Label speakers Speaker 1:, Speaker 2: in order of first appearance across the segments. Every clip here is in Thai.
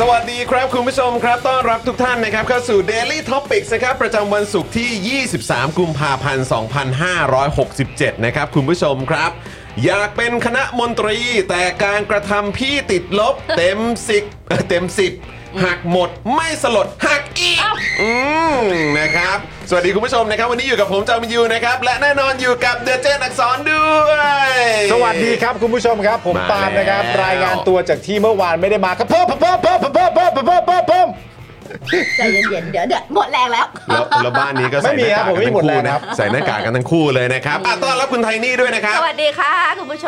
Speaker 1: สวัสดีครับคุณผู้ชมครับ ต้อนรับทุกท่านนะครับเข้าสู่ Daily Topics นะครับประจำวันศุกร์ที่ 23 กุมภาพันธ์ 2567 นะครับคุณผู้ชมครับ อยากเป็นคณะมนตรีแต่การกระทำพี่ติดลบ เต็ม 10 เต็ม 10 หักหมด ไม่สลดหักอีก อืมนะครับ สวัสดีคุณผู้ชมนะครับ วันนี้อยู่กับผมจอมยูนะครับ และแน่นอนอยู่กับเดอะเจนอักษรด้วย
Speaker 2: สวัสดีครับ คุณผู้ชมครับ ผม
Speaker 1: มา
Speaker 2: ปาล์มนะครับ
Speaker 1: แล้ว
Speaker 2: รายงานตัวจากที่เมื่อวานไม่ได้มาครับเพิ่มเพิ่มเพิ่มเพิ่มเพิ่มเพิ่มเพิ่มเพิ่มเพิ่ม
Speaker 3: ใจเย็นๆเดี๋ยวเดี๋ยวหมดแรงแล้ว
Speaker 1: แล้วแล้วบ้านนี้ก็ใส่
Speaker 2: ไม่มี
Speaker 1: หน้า
Speaker 2: ค
Speaker 1: กา
Speaker 2: รับ
Speaker 1: ก
Speaker 2: ผมไม่
Speaker 1: กัน
Speaker 2: มีหม
Speaker 1: ทั้
Speaker 2: ด
Speaker 1: งคู่นะ
Speaker 2: แล้วนะครับ
Speaker 1: ใส่หน้ากากกันทั้งคู่เลยนะครับอ่ะต้อนรับคุณไทนี่ด้วยนะครับ
Speaker 3: สวัสดีค่ะ คุณผู้ช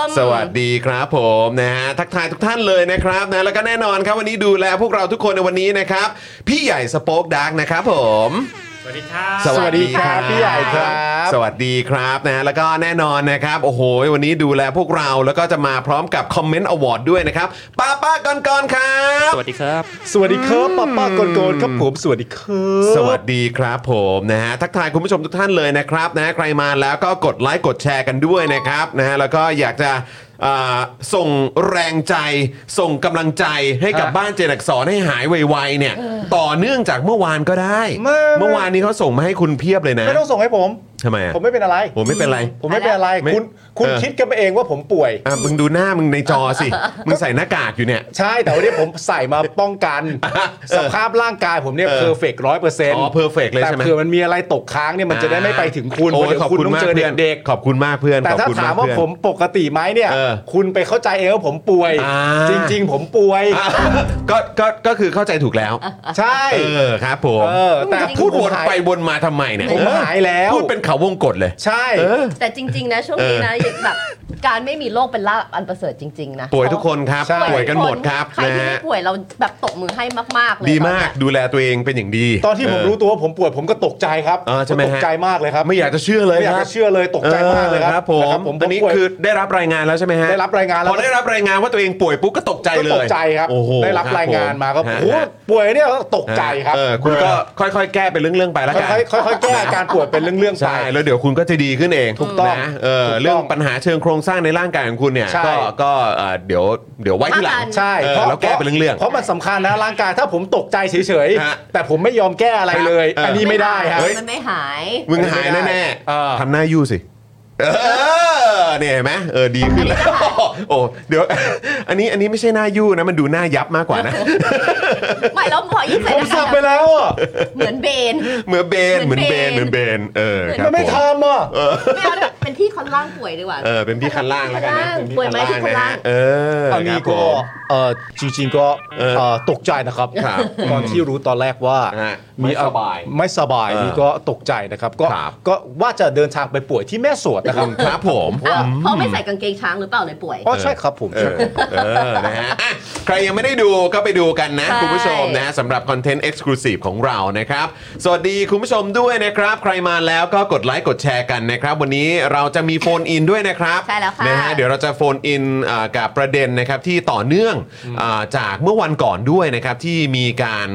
Speaker 3: ม
Speaker 1: สวัสดีครับผมนะฮะทักทายทุกท่านเลยนะครับนะแล้วก็แน่นอนครับวันนี้ดูแลพวกเราทุกคนในวันนี้นะครับ พี่ใหญ่สป็อคดักนะครับผม สวัสดีครับ
Speaker 2: สวัสดีครับพี่ใหญ่ครับ
Speaker 1: สวัสดีครับนะแล้วก็แน่นอนนะครับโอ้โห วันนี้ดูแลพวกเราแล้วก็จะมาพร้อมกับคอมเมนต์อวอร์ดด้วยนะครับป้าป้าก่อนก่อนๆครับ
Speaker 4: สวัสดีครับ
Speaker 2: สวัสดีครับป้าป้าโกนโกนครับผมสวัสดีครับ
Speaker 1: สวัสดีครับผมนะฮะทักทายคุณผู้ชมทุกท่านเลยนะครับนะใครมาแล้วก็กดไลค์กดแชร์กันด้วยนะครับนะฮะแล้วก็อยากจะอ่าส่งแรงใจ ส่งกำลังใจให้กับบ้านเจนอักสอนให้หายไวๆเนี่ย ต่อเนื่องจากเมื่อวานก็ได้
Speaker 2: ไม่ไม่
Speaker 1: เมื่อวานนี้เขาส่งมาให้คุณเพียบเลยนะ
Speaker 2: ไม่ต้องส่งให้ผม
Speaker 1: ทำไมอ่ะ
Speaker 2: ผมไม่เป็นอะไร
Speaker 1: ผมไม่เป็นไร
Speaker 2: ผมไม่เป็นอะไร
Speaker 1: ไม่
Speaker 2: คุณคุณ
Speaker 1: เออ
Speaker 2: คิดกันไปเองว่าผมป่วย
Speaker 1: อ่ะมึงดูหน้ามึงในจอ สิ มึงใส่หน้ากากอยู่เนี่ย
Speaker 2: ใช่แต่วันนี้ผมใส่มาป้อง กัน สภาพร่างกายผมเนี่ย
Speaker 1: เออ
Speaker 2: เพอร์เฟกต์ร้อยเปอร์เซ็นต์
Speaker 1: อ๋อ perfect เลยใช่ไหม
Speaker 2: แต่เผื่อมันมีอะไรตกค้างเนี่ยมันจะได้ไม่ไปถึงคุณเพ
Speaker 1: โอ้ย
Speaker 2: ราะเดี๋ย
Speaker 1: ขอบ
Speaker 2: วคุณ
Speaker 1: คุณ
Speaker 2: ต้อง
Speaker 1: มาก
Speaker 2: เจอ
Speaker 1: เพื่อน
Speaker 2: เด็กๆ
Speaker 1: ขอบคุณมากเพื่อน
Speaker 2: แต่
Speaker 1: ขอบ
Speaker 2: ถ้า
Speaker 1: คุณ
Speaker 2: ถาม
Speaker 1: ก
Speaker 2: ว่า
Speaker 1: เพื่อน
Speaker 2: ผมปกติไหมเนี่ย
Speaker 1: เออ
Speaker 2: คุณไปเข้าใจเองว่าผมป่วย
Speaker 1: อ่า
Speaker 2: จริง ๆ ผมป่วย
Speaker 1: อ่ะ ก็ก็ก็คือเข้าใจถูกแล้ว
Speaker 2: ใช่
Speaker 1: เออครับผม
Speaker 2: เออแต่
Speaker 3: จริงๆ
Speaker 1: พูด
Speaker 2: ผ
Speaker 1: ว
Speaker 2: ม
Speaker 1: น
Speaker 2: หาย
Speaker 1: ไปวนมาทำไมเนี่ย
Speaker 2: ผม
Speaker 1: เออ
Speaker 2: หายแล้ว
Speaker 1: พูดเป็นเขาวงกฏเลย
Speaker 2: ใช่
Speaker 1: เออ
Speaker 3: แต่จริง ๆ นะช่วงนี้นะแบบการไม่มีโรคเป็นลาบอันประเสริฐจริทุกนนะ
Speaker 1: ป่วยทุกคนครับ ป่วยกันหมดครับ
Speaker 3: ใคร
Speaker 1: นะ
Speaker 3: ที่
Speaker 1: ฮะ
Speaker 3: ไม่ป่วยเราแบบตบมือให้มากๆเลย
Speaker 1: ดีมาก
Speaker 3: ตอนเนี้ย
Speaker 1: ดูแลตัวเองเป็นอย่างดี
Speaker 2: ตอนที่ผม
Speaker 1: เ
Speaker 2: รู้ตัวว่าผมป่วยผมก็ตกใจครับ
Speaker 1: เออใช่ไหม
Speaker 2: ต
Speaker 1: ฮะ
Speaker 2: กใจมากเลยครับ
Speaker 1: ไม่อยากจะเชื่อเลย
Speaker 2: ไม่อยาก
Speaker 1: ครั
Speaker 2: จะ
Speaker 1: บ
Speaker 2: เชื่อเลยตกใจมากเลย
Speaker 1: ออ
Speaker 2: ครับ
Speaker 1: ผม
Speaker 2: นะครับผม
Speaker 1: อันนี้
Speaker 2: ป่วย
Speaker 1: คือได้รับรายงานแล้วใช่ไหมฮะ
Speaker 2: ได้รับรายงานแล้ว
Speaker 1: พอได้รับรายงานว่าตัวเองป่วยปุ๊บก็ตกใจ
Speaker 2: ก็
Speaker 1: เลย
Speaker 2: ตกใจครับ
Speaker 1: โอ้โห
Speaker 2: ได้รับรายงานมาก็
Speaker 1: ฮะ
Speaker 2: โอ้โหป่วยเนี่ยก็ตกใจครับ
Speaker 1: เออคุณก็ค่อยๆ แก้เป็นเรื่องๆไปแล้วกัน
Speaker 2: ค่อยๆค่อยๆแก้อาการป่วยเป็นเรื่องๆไป
Speaker 1: ใช่ แล้วเดี๋ยวคุณก็จะดีขึ้นเอง
Speaker 2: ถูกต้อง
Speaker 1: นะเออ
Speaker 2: ถูกต้อง
Speaker 1: เรื่องปัญหาเชิงโครงสร้างในร่างกายของคุณเนี่ย
Speaker 2: ใช่
Speaker 1: ก็ก็เอ่อเดี๋ยวเดี๋ยวไว้ที่หลัง
Speaker 2: ใช่
Speaker 1: เออแล้วแก้เป็นเรื่องๆ
Speaker 2: เพราะมันสำคัญนะร่างกายถ้าผมตกใจเฉย
Speaker 1: ฮะ
Speaker 2: ๆแต่ผมไม่ยอมแก้อะไรเลย
Speaker 1: เอออั
Speaker 2: อันนี้ไม่ได้ครับ
Speaker 1: เฮ้ย
Speaker 3: มันไม่หาย
Speaker 1: มึงหายแน่
Speaker 2: เออ
Speaker 1: ๆทำหน้ายู่สิเออเนี่ยเห็นไหมเออดีขึ้นแล้วโอ้เดี๋ยว อันนี้อันนี้ไม่ใช่หน้ายู่นะมันดูหน้ายับมากกว่านะ
Speaker 3: ไม่แล้วพอยิ่งใส่
Speaker 2: ผม
Speaker 3: หน้า
Speaker 2: สั
Speaker 3: กา
Speaker 2: บ
Speaker 3: ก
Speaker 2: ไปแล้วอ่ะ
Speaker 3: เหมือนเบน
Speaker 1: เหมือนเบนเห
Speaker 3: เหมื
Speaker 1: มือ
Speaker 3: อน น
Speaker 1: เบ
Speaker 3: เบ
Speaker 1: น
Speaker 3: น
Speaker 1: เหมือนเบนเออครั
Speaker 2: มั
Speaker 1: บ
Speaker 2: นไม่
Speaker 1: ผม
Speaker 2: ทำอ่ะ
Speaker 3: ไม่เอานะเป็นที่คนล่างป่วยดีกว่า
Speaker 1: เออเป็นพี่คันล่างแล้วกันนะ
Speaker 3: ป่วยไหม
Speaker 1: เป็นพี่คันล่างนะฮะเออ
Speaker 2: อันนี้ก็
Speaker 1: ครับผม
Speaker 2: เอ่อจริงๆก็
Speaker 1: เออ
Speaker 2: เอ่อตกใจนะครับ
Speaker 1: ครับ
Speaker 2: ตอนที่รู้ตอนแรกว่า
Speaker 1: ฮะ
Speaker 2: มี
Speaker 1: ไม่สบาย
Speaker 2: ไม่สบาย
Speaker 1: เออ
Speaker 2: นี่ก็ตกใจนะครับ ก็
Speaker 1: ครับ
Speaker 2: ก็ว่าจะเดินทางไปป่วยที่แม่สวดนะครับ
Speaker 1: ครับผม
Speaker 3: เพราะไม่ใส่กางเกงช้างหรือเปล่าเลยป่วย
Speaker 2: อ๋อใช่ครับผม
Speaker 1: เออเออนะฮะอ่ะ ใครยังไม่ได้ดูก็ไปดูกันนะ
Speaker 3: ใช่
Speaker 1: คุณผู้ชมนะสำหรับคอนเทนต์ Exclusive ของเรานะครับ สวัสดีคุณผู้ชมด้วยนะครับ ใครมาแล้วก็กดไลค์กดแชร์กันนะครับ วันนี้เราจะมีโฟนอินด้วยนะครับ
Speaker 3: ใช่แล้วค่ะ
Speaker 1: นะฮะเดี๋ยวเราจะโฟนอินอ่ากับประเด็นนะครับที่ต่อเนื่องอาจากเมื่อวันก่อนด้วยนะครับที่มีการ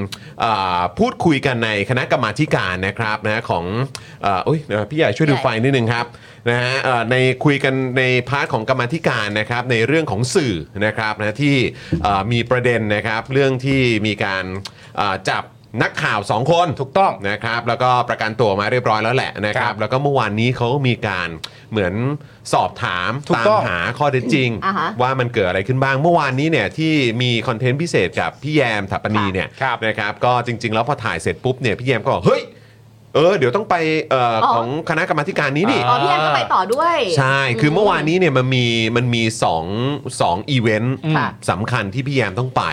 Speaker 1: อ่าพูดคุยกันในคณะกรรมาธิการนะครับนะของอ่าอุ๊ยเดี๋ยวพี่ใหญ่ช่วยดู
Speaker 3: ใหญ่
Speaker 1: ไฟนิดนึงครับนะฮะเอ่อในคุยกันในพาร์ทของกรรมาธิการนะครับในเรื่องของสื่อนะครับนะที่เอ่อมีประเด็นนะครับเรื่องที่มีการอ่าจับนักข่าวสองคน
Speaker 2: ถูกต้อง
Speaker 1: นะครับแล้วก็ประกันตัวมาเรียบร้อยแล้วแหละนะค
Speaker 2: ค
Speaker 1: รั
Speaker 2: รับ บ
Speaker 1: แล้วก็เมื่อวานนี้เขามีการเหมือนสอบถาม
Speaker 2: ถูก
Speaker 1: ตาม
Speaker 2: ต้อง
Speaker 1: หาข้อเท็จจริง
Speaker 3: อ่าฮะ
Speaker 1: ว่ามันเกิดอะไรขึ้นบ้างเมื่อวานนี้เนี่ยที่มีคอนเทนต์พิเศษกับพี่แยมถัปปนีเนี่ย
Speaker 2: ครับ
Speaker 1: นะครับก็จริง ๆ แล้วพอถ่ายเสร็จปุ๊บเนี่ยพี่แยมก็บอกเฮ้ยเออเดี๋ยวต้องไปเออ
Speaker 3: อ๋อ
Speaker 1: ของคณะกรรมาธิการนี้นี่
Speaker 3: อ๋อพี่แอมก็ไปต่อด้วย
Speaker 1: ใช่ คือเมื่อวานนี้เนี่ยมันมีมันมีสองสองอีเวนต์
Speaker 3: ค่ะ
Speaker 1: สำคัญที่พี่แยมต้องไป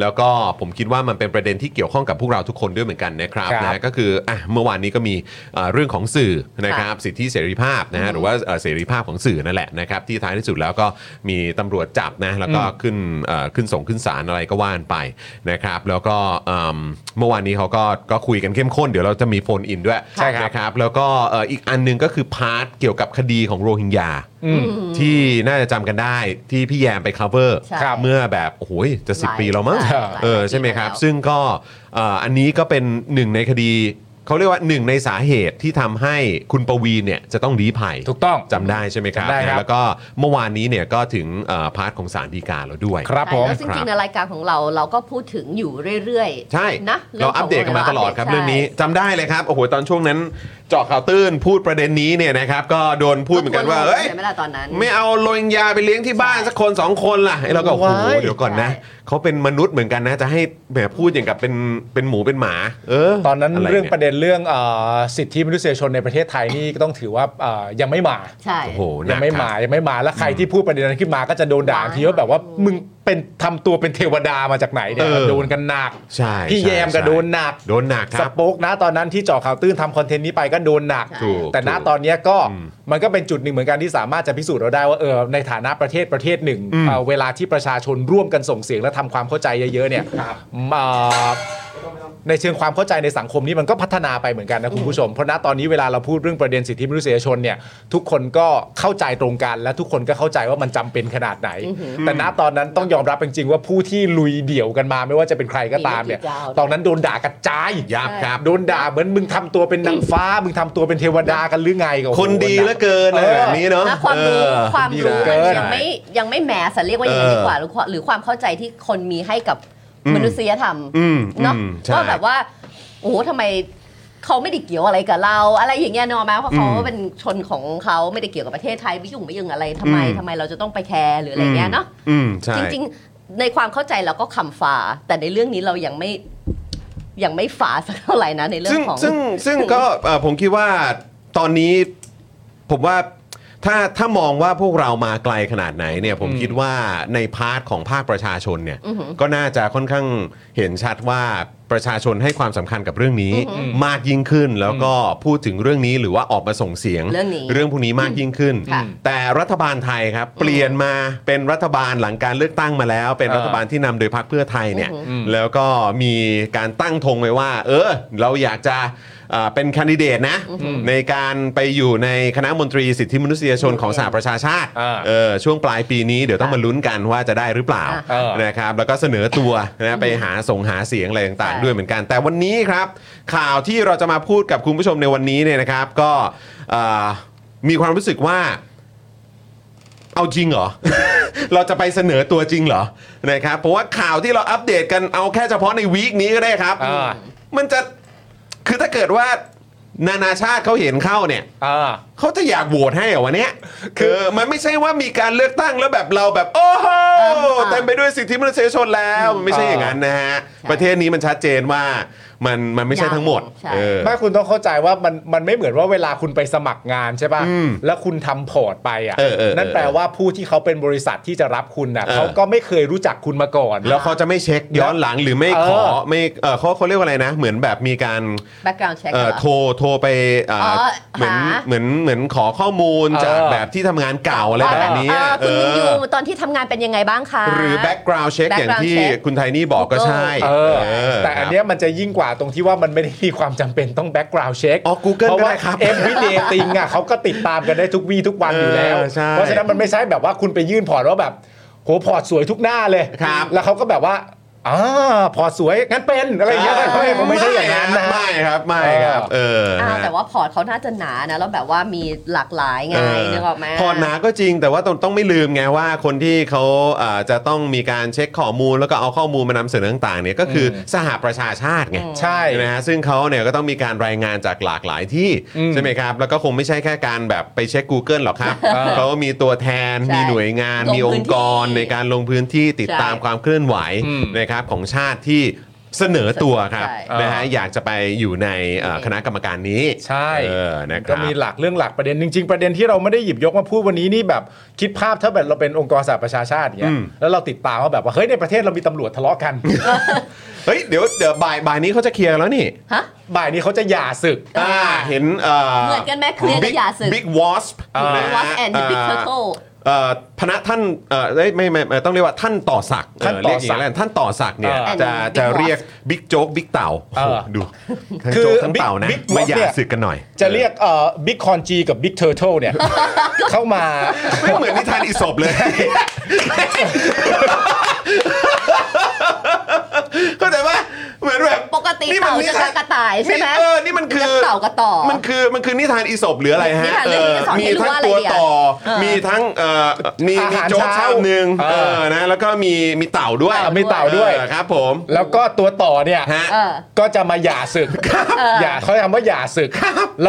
Speaker 1: แล้วก็ผมคิดว่ามันเป็นประเด็นที่เกี่ยวข้องกับพวกเราทุกคนด้วยเหมือนกันนะครับ
Speaker 2: ครับ
Speaker 1: นะก็คืออ่ะเมื่อวานนี้ก็มีเอ่อเรื่องของสื่อนะครับสิทธิเสรีภาพนะฮะหรือว่าเอ่อเสรีภาพของสื่อนั่นแหละนะครับที่ท้ายที่สุดแล้วก็มีตำรวจจับนะแล้วก็
Speaker 2: อืม
Speaker 1: ขึ้นเอ่อขึ้นส่งขึ้นศาลอะไรก็ว่านไปนะครับแล้วก็เอิ่มเมื่อวานนี้เขาก็ก็คุยกันเข้มข้นเดี๋ยวเราจะมีโฟนอินด้วย
Speaker 2: ใช่ครับ
Speaker 1: นะครับแล้วก็เอ่ออีกอันหนึงก็คือพาร์ทเกี่ยวกับคดีของโรฮิงญา
Speaker 2: อืม
Speaker 1: ที่น่าจะจำกันได้ที่พี่แยมไป cover
Speaker 3: ใช่ครับ
Speaker 1: เมื่อแบบโอ้โหจะ
Speaker 3: หลาย
Speaker 1: 10 ปีแล้วมั้ง
Speaker 3: หลาย
Speaker 1: เออ
Speaker 3: หลายปี
Speaker 1: ใช่ไหมครับ
Speaker 3: แล้ว
Speaker 1: ซึ่งก็เอ่ออันนี้ก็เป็นหนึ่งในคดี เขาเรียกว่าหนึ่งในสาเหตุที่ทำให้คุณปวีณเนี่ยจะต้องลี้ภัย
Speaker 2: ถูกต้อง
Speaker 1: จำได้ใช่ไหมครับ
Speaker 2: จำได้ครับ
Speaker 1: แล้วก็เมื่อวานนี้เนี่ยก็ถึงเอ่อพาร์ทของสารดีกาแล้วด้วย
Speaker 2: ครับ
Speaker 3: ใช่
Speaker 2: ผม
Speaker 3: แล้ว
Speaker 1: ค
Speaker 3: จ
Speaker 1: รั
Speaker 3: ริ
Speaker 1: บ
Speaker 3: งๆในรายการของเราเราก็พูดถึงอยู่เรื่อยๆ
Speaker 1: ใช่
Speaker 3: นะ
Speaker 1: เราอัปเดตกันมาตลอดครับเรื่องนี้จำได้เลยครับโอ้โหตอนช่วงนั้นเจาะข่าวตื้นพูดประเด็นนี้เนี่ยนะครับก็โดนพูดเหมือนกันว่าเอ้ย
Speaker 3: ใช่ไหมล่ะตอนนั้น
Speaker 1: ไม่เอาโรฮิงญาไปเลี้ยงที่บ้านสักคนสองคนล่ะไอ้เราก็โอ้โห
Speaker 2: ว้าย
Speaker 1: เดี๋ยวก่อนนะ
Speaker 3: ใช่
Speaker 1: เขาเป็นมนุษย์เหมือนกันนะ จะให้แบบพูดอย่างกับเป็นเป็นหมูเป็นหมา เออ
Speaker 2: ตอนนั้น
Speaker 1: ไ
Speaker 2: เรื่องประเด็นเรื่องเอ่อสิทธิมนุษยชนในประเทศไทยนี่ก็ต้องถือว่าเอ่อยังไม่มา
Speaker 3: ใช่
Speaker 1: โอ้โห
Speaker 2: ยังไม่
Speaker 1: หนั
Speaker 2: มาก ยังไม่มาแล้วใครที่พูดประเด็นนั้นขึ้นมาก็จะโดนด่า
Speaker 3: ว้าย
Speaker 2: ทีว่าแบบว่ามึงเป็นทำตัวเป็นเทวดามาจากไหนเนี่ยโดนกันหนัก
Speaker 1: ใช่
Speaker 2: พี่
Speaker 1: ใช่
Speaker 2: แยมก็
Speaker 1: ใช่
Speaker 2: โดนหนัก
Speaker 1: โดนหนักค
Speaker 2: ส
Speaker 1: รับ
Speaker 2: ป็อกนะตอนนั้นที่เจาะข่าวตื้นทำคอนเทนต์นี้ไปก็โดนหนัก
Speaker 1: ถูก
Speaker 2: แต่ณ
Speaker 1: ถูก
Speaker 2: ตอนเนี้ยก็มันก็เป็นจุดหนึ่งเหมือนกันที่สามารถจะพิสูจน์เราได้ว่าเออในฐานะประเทศประเทศหนึ่ง
Speaker 1: อืม
Speaker 2: เอ่อเวลาที่ประชาชนร่วมกันส่งเสียงและทำความเข้าใจเยอะๆเนี่ยเอ่อ ในเชิงความเข้าใจในสังคมนี้มันก็พัฒนาไปเหมือนกันนะคุณผู้ชม เพราะณตอนนี้เวลาเราพูดเรื่องประเด็นสิทธิมนุษยชนเนี่ยทุกคนก็เข้าใจตรงกัน และทุกคนก็เข้าใจว่ามันจำเป็นขนาดไหน แต่ณตอนนั้นต้องยอมรับจริงๆว่าผู้ที่ลุยเดี่ยวกันมาไม่ว่าจะเป็นใครก็ตามเนี่ย
Speaker 3: มีไม่กี่เจ้า
Speaker 2: ตอนนั้นโดนด่ากระจาย
Speaker 1: ยับครับ
Speaker 2: โดนด่าเหมือนมึงทำตัวเป็นนางฟ้า มึงทำตัวเป็นเทวดากันหรือไงก็โอ้โห
Speaker 1: คนดีเหลือเกินอะไร
Speaker 2: เออ
Speaker 1: แบบนี้เนาะ
Speaker 3: นะความรู้
Speaker 1: เออ
Speaker 3: ความ
Speaker 2: ดี
Speaker 3: รู้มัน
Speaker 2: เลย
Speaker 3: ยังไม่ยังไม่แหมสอะเรียกว่าอย่างนี้น
Speaker 1: เออ
Speaker 3: ดีกว่าหรือความหรือความเข้าใจที่คนมีให้กับมนุษยธรรม
Speaker 1: อืม
Speaker 3: เนาะ
Speaker 1: อืมใช่
Speaker 3: ว่าแบบว่าโอ้โหทำไมเขาไม่ได้เกี่ยวอะไรกับเรา อะไรอย่างเงี้ยเนอะไหมเพราะเขา
Speaker 1: อืม
Speaker 3: เป็นชนของเขาไม่ได้เกี่ยวกับประเทศไทยไม่ยุ่งไม่ยุ่งอะไรทำไม
Speaker 1: อืม
Speaker 3: ทำไมเราจะต้องไปแคร์หรืออะไรเงี้ยเนาะ
Speaker 1: อืมใช่
Speaker 3: จริง ๆ ในความเข้าใจเราก็คำฝ่า แต่ในเรื่องนี้เรายังไม่ยังไม่ฝ่าสักเท่าไหร่นะในเรื่อ
Speaker 1: ซึ่
Speaker 3: ง
Speaker 1: ง
Speaker 3: ของ
Speaker 1: ซึ่งซึ่งก็เอ่อ ผมคิดว่าตอนนี้ผมว่าถ้าถ้ามองว่าพวกเรามาไกลขนาดไหนเนี่ยผมคิดว่าในพาร์ทของภาคประชาชนเนี่ย
Speaker 3: อือหือ
Speaker 1: ก็น่าจะค่อนข้างเห็นชัดว่าประชาชนให้ความสำคัญกับเรื่องนี้ มากยิ่งขึ้นแล้วก็พูดถึงเรื่องนี้หรือว่าออกมาส่งเสียง
Speaker 3: เรื่องนี้
Speaker 1: เรื่องพวกนี้มากยิ่งขึ้น
Speaker 3: ค่ะ
Speaker 1: แต่รัฐบาลไทยครับเปลี่ยนมาเป็นรัฐบาลหลังการเลือกตั้งมาแล้ว เป็น
Speaker 2: เออ
Speaker 1: รัฐบาลที่นำโดยพรรคเพื่อไทยเนี่ย แล้วก็มีการตั้งธงไว้ว่า เออ เราอยากจะเอ่อเป็นแคนดิเดตนะ ในการไปอยู่ในคณะมนตรีสิทธิมนุษยชนของสหประชาชาติ
Speaker 2: อ่า
Speaker 1: เออช่วงปลายปีนี้เดี๋ยวต้องมาลุ้นกันว่าจะได้หรือเปล่า
Speaker 2: อ่าน
Speaker 1: นะครับแล้วก็เสนอตัวนะไปหาส่งหาเสียงอะไรต่าง
Speaker 3: ใช่
Speaker 1: ๆด้วยเหมือนกัน แต่วันนี้ครับ ข่าวที่เราจะมาพูดกับคุณผู้ชมในวันนี้เนี่ยนะครับ ก็เอ่อมีความรู้สึกว่า เอาจริงเหรอ เราจะไปเสนอตัวจริงเหรอ นะครับ เพราะว่าข่าวที่เราอัปเดตกันเอาแค่เฉพาะในวีคนี้ก็ได้ครับ
Speaker 2: อ่า
Speaker 1: มันจะ คือถ้าเกิดว่านานาชาติเขาเห็นเข้าเนี่ย
Speaker 2: อ่า
Speaker 1: เขาจะอยากโหวตให้เหรอวันเนี้ย
Speaker 2: คื
Speaker 1: คือ
Speaker 2: อ
Speaker 1: มันไม่ใช่ว่ามีการเลือกตั้งแล้วแบบเราแบบ โอ้โห
Speaker 3: เออ
Speaker 1: เต็มไปด้วยสิทธิมนุษยชนแล้วมันไม่ใช่อย่างนั้นนะฮะ ประเทศนี้มันชัดเจนว่ามันมันไม่ใช่ทั้งหมด
Speaker 3: ใช่
Speaker 1: เออ
Speaker 2: ไม่คุณต้องเข้าใจว่ามันมันไม่เหมือนว่าเวลาคุณไปสมัครงานใช่ป่ะ แล้วคุณทำพอร์ตไปอ่ะ
Speaker 1: เออเออเออ
Speaker 2: นั่นแปลว่าผู้ที่เขาเป็นบริษัทที่จะรับคุณน่ะ
Speaker 1: เออ
Speaker 2: เขาก็ไม่เคยรู้จักคุณมาก่อน
Speaker 1: แล้วเขาจะไม่เช็คย้อนหลังหรือไม่ขอ
Speaker 2: เออ
Speaker 1: ไม่เออเขาเขาเรียกว่าอะไรนะ เหมือนแบบมีการ
Speaker 3: background check
Speaker 1: เอ่อ
Speaker 3: เหรอ
Speaker 1: โทรโทรไปเอ่อ
Speaker 3: อ
Speaker 1: เหมือน
Speaker 3: หา
Speaker 1: เหมือนเห มือนขอข้อมูล
Speaker 2: เออ
Speaker 1: จากแบบที่ทำงานเก่าอะไรแบบนี้
Speaker 3: อ่าคุณ
Speaker 1: เออ
Speaker 3: อยู่ตอนที่ทำงานเป็นยังไงบ้างคะ
Speaker 1: หรือ background check อย่าง
Speaker 3: background
Speaker 1: ที่
Speaker 3: check
Speaker 1: คุณไทนี่บอกก็ใช่
Speaker 2: เออ
Speaker 1: เออ
Speaker 2: แต่อันเนี้ยมันจะยิ่งกว่าตรงที่ว่ามันไม่ได้มีความจำเป็นต้องแบ็กกราว n d เช็ค
Speaker 1: อ๋อ Google
Speaker 2: เพราะ
Speaker 1: ก็
Speaker 2: ว่า
Speaker 1: ได้ครับ
Speaker 2: เอฟวี เดติงอ่ะเขาก็ติดตามกันได้ทุกวี่ทุกวันอยู่แล้ว
Speaker 1: เออใช่
Speaker 2: เพราะฉะนั้นมันไม่ใช่แบบว่าคุณไปยื่นพอร์ตว่าแบบโหพอร์ตสวยทุกหน้าเลย
Speaker 1: ครับ
Speaker 2: แล้วเขาก็แบบว่าอ่าพอร์ตสวยงั้นเป็นอะไรอย่างเงี้ย
Speaker 1: อ่า
Speaker 2: ไม่ไม่ใช่อย่างนั้นนะ
Speaker 1: ไม่ครับไม่ครับเออ
Speaker 3: อ่า
Speaker 1: ฮะ
Speaker 3: แต่ว่าพอร์ตเขาน่าจะหนานะ แล้วแบบว่ามีหลากหลายไง
Speaker 1: เ
Speaker 3: นึกออกไหม
Speaker 1: พอหนาก็จริงแต่ว่าต้องต้องไม่ลืมไงว่าคนที่เขาเอ่อจะต้องมีการเช็คข้อมูลแล้วก็เอาข้อมูลมานำเสนอต่างๆเนี่ยก็คืออสหประชาชาติไง
Speaker 2: ใช่
Speaker 1: ใช่ไหมฮะซึ่งเขาเนี่ยก็ต้องมีการรายงานจากหลากหลายที่
Speaker 2: อืม
Speaker 1: ใช่ไหมครับแล้วก็คงไม่ใช่แค่การแบบไปเช็ค Google หรอกครับ
Speaker 2: อ่า
Speaker 1: เขามีตัวแทน
Speaker 3: ใช่
Speaker 1: มีหน่วยงาน
Speaker 3: ลง
Speaker 1: มีองค์กร
Speaker 3: พื้นที่
Speaker 1: ในการลงพื้นที่ติด
Speaker 3: ใช่
Speaker 1: ตามความเคลื่อนไหวนะครับของชาติที่เสนอตัวครับ
Speaker 3: ใช่
Speaker 1: นะฮะอยากจะไปอยู่ในเอ่อคณะกรรมการนี้
Speaker 2: ใช่
Speaker 1: เออนะค
Speaker 2: ก็
Speaker 1: รับ
Speaker 2: มีหลักเรื่องหลักประเด็นจริง ๆ ประเด็นที่เราไม่ได้หยิบยกมาพูดวันนี้นี่แบบคิดภาพถ้าแบบเราเป็นองค์กรสหประชาชาติอย่างเงี้
Speaker 1: อื
Speaker 2: ย
Speaker 1: ม
Speaker 2: แล้วเราติดตามว่าแบบว่าเฮ้ยในประเทศเรามีตำรวจทะเลาะ กัน
Speaker 1: เฮ้ยเดี๋ยวเดี๋ยวบ่ายบ่ายนี้เขาจะเคลียร์กันแล้วนี่
Speaker 3: ฮะ
Speaker 2: บ่ายนี้เขาจะหย่าศึก
Speaker 1: อ่าเห็นเอ่อ
Speaker 3: เหมือนกันไหมเคลียร์กับหย่าศึก
Speaker 1: บิ๊กวอส
Speaker 2: อ่า
Speaker 1: นะฮะ
Speaker 3: Watch and the Big Turtle
Speaker 1: เอ่อพนักท่านเอ่อเอ้ยไม่ไม่ไม่ต้องเรียกว่าท่านต่อศักดิ์
Speaker 2: ท่าน
Speaker 1: เเรียกย่าง
Speaker 2: ต่อศัก
Speaker 1: ไร
Speaker 2: ดิ์
Speaker 1: ท่านต่อศักดิ์เนี่ย
Speaker 2: เออ
Speaker 1: จะ
Speaker 3: And
Speaker 1: จะ
Speaker 3: Big Boss
Speaker 1: เรียกบิ๊กโจ๊กบิ๊กเต่า
Speaker 2: เออ
Speaker 1: โอ้โหดูทั้ง
Speaker 2: คือ
Speaker 1: โจ๊กทั้งเต่านะ
Speaker 2: Big- Big Boss
Speaker 1: มาหย่า
Speaker 2: เนี่ย
Speaker 1: ศึกกันหน่อย
Speaker 2: จะเรียกเอ่อบิ๊กคอนจีกับบิ๊กเทอร์เทลเนี่ย เข้ามา
Speaker 1: ไม่เหมือนนิทานอีสบเลย เข้าใจปะเหมือนแบบ
Speaker 3: ปกติ
Speaker 1: นี่มัน
Speaker 3: เต่าจะ
Speaker 1: ทน
Speaker 3: กระต่ายใช่ไหม
Speaker 1: นี่เออนี่มันคือ
Speaker 3: เต่ากระต่อ
Speaker 1: มันคือมันคือนิทานอีสบหรืออะไรฮะ
Speaker 3: นิทานเรื่องนี้จะสอนให้
Speaker 1: มี
Speaker 3: รู้
Speaker 1: ทั้ง
Speaker 3: ว่าอะไร
Speaker 1: ตัว
Speaker 3: ดีอะ
Speaker 1: ต่อ
Speaker 3: เออ
Speaker 1: มีทั้งเอ่อมี
Speaker 2: อา
Speaker 1: มี
Speaker 2: หาร
Speaker 1: โจ๊ก
Speaker 2: เช้า
Speaker 1: เช้าหนึ่ง
Speaker 2: เอ
Speaker 1: เอ
Speaker 2: อ
Speaker 1: อนะแล้วก็มีมีเต่าด้วย
Speaker 2: อ่ามีเต่าด้วย
Speaker 1: ออครับผม
Speaker 2: แล้วก็ตัวต่อเนี่ย
Speaker 1: ฮะ
Speaker 3: เออ
Speaker 2: ก็จะมาหย่าศึก
Speaker 3: เออ
Speaker 2: หย่าเขาใช้คำว่าหย่าศึก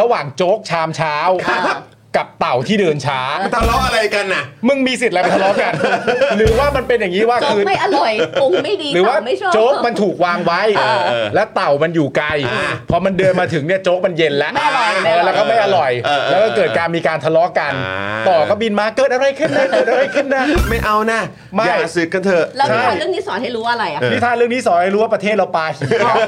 Speaker 2: ระหว่างโจ๊กชามเช้า
Speaker 3: ครับ
Speaker 2: กับเต่าที่เดินช้า
Speaker 1: ทะเลาะอะไรกันน่ะ
Speaker 2: มึงมีสิทธิ์อะไรไปทะเลาะกัน หรือว่ามันเป็นอย่างนี้ว่า
Speaker 3: โจ๊ก
Speaker 2: คือ
Speaker 3: ไม่อร่อยปรุงไม่ดี
Speaker 2: หรือว่า
Speaker 3: เต่ไม่ชอบ
Speaker 2: โจ๊กมันถูกวางไว้
Speaker 1: เออเออ
Speaker 2: และเต่ามันอยู่ไกล
Speaker 1: อ่า
Speaker 2: พอมันเดินมาถึงเนี่ยโจ๊กมันเย็นแล้ว
Speaker 3: ไม่อร่อย
Speaker 2: เออแล้วก็ไม่อร่อย
Speaker 1: เออเออ
Speaker 2: แล้วก็เกิดการมีการทะเลาะกัน
Speaker 1: อ่า
Speaker 2: ต่อก็บินมาเกิดอะไรขึ้นนะเกิดอะไรขึ้นนะ
Speaker 1: ไม่เอานะ
Speaker 2: ไม่
Speaker 1: อย่าสึกกันเถอะ
Speaker 3: แล้วนิ
Speaker 2: ใช่
Speaker 3: ทานเรื่องนี้สอนให้รู้ว่าอะไรอ่ะ
Speaker 2: นิทานเรื่องนี้สอนให้รู้ว่าประเทศเราปาหีมาก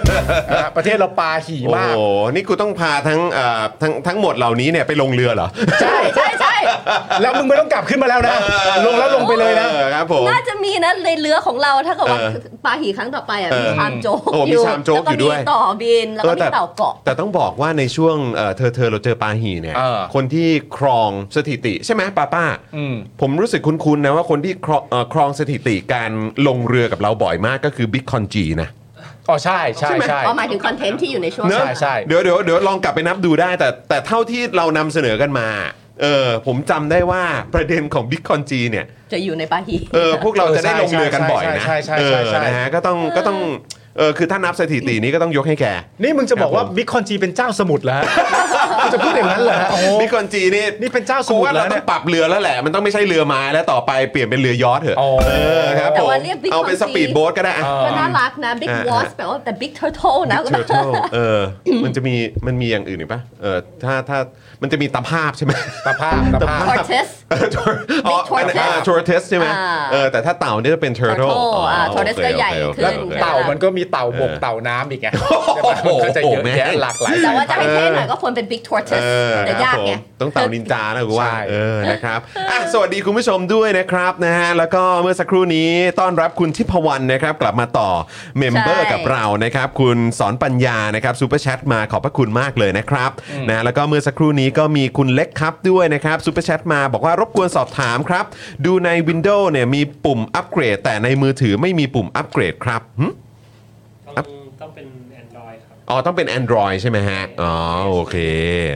Speaker 2: อ่าประเทศเราปาหี
Speaker 1: โอ้
Speaker 2: มาก
Speaker 1: โห นี่กูต้องพาทั้งเอ่อทั้งทั้งหมดเหล่านี้เนี่ยไปลงเรือเหรอ
Speaker 2: ใช่
Speaker 3: ใช่ใช่
Speaker 2: แล้วมึงไม่ต้องกลับขึ้นมาแล้วนะ ลงแล้วลงไปเลยนะ
Speaker 1: ออครับผม
Speaker 3: น่าจะมีนะในเรือของเราถ้าเกิดว่า
Speaker 1: เออ
Speaker 3: ปลาหีครั้งต่อไปอ่ะ
Speaker 1: เออ
Speaker 3: มีชามโจ๊ก
Speaker 1: โอ้มีชามโจ๊ก
Speaker 3: แล้ว
Speaker 1: อ
Speaker 3: ก็
Speaker 1: ยู่ด้วย
Speaker 3: มีต่อบินแล้วก็มีเต่าเกาะ
Speaker 1: แต่ต้องบอกว่าในช่วงเอ่อเธอเธอเราเจอปาหีเนี่ย
Speaker 2: เออ
Speaker 1: คนที่ครองสถิติใช่ไหมป้าป้า
Speaker 2: อืม
Speaker 1: ผมรู้สึกคุ้นๆนะว่าคนที่ครองเอ่อครองสถิติการลงเรือกับเราบ่อยมากก็คือบิ๊กคอนจีนะ
Speaker 2: อ๋อใช่ใช่ใช่
Speaker 3: อ๋อหมายถึงคอนเทนต์ที่อยู่ในช่วง
Speaker 1: เนอะ
Speaker 2: ใช่ใช่
Speaker 1: เดี๋ยวเดี๋ยวเดี๋ยวลองกลับไปนับดูได้ แต่แต่เท่าที่เรานำเสนอกันมา เออผมจำได้ว่าประเด็นของบิ๊กคอนจีเนี่ย
Speaker 3: จะอยู่ในปลาหี
Speaker 1: เออพวกเราจะได้ลงเรือกันบ่อยนะ
Speaker 2: ใช่ใช่
Speaker 1: เอ
Speaker 2: ใช่
Speaker 1: อ
Speaker 2: ใช่ใช่
Speaker 1: นะฮะก็ต้องก็ต้องเออคือถ้านับสถิตินี้ก็ต้องยกให้แก
Speaker 2: นี่มึงจะบอก
Speaker 1: ค
Speaker 2: ว่า
Speaker 1: รับผม
Speaker 2: บิ๊กคอนจีเป็นเจ้าสมุทรแล้วจะพูดอย่างนั้นเหรอฮะโอ้โห
Speaker 1: บิ๊กคอนจีนี่
Speaker 2: นี่เป็นเจ้าสมุทร
Speaker 1: กูว่าเรา
Speaker 2: แล้ว
Speaker 1: ต้
Speaker 2: เนี่
Speaker 1: อย งปรับเรือแล้วแหละ มันต้องไม่ใช่เรือไม้แล้วต่อไปเปลี่ยนเป็นเรือยอชต์เถอะ
Speaker 2: อ๋อ
Speaker 1: เออครับ
Speaker 3: แต่
Speaker 1: ผม
Speaker 3: ว่าเรียก Big
Speaker 1: เอาเป็นส
Speaker 3: Conti
Speaker 1: ปีดโบ๊ทก็ได้อะ
Speaker 3: ก็น่ารักนะ Big
Speaker 1: อ่า
Speaker 3: Boss แปลว่าแต่ Big Turtle นะ
Speaker 1: Big Turtle เออ มันจะมีมันมีอย่างอื่นอีกปะเออถ้าถ้ามันจะมีตะภาพใช่ไหม
Speaker 2: ตาภาพตาภาพ
Speaker 3: Tortoise
Speaker 1: เป็นอ่า tortoise ใช่ไหม
Speaker 3: อ่า
Speaker 1: เออแต่ถ้าเต่าเนี่ยจะเป็น turtle
Speaker 3: turtle
Speaker 1: อ๋ออ่า
Speaker 3: tortoise ก็ใหญ่ขึ้น
Speaker 2: แล้ว
Speaker 3: เออ
Speaker 2: เต่ามันก็มีเต่าบกเต่าน้ำอีกไงใช่ปะมันก็จะเยอะแยะหลากหลาย
Speaker 3: แต่ว่าจะให้เท่หน่อยก็ควรเป็น Big
Speaker 1: เออ
Speaker 3: Tortoise แต่
Speaker 1: ครั
Speaker 3: ยา
Speaker 1: บ
Speaker 3: ก
Speaker 1: ผม
Speaker 3: ไง
Speaker 1: ต้องเต่านินจานะกูว่า
Speaker 2: ใช่
Speaker 1: เออนะครับอ่ะสวัสดีคุณผู้ชมด้วยนะครับนะฮะแล้วก็เมื่อสักครู่นี้ต้อนรับคุณทิพวรรณนะครับ กลับมาต่อเมมเบอร์
Speaker 3: ใช่
Speaker 1: กับเรานะครับ คุณสอนปัญญานะครับซูเปอร์แชทมาขอบพระคุณมากเลยนะครับนะแล้วก็เมื่อสักครู่นี้ก็มีคุณเล็กครับด้วยนะครับซูเปอร์แชทมาบอกว่ารบกวนสอบถามครับ ดูใน Windows เนี่ยมีปุ่มอัปเกรด แต่ในมือถือไม่มีปุ่มอัปเกรดครับหึ
Speaker 4: ต้องต้องเป็น Android ครับ
Speaker 1: อ๋อ ต้องเป็น Android ใช่ไหมฮะ อ๋อ โอเค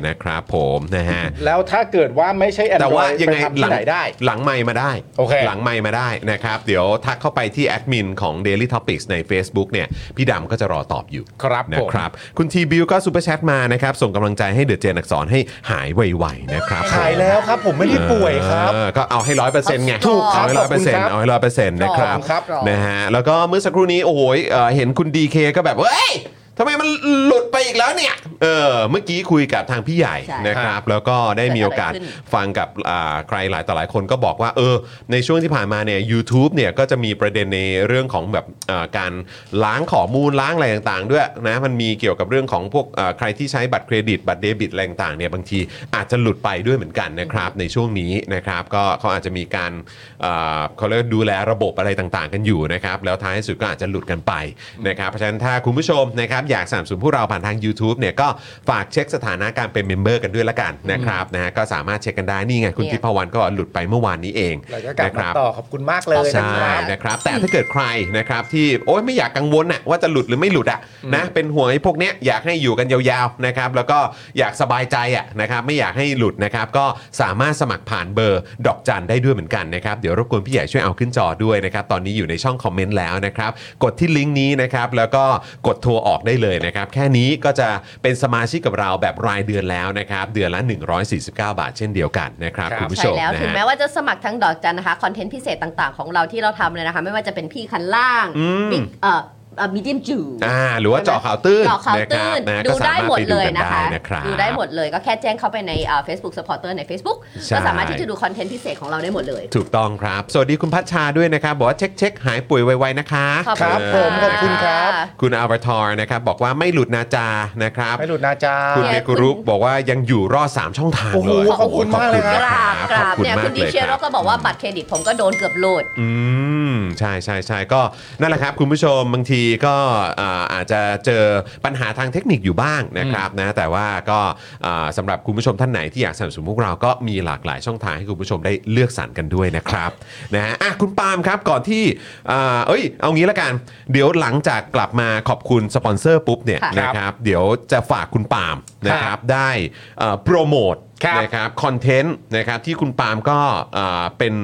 Speaker 1: นะครับผมนะฮะ
Speaker 2: แล้วถ้าเกิดว่าไม่ใช่แอน
Speaker 1: แต่
Speaker 2: ดรอ
Speaker 1: ว่าย ยังไง
Speaker 2: ปทำที่ไหนได้
Speaker 1: หลังไมค์มาได้
Speaker 2: โอเค
Speaker 1: หลังไมค์มาได้นะครับ เดี๋ยวทักเข้าไปที่แอดมินของ Daily Topics ใน Facebook เนี่ย พี่ดำก็จะรอตอบอยู่
Speaker 2: ครับผม
Speaker 1: นะครับ คุณทีบิวก็ซูเปอร์แชทมานะครับ ส่งกำลังใจให้เดือดเจนอักษรให้หายไวๆนะครับ
Speaker 2: หายแล้วครับผมไม่ได้ป่วยครับ
Speaker 1: เออก็เอาให้ร้อยเปอร์เซ็นต์ไง
Speaker 3: ถูกครั
Speaker 1: เอา
Speaker 3: บ
Speaker 1: ให้ร้อยเปอร์เซ็นต์เอาให้ร้อยเปอร์เซ็นต์นะครับ
Speaker 2: ครับ
Speaker 1: นะฮะแล้วก็เมื่อสักครู่นี้โอ้โหเอ่อเห็นคุณดีเคก็แบบเฮ้ย ทำไมมันหลุดไปอีกแล้วเนี่ย เออ เมื่อกี้คุยกับทางพี่ใหญ่
Speaker 3: ใช่
Speaker 1: นะครับ แล้วก็ได้มีโอกาส
Speaker 3: เกิดอะไรขึ้น
Speaker 1: ฟังกับอ่าใครหลายต่อหลายคนก็บอกว่า เออ ในช่วงที่ผ่านมาเนี่ยยูทูบเนี่ยก็จะมีประเด็นในเรื่องของแบบอ่าการล้างข้อมูลล้างอะไรต่างๆ ด้วยนะ มันมีเกี่ยวกับเรื่องของพวกอ่าใครที่ใช้บัตรเครดิตบัตรเดบิตอะไรต่างๆเนี่ยบางทีอาจจะหลุดไปด้วยเหมือนกันนะครับ ในช่วงนี้นะครับ ก็เขาอาจจะมีการอ่าเขาเรียกว่าดูแลระบบอะไรต่างๆ กันอยู่นะครับ แล้วท้ายสุดก็อาจจะหลุดกันไปนะครับเพราะฉะนั้นถ้าคุณผู้ชมนะครับอยากสนับสนุนพวกเราผ่านทาง u t u b e เนี่ยก็ฝากเช็คสถานะการเป็นเมมเบอร์กันด้วยละกันนะครับนะฮะก็สามารถเช็คกันได้นี่ไงคุณ
Speaker 3: เนี่ย
Speaker 1: ทิพวรรณก็หลุดไปเมื่อวานนี้เอง
Speaker 2: เราจะกลับ
Speaker 1: นะค
Speaker 2: มา
Speaker 1: รับ
Speaker 2: ต่อขอบคุณมากเลยนะ
Speaker 1: ใช่
Speaker 2: ครับ
Speaker 1: นะครับแต่ถ้าเกิดใครนะครับที่โอ้ยไม่อยากกังวลน่ะว่าจะหลุดหรือไม่หลุดอ่ะนะเป็นห่วงไอ้พวกเนี้ยอยากให้อยู่กันยาวๆนะครับแล้วก็อยากสบายใจอ่ะนะครับไม่อยากให้หลุดนะครับก็สามารถสมัครผ่านเบอร์ดอกจันได้ด้วยเหมือนกันนะครับเดี๋ยวรบกวนพี่ใหญ่ช่วยเอาขึ้นจอด้วยนะครับตอนนี้อยู่ในช่องคอมเมนต์แล้วนะครับกดที่ลิงก์นี้นะครับแล้วก็กดโทรออกได้เลยนะครับแค่นี้ก็จะเป็นสมาชิกกับเราแบบรายเดือนแล้วนะครับเดือนละ 149 บาท เช่นเดียวกันนะครับ
Speaker 2: ครับ
Speaker 1: คุณผู้ช
Speaker 3: ใช่
Speaker 1: ม
Speaker 3: แล้ว
Speaker 1: นะ
Speaker 3: ถึง
Speaker 1: ฮะ
Speaker 3: แม้ว่าจะสมัครทั้งดอกจันนะคะ คอนเทนต์พิเศษต่างๆ ของเราที่เราทำเลยนะคะ ไม่ว่าจะเป็นพี่คันล่าง
Speaker 1: อืม
Speaker 3: บิ๊กเอ่อมีเดียมจู
Speaker 1: อ่าหรือว่าเจาะข่าวตื้น
Speaker 3: เจาะข่าว
Speaker 1: นะค
Speaker 3: ตื้
Speaker 1: รับ
Speaker 3: น
Speaker 1: นะ
Speaker 3: ดู
Speaker 1: ก็สา
Speaker 3: ได้
Speaker 1: มารถ
Speaker 3: หมด
Speaker 1: ไปดู
Speaker 3: เลย
Speaker 1: กัน
Speaker 3: นะ
Speaker 1: ได้
Speaker 3: คะ
Speaker 1: นะครับ
Speaker 3: ดูได้หมดเลยก็แค่แจ้งเข้าไปในเอ่อ Facebook Supporter ใน Facebook
Speaker 1: ใช่
Speaker 3: ก็สามารถที่จะดูคอนเทนต์พิเศษของเราได้หมดเลย
Speaker 1: ถูกต้องครับ สวัสดีคุณพัชชาด้วยนะครับ บอกว่าเช็คเช็คหายป่วยไวๆนะคะ
Speaker 3: ขอบคุ
Speaker 2: ครับ
Speaker 3: ณะ
Speaker 2: ผมขอบคุณครับ
Speaker 1: คุณอัลบาทอร์นะครับบอกว่าไม่หลุดนาจานะครับ
Speaker 2: ไม่หลุดนะจ๊ะ
Speaker 1: คุณ
Speaker 3: เนี่
Speaker 1: เม
Speaker 3: ย
Speaker 1: กุรุ
Speaker 3: คุณ
Speaker 1: บอกว่ายังอยู่รอด 3 ช่องทาง
Speaker 2: โอ้โห
Speaker 1: เลย
Speaker 2: ขอบคุณมากเลย
Speaker 1: ข
Speaker 2: ค
Speaker 1: อ
Speaker 2: รับ
Speaker 3: กราบก
Speaker 1: ข
Speaker 3: รา
Speaker 1: อบบ คุณ
Speaker 3: เนี่ย
Speaker 1: มา
Speaker 3: คุ
Speaker 1: ก
Speaker 3: ณ
Speaker 1: เล
Speaker 3: ดี
Speaker 1: ย
Speaker 3: เชีย
Speaker 1: ครั
Speaker 3: ร์ก็บอกว่าบัตรเครดิตผมก็โดนเกือบโหลด
Speaker 1: อืมใช่ใช่ใช่ก็นั่นแหละครับคุณผู้ชมบางทีก็อ่าอาจจะเจอปัญหาทางเทคนิคอยู่บ้างนะครับนะแต่ว่าก็อ่าสำหรับคุณผู้ชมท่านไหนที่อยากสนับสนุนพวกเราก็มีหลากหลายช่องทางให้คุณผู้ชมได้เลือกสรรกันด้วยนะครับนะฮะอ่ะคุณปาล์มครับก่อนที่อ่าเอ้ยเอางี้ละกัน เดี๋ยวหลังจากกลับมาขอบคุณสปอนเซอร์ปุ๊บเนี่ย
Speaker 3: ค่ะ
Speaker 1: นะครับเดี๋ยวจะฝากคุณปาล์มนะครับได้เอ่อโปรโมท
Speaker 2: ครับ
Speaker 1: นะครับคอนเทนต์นะครับที่คุณปาล์มก็อ่าเป็น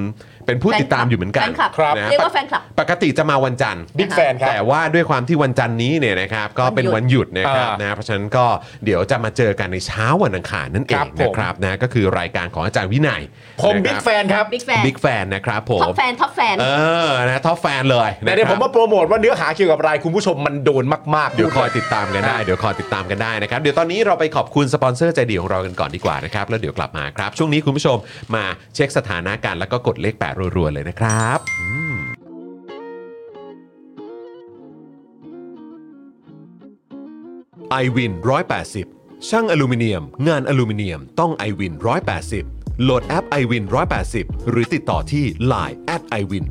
Speaker 1: เป็นผู้ติดตามอยู่เหมือนกัน
Speaker 3: แฟนคลับ
Speaker 2: ครับ
Speaker 3: เรียกว่าแฟนคลับ
Speaker 1: ปกติจะมาวันจันทร์
Speaker 2: บิ๊กแฟนครับ
Speaker 1: แต่ว่าด้วยความที่วันจันทร์นี้เนี่ยนะครับก็เป็นวันหยุดนะครับ
Speaker 2: อ่าน
Speaker 1: นะเพราะฉะนั้นก็เดี๋ยวจะมาเจอกันในเช้าวันอังคารนั่นเอ
Speaker 2: ครั
Speaker 1: ง
Speaker 2: บผม
Speaker 1: นะครับนะก็คือรายการของอาจารย์วินัย
Speaker 2: ผม
Speaker 1: นะ
Speaker 2: บิ๊
Speaker 1: ค
Speaker 2: ก
Speaker 1: รับ
Speaker 2: แฟนครับ
Speaker 3: บิ๊กแฟน
Speaker 1: บิ๊กแฟนนะครับผม
Speaker 3: ท็อปแฟน ท็อปแฟน
Speaker 1: เออนะท็อปแฟนเลย
Speaker 2: แต่
Speaker 1: นะ
Speaker 2: เดี๋ยว
Speaker 1: ค
Speaker 2: ผ
Speaker 1: รับ
Speaker 2: มมาโปรโมทว่าเนื้อหาเกี่ยวกับรายคุณผู้ชมมันโดนมากๆ
Speaker 1: เดี๋ยวคอยติดตามกันได้เดี๋ยวคอยติดตามกันได้นะครับเดี๋ยวตอนนี้เราไปขอบคุณสปอนเซอร์ใจดีของเรากันก่อนดีกว่านะครับแล้วเดี๋ยวกลับมาครับ ช่วงนี้คุณผู้ชมมาเช็คสถานะการณ์แล้วก็กดเลขแปดรัวๆเลยนะครับ i w วิน180 ช่างอลูมิเนียม งานอลูมิเนียมต้อง i w วิน180 โหลดแอป i w วิน180 หรือติดต่อที่ Line at i w วิน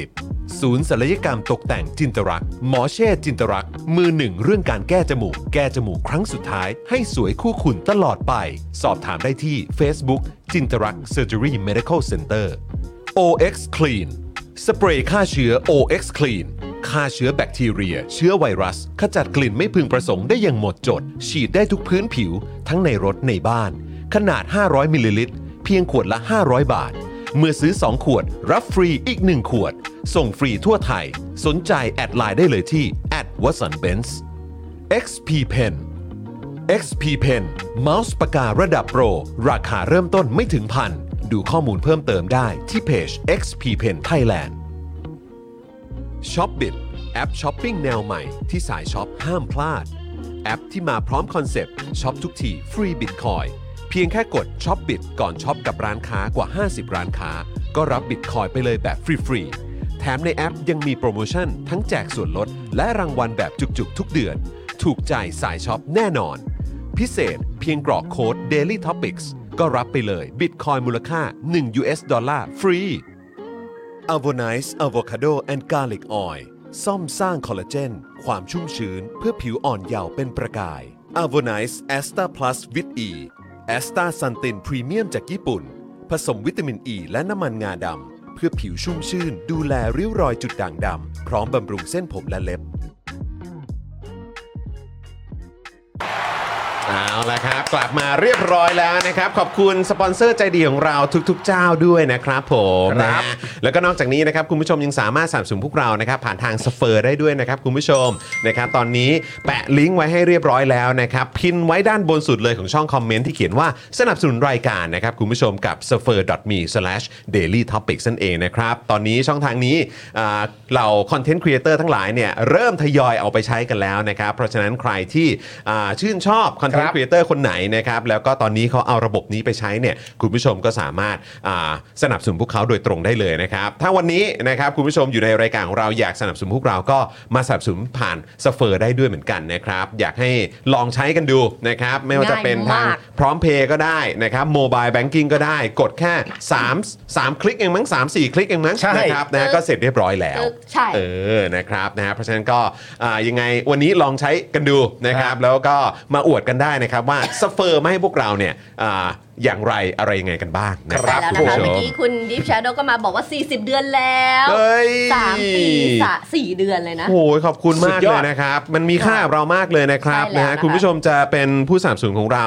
Speaker 1: 180 ศูนย์ศัลยกรรมตกแต่งจินตรัก หมอเช่จินตรัก มือหนึ่งเรื่องการแก้จมูก แก้จมูกครั้งสุดท้าย ให้สวยคู่คุณตลอดไป สอบถามได้ที่ Facebook จินตรัก Surgery Medical Center OX Clean สเปรย์ฆ่าเชื้อ OX Clean ฆ่าเชื้อแบคทีเรีย เชื้อไวรัส ขจัดกลิ่นไม่พึงประสงค์ได้อย่างหมดจด ฉีดได้ทุกพื้นผิว ทั้งในรถในบ้าน ขนาด 500มิลลิลิตร เพียงขวดละ 500 บาท เมื่อซื้อ 2 ขวด รับฟรีอีก 1 ขวด ส่งฟรีทั่วไทย สนใจแอดไลน์ได้เลยที่ w a t s o n b e n z XP Pen XP Pen เมาส์ปากการะดับโปร ราคาเริ่มต้นไม่ถึงพัน ดูข้อมูลเพิ่มเติมได้ที่เพจ XP Pen Thailand s h o p b i t แอปช้อปปิ้งแนวใหม่ที่สายช็อปห้ามพลาด แอปที่มาพร้อมคอนเซปต์ช็อปทุกที่ฟรีบิตคอยเพียงแค่กด s h o p b i t ก่อนช็อปกับร้านค้ากว่า 50 ร้านค้า ก็รับบิตคอยไปเลยแบบฟรี ๆ แถมในแอปยังมีโปรโมชั่น ทั้งแจกส่วนลด และรางวัลแบบจุก ๆ ทุกเดือน ถูกใจสายช็อปแน่นอน พิเศษเพียงกรอกโค้ด daily topics ก็รับไปเลยบิตคอยมูลค่า 1 US ดอลลาร์ฟรี a v o n i c e Avocado and Garlic Oil ซ่อมสร้างคอลลาเจน ความชุ่มชื้นเพื่อผิวอ่อนเยาว์เป็นประกาย a v o n i c e a s t a Plus with E a s t a s u n t i n Premium จากญี่ปุ่น ผสมวิตามินอ e ีและน้ำมันงาดำ เพื่อผิวชุ่มชื่น ดูแลริ้วรอยจุดด่างดำ พร้อมบำรุงเส้นผมและเล็บ เอาละครับกลับมาเรียบร้อยแล้วนะครับ ขอบคุณสปอนเซอร์ใจดีของเราทุกๆ เจ้าด้วยนะครับผมนะฮะแล้วก็นอกจากนี้นะครับคุณผู้ชมยังสามารถสนับสนุนพวกเรานะครับผ่านทางสเฟอร์ได้ด้วยนะครับคุณผู้ชมนะครับตอนนี้แปะลิงก์ไว้ให้เรียบร้อยแล้วนะครับพินไว้ด้านบนสุดเลยของช่องคอมเมนต์ที่เขียนว่าสนับสนุนรายการนะครับคุณผู้ชมกับ s f e r m e d a i l y t o p i c นั่นเองนะครับตอนนี้ช่องทางนี้อ่าเหล่าคอนเทนต์ครีเอเตอร์ทั้งหลายเนี่ยเริ่มทยอยเอาไปใช้กันแล้วนะครับเพราะฉะนั้นใครที่อ่าชื่นชอบคอนเทน
Speaker 2: ครั
Speaker 1: ต์
Speaker 2: บ
Speaker 1: ครีเอเตอร์คนไหนนะครับแล้วก็ตอนนี้เขาเอาระบบนี้ไปใช้เนี่ยคุณผู้ชมก็สามารถอ่าสนับสนุนพวกเขาโดยตรงได้เลยนะครับถ้าวันนี้นะครับคุณผู้ชมอยู่ในรายการของเราอยากสนับสนุนพวกเราก็มาสนับสนุนผ่านสเฟอร์ได้ด้วยเหมือนกันนะครับอยากให้ลองใช้กันดูนะครับไม่ว่าจะเป็นทาง
Speaker 3: ง่ายมาก
Speaker 1: พร้อมเพย์ก็ได้นะครับโมบายแบงกิ้งก็ได้กดแค่3 3คลิกเองมั้ง3 4 คลิกเองมั้ง
Speaker 2: ใช่
Speaker 1: นะครับนะก็เสร็จเรียบร้อยแล้ว
Speaker 3: ใช่
Speaker 1: เออ นะครับ นะฮะเพราะฉะนั้นก็อ่ายังไงวันนี้ลองใช้กันดูนะครับ แล้วก็มาอวดกันได้นะครับว่าสเฟอร์มาให้พวกเราเนี่ยอ่าอย่างไรอะไรยังไงกันบ้างนะค
Speaker 3: ไป
Speaker 1: รับณ
Speaker 3: แล้วนะคะ
Speaker 1: ผู้ช
Speaker 3: เมื่อกี้คุณดิฟชาโดก็มาบอกว่า 40 เดือนแล้ว
Speaker 1: เฮ้ย
Speaker 3: สามปีสะสี่เดือนเลยนะ
Speaker 1: โอ้ยขอบคุณมา
Speaker 2: สุ
Speaker 1: ก
Speaker 2: ดย
Speaker 1: เล
Speaker 2: อด
Speaker 1: ยนะครับ มันมีค่ากับเรามากเลยนะครับ
Speaker 3: ใช่แล้ว
Speaker 1: นะฮะ
Speaker 3: นะคะ
Speaker 1: คุณผู้ชมจะเป็นผู้สนับสนุนของเรา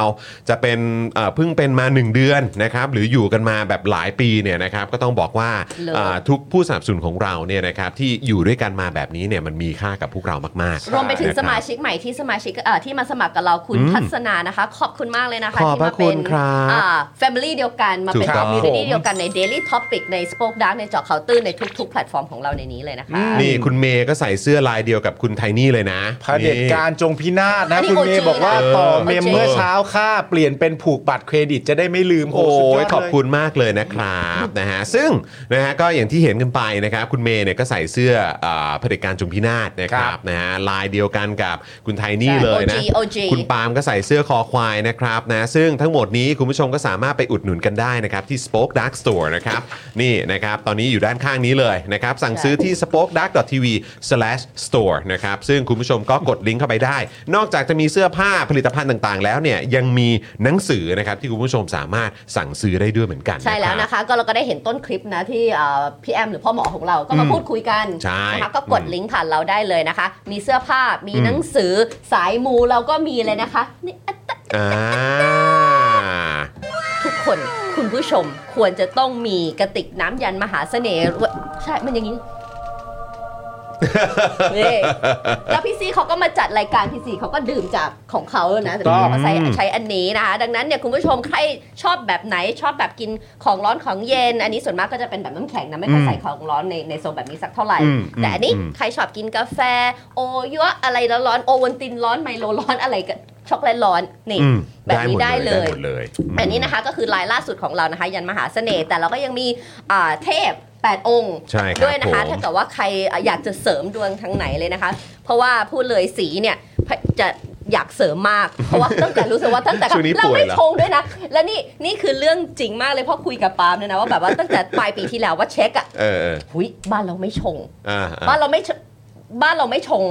Speaker 1: จะเป็นเอ่อเพิ่งเป็นมา 1 เดือนนะครับ หรืออยู่กันมาแบบหลายปีเนี่ยนะครับ ก็ต้องบอกว่าอ่าทุกผู้สนับสนุนของเราเนี่ยนะครับที่อยู่ด้วยกันมาแบบนี้เนี่ยมันมีค่ากับพวกเรามากๆ
Speaker 3: รวมไปถึง
Speaker 1: นะค
Speaker 3: ส
Speaker 1: บ
Speaker 3: มาชิกใหม่ที่สมาชิกเอ่อที่มาสมัครกับเราคุณ
Speaker 1: อืม
Speaker 3: ทัศนานะคะ ขอบคุณมากเลยนะคะ
Speaker 1: ขอบ
Speaker 3: ที่
Speaker 1: พระ
Speaker 3: มาเป็น
Speaker 1: คุณครับ
Speaker 3: อ่า family เดียวกันมา
Speaker 1: ถูก
Speaker 3: เป็น
Speaker 1: ครับ
Speaker 3: community
Speaker 2: ผม
Speaker 3: เดียวกันใน daily topic ใน spoke dark ในเจาะเขาน์ตื้นในทุก ๆ แพลตฟอร์มของเราในนี้เลยนะคะ
Speaker 1: นี่คุณเมย์ก็ใส่เสื้อลายเดียวกับคุณไทนี่เลยนะ
Speaker 2: เผด็จการจงพินาศนะ
Speaker 3: อันนี้
Speaker 2: คุณเมย์
Speaker 3: OG
Speaker 2: บอกว่า
Speaker 3: นะ
Speaker 2: ต่อเมม
Speaker 3: OG
Speaker 2: เมื่อเช้าค่าเปลี่ยนเป็นผูกบัตรเครดิตจะได้ไม่ลืม
Speaker 1: โอ้
Speaker 2: สุดด
Speaker 1: ย
Speaker 2: เล
Speaker 1: ขอบคุณมากเลยนะครับนะฮะซึ่งนะฮะก็อย่างที่เห็นกันไปนะครับคุณเมย์เนี่ยก็ใส่เสื้ออ่าเผด็จการจงพินาศนะครั
Speaker 2: ครับ บ
Speaker 1: นะฮะลายเดียวกันกับคุณไทนี่
Speaker 3: ใช่
Speaker 1: เลยนะ
Speaker 3: OG OG
Speaker 1: คุณปาล์มก็ใส่เสื้อคอควายนะครับนะซึ่งทั้งหมดนี้คุณผู้ชมก็สามารถไปอุดหนุนกันได้นะครับที่ Spoke Dark Store นะครับนี่นะครับตอนนี้อยู่ด้านข้างนี้เลยนะครับสั่งซื้อที่ spokedark.tv/store นะครับซึ่งคุณผู้ชมก็กดลิงก์เข้าไปได้ นอกจากจะมีเสื้อผ้าผลิตภัณฑ์ต่างๆ แล้วเนี่ยยังมีหนังสือนะครับที่คุณผู้ชมสามารถสั่งซื้อได้ด้วยเหมือนกัน
Speaker 3: ใช่แล้ว
Speaker 1: รับ
Speaker 3: นะคะ ก็เราก็ได้เห็นต้นคลิปนะที่เอ่อพี่แอมหรือพ่อหมอของเราก็มาพูดคุยกัน
Speaker 1: ใช่
Speaker 3: นะคะก็กด
Speaker 1: อืม
Speaker 3: ลิงก์ผ่านเราได้เลยนะคะ มีเสื้อผ้ามี
Speaker 1: อืม
Speaker 3: หนังสือสายมูเราก็มีเลยนะคะนี่อัตตะ
Speaker 1: อ่า
Speaker 3: ทุกคนคุณผู้ชมควรจะต้องมีกระติกน้ำยันมหาเสน่ห์ด้วยใช่มันอย่า งนี้ นี่แล้วพี่ซีเขาก็มาจัดรายการพี่ซีเขาก็ดื่มจากของเขานะแต่เขาก็ใช้ใช้อันนี้นะคะ ดังนั้นเนี่ยคุณผู้ชมใครชอบแบบไหนชอบแบบกินของร้อนของเย็น อันนี้ส่วนมากก็จะเป็นแบบน้ำแข็งนะไม่ค่อยใส่ของร้อนในในโซนแบบนี้สักเท่าไหร่
Speaker 1: อืม
Speaker 3: แต่อันนี้
Speaker 1: อืม
Speaker 3: ใครชอบกินกาแฟ โอเยอะอะไรร้อนๆโอวันตินร้อนไมโลร้อนอะไรกันช็อกโกแลตร้อนนี่
Speaker 1: อืม
Speaker 3: แบบนี้ได้เลย
Speaker 1: ได้หมดเลย
Speaker 3: อันนี้นะคะก็คือลายล่าสุดของเรานะคะ ยันมหาเสน่ห์แต่เราก็ยังมีอ่าเทพ 8 องค์
Speaker 1: ใช่ครับ
Speaker 3: ด้วยนะคะ
Speaker 1: ผม
Speaker 3: ถ้าเกิดว่าใครอยากจะเสริมดวงทางไหนเลยนะคะ เพราะว่าพูดเลยสีเนี่ยจะอยากเสริมมากเพราะว่าตั้งแต่รู้สึกว่าตั้งแต่
Speaker 1: ช่วงนี้
Speaker 3: เรา
Speaker 1: ป่วย
Speaker 3: ไม่
Speaker 1: เหรอ
Speaker 3: ชงด้วยนะ และนี่นี่คือเรื่องจริงมากเลยเพราะคุยกับปาล์มเนี่ยนะว่าแบบว่าตั้งแต่ปลายปีที่แล้วว่าเช็คอะ
Speaker 1: เออเออ
Speaker 3: หุยบ้านเราไม่ชง
Speaker 1: อ่า
Speaker 3: บ้า
Speaker 1: อ่า
Speaker 3: นเราไม่ชบ้านเราไม่ชง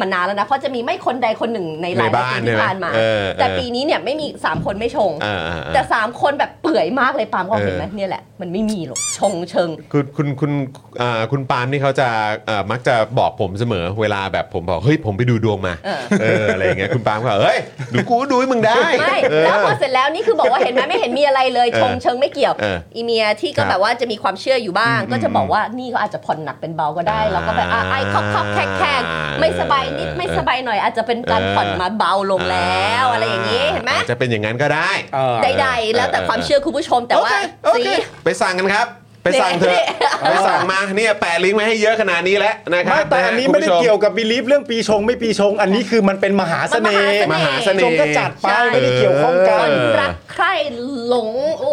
Speaker 3: มานานแล้วนะเพราะจะมีไม่คนใดคนหนึ่งในหลาย
Speaker 1: ในบ้า
Speaker 3: ปี
Speaker 1: นใช่
Speaker 3: ที่
Speaker 1: ไหม
Speaker 3: ผ่านมา
Speaker 1: เออเออ
Speaker 3: แต่ปีนี้เนี่ยไม่มีสามคนไม่ชง
Speaker 1: อ่าอ่าอ่า
Speaker 3: แต่ 3 คนแบบเปื่อยมากเลยปาล์มก็
Speaker 1: เออ
Speaker 3: เห็นไหมเนี่ยแหละ มันไม่มีหรอกชงเชิง
Speaker 1: คุณคุณคุณอ่าคุณปาล์มนี่เขาจะเอ่อมักจะบอกผมเสมอเวลาแบบผมบอกเฮ้ยผมไปดูดวงมา
Speaker 3: เออ
Speaker 1: เอออะไรอย่างเงี้ยคุณปาล์มก็บอกเฮ้ยดูกูดูให้มึงได้
Speaker 3: ไม่
Speaker 1: เออ
Speaker 3: แล้วพอเสร็จแล้วนี่คือบอกว่าเห็นไหมไม่เห็นมีอะไรเลย
Speaker 1: เออ
Speaker 3: ชงเชิงไม่เกี่ยว
Speaker 1: เออ
Speaker 3: อีเมียที่
Speaker 1: ค
Speaker 3: ก็
Speaker 1: รับ
Speaker 3: แบบว่าจะมีความเชื่ออยู่บ้าง
Speaker 1: อืม
Speaker 3: ก็จะบอกว่านี่ก็อาจจะผ่อนหนักเป็นเบาก็ได้เราก็แบบอ่ะไอ้คอกคอกแขกแขกไม่สบายนิดไม่สบายหน่อยอาจจะเป็นการ
Speaker 1: เออ
Speaker 3: ผ่อนมาเบาลงแล้วอะไรอย่างนี้เห็นไหม
Speaker 1: อาจจะเป็นอย่างนั้นก็ได้
Speaker 2: เออ
Speaker 3: ใดๆแล้วแต่ความเชื่อคุณผู้ชมแต่ว่า
Speaker 1: โอเคโอ
Speaker 3: สี
Speaker 1: เคไปสั่งกันครับ ไปสั่งเถ
Speaker 3: เนี่
Speaker 1: อะ
Speaker 3: ย
Speaker 1: ไปสั่งมาเนี่ยแปะลิงก์ไว้ให้เยอะขนาดนี้แล้วนะครับ
Speaker 2: ไม่แต่อันนี้ไม่ได้เกี่ยวกับบิลีฟเรื่องปีชงไม่ปีชง อันนี้คือมันเป็นมหาเสน่ห์
Speaker 3: มั
Speaker 1: ม
Speaker 3: นม
Speaker 1: หา
Speaker 3: หา
Speaker 1: เส
Speaker 3: เส
Speaker 1: น่
Speaker 2: ช
Speaker 3: น่ห์
Speaker 2: ง
Speaker 1: ห์
Speaker 2: ก็จัดไปไม่ได้เกี่ยวข้องกั
Speaker 1: เอ
Speaker 2: น
Speaker 3: คนรักใครหลงโอ้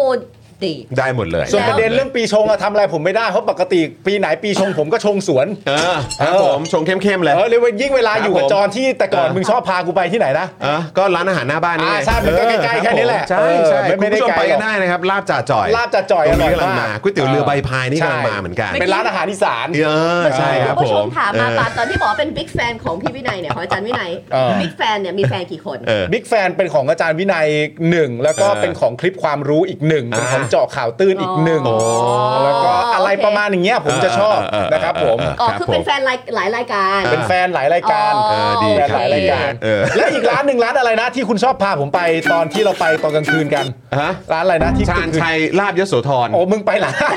Speaker 3: ดี
Speaker 1: ได้หมดเลย
Speaker 2: ส่วนประเด็น
Speaker 1: ได้หมลย
Speaker 2: เรื่องปีชงอะทำอะไรผมไม่ได้ เพราะปกติปีไหนปีชงผมก็ชงสวน
Speaker 1: เออครับ
Speaker 2: เออ
Speaker 1: ผมชงเข้มๆเลย
Speaker 2: เออเลยเว้ยยิ่งเวลาอยู่กับ
Speaker 1: ครับผม
Speaker 2: จอนที่แต่ก่อน
Speaker 1: เออ
Speaker 2: มึงชอบพากูไปที่ไหนนะ
Speaker 1: เออก็ร้านอาหารหน้าบ้านนี่
Speaker 2: อ่า
Speaker 1: ไง
Speaker 2: ใช่มันก็ใกล้ๆแค่นี้แหละ
Speaker 1: ใช่ใช่
Speaker 2: เออไม่
Speaker 1: คุณ
Speaker 2: ได้
Speaker 1: ผู้ชม
Speaker 2: ไกล
Speaker 1: ไปกัน
Speaker 2: หรอก
Speaker 1: ได้นะครับลาบจ่าจ่อย
Speaker 2: ลาบจ่าจ่อย
Speaker 1: ตรงนี้
Speaker 2: อร่
Speaker 1: กำลั
Speaker 2: อย
Speaker 1: ง
Speaker 2: มาก
Speaker 1: มาก๋วยเตี๋ยวเรือใบพายนี่
Speaker 2: ใช่
Speaker 1: กำลังมาเหมือนกัน
Speaker 2: เป็นร้านอาหารอีสาน
Speaker 1: เออใช่ครับ
Speaker 3: คุณผู้
Speaker 1: ผ
Speaker 3: ช
Speaker 1: ม
Speaker 3: มถามมาปาตอนที่บอกว่าเป็นบิ๊กแฟนของพี่วินัยเนี่ยของอาจารย์วินัย
Speaker 2: เออ
Speaker 3: บิ๊กแฟนเนี่ยมีแฟนกี่คน
Speaker 1: เออ
Speaker 2: บิ๊กแฟนเป็นของอาจารย์วินัยหนึ่งแล้วก็
Speaker 1: เออ
Speaker 2: เป็นของคลิปความรู้อีกหนึ่งเป็นของ เจาะข่าวตื้นอีกหนึ่ง
Speaker 3: อ๋อ
Speaker 2: แล้วก็อะไรประมาณอย่างเงี้ยผมจะชอบ
Speaker 1: เออเออเออ
Speaker 2: นะครับผม
Speaker 3: อ๋อ
Speaker 1: เครับ
Speaker 3: คือเป็น
Speaker 1: ผม
Speaker 3: แฟนรายหลายรายการ
Speaker 2: เป็นแฟนหลายรายการ
Speaker 3: อ๋อ
Speaker 1: เออดี
Speaker 2: แต่
Speaker 1: ค
Speaker 2: ห
Speaker 1: รับ
Speaker 2: ลายรายการ
Speaker 1: เออ
Speaker 2: และอีกร้านหนึ่งร้านอะไรนะที่คุณชอบพาผมไปตอนที่เราไปตอนกลางคืนกัน
Speaker 1: ฮะ
Speaker 2: ร้านอะไรนะที่
Speaker 1: ชาญ
Speaker 2: กลงคืน
Speaker 1: ชัยลาบยโสธร
Speaker 2: โอ้มึงไปหลายร้าน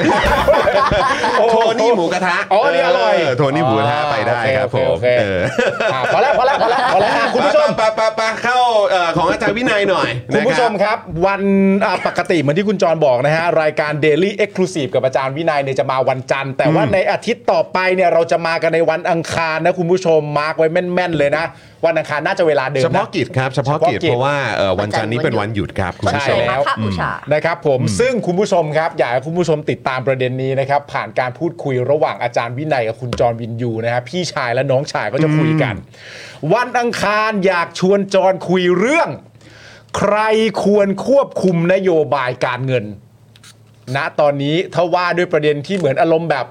Speaker 1: โทนี่หมูกระทะ
Speaker 2: อ๋ออันนี้อร่อย
Speaker 1: เโทนี่หมูกระทะไปได้ครับผม
Speaker 2: โอเคโอเค
Speaker 1: เออ
Speaker 2: อ่ะพอแล้วพอแล้วพอแล้วพอแล้วอ่ะคุณผู้ชม
Speaker 1: ไปไปไปเข้าเอ่อของอาจารย์วินัยหน่อยนะ
Speaker 2: คุณผู้ชม
Speaker 1: ครับ
Speaker 2: ครับวันอ่าปกติเหมือนที่คุณจรบอกนะฮะ รายการ Daily Exclusive กับอาจารย์วินัยเนี่ยจะมาวันจันทร์แต่ว่าในอาทิตย์ต่อไปเนี่ยเราจะมากันในวันอังคารนะคุณผู้ชมมาร์กไว้แม่นๆเลยนะ วันอังคารน่าจะเวลาเดิม
Speaker 1: เฉ
Speaker 2: น
Speaker 1: พาะกิจครับ เฉพาะกิจ
Speaker 2: เฉพาะกิจ
Speaker 1: เพราะว่าเอ่อวันจันทร์นี้เป็นวันหยุดครับคุณ
Speaker 3: ต้น
Speaker 1: ผู้
Speaker 3: เช
Speaker 1: ช
Speaker 3: ย
Speaker 1: ม
Speaker 2: ใช่
Speaker 3: มา
Speaker 2: แล้ว
Speaker 3: พระบูชา
Speaker 2: นะครับผมซึ่งคุณผู้ชมครับ อยากให้คุณผู้ชมติดตามประเด็นนี้นะครับ ผ่านการพูดคุยระหว่างอาจารย์วินัยกับคุณจรวินยูนะครับพี่ชายและน้องชายก็จะคุยกัน วันอังคารอยากชวนจรคุยเรื่อง ใครควรควบคุมนโยบายการเงิน ณตอนนี้ถ้าว่าด้วยประเด็นที่เหมือนอารมณ์แบบ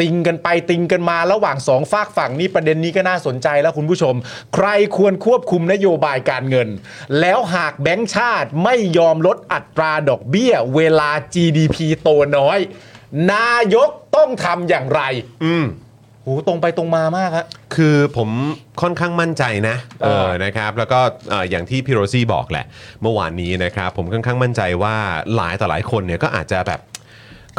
Speaker 2: ติงกันไปติงกันมาระหว่างสองฝากฝั่งนี่ประเด็นนี้ก็น่าสนใจแล้วคุณผู้ชม ใครควรควบคุมนโยบายการเงิน แล้วหากแบงก์ชาติไม่ยอมลดอัตราดอกเบี้ย เวลา GDP โตน้อย นายกต้องทำอย่างไร
Speaker 1: อืม
Speaker 2: หูตรงไปตรงมามากฮะ
Speaker 1: คือผมค่อนข้างมั่นใจนะเอ
Speaker 2: เออ
Speaker 1: อนะครับแล้วก็เอ่ออย่างที่พี่โรซี่บอกแหละ เมื่อวานนี้นะครับผมค่อนข้างมั่นใจว่าหลายต่อหลายคนเนี่ยก็อาจจะแบบ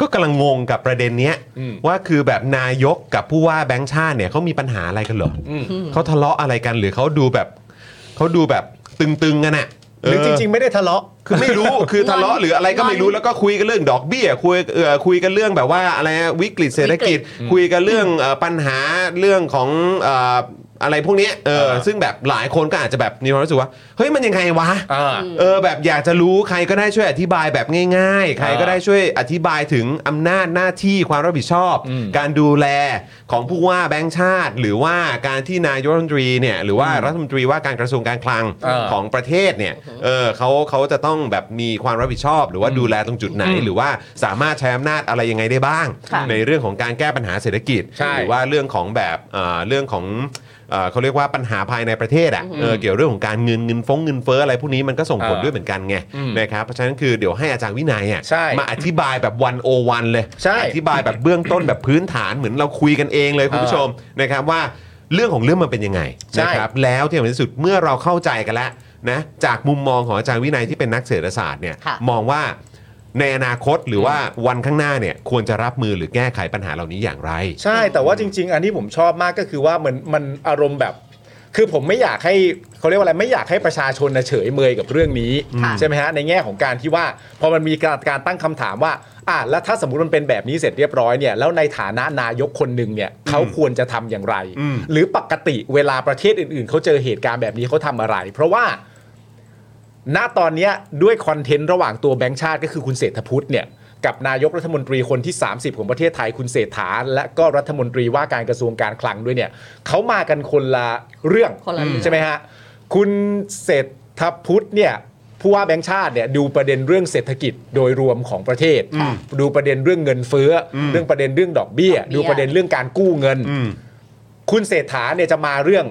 Speaker 1: ก็กำลังงงกับประเด็นเนี้ย
Speaker 2: อืม
Speaker 1: ว่าคือแบบนายกกับผู้ว่าแบงค์ชาติเนี่ยเขามีปัญหาอะไรกันเหรออ
Speaker 2: ม
Speaker 1: เขาทะเลาะอะไรกันหรือเขาดูแบบเขาดูแบบตึงๆกันอะ
Speaker 2: หรือจ
Speaker 1: เ
Speaker 2: ริง ๆ ไม่ได้ทะเลาะ
Speaker 1: คือไม่ รู้ คือทะเลาะหรืออะไรก็ไม่รู้แล้วก็คุยกันเรื่องดอกเบี้ยคุยเอ่อคุยกันเรื่องแบบว่าอะไรวิกฤตเศรษฐกิจ คุยกันเรื่องเอ่อปัญหาเรื่องของเอ่ออะไรพวกเนี้ยเออ
Speaker 2: อ่า
Speaker 1: ซึ่งแบบหลายคนก็อาจจะแบบมีความรู้สึกว่าเฮ้ยมันยังไงวะ
Speaker 2: อ่า
Speaker 1: เออแบบอยากจะรู้ใครก็ได้ช่วยอธิบายแบบง่าย ๆ ใครก็ได้ช่วยอธิบายถึงอำนาจหน้าที่ความรับผิดชอบ
Speaker 2: อืม
Speaker 1: การดูแลของผู้ว่าแบงค์ชาติ หรือว่าการที่นายกรัฐมนตรีเนี่ยหรือว่ารัฐมนตรีว่าการกระทรวงการคลัง
Speaker 2: เออ
Speaker 1: ของประเทศเนี่ยเออเขาเขาจะต้องแบบมีความรับผิดชอบ หรือว่าดูแลตรงจุดไหน
Speaker 2: อืม
Speaker 1: หรือว่าสามารถใช้อำนาจอะไรยังไงได้บ้าง
Speaker 3: ค่ะ
Speaker 1: ในเรื่องของการแก้ปัญหาเศรษฐกิจ
Speaker 2: ใช่
Speaker 1: หรืว่าเรื่องของแบบเอ่อเรื่องของเอ่อเขาเรียกว่าปัญหาภายในประเทศอ่ะเออเกี่ยวเรื่องของการเงินเงินฟ้องเงินเฟ้ออะไรพวกนี้มันก็ส่งผล
Speaker 2: อ่า
Speaker 1: ด้วยเหมือนกันไง
Speaker 2: อืม
Speaker 1: นะครับเพราะฉะนั้นคือเดี๋ยวให้อาจารย์วินัยอ่ะ
Speaker 2: ใช่
Speaker 1: มาอธิบายแบบวันโอวันเลย
Speaker 2: ใช่
Speaker 1: อธิบายแบบเบื้องต้นแบบพื้นฐานเหมือนเราคุยกันเองเลยคุณผู้ชมนะครับว่าเรื่องของเรื่องมันเป็นยังไง
Speaker 2: ใช่
Speaker 1: นะครับแล้วที่สำคัญที่สุดเมื่อเราเข้าใจกันแล้วนะจากมุมมองของอาจารย์วินัยที่เป็นนักเศรษฐศาสตร์เนี่ย
Speaker 3: ค่ะ
Speaker 1: มองว่าในอนาคตหรือว่าวันข้างหน้าเนี่ยควรจะรับมือหรือแก้ไขปัญหาเหล่านี้อย่างไร
Speaker 2: ใช่แต่ว่าจริง ๆ อันที่ผมชอบมากก็คือว่ามันมันอารมณ์แบบ คือผมไม่อยากให้เขาเรียกว่าอะไรไม่อยากให้ประชาชนน่ะเฉยเมยกับเรื่องนี้
Speaker 3: ค่ะ
Speaker 2: ใช่ไหมฮะในแง่ของการที่ว่าพอมันมีการการตั้งคำถามว่าอ่ะแล้วถ้าสมมติมันเป็นแบบนี้เสร็จเรียบร้อยเนี่ยแล้วในฐานะนายกคนหนึ่งเนี่ยเขาควรจะทำอย่างไร
Speaker 1: อืม
Speaker 2: หรือปกติเวลาประเทศอื่น ๆเขาเจอเหตุการณ์แบบนี้เขาทำอะไร เพราะว่า ณตอนเนี้ยด้วยคอนเทนต์ระหว่างตัวแบงค์ชาติก็คือคุณเศรษฐพุทธเนี่ยกับนายกรัฐมนตรีคนที่ 30 ของประเทศไทยคุณเศรษฐา และก็รัฐมนตรีว่าการกระทรวงการคลังด้วยเนี่ยเขามากันคนละเรื่อง
Speaker 3: คนละเรื่อง
Speaker 2: ใช่ไหมฮะคุณเศรษฐพุทธเนี่ยผู้ว่าแบงค์ชาติเนี่ยดูประเด็นเรื่องเศรษฐกิจโดยรวมของประเทศ ดูประเด็นเรื่องเงินเฟ้ออเรื่องประเด็นเรื่องดอกเบี้ย ดูประเด็นเรื่องการกู้เงิน
Speaker 1: อืม
Speaker 2: คุณเศรษฐาเนี่ยจะมาเรื่อง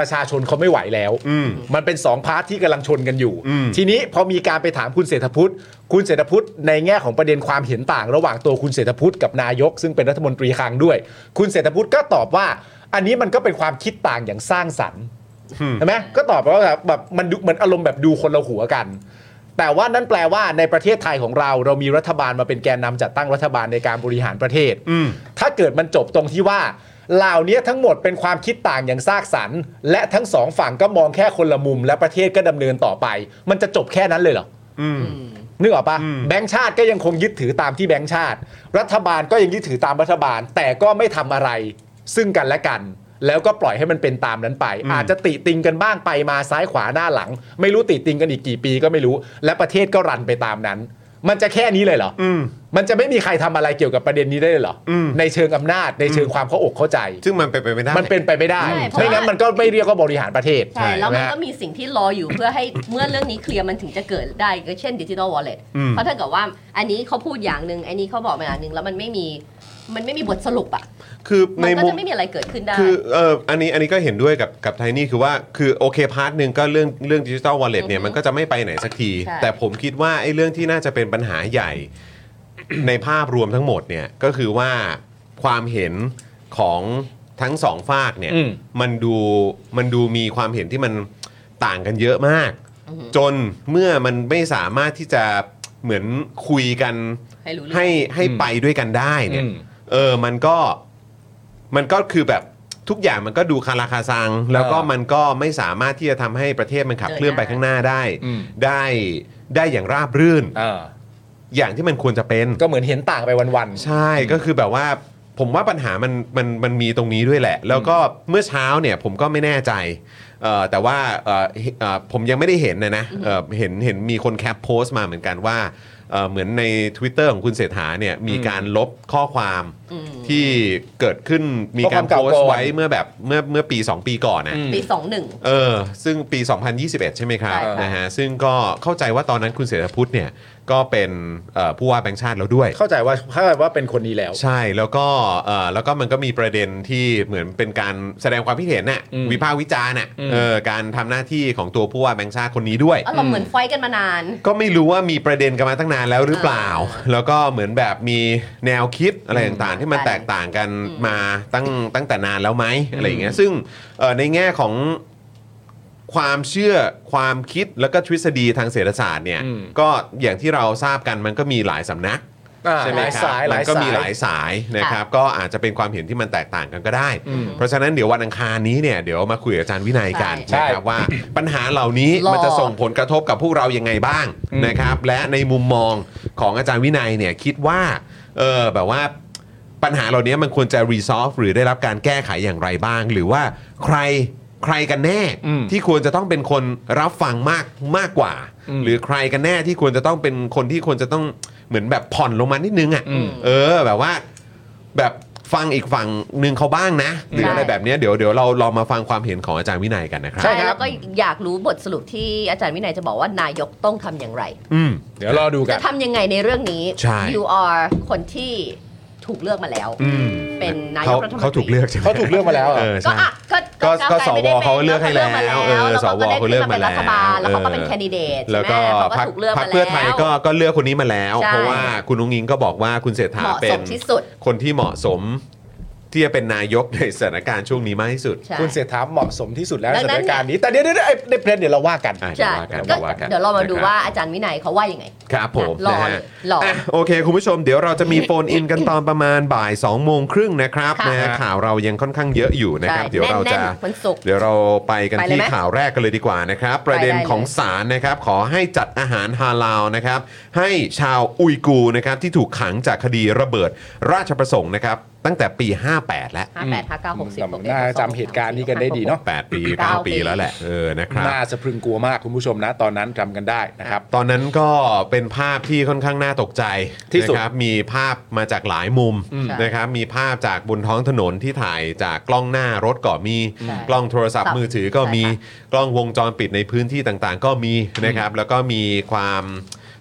Speaker 2: ประชาชนเขาไม่ไหวแล้ว
Speaker 1: อืม
Speaker 2: มันเป็นสองพาร์ทที่กำลังชนกันอยู่
Speaker 1: อืม
Speaker 2: ทีนี้พอมีการไปถามคุณเศรษฐพุทธ คุณเศรษฐพุทธในแง่ของประเด็นความเห็นต่าง ระหว่างตัวคุณเศรษฐพุทธกับนายก ซึ่งเป็นรัฐมนตรีคลังด้วย คุณเศรษฐพุทธก็ตอบว่า อันนี้มันก็เป็นความคิดต่างอย่างสร้างสรรค์
Speaker 1: อืม
Speaker 2: ใช่ไหมก็ตอบว่าแบบแบบมันดูเหมือนอารมณ์แบบดูคนละหัวกัน แต่ว่านั่นแปลว่าในประเทศไทยของเรา เรามีรัฐบาลมาเป็นแกนนำจัดตั้งรัฐบาลในการบริหารประเทศ
Speaker 1: อืม
Speaker 2: ถ้าเกิดมันจบตรงที่ว่าเหล่านี้ทั้งหมดเป็นความคิดต่างอย่างสร้างสรรค์ และทั้งสองฝั่งก็มองแค่คนละมุม และประเทศก็ดำเนินต่อไป มันจะจบแค่นั้นเลยเหรอ
Speaker 1: อืม
Speaker 2: นึกออกปะ
Speaker 1: อืม
Speaker 2: แบงค์ชาติก็ยังคงยึดถือตามที่แบงค์ชาติ รัฐบาลก็ยังยึดถือตามรัฐบาล แต่ก็ไม่ทำอะไร ซึ่งกันและกัน แล้วก็ปล่อยให้มันเป็นตามนั้นไป อาจจะติติงกันบ้างไปมาซ้ายขวาหน้าหลัง ไม่รู้ติติงกันอีกกี่ปีก็ไม่รู้ และประเทศก็รันไปตามนั้น มันจะแค่นี้เลยเหรอ
Speaker 1: อืม
Speaker 2: มันจะไม่มีใครทำอะไรเกี่ยวกับประเด็นนี้ได้เลยเหรอ
Speaker 1: อืม
Speaker 2: ในเชิงอำนาจในเชิงความเข้าอกเข้าใจ
Speaker 1: ซึ่งมันเป็นไปไม่ได้
Speaker 2: มันเป็นไปไม่ได้
Speaker 3: ใช่เพราะ
Speaker 2: ไม่งั้น
Speaker 3: ว่ามั
Speaker 2: มันก็ไม่เรียกว่าบริหารประเทศ
Speaker 3: ใช่ แล้ว
Speaker 2: ใช่
Speaker 3: มัน
Speaker 2: ไหมฮะ
Speaker 3: ก็มีสิ่งที่รออยู่เพื่อให้ เมื่อเรื่องนี้เคลียร์มันถึงจะเกิดได้ก็เช่นดิจิ t a ลวอลเล็ต
Speaker 1: อืม
Speaker 3: เพราะถ้าเกิดว่าอันนี้เขาพูดอย่างหนึ่งอันนี้เขาบอกมาอย่างหนึ่งแล้วมันไม่มี มันไม่มีบทสรุปอ่ะ
Speaker 1: คือ
Speaker 3: มั
Speaker 1: ใน
Speaker 3: นก็
Speaker 1: มุม
Speaker 3: จะไม่มีอะไรเกิดขึ้นได้
Speaker 1: คือเอออันนี้อันนี้ก็เห็นด้วยกับกับไทนี่คือว่าคือโอเคพาร์ทหนึ่งก็เรื่องเรื่องดิจิ t a ลวอลเล็ตเนี่ย
Speaker 3: อือฮึ
Speaker 1: มันก็จะไม่ไปไหนสักที
Speaker 3: ใช่
Speaker 1: แต่ผมคิดว่าไอ้เรื่องที่น่าจะเป็นปัญหาใหญ่ ในภาพรวมทั้งหมดเนี่ยก็คือว่าความเห็นของทั้งสองฝากเนี่ย
Speaker 2: อืม
Speaker 1: มันดูมันดูมีความเห็นที่มันต่างกันเยอะมาก จนเมื่อมันไม่สามารถที่จะเหมือนคุยกัน
Speaker 3: ให้รู้เรื่อง
Speaker 1: ให้ให้ไปด้วยกันได้เนี่ย
Speaker 2: อืม
Speaker 1: เออมันก็มันก็คือแบบทุกอย่างมันก็ดูคาราคาซัง แล้วก็
Speaker 2: เออ
Speaker 1: มันก็ไม่สามารถที่จะทำให้ประเทศมันขับเคลื่อนไป
Speaker 3: เดินหน้า
Speaker 1: ข้างหน้าได้
Speaker 2: อืม
Speaker 1: ได้ได้อย่างราบรื่น
Speaker 2: เออ
Speaker 1: อย่างที่มันควรจะเป็น
Speaker 2: ก็เหมือนเห็นต่างไปวัน
Speaker 1: ใช่ก็คือแบบว่าผมว่าปัญหามันมันมันมีตรงนี้ด้วยแหละ แล้วก็เมื่อเช้าเนี่ยผมก็ไม่แน่ใจเอ่อแต่ว่าเอ่อเฮเอ่อผมยังไม่ได้เห็นนะนะเอ่อเห็นเห็นมีคนแคปโพสต์มาเหมือนกันว่าเอ่อเหมือนใน Twitter ของคุณเศรษฐาเนี่ยมีการลบข้อความ
Speaker 3: อืม
Speaker 1: ที่เกิดขึ้นมีการโพสต์ไว้เมื่อแบบเมื่อเมื่อปี 2 ปีก่อนนะ
Speaker 2: ๆอืม
Speaker 3: ปีสองหนึ่ง
Speaker 1: เออซึ่งปี 2021 ใช่ไหมครับ
Speaker 3: ใช่ค่ะ
Speaker 1: นะฮะซึ่งก็เข้าใจว่าตอนนั้นคุณเศรษฐพุทธเนี่ยก็เป็นเอ่อผู้ว่าแบงค์ชาติแล้วด้วย
Speaker 2: เข้าใจว่าเข้าใจว่าเป็นคนนี้แล้ว
Speaker 1: ใช่แล้วก็เอ่อแล้วก็มันก็มีประเด็นที่เหมือนเป็นการแสดงความคิดเห็นน่ะ
Speaker 2: อืม
Speaker 1: วิพากษ์วิจารณ์น่ะ
Speaker 2: อืม
Speaker 1: เออการทำหน้าที่ของตัวผู้ว่าแบงค์ชาติคนนี้ด้วย
Speaker 3: อ๋อเราเหมือนไฟท์กันมานาน
Speaker 1: ก็ไม่รู้ว่ามีประเด็นกันมาตั้งนานแล้วหรือเปล่า แล้วก็เหมือนแบบมีแนวคิดอะไรต่างๆ ที่มันแตกต่างกันมาตั้งตั้งแต่นานแล้วไหมอะไรอย่างเงี้ยซึ่งเอ่อในแง่ของความเชื่อความคิดแล้วก็ทฤษฎีทางเศรษฐศาสตร์เนี่ย
Speaker 2: อืม
Speaker 1: ก็อย่างที่เราทราบกันมันก็มีหลายสำนัก
Speaker 2: อ่า
Speaker 1: ใช่ไหม
Speaker 2: ลาย
Speaker 1: ครับ
Speaker 2: สายห
Speaker 1: มั
Speaker 2: ลาย
Speaker 1: นก็
Speaker 2: สา
Speaker 1: มี
Speaker 2: ย
Speaker 1: หลายสายนะครับ ก็อาจจะเป็นความเห็นที่มันแตกต่างกันก็ได้
Speaker 2: อืม
Speaker 1: เพราะฉะนั้นเดี๋ยววันอังคารนี้เนี่ยเดี๋ยวมาคุยกับอาจารย์วินัยกัน
Speaker 2: ใช่
Speaker 1: นะครับว่า ปัญหาเหล่านี้
Speaker 3: รอ
Speaker 1: มันจะส่งผลกระทบกับพวกเรายังไงบ้าง
Speaker 2: อืม
Speaker 1: นะครับ และในมุมมองของอาจารย์วินัยเนี่ยคิดว่าเออแบบว่าปัญหาเหล่านี้มันควรจะ resolve หรือได้รับการแก้ไขอย่างไรบ้าง หรือว่าใครใครกันแน่ที่ควรจะต้องเป็นคนรับฟังมากมากกว่า หรือใครกันแน่ที่ควรจะต้องเป็นคนที่ควรจะต้องเหมือนแบบผ่อนลงมานิดนึงอ่ะเออแบบว่า แบบฟังอีกฝั่งหนึ่งเขาบ้างนะหรืออะไรแบบเนี้ยเดี๋ยวเดี๋ยวเราลองมาฟังความเห็นของอาจารย์วินัยกันนะครับ
Speaker 3: ใช่แล้วก็อยากรู้บทสรุปที่อาจารย์วินัยจะบอกว่านายกต้องทำอย่างไร
Speaker 1: อืม
Speaker 2: เดี๋ยวรอดูกั
Speaker 3: จะ
Speaker 2: น
Speaker 3: ทำยังไงในเรื่องนี้
Speaker 1: ใช่
Speaker 3: you are คนที่ถูกเลือกมาแล้ว
Speaker 1: อืม
Speaker 3: เป็นนาย
Speaker 1: เขา
Speaker 3: กรัฐมนตรี
Speaker 1: เขาถูกเลือกใช่ไหม
Speaker 2: เขาถูกเลือกมาแล้วเหรอ
Speaker 1: เออ
Speaker 3: ก็
Speaker 1: ใช่
Speaker 3: อ่ะก็
Speaker 1: ก็ก็
Speaker 3: วไไม่ได้
Speaker 1: สวเขาเลือกให้แล้ว
Speaker 3: มา
Speaker 1: เออ
Speaker 3: แล้ว
Speaker 1: สวเขาเลือกมาแล้ว
Speaker 3: ขก็ได้ขึ้นเป็นรัฐบาลแล้วเขาก็เป็นแคนดิเดต
Speaker 1: แล้ว
Speaker 3: ใช่ไหม
Speaker 1: ก็
Speaker 3: เขาก็
Speaker 1: พรรค
Speaker 3: ถูกเลือก
Speaker 1: พรค
Speaker 3: มารแล้ว
Speaker 1: เพื่อไทยก็ก็เลือกคนนี้มาแล้ว
Speaker 3: ใช่
Speaker 1: เพราะว่าคุณนุ้งอิงก็บอกว่าคุณเศรษฐา
Speaker 3: เหมาะ
Speaker 1: เป็
Speaker 3: ส
Speaker 1: น
Speaker 3: มที่สุด
Speaker 1: คนที่เหมาะสมที่จะเป็นนายกในสถานการณ์ช่วงนี้มากที่สุด
Speaker 3: ใช่
Speaker 2: คุณเศรษฐาเหมาะสมที่สุดแล้วใน
Speaker 3: ดั
Speaker 2: ส
Speaker 3: งนั้
Speaker 2: ถาน นการณ์นี้ แต่เดี๋ยวเดี๋ยวเดี๋ยวไอ้ในประเด็นเดี๋ยวเราว่ากัน
Speaker 1: อ่ะเดี๋ยว
Speaker 3: ใช่
Speaker 1: ว่ากัน
Speaker 3: ก็
Speaker 1: เดี๋ยวว่ากัน
Speaker 3: เดี๋ยวเรามาดู
Speaker 1: นะครับ
Speaker 3: ว่าอาจารย์วินัยเขาว่ายังไง
Speaker 1: ครับผม
Speaker 3: หล่อ
Speaker 1: นะฮะ
Speaker 3: เลยหล่ออ่
Speaker 1: ะโอเค คุณผู้ชมเดี๋ยวเราจะมีโฟนอินกันตอนประมาณบ่าย2องโมงครึ่งนะครับ
Speaker 3: ค่ะ
Speaker 1: นะฮะข่าวเรายังค่อนข้างเยอะอยู่นะครับ
Speaker 3: ใช่
Speaker 1: เดี๋ยวเราจะ
Speaker 3: แน่นๆวันศุกร์
Speaker 1: เดี๋ยวเราไปกัน
Speaker 3: ไปเลย
Speaker 1: ที่
Speaker 3: ไหม
Speaker 1: ข่าวแรกกันเลยดีกว่านะครับ ประเด็น
Speaker 3: ไปได้เลย
Speaker 1: ของศาลนะครับ ขอให้จัดอาหารฮาลาลนะครับ ให้ชาวอุยกูร์นะครับที่ถูกขังจากคดีระเบิดราชประสงค์นะครับ ตั้งแต่ปี 58 แล้ว
Speaker 3: ห้าแปดห้าเก้าหกสิบหกเอ็ด
Speaker 2: น่า
Speaker 3: หกสอง
Speaker 2: จำเหตุการณ์นี้กันได้ดีเนอะ
Speaker 1: 8 ปี 9 ปีแล้วแหละเออนะครับ
Speaker 2: น่าสะพรึงกลัวมากคุณผู้ชมนะ ตอนนั้นจำกันได้นะครับ
Speaker 1: ตอนนั้นก็เป็นภาพที่ค่อนข้างน่าตกใจ
Speaker 2: ที่สุด
Speaker 1: นะครับมีภาพมาจากหลายมุมนะครับมีภาพจากบนท้องถนนที่ถ่ายจากกล้องหน้ารถก็มี
Speaker 3: ใช่
Speaker 1: กล้องโทรศัพท์
Speaker 3: ใช่
Speaker 1: มือถือก็มี
Speaker 3: ใช่ค่
Speaker 1: กล้องวงจรปิดในพื้นที่ต่างๆ ก็มีนะครับแล้วก็มีความ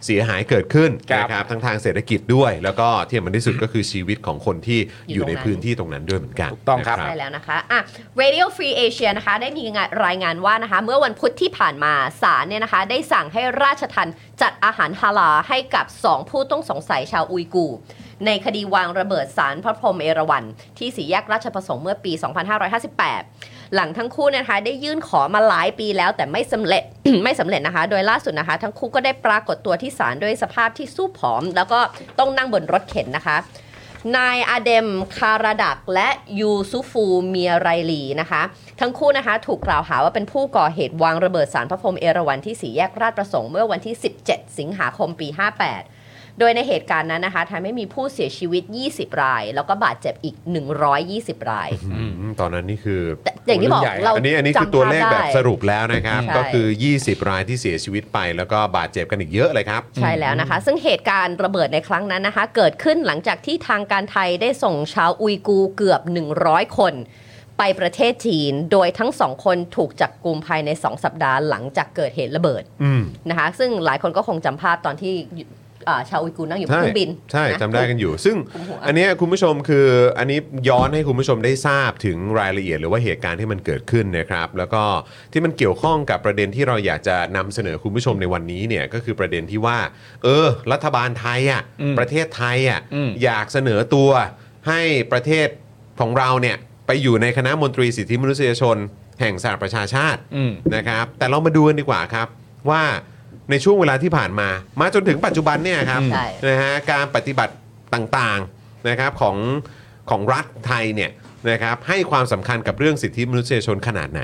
Speaker 1: เสียหายเกิดขึ้น
Speaker 2: ครับ
Speaker 1: นะครับทั้งทางเศรษฐกิจด้วย แล้วก็ที่มันที่สุดก็คือชีวิตของคนที่อยู่ในพื้นที่ตรงนั้นด้วยเหมือนกัน
Speaker 2: ถูกต้องครับ
Speaker 1: นะ
Speaker 3: ใช่แล้วนะคะ อ่ะ Radio Free Asia นะคะ ได้มีงานรายงานว่านะคะ เมื่อวันพุธที่ผ่านมาศาลเนี่ยนะคะ ได้สั่งให้ราชทันจัดอาหารฮาลาลให้กับ 2 ผู้ต้องสงสัยชาวอุยกูร์ในคดีวางระเบิดสารพระพรหมเอราวัณที่สีแยกราชประสงค์เมื่อปี 2558 หลังทั้งคู่เนยนะคะ ได้ยื่นขอมาหลายปีแล้วแต่ไม่สำเร็จ ไม่สำเร็จนะคะ โดยล่าสุดนะคะ ทั้งคู่ก็ได้ปรากฏตัวที่ศาลด้วยสภาพที่สู้ผอม แล้วก็ต้องนั่งบนรถเข็นนะคะ นายอาเดมคาราดักและยูซุฟูเมียไรลีนะคะ ทั้งคู่นะคะถูกกล่าวหาว่าเป็นผู้ก่อเหตุวางระเบิดสารพระพรหมเอราวัณที่สีแยกราชประสงค์เมื่อวันที่ 17 สิงหาคมปี 58 โดยในเหตุการณ์นั้นนะคะทำให้มีผู้เสียชีวิต 20 ราย แล้วก็บาดเจ็บอีก 120 ราย
Speaker 1: อืมตอนนั้นนี่คือ
Speaker 3: แต่อย่างที่บอก
Speaker 1: โโห
Speaker 3: เรา
Speaker 1: อันนี้อันนี้คือ
Speaker 3: จำ
Speaker 1: ตัวเลข
Speaker 3: ภาพได้
Speaker 1: แบบสรุปแล้วนะครับ
Speaker 3: ใช่
Speaker 1: ก็คือ 20 รายที่เสียชีวิตไป แล้วก็บาดเจ็บกันอีกเยอะเลยครับ
Speaker 3: ใช่แล้วนะคะ ซึ่งเหตุการณ์ระเบิดในครั้งนั้นนะคะ เกิดขึ้นหลังจากที่ทางการไทยได้ส่งชาวอุยกูร์เกือบ 100 คน ไปประเทศจีน โดยทั้งสองคนถูกจับกลุมภายใน 2 สัปดาห์หลังจากเกิดเหตุระเบิด
Speaker 1: อืม
Speaker 3: นะคะ ซึ่งหลายคนก็คงจำภาพตอนที่ เอ่อชาวอุยกูร์นั่งอยู่บน
Speaker 1: ใช่
Speaker 3: เครื่องบิน
Speaker 1: ใช่
Speaker 3: นะ
Speaker 1: จำได้กันอยู่ ซึ่ง
Speaker 3: คุมหัว
Speaker 1: อันเนี้ยคุณผู้ชมคืออันนี้ย้อนให้คุณผู้ชมได้ทราบถึงรายละเอียดหรือว่าเหตุการณ์ที่มันเกิดขึ้นนะครับ แล้วก็ที่มันเกี่ยวข้องกับประเด็นที่เราอยากจะนำเสนอคุณผู้ชมในวันนี้เนี่ยก็คือประเด็นที่ว่า เออ รัฐบาลไทยอ่ะประเทศไทยอ่ะอยากเสนอตัวให้ประเทศของเราเนี่ยไปอยู่ในคณะมนตรีสิทธิมนุษยชน แห่งสหประชาชาตินะครับแต่เรามาดูกันดีกว่าครับว่าในช่วงเวลาที่ผ่านมา มาจนถึงปัจจุบันเนี่ยครับ
Speaker 3: ใช่
Speaker 1: นะฮะการปฏิบัติต่างๆนะครับของของรัฐไทยเนี่ยนะครับให้ความสำคัญกับเรื่องสิทธิมนุษยชนขนาดไหน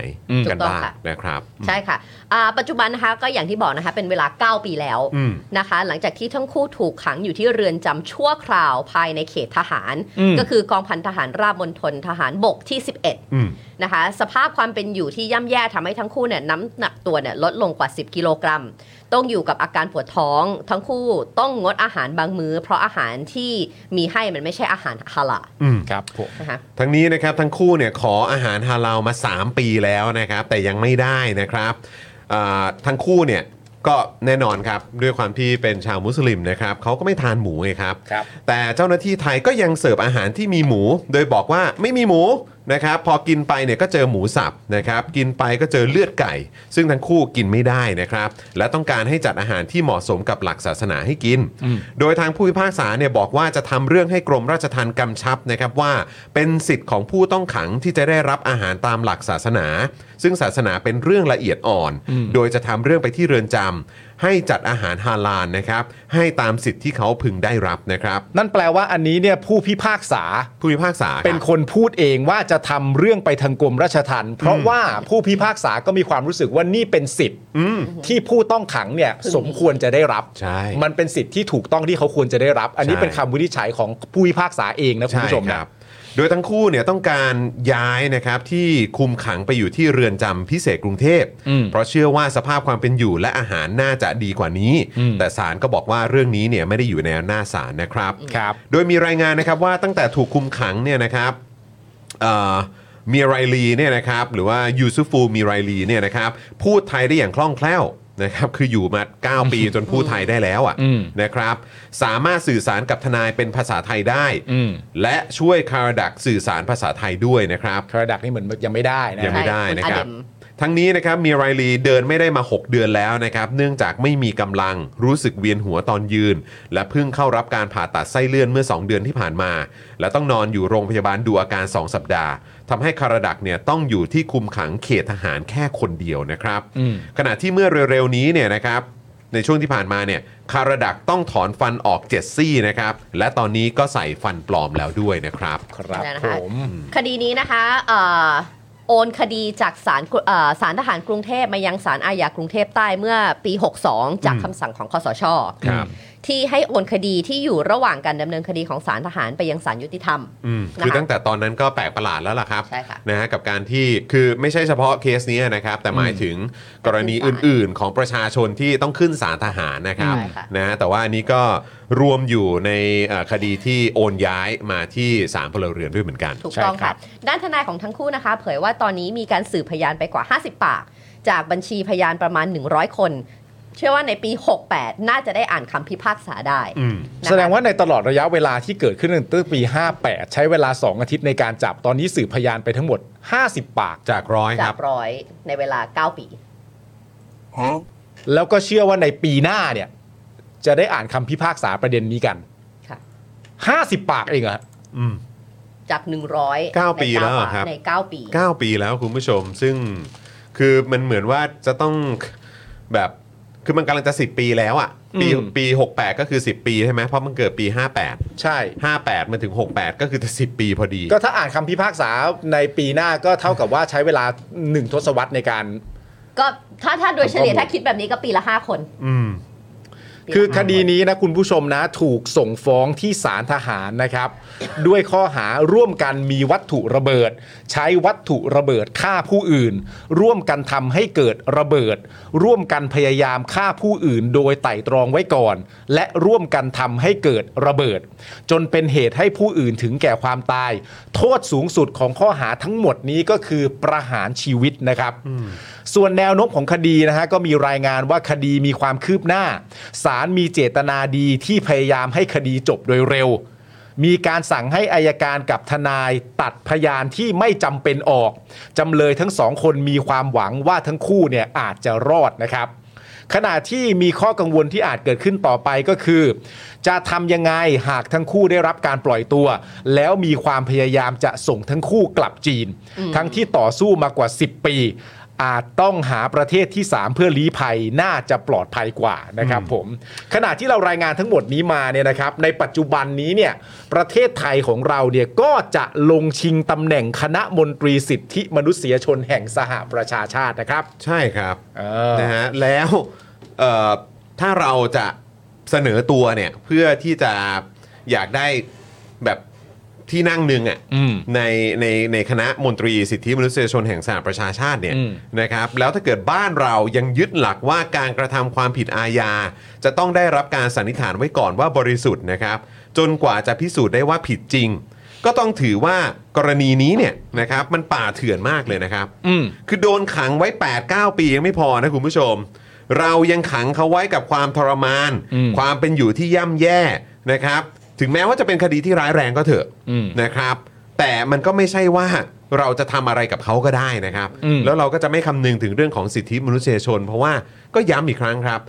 Speaker 1: กัน
Speaker 3: ถูกต้อง
Speaker 1: บ้าง
Speaker 3: ค่ะ
Speaker 1: นะครับ
Speaker 3: ใช่ค่ะอ่าปัจจุบันนะคะก็อย่างที่บอกนะคะเป็นเวลา 9 ปีแล้ว
Speaker 1: อืม
Speaker 3: นะคะ หลังจากที่ทั้งคู่ถูกขังอยู่ที่เรือนจำชั่วคราวภายในเขตทหาร ก็คือกองพันทหารราบมณฑลทหารบกที่ 11
Speaker 1: อืม
Speaker 3: นะคะสภาพความเป็นอยู่ที่ย่ำแย่ทำให้ทั้งคู่เนี่ยน้ำหนักตัวเนี่ยลดลงกว่า 10 กิโลกรัม ต้องอยู่กับอาการปวดท้อง ทั้งคู่ต้องงดอาหารบางมื้อ เพราะอาหารที่มีให้มันไม่ใช่อาหารฮาลาล
Speaker 1: อืม
Speaker 2: ครับผม
Speaker 3: นะคะ
Speaker 1: ทั้งนี้นะครับทั้งคู่เนี่ยขออาหารฮาลาลมา 3 ปีแล้วนะครับ แต่ยังไม่ได้นะครับอ่าทั้งคู่เนี่ยก็แน่นอนครับด้วยความที่เป็นชาวมุสลิมนะครับเขาก็ไม่ทานหมูไงครับ
Speaker 2: ครับ
Speaker 1: แต่เจ้าหน้าที่ไทยก็ยังเสิร์ฟอาหารที่มีหมู โดยบอกว่าไม่มีหมูนะครับ พอกินไปเนี่ยก็เจอหมูสับนะครับกินไปก็เจอเลือดไก่ ซึ่งทั้งคู่กินไม่ได้นะครับ และต้องการให้จัดอาหารที่เหมาะสมกับหลักศาสนาให้กิน โดยทางผู้พิพากษาเนี่ยบอกว่าจะทำเรื่องให้กรมราชทัณฑ์กำชับนะครับว่าเป็นสิทธิ์ของผู้ต้องขังที่จะได้รับอาหารตามหลักศาสนา ซึ่งศาสนาเป็นเรื่องละเอียดอ่อน โดยจะทำเรื่องไปที่เรือนจำให้จัดอาหารฮาลาลนะครับ ให้ตามสิทธิ์ที่เขาพึงได้รับนะครับ
Speaker 2: นั่นแปลว่าอันนี้เนี่ยผู้พิพากษา
Speaker 1: ผู้พิพากษาครับ
Speaker 2: เป็นคนพูดเองว่าจะทำเรื่องไปทางกรมราชทัณฑ์เพราะว่าผู้พิพากษาก็มีความรู้สึกว่านี่เป็นสิทธิ์ที่ผู้ต้องขังเนี่ยสมควรจะได้รับ
Speaker 1: ใช่
Speaker 2: มันเป็นสิทธิ์ที่ถูกต้องที่เขาควรจะได้รับ อันนี้
Speaker 1: ใช่
Speaker 2: เป็นคำวินิจฉัยของผู้พิพากษาเองนะคุณผู้ชม
Speaker 1: ใค
Speaker 2: นะ
Speaker 1: รับ โดยทั้งคู่เนี่ยต้องการย้ายนะครับที่คุมขังไปอยู่ที่เรือนจำพิเศษกรุงเทพ
Speaker 2: อืม
Speaker 1: เพราะเชื่อว่าสภาพความเป็นอยู่และอาหารน่าจะดีกว่านี้
Speaker 2: อืม
Speaker 1: แต่ศาลก็บอกว่าเรื่องนี้เนี่ยไม่ได้อยู่ในอำนาจศาลนะครับ
Speaker 2: ครับ
Speaker 1: โดยมีรายงานนะครับว่าตั้งแต่ถูกคุมขังเนี่ยนะครับเอ่อมีไรลีเนี่ยนะครับหรือว่ายูซุฟูมีไรลีเนี่ยนะครับพูดไทยได้อย่างคล่องแคล่วนะครับคืออยู่มา 9 ปีจนพูดไทยได้แล้ว
Speaker 2: อืม
Speaker 1: อะ่ะนะครับ สามารถสื่อสารกับทนายเป็นภาษาไทยได้
Speaker 2: อืม
Speaker 1: และช่วยคาราดักสื่อสารภาษาไทยด้วยนะครับ
Speaker 2: คระดักนี่เหมือนยังไม่ได้นะ
Speaker 1: ยังไม่
Speaker 3: ใช่
Speaker 1: ได้นะครับ
Speaker 3: คุณอเด็ม
Speaker 1: ทั้งนี้นะครับมีไรลีเดินไม่ได้มา 6 เดือนแล้วนะครับ เนื่องจากไม่มีกำลังรู้สึกเวียนหัวตอนยืน และเพิ่งเข้ารับการผ่าตัดไส้เลื่อนเมื่อ 2 เดือนที่ผ่านมา และต้องนอนอยู่โรงพยาบาลดูอาการ 2 สัปดาห์ทำให้คาราดักเนี่ยต้องอยู่ที่คุมขังเขตทหารแค่คนเดียวนะครับ
Speaker 2: อืม
Speaker 1: ขณะที่เมื่อเร็วๆนี้เนี่ยนะครับในช่วงที่ผ่านมาเนี่ยคาราดักต้องถอนฟันออกเจ็ดซี่นะครับและตอนนี้ก็ใส่ฟันปลอมแล้วด้วยนะครับ
Speaker 2: ครับ
Speaker 3: นะคะ
Speaker 2: ผม
Speaker 3: คดีนี้นะคะเอ่อโอนคดีจากศาลกรุเอ่อศาลทหารกรุงเทพมายังศาลอาญากรุงเทพใต้เมื่อปี 62 จากคำสั่งของคอสช
Speaker 1: ครับ
Speaker 3: ที่ให้โอนคดีที่อยู่ระหว่างการดำเนินคดีของศาลทหารไปยังศาลยุติธรรม
Speaker 1: อืม
Speaker 3: นะคะ
Speaker 1: คือตั้งแต่ตอนนั้นก็แปลกประหลาดแล้วล่ะครับ
Speaker 3: ใช่ค่ะ
Speaker 1: นะฮะกับการที่คือไม่ใช่เฉพาะเคสนี้นะครับ แต่หมายถึงกรณีอื่น ๆ ของประชาชนที่ต้องขึ้นศาลทหารนะครับ
Speaker 3: ใช่ค่ะ
Speaker 1: นะฮะแต่ว่าอันนี้ก็รวมอยู่ในเอ่อคดีที่โอนย้ายมาที่ศาลพลเรือนด้วยเหมือนกัน
Speaker 3: ถูกต้อง
Speaker 2: ใช่ครั
Speaker 3: ค่ะ
Speaker 2: บ
Speaker 3: ด้านทนายของทั้งคู่นะคะ เผยว่าตอนนี้มีการสืบพยานไปกว่า 50 ปาก จากบัญชีพยานประมาณ 100 คน เชื่อว่าในปี 68 น่าจะได้อ่านคำพิพากษาได้
Speaker 1: อืม
Speaker 3: นะคะ
Speaker 2: แสดงว่าในตลอดระยะเวลาที่เกิดขึ้นตั้งแต่ปี 58 ใช้เวลา 2 อาทิตย์ในการจับตอนนี้สืบพยานไปทั้งหมด 50 ปาก
Speaker 1: จากร้อยค
Speaker 3: จา
Speaker 1: รับ
Speaker 3: กร้อยในเวลา 9 ปี
Speaker 2: แล้วก็เชื่อว่าในปีหน้าเนี่ย จะได้อ่านคำพิพากษาประเด็นนี้กัน
Speaker 3: ค่ะ
Speaker 2: ห้าสิบปากเองเหรอฮะ
Speaker 1: อืม
Speaker 3: จาก 100
Speaker 1: เก้า
Speaker 3: ใน
Speaker 1: ปีแล้วเหรอ
Speaker 3: เก้า
Speaker 1: ครับ
Speaker 3: ใน 9 ปี
Speaker 1: เก้าปีแล้วคุณผู้ชมซึ่งคือมันเหมือนว่าจะต้องแบบคือมันกำลังจะ 10 ปีแล้วอะ่ะปี
Speaker 2: อืม
Speaker 1: ปี 68 ก็คือ 10 ปีใช่ไหมเพราะมันเกิดปี 58
Speaker 2: ใช่
Speaker 1: 58 มันถึง 68 ก็คือจะ10 ปีพอดี
Speaker 2: ก็ถ้าอ่านคำพิพากษาในปีหน้าก็เท่ากับว่าใช้เวลาหนึ่งทศวรรษในการ
Speaker 3: ก็ถ้าถ้าโดยเฉลี่ย
Speaker 2: ผมก็
Speaker 3: ถ้าคิดแบบนี้ก็ปีละ 5 คน
Speaker 1: อืม
Speaker 3: ปีละ
Speaker 2: คือ
Speaker 3: ห้า
Speaker 2: คดี
Speaker 3: น
Speaker 2: นี้นะคุณผู้ชมนะถูกส่งฟ้องที่ศาลทหารนะครับ ด้วยข้อหาร่วมกันมีวัตถุระเบิด ใช้วัตถุระเบิดฆ่าผู้อื่น ร่วมกันทำให้เกิดระเบิด ร่วมกันพยายามฆ่าผู้อื่น โดยไตร่ตรองไว้ก่อน และร่วมกันทำให้เกิดระเบิด จนเป็นเหตุให้ผู้อื่นถึงแก่ความตาย โทษสูงสุดของข้อหาทั้งหมดนี้ก็คือประหารชีวิตนะครับ ส่วนแนวโน้มของคดีนะฮะก็มีรายงานว่าคดีมีความคืบหน้า ศาล ลมีเจตนาดีที่พยายามให้คดีจบโดยเร็ว มีการสั่งให้อายการกับทนายตัดพยานที่ไม่จำเป็นออก จำเลยทั้งสองคนมีความหวังว่าทั้งคู่เนี่ยอาจจะรอดนะครับ ขณะที่มีข้อกังวลที่อาจเกิดขึ้นต่อไปก็คือ จะทำยังไงหากทั้งคู่ได้รับการปล่อยตัว แล้วมีความพยายามจะส่งทั้งคู่กลับจีน ทั้งที่ต่อสู้มากว่า 10 ปี อาจต้องหาประเทศที่ 3 เพื่อลี้ภัยน่าจะปลอดภัยกว่านะครับผมขณะที่เรารายงานทั้งหมดนี้มาเนี่ยนะครับ ในปัจจุบันนี้เนี่ยประเทศไทยของเราเนี่ยก็จะลงชิงตำแหน่งคณะมนตรีสิทธิมนุษยชนแห่งสหประชาชาตินะครับ
Speaker 1: ใช่ครับ
Speaker 2: เออ
Speaker 1: นะฮะแล้วเอ่อถ้าเราจะเสนอตัวเนี่ยเพื่อที่จะอยากได้แบบที่นั่งหนึ่งอ่ะ
Speaker 2: อืม
Speaker 1: ในในในคณะมนตรีสิทธิมนุษยชนแห่งสหประชาชาติเนี่ย
Speaker 2: อืม
Speaker 1: นะครับแล้วถ้าเกิดบ้านเรายังยึดหลักว่าการกระทำความผิดอาญา จะต้องได้รับการสันนิษฐานไว้ก่อนว่าบริสุทธิ์นะครับ จนกว่าจะพิสูจน์ได้ว่าผิดจริง ก็ต้องถือว่ากรณีนี้เนี่ยนะครับมันป่าเถื่อนมากเลยนะครับ
Speaker 2: อืม
Speaker 1: คือโดนขังไว้ 8 9 ปียังไม่พอนะคุณผู้ชม เรายังขังเขาไว้กับความทรมาน
Speaker 2: อืม
Speaker 1: ความเป็นอยู่ที่ย่ำแย่นะครับ ถึงแม้ว่าจะเป็นคดีที่ร้ายแรงก็เถอะ
Speaker 2: อืม
Speaker 1: นะครับ แต่มันก็ไม่ใช่ว่าเราจะทำอะไรกับเขาก็ได้นะครับ
Speaker 2: อืม
Speaker 1: แล้วเราก็จะไม่คำนึงถึงเรื่องของสิทธิมนุษยชน เพราะว่าก็ย้ำอีกครั้งครับ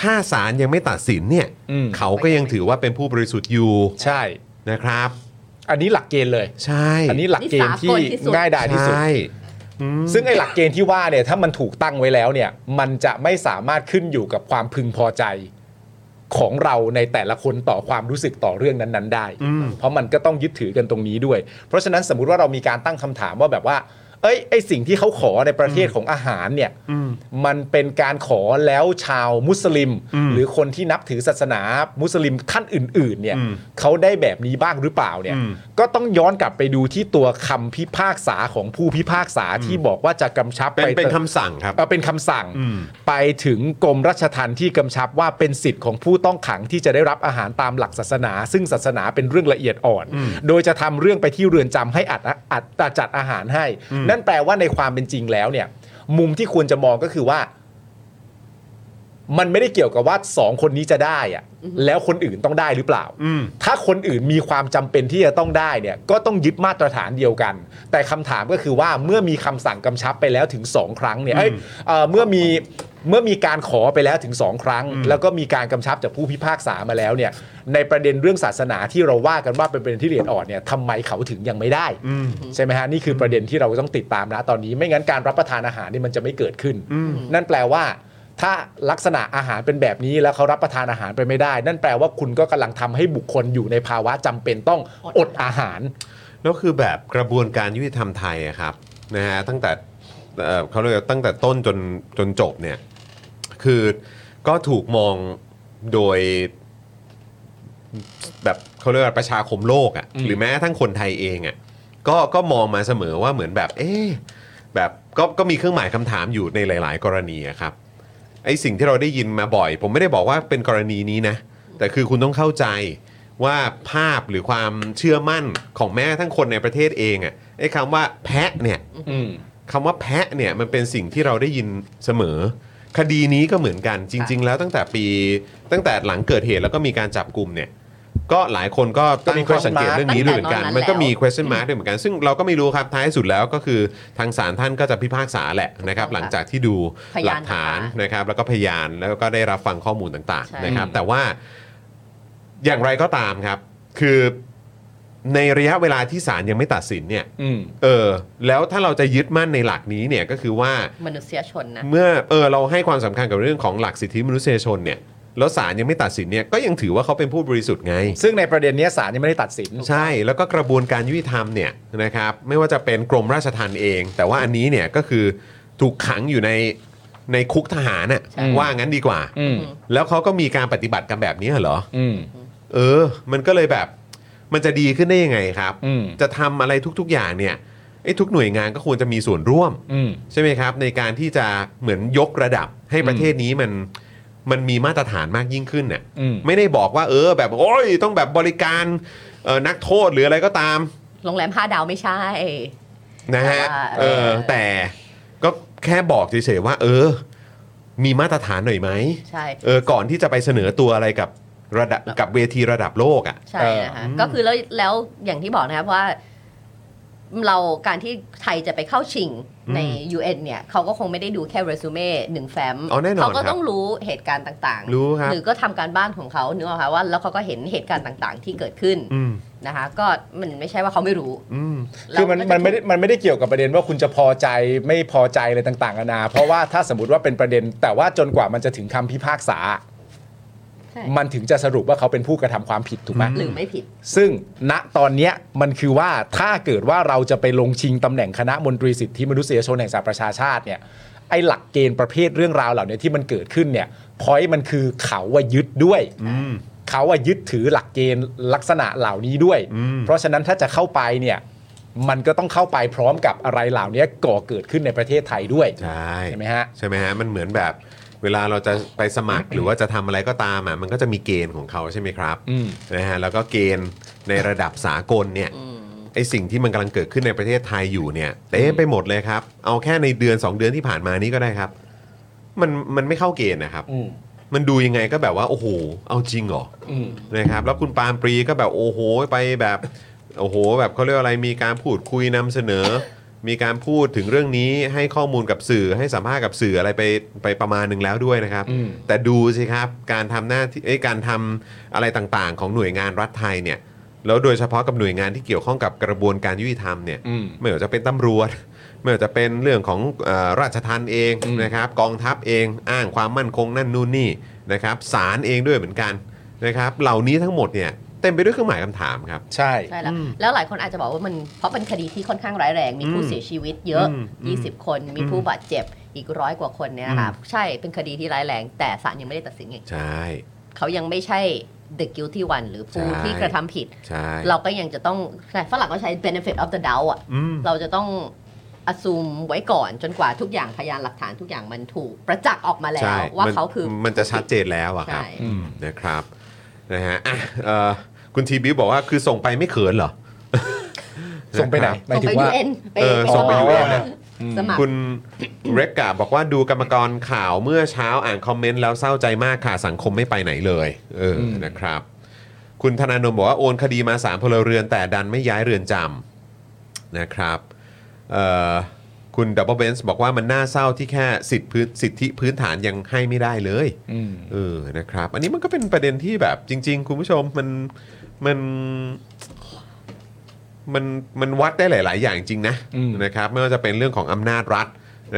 Speaker 1: ถ้าศาลยังไม่ตัดสินเนี่ยเขาก็ยังถือว่าเป็นผู้บริสุทธิ์อยู่
Speaker 2: ใช่
Speaker 1: นะครับ
Speaker 2: อันนี้หลักเกณฑ์เลย
Speaker 1: ใช่
Speaker 2: อันนี้หลักเกณฑ์ที่
Speaker 3: นี่สากลที่สุด
Speaker 2: ง่ายดายที่สุด
Speaker 1: ใช่อืม
Speaker 2: ซึ่งไอ้หลักเกณฑ์ที่ว่าเนี่ยถ้ามันถูกตั้งไว้แล้วเนี่ย มันจะไม่สามารถขึ้นอยู่กับความพึงพอใจของเราในแต่ละคนต่อความรู้สึกต่อเรื่องนั้นๆ ได้
Speaker 1: อืม
Speaker 2: เพราะมันก็ต้องยึดถือกันตรงนี้ด้วย เพราะฉะนั้นสมมุติว่าเรามีการตั้งคำถามว่าแบบว่า เอ้ยไอสิ่งที่เขาขอในประเทศของอาหารเนี่ย
Speaker 1: อืม
Speaker 2: มันเป็นการขอแล้วชาวมุสลิม
Speaker 1: อืม
Speaker 2: หรือคนที่นับถือศาสนามุสลิมท่านอื่น ๆ เนี่ย
Speaker 1: อืม
Speaker 2: เขาได้แบบนี้บ้างหรือเปล่าเนี่ย
Speaker 1: อืม
Speaker 2: ก็ต้องย้อนกลับไปดูที่ตัวคำพิพากษาของผู้พิพากษาที่บอกว่าจะกำชับ
Speaker 1: เป็น
Speaker 2: ไป
Speaker 1: เป็นคำสั่งครับ
Speaker 2: เอ่อเป็นคำสั่ง
Speaker 1: อืม
Speaker 2: ไปถึงกรมรัชทัณฑ์ที่กำชับว่าเป็นสิทธิ์ของผู้ต้องขังที่จะได้รับอาหารตามหลักศาสนา ซึ่งศาสนาเป็นเรื่องละเอียดอ่อน โดยจะทำเรื่องไปที่เรือนจำให้อัดอัดอัดจัดอาหารให้ นั่นแปลว่าในความเป็นจริงแล้วเนี่ย มุมที่ควรจะมองก็คือว่า มันไม่ได้เกี่ยวกับว่าสองคนนี้จะได้อะแล้วคนอื่นต้องได้หรือเปล่า
Speaker 1: อืม
Speaker 2: ถ้าคนอื่นมีความจำเป็นที่จะต้องได้เนี่ยก็ต้องยึดมาตรฐานเดียวกัน แต่คำถามก็คือว่าเมื่อมีคำสั่งกำชับไปแล้วถึง 2 ครั้งเนี่ยเอ้ยเอ่อเมื่อมีเมื่อมีการขอไปแล้วถึง 2 ครั้ง แล้วก็มีการกำชับจากผู้พิพากษามาแล้วเนี่ยในประเด็นเรื่องศาสนาที่เราว่ากันว่าเป็นประเด็นที่ละเอียดอ่อนเนี่ยทำไมเขาถึงยังไม่ได้ใช่ไหมฮะนี่คือประเด็นที่เราต้องติดตามนะตอนนี้ ไม่งั้นการรับประทานอาหารนี่มันจะไม่เกิดขึ้น นั่นแปลว่า ถ้าลักษณะอาหารเป็นแบบนี้แล้วเขารับประทานอาหารไปไม่ได้ นั่นแปลว่าคุณก็กำลังทำให้บุคคลอยู่ในภาวะจำเป็นต้องอดอาหาร
Speaker 1: แล้วคือแบบกระบวนการยุติธรรมไทยอะครับนะฮะตั้งแต่เอ่อเขาเรียกว่าตั้งแต่ต้นจนจนจบเนี่ยคือก็ถูกมองโดยแบบเขาเรียกว่าประชาคมโลกอะ่ะหรือแม้กระทั้งคนไทยเองอะ่ะก็ก็มองมาเสมอว่าเหมือนแบบ เอ๊ะแบบก็ก็มีเครื่องหมายคำถามอยู่ในหลาย ๆ กรณีอะครับไอ้สิ่งที่เราได้ยินมาบ่อย ผมไม่ได้บอกว่าเป็นกรณีนี้นะ แต่คือคุณต้องเข้าใจ ว่าภาพหรือความเชื่อมั่นของแม้กระทั้งคนในประเทศเองอะ่ะไอ้คำว่าแพะเนี่ย
Speaker 2: อืม
Speaker 1: คำว่าแพะเนี่ยมันเป็นสิ่งที่เราได้ยินเสมอ คดีนี้ก็เหมือนกันจริง ๆ แล้วตั้งแต่ปีตั้งแต่หลังเกิดเหตุแล้วก็มีการจับกลุ่มเนี่ยก็หลายคนก็
Speaker 2: ก็
Speaker 1: ตั้
Speaker 2: มี
Speaker 1: งข้อสังเกต
Speaker 2: question mark
Speaker 1: เรื่องนี้ด้วยเหมือนกัน
Speaker 3: ตั้งแต่ตอนนั้น
Speaker 1: มันก็มี
Speaker 3: แล้ว
Speaker 1: question mark ด้วยเหมือนกัน ซึ่งเราก็ไม่รู้ครับท้ายสุดแล้วก็คือทางศาลท่านก็จะพิพากษาแหละนะครับ หลังจากที่ดู
Speaker 3: พยาน
Speaker 1: หลักฐานนะครับแล้วก็พยานแล้วก็ได้รับฟังข้อมูลต่าง
Speaker 3: ใช่
Speaker 1: ๆนะครับ แต่ว่า อย่างไรก็ตามครับ คือในระยะเวลาที่ศาลยังไม่ตัดสินเนี่ย
Speaker 2: อืม
Speaker 1: เออ แล้วถ้าเราจะยึดมั่นในหลักนี้เนี่ยก็คือว่า
Speaker 3: มนุษยชนนะ
Speaker 1: เมื่อเออเราให้ความสำคัญกับเรื่องของหลักสิทธิมนุษยชนเนี่ย แล้วศาลยังไม่ตัดสินเนี่ยก็ยังถือว่าเขาเป็นผู้บริสุทธิ์ไง
Speaker 2: ซึ่งในประเด็นเนี้ยศาลยังไม่ได้ตัดสิน
Speaker 1: ใช่แล้วก็กระบวนการยุติธรรมเนี่ยนะครับไม่ว่าจะเป็นกรมราชทัณฑ์เอง แต่ว่าอันนี้เนี่ยก็คือถูกขังอยู่ในในคุกทหารน่ะ
Speaker 2: ใช่
Speaker 1: ว่างั้นดีกว่า
Speaker 2: อืม
Speaker 1: แล้วเขาก็มีการปฏิบัติกันแบบนี้เหรอ
Speaker 2: อืม
Speaker 1: เออ มันก็เลยแบบ มันจะดีขึ้นได้ยังไงครับ
Speaker 2: อืม
Speaker 1: จะทำอะไรทุกๆอย่างเนี่ยไอ้ทุกหน่วยงานก็ควรจะมีส่วนร่วม
Speaker 2: อืม
Speaker 1: ใช่ไหมครับ ในการที่จะเหมือนยกระดับให้ประเทศนี้มันมันมีมาตรฐานมากยิ่งขึ้นเนี่ย
Speaker 2: อืม
Speaker 1: ไม่ได้บอกว่าเออ แบบโอ้ยต้องแบบบริการเอ่อนักโทษหรืออะไรก็ตาม
Speaker 3: โรงแรมห้าดาวไม่ใช่
Speaker 1: นะฮะ
Speaker 3: แต่ว่า
Speaker 1: เออแต่ก็แค่บอกเฉยๆว่า เออ มีมาตรฐานหน่อยไหม
Speaker 3: ใช่
Speaker 1: เออก่อนที่จะไปเสนอตัวอะไรกับระดับกับเวทีระดับโลกอ่ะ
Speaker 3: ใช่นะคะก็คือแล้วแล้วอย่างที่บอกนะครับว่าเราการที่ไทยจะไปเข้าชิงใน UN เนี่ยเขาก็คงไม่ได้ดูแค่เรซูเม่หนึ่งแฟ้ม
Speaker 1: อ๋อแน่นอน
Speaker 3: เขาก็
Speaker 1: ครับ
Speaker 3: ต้องรู้เหตุการณ์ต่างๆ
Speaker 1: รู้ครับ
Speaker 3: หรือก็ทำการบ้านของเขาเนื้ออกค่ะว่าแล้วเขาก็เห็นเหตุการณ์ต่างๆ ที่เกิดขึ้น
Speaker 1: อืม
Speaker 3: นะคะ ก็มันไม่ใช่ว่าเขาไม่รู้
Speaker 1: อืม
Speaker 2: คือมัน
Speaker 3: เรา
Speaker 2: มั
Speaker 3: ก็
Speaker 2: น
Speaker 3: จะ
Speaker 2: ไม่ได้มันไม่ได้เกี่ยวกับประเด็นว่าคุณจะพอใจไม่พอใจอะไรต่างๆนานา เพราะว่าถ้าสมมติว่าเป็นประเด็น แต่ว่าจนกว่ามันจะถึงคำพิพากษา
Speaker 3: ใช่
Speaker 2: มันถึงจะสรุปว่าเขาเป็นผู้กระทำความผิดถูกไหม
Speaker 3: หรือไม่ผิด
Speaker 2: ซึ่งณตอนเนี้ยมันคือว่าถ้าเกิดว่าเราจะไปลงชิงตำแหน่งคณะมนตรีสิทธิมนุษยชนแห่งสหประชาชาติเนี่ยไอ้หลักเกณฑ์ประเภทเรื่องราวเหล่านี้ที่มันเกิดขึ้นเนี่ยพอยมันคือเขาว่ายึดด้วยเขาว่ายึดถือหลักเกณฑ์ลักษณะเหล่านี้ด้วย
Speaker 1: อืม
Speaker 2: เพราะฉะนั้นถ้าจะเข้าไปเนี่ยมันก็ต้องเข้าไปพร้อมกับอะไรเหล่านี้ก่อเกิดขึ้นในประเทศไทยด้วย
Speaker 1: ใช่
Speaker 2: ใช่ไหมฮะ
Speaker 1: ใช่ไหมฮะ มันเหมือนแบบเวลาเราจะไปสมัคร หรือว่าจะทำอะไรก็ตามอ่ะมันก็จะมีเกณฑ์ของเขาใช่ไหมครับ
Speaker 2: อืม
Speaker 1: นะฮะแล้วก็เกณฑ์ในระดับสากลเนี่ยไอสิ่งที่มันกำลังเกิดขึ้นในประเทศไทยอยู่เนี่ยเต็มไปหมดเลยครับ เอาแค่ในเดือน 2 เดือนที่ผ่านมานี้ก็ได้ครับ มันมันไม่เข้าเกณฑ์นะครับ
Speaker 2: อืม
Speaker 1: มันดูยังไงก็แบบว่าโอ้โหเอาจริงเหรอ
Speaker 2: อืม
Speaker 1: นะครับแล้วคุณปาล์มปรีก็แบบโอ้โหไปแบบโอ้โห แบบเขาเรียกว่าอะไรมีการพูดคุยนำเสนอ มีการพูดถึงเรื่องนี้ให้ข้อมูลกับสื่อให้สัมภาษณ์กับสื่ออะไรไปไปประมาณหนึ่งแล้วด้วยนะครับ
Speaker 2: อืม
Speaker 1: แต่ดูสิครับการทำหน้าที่เอ้ยการทำอะไรต่างๆ ของหน่วยงานรัฐไทยเนี่ยแล้วโดยเฉพาะกับหน่วยงานที่เกี่ยวข้องกับกระบวนการยุติธรรมเนี่ย
Speaker 2: อืม
Speaker 1: ไม่ว่าจะเป็นตำรวจ ไม่ว่าจะเป็นเรื่องของเออราชทันเอง
Speaker 2: อืม
Speaker 1: นะครับกองทัพเองอ้างความมั่นคงนั่นนู่นนี่นะครับศาลเองด้วยเหมือนกันนะครับเหล่านี้ทั้งหมดเนี่ยเต็มไปด้วยเครื่องหมายคำถามครับ
Speaker 2: ใช่
Speaker 3: ใช่แล้วแล้วหลายคนอาจจะบอกว่ามันเพราะเป็นคดีที่ค่อนข้างร้ายแรง มีผู้
Speaker 1: อืม
Speaker 3: เสียชีวิตเยอะ
Speaker 1: อืมอืม
Speaker 3: 20 คน มี
Speaker 1: อืม
Speaker 3: ผู้บาดเจ็บอีกร้อยกว่าคนเนี่ยนะคะใช่เป็นคดีที่ร้ายแรง แต่ศาลยังไม่ได้ตัดสินไง
Speaker 1: ใช่
Speaker 3: เขายังไม่ใช่ the guilty one หรือผู้ที่กระทำผิด
Speaker 1: ใช่
Speaker 3: เราก็ยังจะต้องใช่ฝรั่งก็ใช้ benefit of the doubt อ่ะ
Speaker 1: อืม
Speaker 3: เราจะต้องอ s ซูมไว้ก่อนจนกว่าทุกอย่างพยานหลักฐานทุกอย่างมันถูกประจักษ์ออกมาแล้
Speaker 1: ใช่
Speaker 3: ว ว่าน เขาคือ
Speaker 1: มันจะชัดเจนแล้วอะครับ
Speaker 3: ใช่
Speaker 1: อืมนะครับนะฮะอ่ะเอ่อคุณทีบิวบอกว่าคือส่งไปไม่เขินเหรอ
Speaker 2: ส่งไปไหนหมาย
Speaker 3: ส่ง
Speaker 2: ถึ
Speaker 3: ไป
Speaker 2: ง
Speaker 3: ยู
Speaker 2: ว่า
Speaker 3: เอ็นไป
Speaker 1: เออส่งไป
Speaker 3: ส
Speaker 1: UN
Speaker 3: มัคร
Speaker 1: นะ
Speaker 3: สมัคร
Speaker 1: คุณ เรกกาบอกว่าดูกรรมกรข่าวเมื่อเช้าอ่านคอมเมนต์แล้วเศร้าใจมากค่ะ สังคมไม่ไปไหนเลยเอออ
Speaker 2: ม
Speaker 1: นะครับ คุณธนาโนมบอกว่าโอนคดีมาสามพลเรือนแต่ดันไม่ย้ายเรือนจำนะครับเอ่อคุณดับเบิลเบนส์บอกว่ามันน่าเศร้าที่แค่สิทธิพื้นสิทธิพื้นฐานยังให้ไม่ได้เลย
Speaker 2: อืม
Speaker 1: เออ นะครับ อันนี้มันก็เป็นประเด็นที่แบบจริง ๆ คุณผู้ชมมันมันมันมันวัดได้หลาย ๆ อย่างจริงนะ
Speaker 2: อืม
Speaker 1: นะครับไม่ว่าจะเป็นเรื่องของอำนาจรัฐ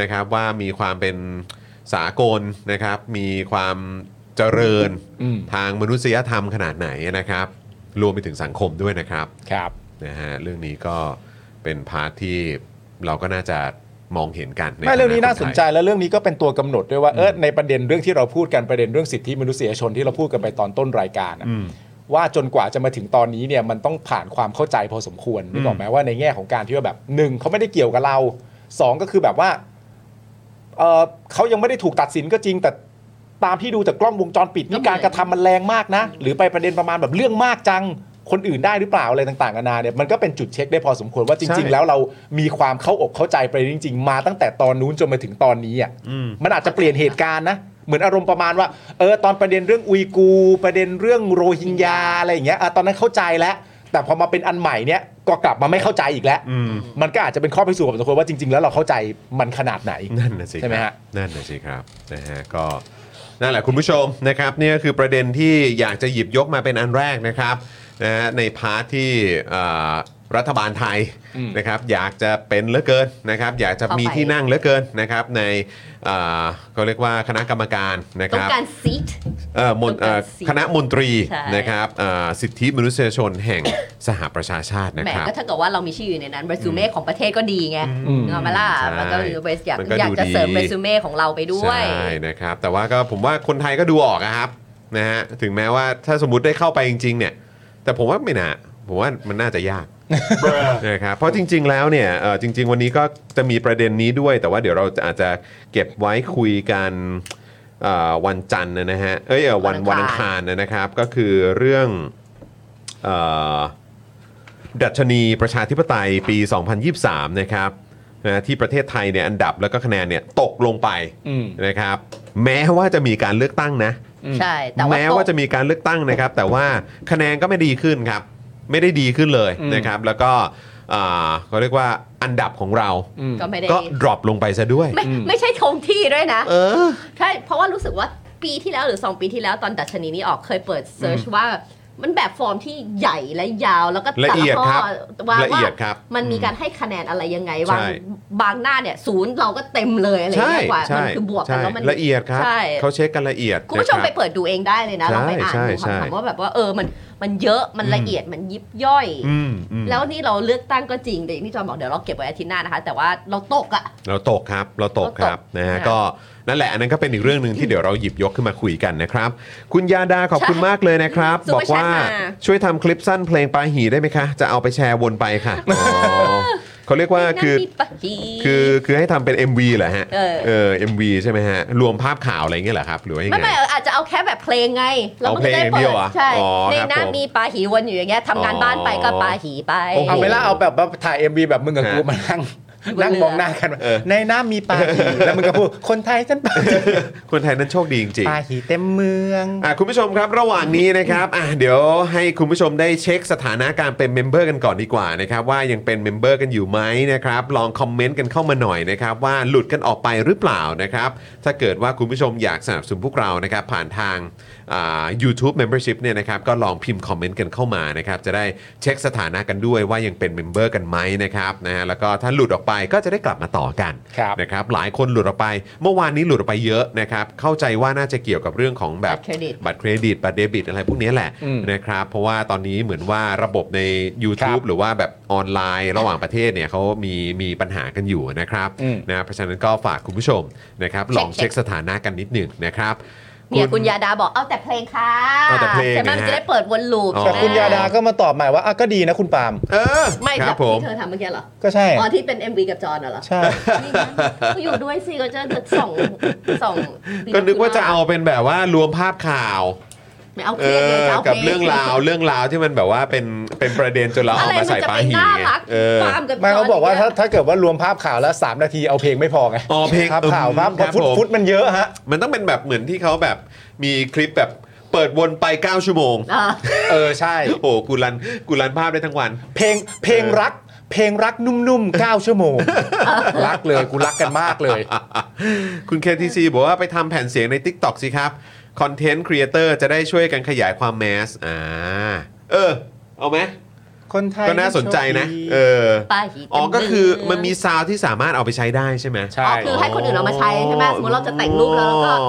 Speaker 1: นะครับ ว่ามีความเป็นสากลนะครับ มีความเจริญ
Speaker 2: อืม
Speaker 1: ทางมนุษยธรรมขนาดไหนนะครับ รวมไปถึงสังคมด้วยนะครับ
Speaker 2: ครับ
Speaker 1: นะฮะเรื่องนี้ก็เป็นพาร์ทที่เราก็น่าจะมองเห็นกันใ
Speaker 2: ไม่เรื่องนี้
Speaker 1: ฐ
Speaker 2: น่า
Speaker 1: ค
Speaker 2: สน
Speaker 1: ไทย
Speaker 2: ใจและเรื่องนี้ก็เป็นตัวกำหนดด้วยว่าเออในประเด็นเรื่องที่เราพูดกันประเด็นเรื่องสิทธิมนุษยชนที่เราพูดกันไปตอนต้นรายการอะ
Speaker 1: อืม
Speaker 2: ว่าจนกว่าจะมาถึงตอนนี้เนี่ยมันต้องผ่านความเข้าใจพอสมควรนึกออกไหมว่าในแง่ของการที่ว่าแบบหนึ่งเขาไม่ได้เกี่ยวกับเราสองก็คือแบบว่าเออเขายังไม่ได้ถูกตัดสินก็จริง แต่ตามที่ดูจากกล้องวงจรปิดนี่การกระทำมันแรงมากนะ หรือไปประเด็นประมาณแบบเรื่องมากจังคนอื่นได้หรือเปล่าอะไรต่างๆนานาเนี่ยมันก็เป็นจุดเช็คได้พอสมควรว่าจริง
Speaker 1: ใช่
Speaker 2: ๆ แล้วเรามีความเข้าอกเข้าใจไปจริง ๆ มาตั้งแต่ตอนนู้นจนมาถึงตอนนี้อ่ะ
Speaker 1: อืม
Speaker 2: มันอาจจะเปลี่ยนเหตุการณ์นะ เหมือนอารมณ์ประมาณว่าเออตอนประเด็นเรื่องอุยกูร์ประเด็นเรื่องโรฮิงญาอะไรอย่างเงี้ยอ่ะตอนนั้นเข้าใจแล้ว แต่พอมาเป็นอันใหม่เนี้ยก็กลับมาไม่เข้าใจอีกแล้ว
Speaker 1: อืม
Speaker 2: มันก็อาจจะเป็นข้อพิสูจน์กับสังคมว่าจริง ๆ แล้วเราเข้าใจมันขนาดไหน
Speaker 1: นั่นนะสิครับ
Speaker 2: ใช่ไหมฮะ
Speaker 1: นั่นนะสิครับนะฮะก็นั่นแหละคุณผู้ชมนะครับนี่ก็คือประเด็นที่อยากจะหยิบยกมาเป็นอันแรกนะครับนะฮะในพาร์ทที่เอ่อรัฐบาลไทย
Speaker 2: อืม
Speaker 1: นะครับอยากจะเป็นเหลือเกินนะครับอยากจะมี
Speaker 3: เข้าไป
Speaker 1: ที่นั่งเหลือเกินนะครับในเอ่อเขาเรียกว่าคณะกรรมการนะค
Speaker 3: ต้อง
Speaker 1: รับ
Speaker 3: การซีท
Speaker 1: เอ่อมนเอ่อ
Speaker 3: ต้องการสิทธิ์
Speaker 1: คณะมนตรี
Speaker 3: ใช่
Speaker 1: นะครับเอ่อสิทธิมนุษยชนแห่งสหประชาชาตินะ
Speaker 3: แหม
Speaker 1: ครับ
Speaker 3: ก็ถ้าเกิดว่าเรามีชื่ออยู่ในนั้นเรซูเม่ของประเทศก็ดีไง
Speaker 2: อืม
Speaker 3: เงามาล่ะ
Speaker 1: ใช่
Speaker 3: แล้วก็เวสอยาก
Speaker 1: มันก็
Speaker 3: อยากจะ
Speaker 1: ดูดี
Speaker 3: เสริมเรซูเม่ของเราไปด้วย
Speaker 1: ใช่นะครับ แต่ว่าก็ผมว่าคนไทยก็ดูออกอะครับนะฮะถึงแม้ว่าถ้าสมมติได้เข้าไปจริง ๆ เนี่ย แต่ผมว่าไม่น่าผมว่ามันน่าจะยาก นะครับเพราะจริง ๆ แล้วเนี่ยเอ่อจริง ๆ วันนี้ก็จะมีประเด็นนี้ด้วย แต่ว่าเดี๋ยวเราอาจจะเก็บไว้คุยกันเอ่อวันจันทร์นะฮะเอ้ยเอ่อวัน
Speaker 3: วั
Speaker 1: วัน
Speaker 3: น
Speaker 1: อั
Speaker 3: อั
Speaker 1: ง
Speaker 3: ง
Speaker 1: คา
Speaker 3: คาร ร
Speaker 1: นะครับก็คือเรื่องเอ่อดัชนีประชาธิปไตยปี 2023 นะครับนะที่ประเทศไทยเนี่ยอันดับแล้วก็คะแนนเนี่ยตกลงไป
Speaker 2: อืม
Speaker 1: นะครับ แม้ว่าจะมีการเลือกตั้งนะ
Speaker 3: ใช่ แต่ว่า
Speaker 1: แม้
Speaker 3: ตก
Speaker 1: ว่าจะมีการเลือกตั้งนะครับ แต่ว่าคะแนนก็ไม่ดีขึ้นครับ ไม่ได้ดีขึ้นเลยนะครับ แล้วก็อ่าเขาเรียกว่าอันดับของเรา
Speaker 3: ก็ไม่ได้
Speaker 1: ก็ดรอปลงไปซะด้วย
Speaker 3: ไม่ไม่ใช่คงที่ด้วยนะ
Speaker 1: เออ
Speaker 3: ใช่เพราะว่ารู้สึกว่าปีที่แล้วหรือ 2 ปีที่แล้วตอนดัชนีนี้ออกเคยเปิดเซิร์ชว่ามันแบบฟอร์มที่ใหญ่และยาวแล้วก็
Speaker 1: ละ
Speaker 3: แต่
Speaker 1: เอียด
Speaker 3: ข้อ
Speaker 1: ครับ
Speaker 3: ว่า
Speaker 1: ละเอียดครับ
Speaker 3: ว่ามันมีการให้คะแนนอะไรยังไง
Speaker 1: ใช่
Speaker 3: บางบางหน้าเนี่ยศูนย์เราก็เต็มเลยอะไรอย่าง
Speaker 1: ใช่
Speaker 3: เงี้ยกว่า
Speaker 1: ใช่
Speaker 3: มันคือบวกกัน
Speaker 1: ใช่
Speaker 3: แล้วมัน
Speaker 1: ละเอียดครับ
Speaker 3: ใช่
Speaker 1: เขาเช็คกันละเอียด
Speaker 3: คุณผู้ชม
Speaker 1: นะ
Speaker 3: ไป
Speaker 1: รับ
Speaker 3: เปิดดูเองได้เลยนะเราไปอ่าน
Speaker 1: ใช่
Speaker 3: ดู
Speaker 1: ใช่ใช่
Speaker 3: คำถามว่าแบบว่าเออมันมันเยอะมันละเอียดมันยิบย่อย
Speaker 1: อืมอืม
Speaker 3: แล้วนี่เราเลือกตั้งก็จริงแต่อย่างที่จอมบอกเดี๋ยวเราเก็บไว้อาทิตย์หน้านะคะ แต่ว่าเราตกอะ
Speaker 1: เราตกครับ เราตกครับนะฮะ
Speaker 3: ค่ะ
Speaker 1: ก็นั่นแหละอันนั้นก็เป็นอีกเรื่องหนึ่ง ที่เดี๋ยวเราหยิบยกขึ้นมาคุยกันนะครับ คุณยาดาขอบคุณ
Speaker 3: ใช่
Speaker 1: มากเลยนะครับ
Speaker 3: ซุ
Speaker 1: บอ
Speaker 3: ปเปอร์
Speaker 1: กว่า
Speaker 3: แชทมา
Speaker 1: ช่วยทำคลิปสั้นเพลงปาหีได้ไหมคะ จะเอาไปแชร์วนไปค่ะอ๋อเขาเรียกว่าคือ
Speaker 3: นั่นนี่ปะฮี
Speaker 1: คือคือให้ทำเป็น MV เหรอฮะ
Speaker 3: เอ
Speaker 1: อ
Speaker 3: อ
Speaker 1: MV ใช่ไหมฮะ รวมภาพข่าวอะไรอย่างเงี้ยเหรอครับ หรือว่ายัง
Speaker 3: ไม่
Speaker 1: ไง
Speaker 3: ไม่อาจจะเอาแค่แบบเพลงไงแล้วมันก็ได้
Speaker 1: เอาเพลงอย่างเดี
Speaker 3: เปิ
Speaker 1: ยว
Speaker 3: ด
Speaker 1: เหรอ
Speaker 3: ใช่
Speaker 1: อ๋อ
Speaker 3: ใน
Speaker 1: ครับ
Speaker 3: หน้า
Speaker 1: ผม
Speaker 3: มีปลาหีวนอยู่อย่างเงี้ยทำงานบ้านไปก็ปลาหีไป
Speaker 1: โอ้โห
Speaker 2: เอาไหม่ล่ะเอาแบบว่าถ่าย MV แบบมึงกับกูมา นั่ง
Speaker 3: อ
Speaker 2: นั่ง
Speaker 3: ยู่บนเรือ
Speaker 2: มองหน้ากัน
Speaker 1: เออ
Speaker 2: ในน้ำมีปลาหี แล้วมึงก็พูดคนไทยฉันปลาหี
Speaker 1: คนไทยนั้นโชคดีจริง
Speaker 2: ปลา
Speaker 1: ๆ
Speaker 2: หีเต็มเมือง
Speaker 1: อ่ะคุณผู้ชมครับระหว่างนี้นะครับอ่ะเดี๋ยวให้คุณผู้ชมได้เช็คสถานะการเป็นเมมเบอร์กันก่อนดีกว่านะครับว่ายังเป็นเมมเบอร์กันอยู่ไหมนะครับลองคอมเมนต์กันเข้ามาหน่อยนะครับว่าหลุดกันออกไปหรือเปล่านะครับถ้าเกิดว่าคุณผู้ชมอยากสนับสนุนพวกเรานะครับผ่านทางอ่า YouTube Membership เนี่ยนะครับก็ลองพิมพ์คอมเมนต์กันเข้ามานะครับจะได้เช็คสถานะกันด้วยว่ายังเป็นเมมเบอร์กันไหมนะครับนะฮะแล้วก็ถ้าหลุดออกไปก็จะได้กลับมาต่อกัน
Speaker 2: ครับ
Speaker 1: นะครับหลายคนหลุดออกไป เมื่อวานนี้หลุดออกไปเยอะนะครับเข้าใจว่าน่าจะเกี่ยวกับเรื่องของแบบ
Speaker 3: บัตรเครดิต
Speaker 1: บัตรเครดิตบัตรเดบิตอะไรพวกนี้แหละ
Speaker 2: อืม
Speaker 1: นะครับเพราะว่าตอนนี้เหมือนว่าระบบใน YouTube
Speaker 2: ครับ
Speaker 1: หรือว่าแบบออนไลน์ระหว่างประเทศเนี่ยเขามีมีปัญหากันอยู่นะครับ
Speaker 2: อืม
Speaker 1: นะเพราะฉะนั้นก็ฝากคุณผู้ชมนะครับลองเช็คสถานะกันนิดหนึ่งนะครับ
Speaker 3: เนี่ยคุณยาดาบอกเอาแต่เพลงค่ะ
Speaker 1: เอาแต่เพลง
Speaker 3: ใช่ไหม
Speaker 1: นะฮะ
Speaker 3: มันจะได้เปิดวนลูป
Speaker 1: อ๋อ
Speaker 2: แต่
Speaker 3: ใช่ไหม
Speaker 2: คุณยาดาก็มาตอบใหม่ว่าอ่ะก็ดีนะคุณปาล์ม
Speaker 1: เออ
Speaker 3: ไม่
Speaker 1: ค
Speaker 3: แบ
Speaker 1: รั
Speaker 3: บบ
Speaker 1: ผม
Speaker 3: ที่เธอทำเมื่อกี้เหรอ
Speaker 2: ก็ใช่
Speaker 3: อ๋อที่เป็น MV กับจอห์นน่ะเหรอ
Speaker 2: ใช่
Speaker 3: นี่นะก็อยู่ด้วยสิก็จะส่งส่ง
Speaker 1: ก็นึกว่าจะเอาเป็นแบบว่ารวมภาพข่าว
Speaker 3: ไม่เอาเพ
Speaker 1: เอ
Speaker 3: ลงเล
Speaker 1: อ
Speaker 3: ยจะเอาเพลง
Speaker 1: กับเรื่องราวเรื่องราวที่มันแบบว่าเป็นเป็นประเด็นจนเรา
Speaker 3: อะ
Speaker 1: เอา
Speaker 3: ไร
Speaker 1: มา
Speaker 3: มัน
Speaker 1: ใส่
Speaker 3: จะ
Speaker 1: ปา
Speaker 3: เป็น
Speaker 1: หี
Speaker 3: น่า
Speaker 1: ไง
Speaker 3: รัก
Speaker 1: เออ
Speaker 3: ปาล์มกับจอห์น
Speaker 2: ไม่เขาบอกว่า
Speaker 3: นี่ย
Speaker 2: ถ้าถ้าเกิดว่ารวมภาพข่าวแล้ว 3 นาทีเอาเพลงไม่พอไง
Speaker 1: อ๋อเพลง
Speaker 2: ภาพข่าว
Speaker 1: เออ
Speaker 2: ภาพ
Speaker 1: ครับ
Speaker 2: ฟุต
Speaker 1: ผม
Speaker 2: ฟุตมันเยอะฮะ
Speaker 1: มันต้องเป็นแบบเหมือนที่เขาแบบมีคลิปแบบเปิดวนไป 9 ชั่วโมง
Speaker 3: อ่า
Speaker 2: เออใช่
Speaker 1: โอ้โหกูรันกูรันภาพได้ทั้งวัน
Speaker 2: เพลงเพลงรัก เพลงรักนุ่ม ๆ 9 ชั่วโม ง รักเลยกูรักกันมากเลย
Speaker 1: คุณเคทีซีบอกว่าไปทำแผ่นเสียงใน TikTok สิครับ คอนเทนต์ครีเอเตอร์จะได้ช่วยกันขยายความแมสอ่าเออ เอาไหม
Speaker 2: คนไทย
Speaker 1: ก็น่าสนใจนะ เออ
Speaker 3: ปลาหี
Speaker 1: อ๋อ ก็คือมันมีซาวที่สามารถเอาไปใช้ได้ใช่ไหม
Speaker 2: ใช่
Speaker 3: อ๋อคือให้คนอื่นเอามาใช้ใช่ไหมสมมติเราจะแต่งรูปแล้วเราก็
Speaker 1: อ๋อ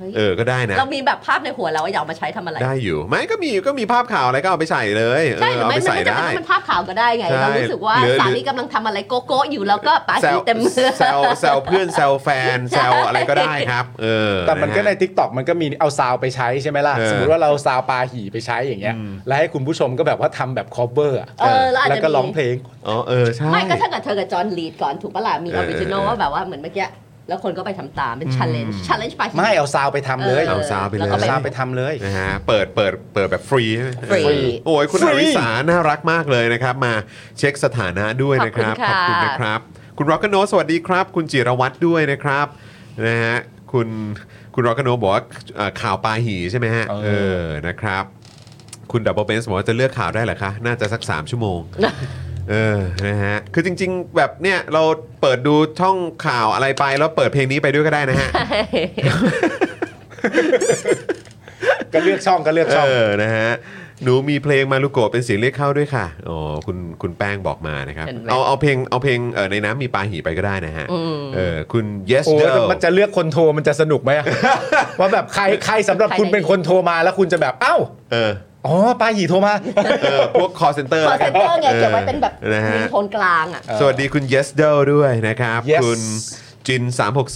Speaker 3: เฮ้ย
Speaker 1: เออก็ได้นะ
Speaker 3: เรามีแบบภาพในหัวแล้วว่าอยากเอามาใช้ทำอะไร
Speaker 1: ได้อยู่ไม่ก็มีก็มีภาพข่าวอะไรก็เอาไปใส่เลยเอ
Speaker 3: ใช่
Speaker 1: อ
Speaker 3: หรือ
Speaker 1: เอา
Speaker 3: ไม่
Speaker 1: ไป
Speaker 3: มัน
Speaker 1: ใส่
Speaker 3: ไม่จำเป็น
Speaker 1: ได้
Speaker 3: ต้องเป็นภาพข่าวก็ได้ไง
Speaker 1: ใช่
Speaker 3: เรารู้สึกว่า
Speaker 1: หรือ
Speaker 3: สามีกำลังทำอะไรโกโก้อยู่แล้วก็ปา
Speaker 1: แซ
Speaker 3: หี
Speaker 1: ว
Speaker 3: เต็มมือ
Speaker 1: แซวแซวเพื่อนแซวแฟนแซวอะไรก็ได้ครับ เออ
Speaker 2: แต่มันก็
Speaker 1: ะ
Speaker 2: ใน
Speaker 1: ฮะ
Speaker 2: t ิ k t o k มันก็มีเอาซาวไปใช้ใช่ไหมล่ะ
Speaker 1: เออ
Speaker 2: สมมติว่าเราซาวปาหีไปใช้อย่างเงี้ย แล้วให้คุณผู้ชมก็แบบว่าทำแบบคอเวอร์
Speaker 3: เออแล้วอาจจะ
Speaker 2: แล้วก็ร้องเพลง
Speaker 1: อ๋อเออใช่
Speaker 3: ไม่ก็ถ้าเกิดเธอกับจอห์นลีดก่อนถูกปะล่ะมีอ
Speaker 1: เอ
Speaker 3: อ
Speaker 1: อ
Speaker 3: ริจินอล
Speaker 1: เออ
Speaker 3: ว่าแบบว่าเหมือนเมื่อกี้แล้วคนก็ไปทำตามเป็นชันเลนจ์ชันเลนจ์ปาหี
Speaker 2: ไม่เอาซาวไปทำเลย
Speaker 3: เออ
Speaker 1: ซาวไปเล
Speaker 2: แล้
Speaker 1: ยว
Speaker 2: ก็ซาวไปทำเลย
Speaker 1: นะฮะเปิดเปิดเปิดแบบฟรีใช่ไหม
Speaker 3: ฟรี
Speaker 1: โอ้ยคุณ
Speaker 2: ฟ
Speaker 1: อ
Speaker 2: รี
Speaker 1: ริสาน่ารักมากเลยนะครับ มาเช็คสถานะด้วยนะครับ
Speaker 3: ขอบคุณ
Speaker 1: ณ
Speaker 3: ค่ะ
Speaker 1: นะครับ คุณร็อกโนสวัสดีครับ คุณจิรวัตรด้วยนะครับนะฮะคุณคุณร็อกโนบอกว่าเอ่อข่าวปาหีใช่ไหมฮะเออนะครับ คุณดับเบิลเบนส์บอกว่าจะเลือกข่าวได้เหรอคะ น่าจะสัก 3 ชั่วโม ง เออ นะฮะ คือจริง ๆ แบบเนี่ยเราเปิดดูช่องข่าวอะไรไป แล้วเปิดเพลงนี้ไปด้วยก็ได้นะฮะ
Speaker 2: ก็เลือกช่องก็เลือกช่อง
Speaker 1: เออ นะฮะ หนูมีเพลงมาลูโกะเป็นเสียงเรียกเข้าด้วยค่ะ อ๋อ คุณ คุณแป้งบอกมานะครับ
Speaker 3: เห็นไหม
Speaker 1: เอา เอาเพลง เอาเพลงเออในน้ำมีปลาหีไปก็ได้นะฮะ เออ คุณ yes
Speaker 2: โอ้
Speaker 1: girl
Speaker 2: มันจะเลือกคนโทรมันจะสนุก ไหมอะ ว่าแบบใครใครสำหรับคุณเป็นคนโทรมาแล้วคุณจะแบบเอ้า
Speaker 1: เออ
Speaker 2: อ๋อปาหีโทรมา
Speaker 1: เออ พวก call center
Speaker 3: คอเซ็นเตอร์ไงเก็บไว้เป็นแบบ
Speaker 1: นะฮะ
Speaker 3: มีโทนกลางอ่ะ
Speaker 1: สวัสดีคุณ yes d o ด้วยนะครับ
Speaker 2: Yes
Speaker 1: คุณจิน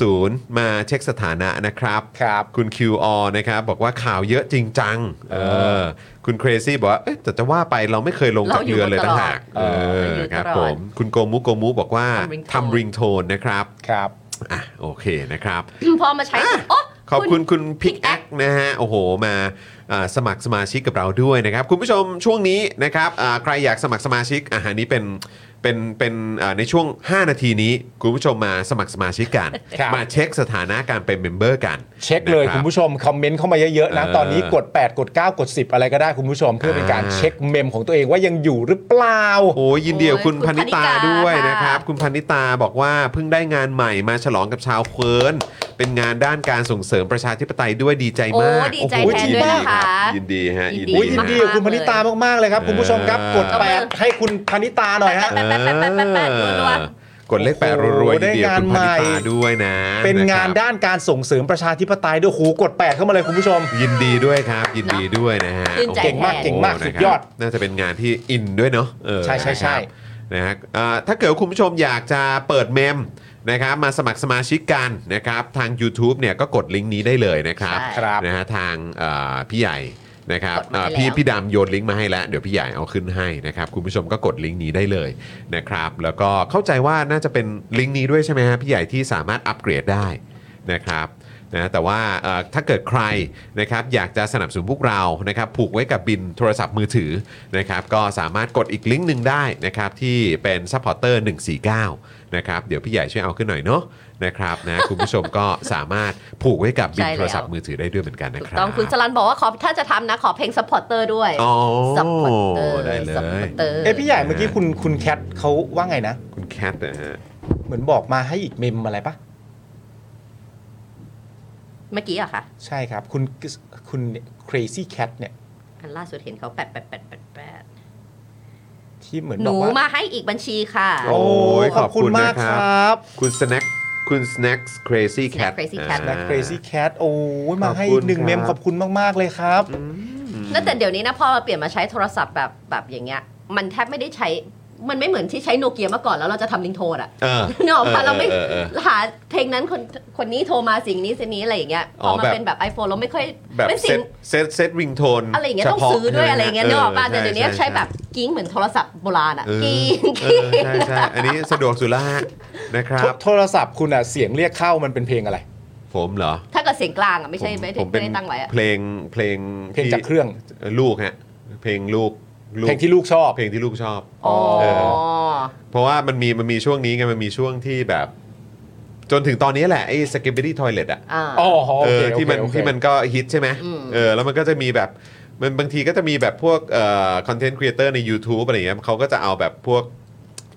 Speaker 1: 360 มาเช็คสถานะนะครับ
Speaker 2: ครับ
Speaker 1: คุณ QR นะครับ บอกว่าข่าวเยอะจริงจังเออคุณเครซี่บอกว่าเอ๊ะแต่จะว่าไปเราไม่เคยลงจาก
Speaker 3: เราอยู่
Speaker 1: เรือเลย
Speaker 3: มาตลอด
Speaker 1: ต่างหากเออ
Speaker 3: เราอยู่
Speaker 1: ครับ
Speaker 3: ตลอด
Speaker 1: ผมคุณโกมุโกมุบอกว่า
Speaker 3: ทำ
Speaker 1: ทำริงโทนนะครับ
Speaker 2: ครับ
Speaker 1: อ่ะโอเคนะครับ
Speaker 3: พอมาใช้โอ๊ะ
Speaker 1: ขอบคุณคุณพิกแอคนะฮะ โอ้โห มาอ่าสมัครสมาชิกกับเราด้วยนะครับ คุณผู้ชมช่วงนี้นะครับอ่าใครอยากสมัครสมาชิกอาหารนี้เป็น เป็นเป็นเอ่อในช่วง 5 นาทีนี้คุณผู้ชมมาสมัครสมาชิกกัน
Speaker 2: ครับ
Speaker 1: มาเช็คสถานะการเป็นเมมเบอร์กัน
Speaker 2: เช็คเลย
Speaker 1: นะรั
Speaker 2: คุ
Speaker 1: บ
Speaker 2: ณผู้ชมคอมเมนต์เข้ามาเยอะๆนะ
Speaker 1: เออ
Speaker 2: ตอนนี้กด 8 กด 9 กด 10 อะไรก็ได้คุณผู้ชม เพื่อเป็นการ
Speaker 1: อ่า
Speaker 2: เช็คเมมของตัวเองว่ายังอยู่หรือเปล่า
Speaker 1: โอ้ยยินดีกับคุณ
Speaker 3: โอ้ยคุ
Speaker 1: พั
Speaker 3: ณ
Speaker 1: นนิตา
Speaker 3: พนิตา
Speaker 1: ด้วยนะครับ
Speaker 3: ค่ะ
Speaker 1: คุณพันนิตาบอกว่าเพิ่งได้งานใหม่มาฉลองกับชาวเควิร์นเป็นงานด้านการส่งเสริมประชาธิปไตยด้วยดีใจมาก
Speaker 3: โอ้ดีใจ
Speaker 1: โอ้โห
Speaker 3: แทน
Speaker 1: ดี
Speaker 3: ด้วย
Speaker 1: มาก
Speaker 3: นะคะ
Speaker 1: ยินดีฮะยิน
Speaker 2: โอ้ย
Speaker 1: ดี
Speaker 2: ยินดี
Speaker 1: ฮะ
Speaker 2: กับคุณพนิตามากๆเลยครับ คุณผู้ชมครับ
Speaker 1: เออ
Speaker 2: กดแปดให้คุณพนิตาหน่อยฮะ
Speaker 3: แปดแปดแปดแปดแปดแปดรัว
Speaker 1: กดเลขแปด
Speaker 2: โอ้โห
Speaker 1: รัวๆยินดีกับคุณพันนิ
Speaker 2: ได้
Speaker 1: ตา
Speaker 2: งานใหม่
Speaker 1: ด้วยนะ
Speaker 2: เป็นงา
Speaker 1: ะคน รับ
Speaker 2: ด้านการส่งเสริมประชาธิปไตยด้วยโอ้โหูกด 8 เข้ามาเลยคุณผู้ชม
Speaker 1: ยินดีด้วยครับ ยินดีด้วยนะฮะ
Speaker 3: ชื่นใจ
Speaker 2: เก่งมาก
Speaker 3: แทน
Speaker 2: เก่งมาก
Speaker 1: โอ้
Speaker 2: สุด
Speaker 1: นะครับ
Speaker 2: ยอด
Speaker 1: น่าจะเป็นงานที่อินด้วยเนาะเออ
Speaker 2: ใช่ใช่ใช่
Speaker 1: นะครับนะฮะเอ่อถ้าเกิดว่าคุณผู้ชมอยากจะเปิดเมมนะครับมาสมัครสมาชิกกันนะครับทาง YouTube เนี่ยก็กดลิงก์นี้ได้เลยนะครับ
Speaker 3: ใช่
Speaker 2: ครับ
Speaker 1: นะฮะทางเอ่อพี่ใหญ่นะครับ
Speaker 3: กดมา
Speaker 1: เอ่อพี่
Speaker 3: ให้แล้ว
Speaker 1: พี่ดำโยนลิงก์มาให้แล้วเดี๋ยวพี่ใหญ่เอาขึ้นให้นะครับคุณผู้ชมก็กดลิงก์นี้ได้เลยนะครับแล้วก็เข้าใจว่าน่าจะเป็นลิงก์นี้ด้วยใช่ไหมฮะพี่ใหญ่ที่สามารถอัปเกรดได้ นะครับนะแต่ว่าเอ่อถ้าเกิดใครนะครับอยากจะสนับสนุนพวกเรานะครับผูกไว้กับบินโทรศัพท์มือถือนะครับก็สามารถกดอีกลิงก์หนึ่งได้นะครับที่เป็นซัพพอร์เตอร์ 149 นะครับเดี๋ยวพี่ใหญ่ช่วยเอาขึ้นหน่อยเนาะนะครับนะ คุณผู้ชมก็สามารถผูกไว้กับบิน
Speaker 3: ใช่แล้ว
Speaker 1: โทรศัพท์มือถือได้ด้วยเหมือนกันนะ
Speaker 3: ถูก
Speaker 1: ครับ
Speaker 3: ต้องคุณสลันบอกว่าขอถ้าจะทำนะ ขอเพลง Supporter ด้วย
Speaker 1: อ๋อ
Speaker 3: Supporter
Speaker 1: ได้เลย
Speaker 3: Supporter
Speaker 2: เอ้ยพี่ใหญ่เมื่อกี้คุณคุณแคทเขาว่าไงนะ
Speaker 1: คุณแคทนะฮะ
Speaker 2: เหมือนบอกมาให้อีกเมมอะไรปะ
Speaker 3: เมื่อกี้เหรอะคะ
Speaker 2: ใช่ครับ คุณคุณ crazy cat เนี่ย
Speaker 3: อันล่าสุดเห็นเขาแปดแปดแปดแปดแปด
Speaker 2: ที่เหมือน
Speaker 3: ห
Speaker 2: บอ
Speaker 3: นู
Speaker 2: กว่า
Speaker 3: มาให้อีกบัญชีค่ะ
Speaker 1: โอ้ยขอบคุณ
Speaker 2: มาม
Speaker 1: าก ก
Speaker 2: ค
Speaker 1: ค
Speaker 2: ร
Speaker 1: รับั
Speaker 2: บ
Speaker 1: คุณ Snack คุณ Snacks Crazy Cat
Speaker 3: Snack Crazy Cat
Speaker 2: และ
Speaker 1: อ่า
Speaker 2: crazy cat โอ้ยมาให้
Speaker 1: ขอบคุณ
Speaker 2: หนึ่งเม
Speaker 1: ค
Speaker 2: ม
Speaker 1: รับ
Speaker 2: ขอบคุณมากๆเลยครับ
Speaker 3: นั่นแต่เดี๋ยวนี้นะพอเราเปลี่ยนมาใช้โทรศัพท์แบบแบบอย่างเงี้ย มันแทบไม่ได้ใช้ มันไม่เหมือนที่ใช้โนเกียเมื่อก่อนแล้วเราจะทำลิงโทนอะ
Speaker 1: เออ
Speaker 3: เนกอะพะเราไม่
Speaker 1: ออออ
Speaker 3: หาเพลงนั้นคนคนนี้โทรมาสิ่งนี้สิ่งนี้อะไรอย่างเงี้ยพ
Speaker 1: อ๋อ
Speaker 3: อมา
Speaker 1: แบบ
Speaker 3: เป็นแบบ iPhone เราไม่ค่อย
Speaker 1: แบบ
Speaker 3: เป็น
Speaker 1: เซ
Speaker 3: สิ่
Speaker 1: ต
Speaker 3: ง
Speaker 1: เซตเซตริงโทน
Speaker 3: อะไรอย่างเงี้ยต้องซื้อด้วยอะไรอย่างเงี้ยเนกอะป่ะแต่เดี๋ยวนี้ใช้แบบกิ้งเหมือนโทรศัพท์โบราณอะกิ้งกิ้ง
Speaker 1: ใช่ใช่อันนี้สะดวกสุดละฮะนะครั
Speaker 2: โท
Speaker 1: บ
Speaker 2: โทรศัพท์คุณอะเสียงเรียกเข้ามันเป็นเพลงอะไร
Speaker 1: ผมเหรอ
Speaker 3: ถ้าเกิดเสียงกลางอะไม่ใช่
Speaker 1: ผ
Speaker 3: ไม่
Speaker 1: ผ
Speaker 3: ได้ไม่ได้ตั้งไว้อะ
Speaker 1: เพลงเพลง
Speaker 2: เพลง
Speaker 1: ที่
Speaker 2: จากเครื่อง
Speaker 1: ลูกฮะเพลงลูก
Speaker 2: เพลงที่ลูกชอบ
Speaker 1: เพลงที่ลูกชอบ
Speaker 3: อ๋อ
Speaker 1: เอ เพราะว่ามันมีมันมีช่วงนี้ไงมันมีช่วงที่แบบ จนถึงตอนนี้แหละไอ้สเก็ตตี้ทอยเลตอะ
Speaker 3: อ่า
Speaker 2: อ๋อโอ
Speaker 1: เอ
Speaker 2: เค
Speaker 1: อที่มัน
Speaker 2: โอเค
Speaker 1: ที่มันก็ฮิตใช่ไหม
Speaker 3: อืม
Speaker 1: เออแล้วมันก็จะมีแบบมันบางทีก็จะมีแบบพวกเอ่อคอนเทนต์ครีเอเตอร์ใน YouTube อะไรเงี้ยเขาก็จะเอาแบบพวก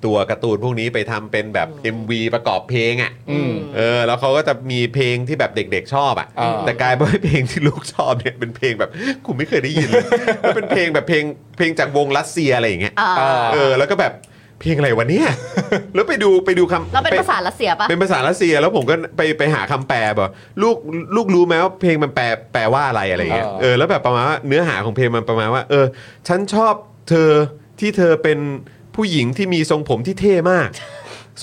Speaker 1: ตัวการ์ตูนพวกนี้ไปทำเป็นแบบ MV ประกอบเพลงอ่ะ
Speaker 2: อืม
Speaker 1: เออแล้วเขาก็จะมีเพลงที่แบบเด็กๆชอบอ่ะ
Speaker 2: อ่า
Speaker 1: แต่กลายเป็นว่าเพลงที่ลูกชอบเนี่ยเป็นเพลงแบบกูไม่เคยได้ยินเลยมันเป็นเพลงแบบเพลงเพลงจากวงรัสเซียอะไรอย่างเงี้ย
Speaker 3: อ่า
Speaker 1: เออแล้วก็แบบเพลงอะไรวะเนี่ย แล้วไปดูไปดูคำ
Speaker 3: เราเป็นภาษารัสเซียปะ
Speaker 1: เป็นภาษารัสเซียแล้วผมก็ไปไปหาคำแปลบอกลูกลูกรู้ไหมว่าเพลงมันแปลแปลว่าอะไรอะไรเงี้ย
Speaker 2: เออ
Speaker 1: เออแล้วแบบประมาณว่าเนื้อหาของเพลงมันประมาณว่า เออ ฉันชอบเธอที่เธอเป็นผู้หญิงที่มีทรงผมที่เท่ มาก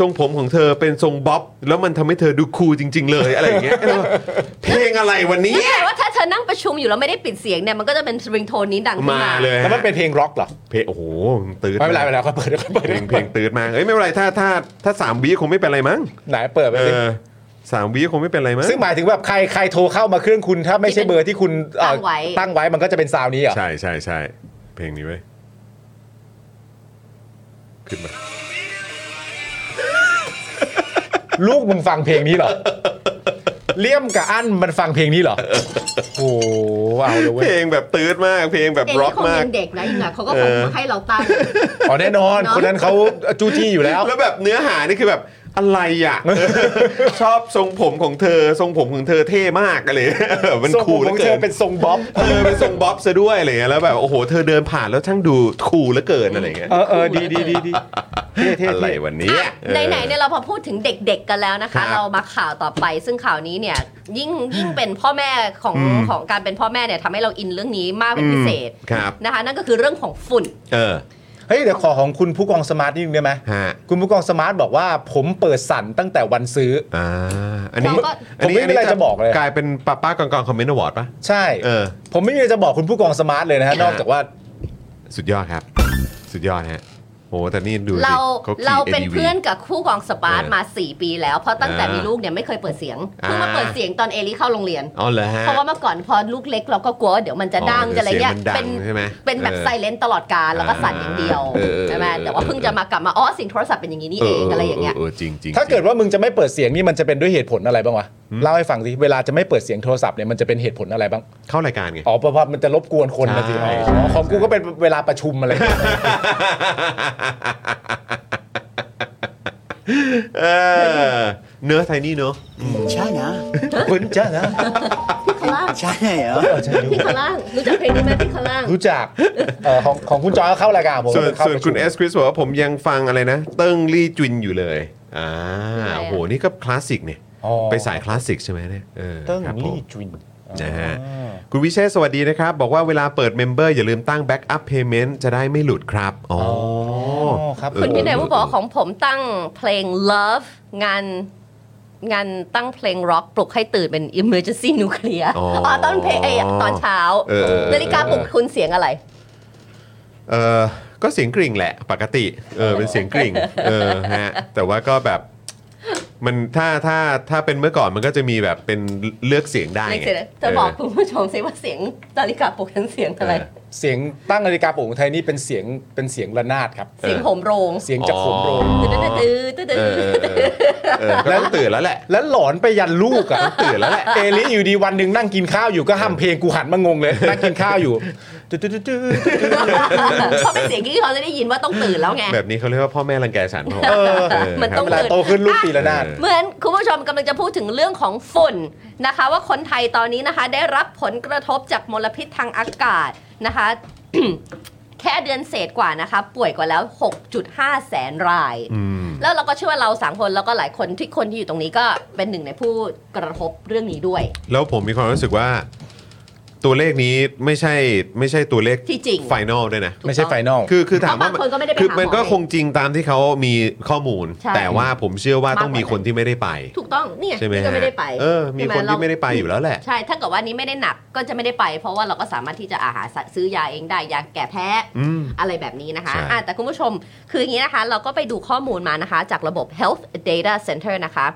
Speaker 1: ทรงผมของเธอเป็นทรงบ๊อบแล้วมันทำให้เธอดูคูลจริง ๆ เลยอะไรอย่างเงี้ย แล้วแบบเพลงอะไรวันนี้
Speaker 3: นี่ไงว่าถ้าเธอนั่งประชุมอยู่แล้วไม่ได้ปิดเสียงเนี่ยมันก็จะเป็นริงโทนนี้ดังขึ้น
Speaker 1: มา
Speaker 3: มา
Speaker 1: เลย
Speaker 2: แล้วมันเป็นเพลงร็อกเหรอ
Speaker 1: เพลงโอ้โหตื่น
Speaker 2: ไม่เป็นไรไม่เป็นไรค่อยเปิดค่อยเปิด
Speaker 1: เพลงเพลงตื่นมากเอ้ยไม่เป็นไรถ้าถ้าถ้าสามวิคงไม่เป็นไรมั้ง
Speaker 2: ไหนเปิดไป
Speaker 1: เอ
Speaker 2: สิ
Speaker 1: อสามวิคงไม่เป็นไรมั้ง
Speaker 2: ซึ่งหมายถึงแบบใครใครโทรเข้ามาเครื่องคุณ ถ้าไม่ใช่เบอร์ที่คุณเอ่อตั้งไว้มันก็จะเป็นซาวนี้เหรอ
Speaker 1: ใช่ใช่ใช่เพลงนี้ไว้ยขึ้นมา
Speaker 2: ลูกมึงฟังเพลงนี้ เหรอเลี่ยมกับอั้นมันฟังเพลงนี้เหรอโอ้โหเอาเลยเว้
Speaker 1: เพ
Speaker 2: ย
Speaker 1: ลงแบบตื๊ดมากเพลงแบบ
Speaker 3: เด็ก
Speaker 1: ร็อ
Speaker 3: ที่
Speaker 1: ก
Speaker 3: คง
Speaker 1: มาก
Speaker 3: ยังเด็กนะอีกหน่อยเขาก็คงให้เราตั้ง
Speaker 2: อ๋อแน่นอน
Speaker 3: เนอะ
Speaker 2: คนนั้นเขาจู้จี้อยู่แล้ว
Speaker 1: แล้วแบบเนื้อหานี่คือแบบอะไรอ่ะ ชอบทรงผมของเธอทรงผมของเธอเท่มากอะไร มัน
Speaker 2: ทรงผ
Speaker 1: คูล
Speaker 2: ม
Speaker 1: เหลื
Speaker 2: ขอ
Speaker 1: อง
Speaker 2: เธ
Speaker 1: เกิ
Speaker 2: อน เป็นทรงบ๊อบ
Speaker 1: เออเป็นทรงบ๊อบซะด้วยอะไรเงี้ยแล้วแบบโอ้โหเธอเดินผ่านแล้วช่างดูคูลเหลือเกินอะไรเงี้ย
Speaker 2: เออเออดีดีดีดีเท่เท่
Speaker 1: อะไร
Speaker 2: เท่
Speaker 1: วันนี้
Speaker 3: อ่ะไหนๆเนี่ยเราพอพูดถึงเด็กๆกันแล้วนะ
Speaker 1: ครั
Speaker 3: คะ
Speaker 1: บ
Speaker 3: เรามาข่าวต่อไป ซึ่งข่าวนี้เนี่ยยิ่งยิ่งเป็นพ่อแม่ของของการเป็นพ่อแม่เนี่ยทำให้เราอินเรื่องนี้มากเป็นพิเศษ
Speaker 1: อืมครับ
Speaker 3: นะคะ นั่นก็คือเรื่องของฝุ่น
Speaker 1: เออ
Speaker 2: เฮ้ยเดี๋ยวขอของคุณผู้กองสมาร์ทนิดนึงได้ไหม
Speaker 1: ฮะ
Speaker 2: คุณผู้กองสมาร์ทบอกว่าผมเปิดสั่นตั้งแต่วันซื้อ
Speaker 1: อ่าอันนี้
Speaker 3: ผมก็
Speaker 1: อันนี้
Speaker 2: ผมไม่มีอะไรจะบอกเลย
Speaker 1: กลายเป็นป้าป้ากองกองคอมเมนต์อวอร์ดป่ะ
Speaker 2: ใช่
Speaker 1: เออ
Speaker 2: ผมไม่มีอะไรจะบอกคุณผู้กองสมาร์ทเลยนะฮะ นอกจากว่า
Speaker 1: สุดยอดครับ สุดยอดฮะ โอ้แต่นี่ดูสิ
Speaker 3: เรา
Speaker 1: เขาขี่
Speaker 3: เราเป็น
Speaker 1: ADV
Speaker 3: เพื่อนกับคู่กองสปาร์ต
Speaker 1: เออ
Speaker 3: มา 4 ปีแล้ว เพราะตั้งแต่
Speaker 1: อ่ามี
Speaker 3: มีลูกเนี่ยไม่เคยเปิดเสียง
Speaker 1: อ่า
Speaker 3: เพิ่งมาเปิดเสียงตอนเอลิเข้าโรงเรียน
Speaker 1: อ๋อเหรอฮะ
Speaker 3: เพราะว่าเมื่อก่อนพอลูกเล็กเราก็กลัวว่าเดี๋ยวมันจะดังจะอะไรเงี้ย
Speaker 1: สีมันดั
Speaker 3: เป็
Speaker 1: ง
Speaker 3: น
Speaker 1: ใช่ไหม
Speaker 3: เป็นแบบ
Speaker 1: ออ
Speaker 3: ไซเลนตลอดการแล้วก็สั่นอย่างเดียว
Speaker 1: เออเออ
Speaker 3: ใช่ไหม
Speaker 1: เออ
Speaker 3: แต่ว่าเพิ่งจะมากลับมาอ๋อเสิ่งโทรศัพท์เป็นอย่างนี้นี่เองอะไรอย่างเงี้ย
Speaker 1: เออจริงจริง
Speaker 2: ถ้าเกิดว่ามึงจะไม่เปิดเสียงนี่มันจะเป็นด้วยเหตุผลอะไรบ้างวะเล่าให้ฟังสิเวลาจะไม่เปิดเสียงโทรศัพท์เนี่ยมันจะเป็นเหตุผลอะไรบ้าง
Speaker 1: เข้ารายการไง
Speaker 2: อ๋อเพราะว่ามันจะรบกวนคนนะสิ
Speaker 1: ใช่
Speaker 2: อ๋อของกูก็เป็นเวลาประชุมอะไร
Speaker 1: เออเนื้อะไทนี่เนอะอืม
Speaker 5: 차냐?
Speaker 2: คุณจ้านะ
Speaker 3: พี่ข้างล่าง
Speaker 5: 차냐예요?
Speaker 3: พี่ข้างล่างรู้จักเพลงนี้ไหมพี่ข้างล่าง
Speaker 2: รู้จักเอ่อของของคุณจอยก็เข้ารายการผม
Speaker 1: ส่วน
Speaker 2: เข้า
Speaker 1: ส่วน
Speaker 2: ประชุม
Speaker 1: คุณเอสคริสบอกว่าผมยังฟังอะไรนะ เติ้งลี่จุนอยู่เลยอ่า
Speaker 3: คืออะไรอะ
Speaker 1: โอ้โหนี่ก็คลาสสิกเนี่ย
Speaker 2: อ๋อ
Speaker 1: ไปสายคลาสสิกใช่ไหมเนี่ยออ
Speaker 2: เติ้ง
Speaker 1: ครับผม
Speaker 2: ลี่จุน
Speaker 1: นะฮะคุณวิเชษฐ์สวัสดีนะครับ บอกว่าเวลาเปิดเมมเบอร์อย่าลืมตั้ง Backup Payment จะได้ไม่หลุดครับ อ๋ออ
Speaker 2: อครับ
Speaker 1: เออ
Speaker 3: คุณพี่ไหนว่าบอกของผมตั้งเพลง love งานงานตั้งเพลงร็อกปลุกให้ตื่นเป็น emergency nuclear
Speaker 1: อ๋ออ๋
Speaker 3: อ๋อตอนเพลงไอ้ตอนเช้า
Speaker 1: เออเออเออ
Speaker 3: นาฬิกาปลุกคุณเสียงอะไร
Speaker 1: เออก็เสียงกริ่งแหละปกติเออเป็นเสียงกริ่งเออฮะแต่ว่าก็แบบมันถ้าถ้าถ้าเป็นเมื่อก่อนมันก็จะมีแบบเป็นเลือกเสียงได้
Speaker 3: ไม่
Speaker 1: ไง
Speaker 3: เสียงจะบอกคุณผู้ชมสิว่าเสียงนาฬิกาปลุกเป็นเสียงอะไร
Speaker 1: เ
Speaker 2: เสียงตั้งนาฬิกาปลุกของไทยนี่เป็นเสียงเป็นเสียงระนาดครับ
Speaker 3: เสียงโหมโรง
Speaker 2: เสียงจากโหมโรง
Speaker 3: ตื้อตื้อตื้อ
Speaker 1: เอ
Speaker 3: ตื้
Speaker 1: อ
Speaker 3: อ
Speaker 1: เออเออเออก็ต้องตื่นแล้วแหละ
Speaker 2: แล้วหลอนไปยันลูกอะตื่นแล้วแห ละเอลิอยู่ดีวันหนึ่งนั่งกินข้าวอยู่ก็ห้ามเพลงกูหันมางงเลย นั่งกินข้าวอยู่ตึ๊ดตึ๊ดตึ๊ดตึ๊ดตึ๊ด
Speaker 3: เพราะเป็นเสียงที่เขาจะได้ยินว่าต้องตื่นแล้วไง
Speaker 1: แบบนี้เขาเรียกว่าพ่อแม่รังแกฉันผม
Speaker 2: เออ
Speaker 1: เออ
Speaker 3: มันต้อง
Speaker 2: เวลา
Speaker 3: ตื่น
Speaker 2: โตขึ้นลูกตีละนาด
Speaker 3: เหมือนคุณผู้ชมกำลังจะพูดถึงเรื่องของฝุ่นนะคะ ว่าคนไทยตอนนี้นะคะได้รับผลกระทบจากมลพิษทางอากาศนะคะ แค่เดือนเศษกว่านะคะ ป่วยกว่าแล้ว 6.5 แสนราย
Speaker 1: อืม
Speaker 3: แล้วเราก็เชื่อว่าเราสามคนแล้วก็หลายคนที่คนที่อยู่ตรงนี้ก็เป็นหนึ่งในผู้กระทบเรื่องนี้ด้วย
Speaker 1: แล้วผมมีความรู้สึกว่า ตัวเลขนี้ไม่ใช่ไม่ใช่ตัวเลข
Speaker 3: ที่จริง
Speaker 1: ไฟนอลด้วยนะ
Speaker 2: ไม่ใช่ไฟนอล
Speaker 1: คือคือถามว่า
Speaker 3: เพราะบางคนก็ไม่ได้ไป
Speaker 1: คือ
Speaker 3: หาหมอ
Speaker 1: มันก็คงจริงตามที่เขามีข้อมูล
Speaker 3: ใช่
Speaker 1: แต่ว่าผมเชื่อว่าต้องมีคนที่ไม่ได้ไป
Speaker 3: ถูกต้องเนี่ย
Speaker 1: ใช่ไหม
Speaker 3: นี่ก็ไม่ได้ไป
Speaker 1: เออ มี
Speaker 3: ใช่ห
Speaker 1: คนที่
Speaker 3: เรา
Speaker 1: ไม่ได้ไปอยู่แล้วแหละ
Speaker 3: ใช่ ถ้าเกิดว่านี้ไม่ได้หนักก็จะไม่ได้ไป เพราะว่าเราก็สามารถที่จะอาหาซื้อยาเองได้ ยาแก้แพ้
Speaker 1: อืม
Speaker 3: อะไรแบบนี้นะคะ
Speaker 1: ใช่
Speaker 3: อ่ะแต่คุณผู้ชม คืออย่างนี้นะคะ เราก็ไปดูข้อมูลมานะคะ จากระบบ Health Data Center นะคะ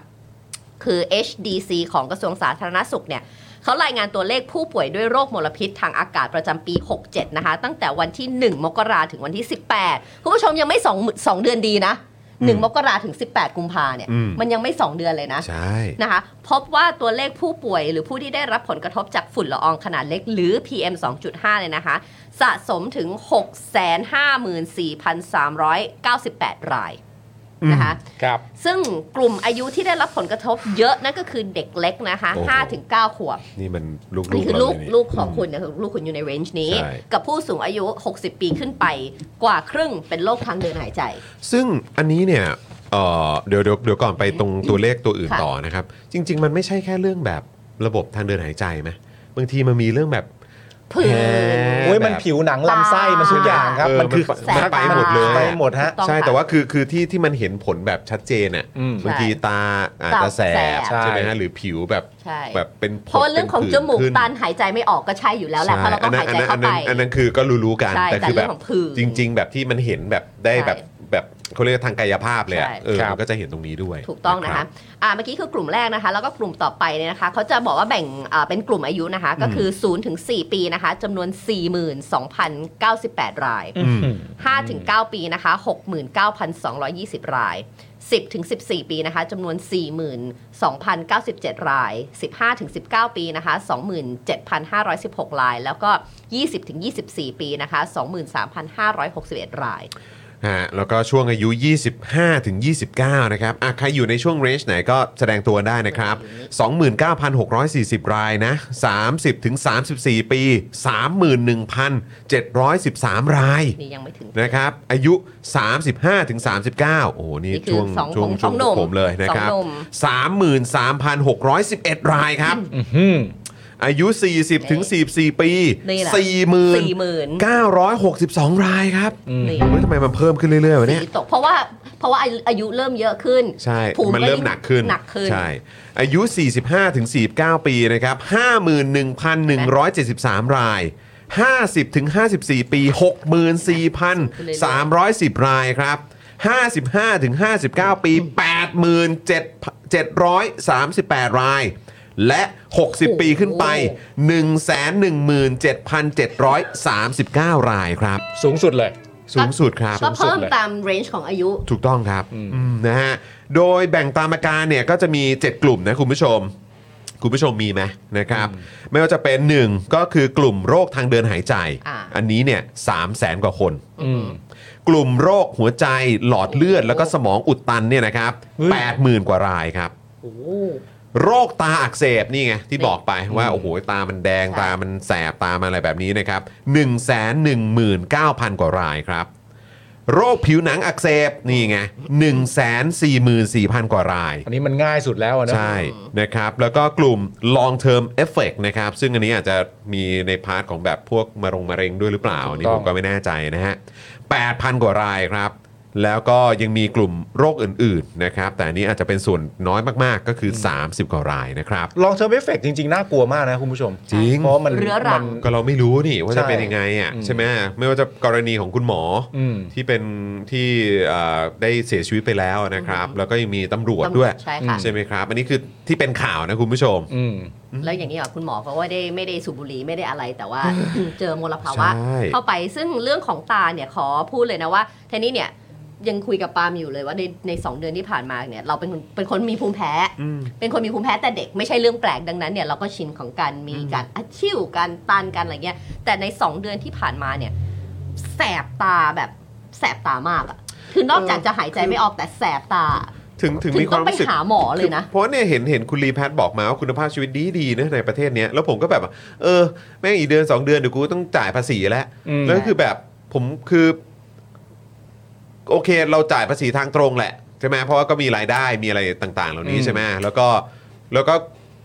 Speaker 3: คือ HDC ของกระทรวงสาธารณสุขเนี่ยเขารายงานตัวเลขผู้ป่วยด้วยโรคมลพิษทางอากาศประจำปี 67 นะคะ ตั้งแต่วันที่ 1 มกราถึงวันที่ 18 คุณผู้ชมยังไม่สองสองเดือนดีนะ 1 มกราถึง 18 กุมภาเนี่ย
Speaker 1: อืม
Speaker 3: มันยังไม่ 2 เดือนเลยนะ
Speaker 1: ใช่
Speaker 3: นะคะพบว่าตัวเลขผู้ป่วยหรือผู้ที่ได้รับผลกระทบจากฝุ่นละอองขนาดเล็กหรือ PM 2.5 เลยนะคะ สะสมถึง 654,398 รายนะคะ
Speaker 2: ครับ
Speaker 3: ซึ่งกลุ่มอายุที่ได้รับผลกระทบเยอะนั่นก็คือเด็กเล็กนะคะ
Speaker 1: โอ้โห
Speaker 3: 5-9 ขวบ
Speaker 1: นี่มันลูกๆ
Speaker 3: นี่คือลูก
Speaker 1: เราเย
Speaker 3: ลูกของคุณนะคือลูกคุณอยู่ในเรนจ์นี้
Speaker 1: ใช่
Speaker 3: กับผู้สูงอายุ 60 ปีขึ้นไปกว่าครึ่งเป็นโรคทางเดินหายใจ
Speaker 1: ซึ่งอันนี้เนี่ยเอ่อเดี๋ยวเดี๋ยวเดี๋ยวก่อนไปตรงตัวเลขตัวอื่น
Speaker 3: ค่ะ
Speaker 1: ต่อนะครับ จริง ๆ มันไม่ใช่แค่เรื่องแบบระบบทางเดินหายใจไหมบางทีมันมีเรื่องแบบ
Speaker 3: ผื่น
Speaker 1: แพ้
Speaker 2: โอ้ยมันผิวหนังลำไส้มันทุกอย่างครับ
Speaker 1: เออ
Speaker 2: มันคือ
Speaker 1: มันมันไปหมดเลย
Speaker 2: ไปหมดฮะ
Speaker 3: ต้อง
Speaker 1: ใช่
Speaker 3: ค่ะ
Speaker 1: แต่ว่าคือคือที่ที่มันเห็นผลแบบชัดเจนเนี่ย
Speaker 2: อืม
Speaker 1: บางทีตาอาจจะแสบ
Speaker 2: ใช่
Speaker 1: ใช่ไหมฮะหรือผิวแบบ
Speaker 3: ใช่
Speaker 1: แบบเป็นผด
Speaker 3: เพราะว่าเรื่องของ
Speaker 1: ป็น
Speaker 3: จ
Speaker 1: ผื่น
Speaker 3: มูก
Speaker 1: ขึ้น
Speaker 3: ตันหายใจไม่ออกก็ใช่อยู่แล้วแหละเพราะเราก็หายใจเข้า
Speaker 1: อันนั้นอัน
Speaker 3: ไป
Speaker 1: นั้นอันนั้นคือก็รู้ๆกัน
Speaker 3: ใช่
Speaker 1: แต่คือ
Speaker 3: แต่เรื่
Speaker 1: แบ
Speaker 3: อบ งของผื่น
Speaker 1: จริง ๆ แบบที่มันเห็นแบบได้
Speaker 3: ใช่
Speaker 1: แบบแบบเขาเรียกทางกายภาพเลยอะ
Speaker 3: ใช่
Speaker 1: เออ
Speaker 2: ครับ
Speaker 1: มันก็จะเห็นตรงนี้ด้วย
Speaker 3: ถูกต้องนะ
Speaker 1: รั
Speaker 3: คะ
Speaker 1: บ
Speaker 3: อ่า เมื่อกี้คือกลุ่มแรกนะคะ แล้วก็กลุ่มต่อไปเนี่ยนะคะ เขาจะบอกว่าแบ่งอ่าเป็นกลุ่มอายุนะคะ ก็คือ0ถึง4ปีนะคะจำนวน 42,098 ราย
Speaker 1: อืม
Speaker 3: 5ถึง9ปีนะคะ 69,220 ราย 10ถึง14 ปีนะคะจำนวน 42,097 ราย 15ถึง19 ปีนะคะ 27,516 ราย แล้วก็ 20ถึง24 ปีนะคะ 23,561 ราย
Speaker 1: ฮะแล้วก็ช่วงอายุ 25 ถึง 29 นะครับอ่ะใครอยู่ในช่วงเรนจ์ไหนก็แสดงตัวได้นะครับ 29,640 รายนะ 30 ถึง 34 ปี 31,713 ราย
Speaker 3: นี่ยังไม่ถึง
Speaker 1: นะครับ อายุ 35 ถึง 39 โอ้โห นี่
Speaker 3: นี่คือ
Speaker 1: ช่วง
Speaker 3: สอง
Speaker 1: ช่วง
Speaker 3: ข
Speaker 1: ช่
Speaker 3: อ
Speaker 1: ว
Speaker 3: ง
Speaker 1: ง
Speaker 3: หนุ่ม
Speaker 1: ผมเลยนะครับ
Speaker 3: สองหนุ่
Speaker 1: 33,611 รายครับ
Speaker 2: อืม
Speaker 1: อายุ 40 ถึง 44 ปี
Speaker 3: นี่แหละ 40,000
Speaker 1: 40,962 รายครับ
Speaker 3: นี่
Speaker 1: เฮ้ยทำไมมันเพิ่มขึ้นเรื่อยๆวะเนี่ย
Speaker 3: สีตกเพราะว่าเพราะว่าอายุเริ่มเยอะขึ้น
Speaker 1: ใช่
Speaker 3: ภู
Speaker 1: มันเริ่มหนักขึ้น
Speaker 3: หนักขึ้น
Speaker 1: ใช่ อายุ 45 ถึง 49 ปีนะครับ 51,173 ราย 50ถึง54 ปี 64,310 รายครับ 55ถึง59 ปี 87,738 ราย และ 60 ปีขึ้นไป 117,739 รายครับ
Speaker 2: สูงสุดเลย
Speaker 1: สูงสุดครับ
Speaker 3: ก็เพิ่ม
Speaker 2: สุดเลย
Speaker 3: ตามเรนจ์ของอายุ
Speaker 1: ถูกต้องครับอืมนะฮะ โดยแบ่งตามอาการเนี่ยก็จะมี 7 กลุ่มนะคุณผู้ชม คุณผู้ชมมีไหมนะครับ ไม่ว่าจะเป็น 1 ก็คือกลุ่มโรคทางเดินหายใจ
Speaker 3: อ่า
Speaker 1: อันนี้เนี่ยสามแสนกว่าคน กลุ่มโรคหัวใจหลอดเลือด แล้วก็สมองอุดตันเนี่ยนะครับแปดหมื่นกว่ารายครับ โรคตาอักเสบนี่ไง ที่บอกไปว่าโอ้โหตามันแดง
Speaker 3: ใช่
Speaker 1: ตามันแสบตามันอะไรแบบนี้นะครับ 1 1 9 0 0 0 กว่ารายครับ โรคผิวหนังอักเสบนี่ไง 1 4 4 0 0 0 กว่าราย
Speaker 2: อันนี้มันง่ายสุดแล้วอะเนอะ
Speaker 1: ใช่นะครับ แล้วก็กลุ่ม long term effect นะครับ ซึ่งอันนี้อาจจะมีในพาร์ทของแบบพวกมะรงมะเร็งด้วยหรือเปล่าอันนี้ผมก็ไม่แน่ใจนะฮะ 8,000 กว่ารายครับ แล้วก็ยังมีกลุ่มโรคอื่นๆนะครับ แต่อันนี้อาจจะเป็นส่วนน้อยมากๆก็คือ 30 กว่ารายนะครับ
Speaker 2: ลองเทอร์เอฟเฟกจริง ๆ น่ากลัวมากนะคุณผู้ชม
Speaker 1: จริง
Speaker 2: เพราะมัน
Speaker 3: เรื้อรัง
Speaker 2: มัน
Speaker 1: ก็เราไม่รู้นี่ว่าจะเป็นยังไงอ่ะ
Speaker 2: ใช่
Speaker 1: ใช่ไหมไม่ว่าจะกรณีของคุณหมออ
Speaker 2: ม
Speaker 1: ที่เป็นที่เอ่อได้เสียชีวิตไปแล้วนะครับ แล้วก็ยังมีตำรวจด้วย
Speaker 3: ใช่ค่ะ
Speaker 1: ใช่ไหมครับ อันนี้คือที่เป็นข่าวนะคุณผู้ชม
Speaker 2: อืม
Speaker 3: แล้วอย่างนี้อ่ะคุณหมอเขาว่าได้ไม่ได้สูบบุหรี่ไม่ได้อะไรแต่ ว่า เจอมลภาวะ
Speaker 1: ใช่
Speaker 3: เข้าไปซึ่งเรื่องของตาเนี่ยขอพูดเลยนะว่าทีนี้เนี่ยยังคุยกับปาล์มอยู่เลยว่าในในสองเดือนที่ผ่านมาเนี่ยเราเป็นคนเป็นคนมีภูมิแพ้ เป็นคนมีภูมิแพ้แต่เด็กไม่ใช่เรื่องแปลกดังนั้นเนี่ยเราก็ชินของการมีการอาชิวการตันการอะไรเงี้ยแต่ในสองเดือนที่ผ่านมาเนี่ยแสบตาแบบแสบตามากอะคือนอกจากจะหายใจไม่ออกแต่แสบตา
Speaker 1: ถึงถึง
Speaker 3: ถึ
Speaker 1: มี
Speaker 3: ง
Speaker 1: ค
Speaker 3: ต้อ
Speaker 1: วาม
Speaker 3: งไป
Speaker 1: รู้สึก
Speaker 3: หาหมอเลยนะ
Speaker 1: เพราะเนี่ยเห็นเห็นคุณรีแพทบอกมาว่าคุณภาพชีวิตดีดีๆนะในประเทศเนี้ยแล้วผมก็แบบว่าเออแม่งอีกเดือน 2 เดือนเดี๋ยวกูต้องจ่ายภาษีแล้ว
Speaker 2: อืม
Speaker 1: แล้วคือแบบผมคือ โอเคเราจ่ายภาษีทางตรงแหละใช่ไหมเพราะว่าก็มีรายได้มีอะไรต่าง ๆ เหล่านี้ใช่ไหมแล้วก็แล้วก็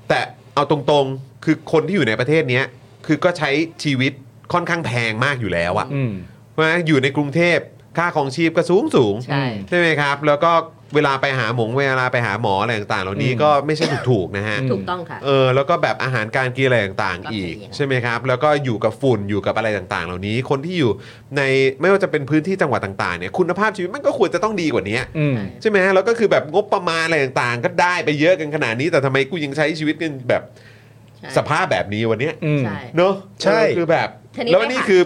Speaker 1: แต่เอาตรงๆคือคนที่อยู่ในประเทศเนี้ยคือก็ใช้ชีวิตค่อนข้างแพงมากอยู่แล้วอะ
Speaker 2: อืม
Speaker 1: เพราะฉะนั้นอยู่ในกรุงเทพค่าของชีพก็สูงสูง
Speaker 3: ใช่
Speaker 1: ใช่ไหมครับ แล้วก็เวลาไปหาหมงเวลาไปหาหมออะไรต่างๆ เหล่านี้
Speaker 2: อืม
Speaker 1: ก็ไม่ใช่ถูกๆนะฮะ
Speaker 2: อืม
Speaker 3: ถูกต้องค่ะ
Speaker 1: เออแล้วก็แบบอาหารการกินอะไรต่าง
Speaker 3: ก็
Speaker 1: ๆ
Speaker 3: เป็นอ
Speaker 1: อี
Speaker 3: ย่าง
Speaker 1: ก
Speaker 3: นั้น
Speaker 1: ใช่ไหมครับ แล้วก็อยู่กับฝุ่นอยู่กับอะไรต่างๆ เหล่านี้ คนที่อยู่ในไม่ว่าจะเป็นพื้นที่จังหวัดต่างๆเนี่ยคุณภาพชีวิตมันก็ควรจะต้องดีกว่านี้
Speaker 2: อืม
Speaker 1: ใช่ไหมฮะแล้วก็คือแบบงบประมาณอะไรต่างๆ ก็ได้ไปเยอะกันขนาดนี้ แต่ทำไมกูยังใช้ชีวิตกันแบบ
Speaker 3: ใช่
Speaker 1: สภาพแบบนี้วันเนี้ย
Speaker 2: อืม
Speaker 3: ใช่
Speaker 1: เนอะ
Speaker 2: ใช่
Speaker 1: เออคือแบบ
Speaker 3: ทีนี้
Speaker 1: แล้ว
Speaker 3: ไม่
Speaker 1: นี่
Speaker 3: ค่ะ
Speaker 1: คือ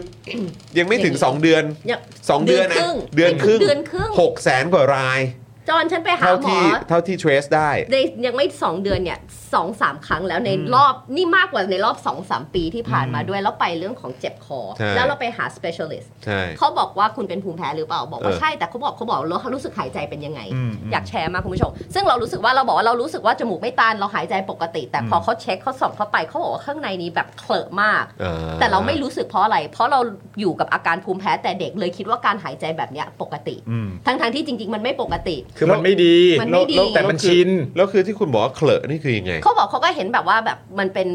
Speaker 1: ยังไม่ถึงสองเดือน
Speaker 3: ยัง
Speaker 1: สองเดือนนะ
Speaker 3: เดือนครึ่ง
Speaker 1: เดื
Speaker 3: เดื
Speaker 1: อ
Speaker 3: อน น
Speaker 1: ค
Speaker 3: ค
Speaker 1: รึ่
Speaker 3: รึ่
Speaker 1: ง
Speaker 3: ง
Speaker 1: หกแสนกว่าราย
Speaker 3: จอนฉันไปหา
Speaker 1: เท่า
Speaker 3: หมอ
Speaker 1: ที่เท่าที่เทรสได้
Speaker 3: ในยังไม่ 2 เดือนเนี่ยสองสามครั้งแล้วในรอบนี่มากกว่าในรอบ2อสามปีที่ผ่านมาด้วย แล้วไปเรื่องของเจ็บคอ
Speaker 1: ใช่
Speaker 3: แล้วเราไปหา specialist
Speaker 1: ใช่
Speaker 3: เขาบอกว่าคุณเป็นภูมิแพ้หรือเปล่า บอกว่า
Speaker 1: เออ
Speaker 3: ใช่แต่เขาบอกเขาบอกแล้วเขารู้สึกหายใจเป็นยังไง
Speaker 1: อืมอืม
Speaker 3: อยากแชร์มากคุณผู้ชม ซึ่งเรารู้สึกว่าเราบอกว่าเรารู้สึกว่าจมูกไม่ตันเราหายใจปกติ แต่พอเขาเช็คเขาส่องเข้าไปเขาบอกว่าข้างในนี้แบบเคลอะมาก
Speaker 1: อ่
Speaker 3: แต่เราไม่รู้สึกเพราะอะไร เพราะเราอยู่กับอาการภูมิแพ้แต่เด็กเลยคิดว่าการหายใจแบบเนี้ยปกติ
Speaker 1: อืม
Speaker 3: ทั้งๆที่จริง ๆ มันไม่ปกติ
Speaker 2: คือมันไม่ดี
Speaker 3: มันไม่ดี
Speaker 2: แล้วแต่มันชิน
Speaker 1: แล้วคือที่คุณบอกว่าเคลอะนี่คือยังไง
Speaker 3: เขาบอกเขาก็เห็นแบบว่าแบบมันเป็น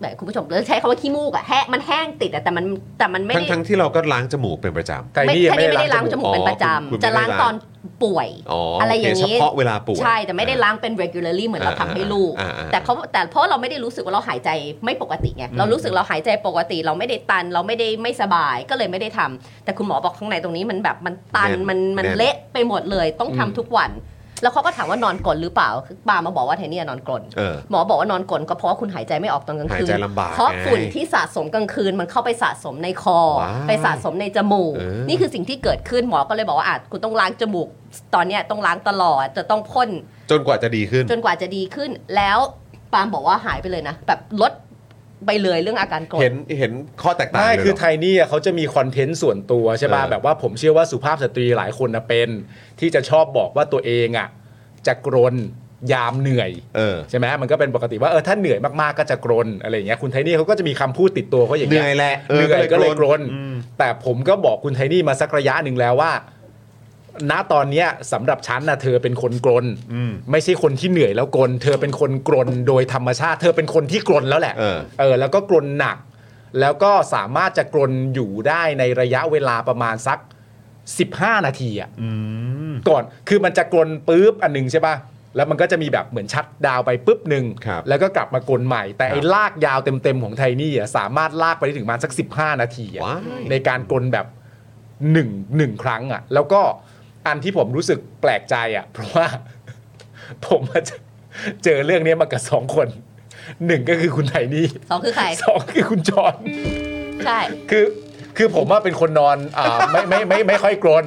Speaker 3: แบบคุณผู้ชมเราใช้คำว่าขี้มูกอะแห้งมันแห้งติดอะแต่มันแต่มันไม่
Speaker 1: ทั้ง
Speaker 3: ได้
Speaker 1: ทั้งที่เราก็ล้างจมูกเป็นประจ
Speaker 2: ไก่
Speaker 3: ไม่
Speaker 2: นี่ยัง
Speaker 3: แค่
Speaker 2: ไม่
Speaker 3: นี้
Speaker 2: ได้
Speaker 3: ไม่ได้
Speaker 2: ล้า
Speaker 3: ล้าง ง
Speaker 2: จ
Speaker 3: จ
Speaker 2: มูก
Speaker 3: มูก
Speaker 1: อ๋อ
Speaker 3: เป็นประจ
Speaker 1: คุณ
Speaker 3: ำจะล้างตอนป่วย
Speaker 1: ำอ๋ออะไร
Speaker 3: อย่างนี้
Speaker 1: เฉพาะเวลาป่วย
Speaker 3: ใช่แต่ไม่ได้ล้างเป็น regularly เหมือนเรา
Speaker 1: อ่า
Speaker 3: ทำให้ลูก
Speaker 1: อ่าอ่า
Speaker 3: แต่เขาแต่เพราะเราไม่ได้รู้สึกว่าเราหายใจไม่ปกติไงเรารู้สึกเราหายใจปกติ เราไม่ได้ตันเราไม่ได้ไม่สบายก็เลยไม่ได้ทำแต่คุณหมอบอกข้างในตรงนี้มันแบบมันตัน
Speaker 1: แน่น
Speaker 3: มันมัน
Speaker 1: แน่น
Speaker 3: เละไปหมดเลยต้องทำ
Speaker 2: อืม
Speaker 3: ทุกวัน แล้วเขาก็ถามว่านอนกลนหรือเปล่าคือปามาบอกว่าเทนเนี่ยนอนกลน
Speaker 1: เออ
Speaker 3: หมอบอกว่านอนกลนก็เพราะว่าคุณหายใจไม่ออกตอนกลาง
Speaker 1: หาย
Speaker 3: คืน
Speaker 1: ใจลำบาก
Speaker 3: เพราะ
Speaker 1: ไง
Speaker 3: ฝุ่นที่สะสมกลางคืนมันเข้าไปสะสมในคอ
Speaker 1: ว้าย
Speaker 3: ไปสะสมในจมูก
Speaker 1: เออ
Speaker 3: นี่คือสิ่งที่เกิดขึ้นหมอก็เลยบอกว่าอาจคุณต้องล้างจมูก ตอนเนี้ยต้องล้างตลอดจะต้องพ่น
Speaker 1: จนกว่าจะดีขึ้น
Speaker 3: จนกว่าจะดีขึ้น แล้วปาล์มบอกว่าหายไปเลยนะ แบบลดไปเลยเรื่องอาการกรด
Speaker 1: เห็นเห็นข้อแตกต่าง
Speaker 2: ใช่
Speaker 1: เลยเหร
Speaker 2: คือไทยนี่อะเขาจะมีคอนเทนต์ส่วนตัวใช่ป่ะ
Speaker 1: เออ
Speaker 2: แบบว่าผมเชื่อว่าสุภาพสตรีหลายคนนะเป็น ที่จะชอบบอกว่าตัวเองอ่ะจะกรนยามเหนื่อย
Speaker 1: เออ
Speaker 2: ใช่ไหมมันก็เป็นปกติว่าเออถ้าเหนื่อยมากๆก็จะกรนอะไรอย่างเงี้ยคุณไทนี่เขาก็จะมีคำพูดติดตัวเขาอย่าง
Speaker 1: เห
Speaker 2: เงี้ย
Speaker 1: นื่อยแหละ
Speaker 2: เหนื่อยก็เลยกรน
Speaker 1: อืม
Speaker 2: แต่ผมก็บอกคุณไทนี่มาสักระยะหนึ่งแล้วว่า ณตอนเนี้ยสำหรับฉันนะเธอเป็นคนกรน
Speaker 1: อืม
Speaker 2: ไม่ใช่คนที่เหนื่อยแล้วกรนเธอเป็นคนกรนโดยธรรมชาติ เธอเป็นคนที่กรนแล้วแหละ
Speaker 1: เออ
Speaker 2: แล้วก็กรนหนัก แล้วก็สามารถจะกรนอยู่ได้ในระยะเวลาประมาณสัก 15 นาทีอะ
Speaker 1: อืม
Speaker 2: ก่อนคือมันจะกรนปุ๊บอันหนึ่งใช่ปะ แล้วมันก็จะมีแบบเหมือนชัดดาวน์ไปปุ๊บหนึ่ง
Speaker 1: ครับ
Speaker 2: แล้วก็กลับมากลนใหม่ แต่ไอ้
Speaker 1: ครับ
Speaker 2: ลากยาวเต็มๆของไทนี่อ่ะสามารถลากไปได้ถึงประมาณสัก 15 นาทีอะ
Speaker 1: ว้าย
Speaker 2: ในการกลนแบบหนึ่งหนึ่งครั้งอ่ะ แล้วก็อันที่ผมรู้สึกแปลกใจอ่ะ เพราะว่า ผมอะเจอเรื่องเนี้ยมากับสองคนหนึ่งก็คือคุณไทนี่
Speaker 3: สองคือใคร
Speaker 2: สองคือคุณจอห์น
Speaker 3: ใช่
Speaker 2: คือคือผมว่าเป็นคนนอนอาไม่ไม่ไม่ไม่ค่อยกรน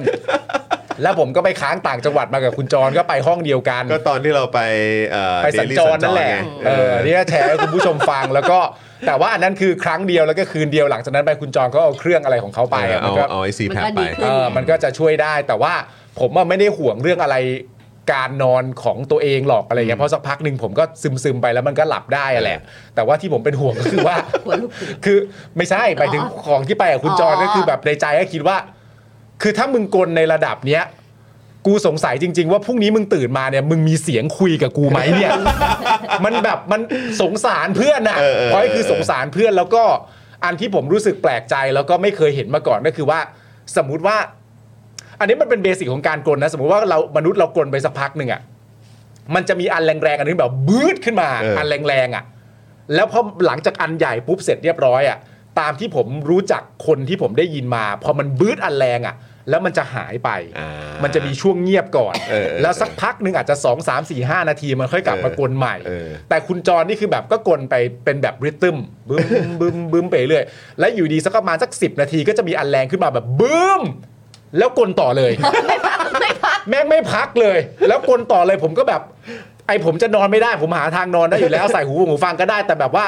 Speaker 2: แล้วผมก็ไปค้างต่างจังหวัดมากับคุณจรก็ไปห้องเดียวกัน
Speaker 1: ก็ตอนที่เราไปเอ่อ
Speaker 2: ไป
Speaker 1: Daily
Speaker 2: สัญจรนั่นแหละ
Speaker 1: ไง
Speaker 2: เออเนี่ยแชร์ให้คุณผู้ชมฟังแล้วก็ แต่ว่าอันนั้นคือครั้งเดียวแล้วก็คืนเดียวหลังจากนั้นไปคุณจรก็เอาเครื่องอะไรของเขาไป
Speaker 1: ไป
Speaker 2: อะมั
Speaker 1: เอา
Speaker 2: นก็
Speaker 1: เอาไอซี
Speaker 3: มัน
Speaker 1: แพ
Speaker 3: ก็
Speaker 1: ด
Speaker 3: ดี
Speaker 1: ไป
Speaker 3: ขึ้
Speaker 2: เออมันก็จะช่วยได้แต่ว่าผมอะไม่ได้ห่วงเรื่องอะไรการนอนของตัวเองหรอกอะไรเงี้ยเพราะสักพักหนึ่งผมก็ซึมซึมๆไปแล้วมันก็หลับได้อะแหละ แต่ว่าที่ผมเป็นห่วงก็คือว่า
Speaker 3: หัวลูกผี
Speaker 2: คือไม่ใช่ไปถึงของที่ไปกับคุณจร
Speaker 3: อ๋อ
Speaker 2: ก็คือแบบในใจก็คิดว่า คือถ้ามึงกลในระดับเนี้ย กูสงสัยจริง ๆ ว่าพรุ่งนี้มึงตื่นมาเนี่ย มึงมีเสียงคุยกับกูไหมเนี่ย มันแบบมันสงสารเพื่อนอะ
Speaker 1: เออเออ
Speaker 2: เพราะคือสงสารเพื่อนแล้วก็อันที่ผมรู้สึกแปลกใจแล้วก็ไม่เคยเห็นมาก่อนก็คือว่า สมมุติว่า อันนี้มันเป็นเบสิกของการกลนะสมมุติว่าเรามนุษย์เรากลไปสักพักหนึ่งอะมันจะมีอันแรงๆอันนึงแบบบืดขึ้นมา
Speaker 1: เอออั
Speaker 2: นแรงๆอะ แล้วพอหลังจากอันใหญ่ปุ๊บเสร็จเรียบร้อยอะ่ะตามที่ผมรู้จักคนที่ผมได้ยินมา พอมันบืดอันแรงอะ่ะ แล้วมันจะหายไป
Speaker 1: อ่ามั
Speaker 2: มันจะมีช่วงเงียบก่อน
Speaker 1: เออเออ
Speaker 2: แล้วสักพักหนึ่งอาจจะ 2 3 4 5 นาทีมันค่อยกลับมากลนใหม่
Speaker 1: เออ
Speaker 2: แต่คุณจรนี่คือแบบก็กลไปเป็นแบบริทึมบึ้มบึ้มบึ้มไปเรื่อยและอยู่ดีสักประมาณสัก 10 นาทีก็จะมีอันแรงขึ้นมาแบบบึ้ม แล้วกลต่อเลย
Speaker 3: ไม่พักไม่พัก
Speaker 2: แม่งไม่พักเลย แล้วกลนต่อเลยผมก็แบบ ไอผมจะนอนไม่ได้ ผมหาทางนอนได้อยู่แล้ว ใส่หูหูฟังก็ได้ แต่แบบว่า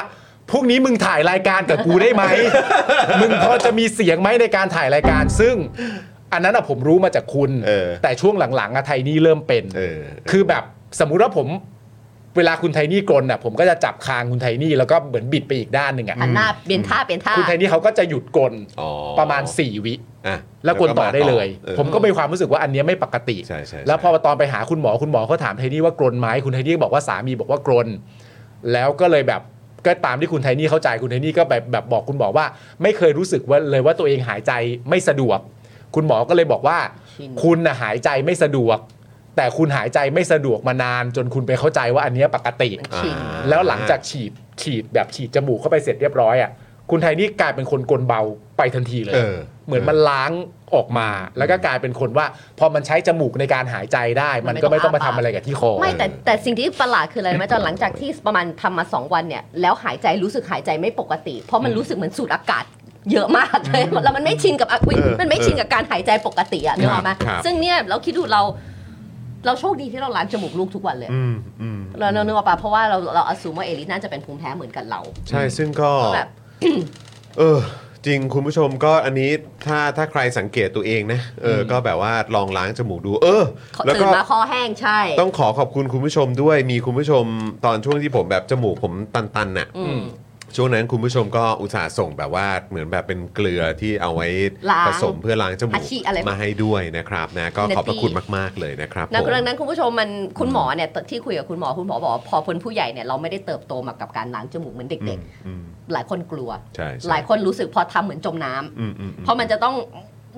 Speaker 2: พรุ่งนี้มึงถ่ายรายการกับกูได้ไหม มึงพอจะมีเสียงไหมในการถ่ายรายการ ซึ่ง อันนั้นอะผมรู้มาจากคุณ
Speaker 1: เออ
Speaker 2: แต่ช่วงหลังๆอะไทนี่เริ่มเป็น
Speaker 1: เออ
Speaker 2: คือแบบสมมุติว่าผมเวลาคุณไทนี่กลนอะผมก็จะจับคางคุณไทนี่แล้วก็เหมือนบิดไปอีกด้านหนึ่งอะ
Speaker 3: หันหน้าเปลี่ยนท่าเปลี่ยนท่า
Speaker 2: คุณไทนี่เขาก็จะหยุดกล
Speaker 1: อ๋อ
Speaker 2: ประมาณสี่วิ
Speaker 1: อ่ะ
Speaker 2: แล้วกลต่อได้เลย
Speaker 1: ออ
Speaker 2: ผมก็มีความรู้สึกว่าอันเนี้ยไม่ปกติ
Speaker 1: ใช่ใช่ใช่
Speaker 2: แล้วพอตอนไปหาคุณหมอคุณหมอเขาถามไทนี่ว่ากรนไหมคุณไทนี่ก็บอกว่าสามีบอกว่ากรน แล้วก็เลยแบบก็ตามที่คุณไทนี่เข้าใจคุณไทนี่ก็แบบแบบบอกคุณหมอว่า ไม่เคยรู้สึกว่าเลยว่าตัวเองหายใจไม่สะดวก คุณหมอก็เลยบอกว่า
Speaker 3: ชิน
Speaker 2: คุณน่ะหายใจไม่สะดวก แต่คุณหายใจไม่สะดวกมานาน จนคุณไปเข้าใจว่าอันเนี้ยปกติ
Speaker 1: อ่า
Speaker 3: ชิน
Speaker 2: แล้วหลังจากฉีดฉีดแบบฉีดจมูกเข้าไปเสร็จเรียบร้อยอ่ะคุณไทยนี่กลายเป็นคนกลเบาไปทันทีเลย
Speaker 1: เออ
Speaker 2: มือนมันล้างออกมา แล้วก็กลายเป็นคนว่า พอมันใช้จมูกในการหายใจได้ มันก็ไม่ต้องมาทำอะไรกับที่คอ
Speaker 3: ไม่แต่แต่สิ่งที่ประหลาดคืออะไรรู้ไหมจอนหลังจากที่ประมาณทำมา 2 วันเนี่ยแล้วหายใจรู้สึกหายใจไม่ปกติ เพราะมันรู้สึกเหมือนสูดอากาศเยอะมากเลยแล้วมันไม่ชินกับอะอุ๊ย
Speaker 1: เออ
Speaker 3: มันไม่ชินกับการหายใจปกติอะนึกออกไหม
Speaker 1: ครับ
Speaker 3: ซึ่งเนี่ยเราคิดดูเราเราโชคดีที่เราล้างจมูกลูกทุกวันเลย
Speaker 1: อืมอืม
Speaker 3: เราเราเนื้ออกปะเพราะว่าเราเราอสูมว่าเอลิสน่าจะเป็นภูมิแพ้เหมือนกับเรา
Speaker 1: ใช่ซึ่งก็
Speaker 3: แบบ
Speaker 1: เออจริงคุณผู้ชมก็อันนี้ถ้าถ้าใครสังเกตตัวเองนะเอออก็แบบว่าลองล้างจมูกดู เออ
Speaker 3: ขอ
Speaker 1: แล้ว
Speaker 3: ตื่
Speaker 1: ก็
Speaker 3: นมาคอแห้งใช่
Speaker 1: ต้องขอขอบคุณคุณผู้ชมด้วยมีคุณผู้ชมตอนช่วงที่ผมแบบจมูกผมตันๆน่ะ
Speaker 3: อืม
Speaker 1: ช่วงนั้นคุณผู้ชมก็อุตส่าห์ส่งแบบว่าเหมือนแบบเป็นเกลือที่เอาไว้
Speaker 3: ล้าง
Speaker 1: ผสมเพื่อล้างจมูก
Speaker 3: อาชิอะไร
Speaker 1: มาให้ด้วยนะครับนะก็
Speaker 3: เนปปี้
Speaker 1: ขอบพระคุณมากๆเลยนะครับ
Speaker 3: นะ
Speaker 1: ผม
Speaker 3: ดังนั้นคุณผู้ชมมันคุณหมอเนี่ยที่คุยกับคุณหมอคุณหมอบอกว่าพอเป็นผู้ใหญ่เนี่ยเราไม่ได้เติบโตมากับการล้างจมูกเหมือนเด็ก
Speaker 1: อืม
Speaker 3: ๆ หลายคนกลัว
Speaker 1: ใช่ใช่
Speaker 3: หลายคนรู้สึกพอทำเหมือนจมน้ำ
Speaker 1: อืมอืมอืม
Speaker 3: เพราะมันจะต้อง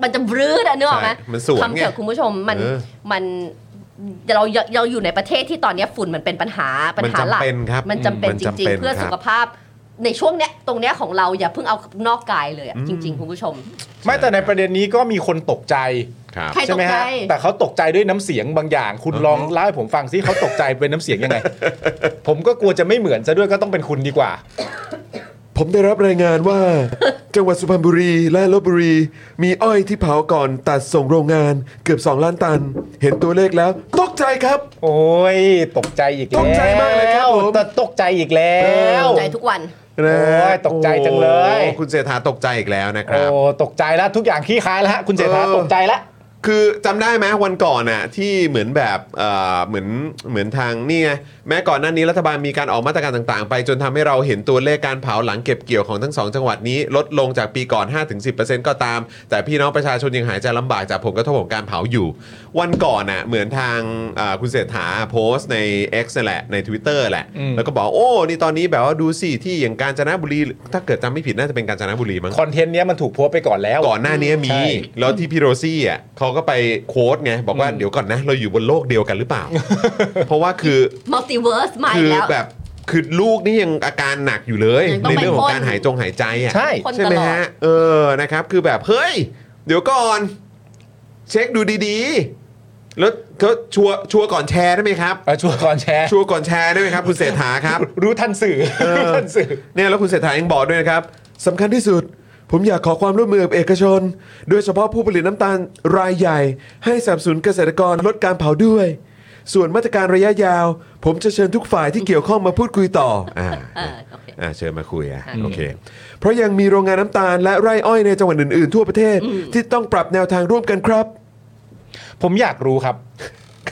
Speaker 3: มันจะบรื้ดอะนึกออกไหม
Speaker 1: ใช่มันสวนไง
Speaker 3: ทำเถอะคุณผู้ชมมัน
Speaker 1: เออ
Speaker 3: มันเราเราอยู่ในประเทศที่ตอนเนี้ยฝุ่นมันเป็นปัญหาปัญ
Speaker 1: มัน
Speaker 3: หาหลั
Speaker 1: จำ
Speaker 3: ก
Speaker 1: เป็นครับ
Speaker 3: มันจำเป็นจริง ๆ เพื่อ
Speaker 1: ค
Speaker 3: สุ
Speaker 1: รับ
Speaker 3: ขภาพในช่วงเนี้ยตรงเนี้ยของเราอย่าเพิ่งเอานอกกายเลยอะจริง ๆ คุณผู้ชม
Speaker 2: ไม่แต่ในประเด็นนี้ก็มีคนตกใจ
Speaker 1: ครับ
Speaker 3: ใครตก
Speaker 2: ไหม
Speaker 3: ใจ
Speaker 2: ฮะแต่เขาตกใจด้วยน้ำเสียงบางอย่าง คุณลองเล่าให้ผมฟังซิเขาตกใจเป็นน้ำเสียงยังไง ผมก็กลัวจะไม่เหมือนซะด้วยก็ต้องเป็นคุณดีกว่า
Speaker 6: ผมได้รับรายงาน ว่า จังหวัดสุพรรณบุรีและลบบุรี มีอ้อยที่เผาก่อนตัดส่งโรงงานเกือบ 2 ล้านตัน เห็นตัวเลขแล้ว ตกใจครับ
Speaker 2: โอ้ยตกใจอีกแล้ว
Speaker 6: ตกใจมากเลยครับผม
Speaker 2: แต่ตกใจอีกแล้ว
Speaker 3: ใจทุกวัน
Speaker 1: นะ
Speaker 2: โอ้ยตกใจจังเลย
Speaker 1: โอ้คุณเสถาตกใจอีกแล้วนะค
Speaker 2: โอ้
Speaker 1: รับ
Speaker 2: ตกใจแล้วทุกอย่างขี้คายแล้วฮะคุณเศรษฐา
Speaker 1: เออ
Speaker 2: ตกใจแล้ว
Speaker 1: คือจำได้ไหมวันก่อนน่ะที่เหมือนแบบเอ่อเหมือนเหมือนทางนี่ไงแม้ก่อนหน้านี้รัฐบาลมีการออกมาตรการต่าง ๆ ไปจนทำให้เราเห็นตัวเลขการเผาหลังเก็บเกี่ยวของทั้ง 2 จังหวัดนี้ ลดลงจากปีก่อน 5-10%ก็ตาม แต่พี่น้องประชาชนยังหายใจลำบากจากผลกระทบของการเผาอยู่ วันก่อนน่ะเหมือนทางเอ่อคุณเศรษฐาโพสต์ใน X นั่นแหละใน Twitter แหละ
Speaker 2: อืม
Speaker 1: แล้วก็บอกโอ้นี่ตอนนี้แบบว่าดูสิที่อย่างกาญจนบุรี ถ้าเกิดจำไม่ผิดน่าจะเป็นกาญจนบุรีมั้ง
Speaker 2: คอนเทนต์เนี้ยมันถูกโพสต์ไปก่อนแล้ว
Speaker 1: ก่อนหน้านี้มี
Speaker 2: ใช่
Speaker 1: แล้วที่พี่โรซี่อ่ะเขา ก็ไปโค้ดไง บอกว่าเดี๋ยวก่อนนะ เราอยู่บนโลกเดียวกันหรือเป ล่า เพราะว่าคือ
Speaker 3: มัลติเวิร์สมา
Speaker 1: คือ
Speaker 3: อีกแล้ว
Speaker 1: แบบคือลูกนี่ยังอาการหนักอยู่เลย
Speaker 3: ยังต้
Speaker 1: ใน
Speaker 3: องไป
Speaker 1: เรื่องของการ
Speaker 3: พ่น
Speaker 1: หายจงหายใจอ่ะ
Speaker 2: ใช่
Speaker 3: พ่น
Speaker 1: ใช่ไหม
Speaker 3: ตลอด
Speaker 1: ฮะเออนะครับคือแบบเฮ้ย เดี๋ยวก่อน เช็คดูดีๆ แล้วเขาชัวร์ชัวร์ก่อนแชร์ได้ไหมครับ
Speaker 2: เออชัวร์ก่อนแชร์
Speaker 1: ชัวร์ก่อนแชร์ได้ไหมครับ คุณเศรษฐา ครับ
Speaker 2: รู้ทันสื่อรู้ทันสื่อ
Speaker 1: เนี่ยแล้วคุณเศรษฐายังบอกด้วยนะครับสำคัญที่สุด ผมอยากขอความร่วมมือกับเอกชน โดยเฉพาะผู้ผลิตน้ำตาลรายใหญ่ ให้สนับสนุนเกษตรกรลดการเผาด้วย ส่วนมาตรการระยะยาว ผมจะเชิญทุกฝ่ายที่เกี่ยวข้องมาพูดคุยต่ออ่า
Speaker 3: เออโอเค
Speaker 1: อ่าเชิญมาคุยอ่ะ
Speaker 3: อืม
Speaker 1: โอเค เพราะยังมีโรงงานน้ำตาลและไร่อ้อยในจังหวัดอื่นๆ ทั่วประเทศที่ต้องปรับแนวทางร่วมกันครับ
Speaker 2: ผมอยากรู้ครับ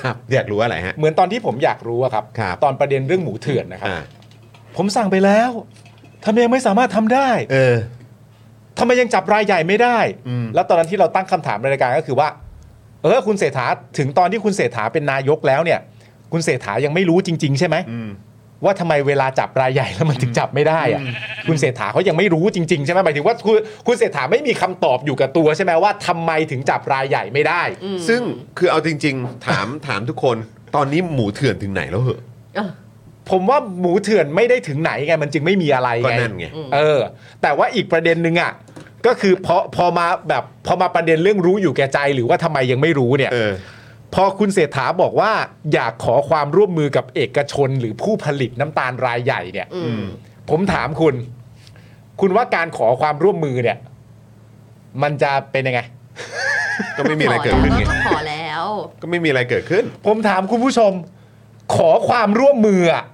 Speaker 1: ครับ อยากรู้อะไรฮะ
Speaker 2: เหมือนตอนที่ผมอยากรู้อะครับ
Speaker 1: ครับ
Speaker 2: ตอนประเด็นเรื่องหมูเถื่อนนะครับ
Speaker 1: อ่า
Speaker 2: ผมสั่งไปแล้วทำไมยังไม่สามารถทำได้
Speaker 1: เออ
Speaker 2: ทำไมยังจับรายใหญ่ไม่ได้ แล้วตอนนั้นที่เราตั้งคำถามในรายการก็คือว่า เออคุณเศรษฐาถึงตอนที่คุณเศรษฐาเป็นนายกแล้วเนี่ย คุณเศรษฐายังไม่รู้จริง ๆ ใช่ไหมว่าทำไมเวลาจับรายใหญ่แล้วมันถึงจับไม่ได้อะคุณเศรษฐาเขายังไม่รู้จริง ๆ ใช่ไหมหมายถึงว่าคุณคุณเศรษฐาไม่มีคำตอบอยู่กับตัวใช่ไหมว่าทำไมถึงจับรายใหญ่ไม่ได้
Speaker 1: ซึ่งคือเอาจริง ๆ ถามถามทุกคนตอนนี้หมูเถื่อนถึงไหนแล้วเหรอ
Speaker 3: เออ
Speaker 2: ผมว่าหมูเถื่อนไม่ได้ถึงไหนไง มันจึงไม่มีอะไร
Speaker 1: ก็
Speaker 2: ไง
Speaker 1: นั่นไง
Speaker 2: เออ แต่ว่าอีกประเด็นหนึ่งอ่ะก็คือพอพอมาแบบพอมาประเด็นเรื่องรู้อยู่แก่ใจหรือว่าทำไมยังไม่รู้เนี่ย
Speaker 1: เออ
Speaker 2: พอคุณเศรษฐาบอกว่าอยากขอความร่วมมือกับเอกชนหรือผู้ผลิตน้ำตาลรายใหญ่เนี่ยผมถามคุณ คุณว่าการขอความร่วมมือเนี่ย มันจะเป็นยังไง
Speaker 1: ก็ไม่มีอะไรเกิดขึ้นไง
Speaker 3: ขอแล้ว
Speaker 1: ก็ไม่มีอะไรเกิดขึ้น
Speaker 2: ผมถามคุณผู้ชม ขอความร่วมมืออะ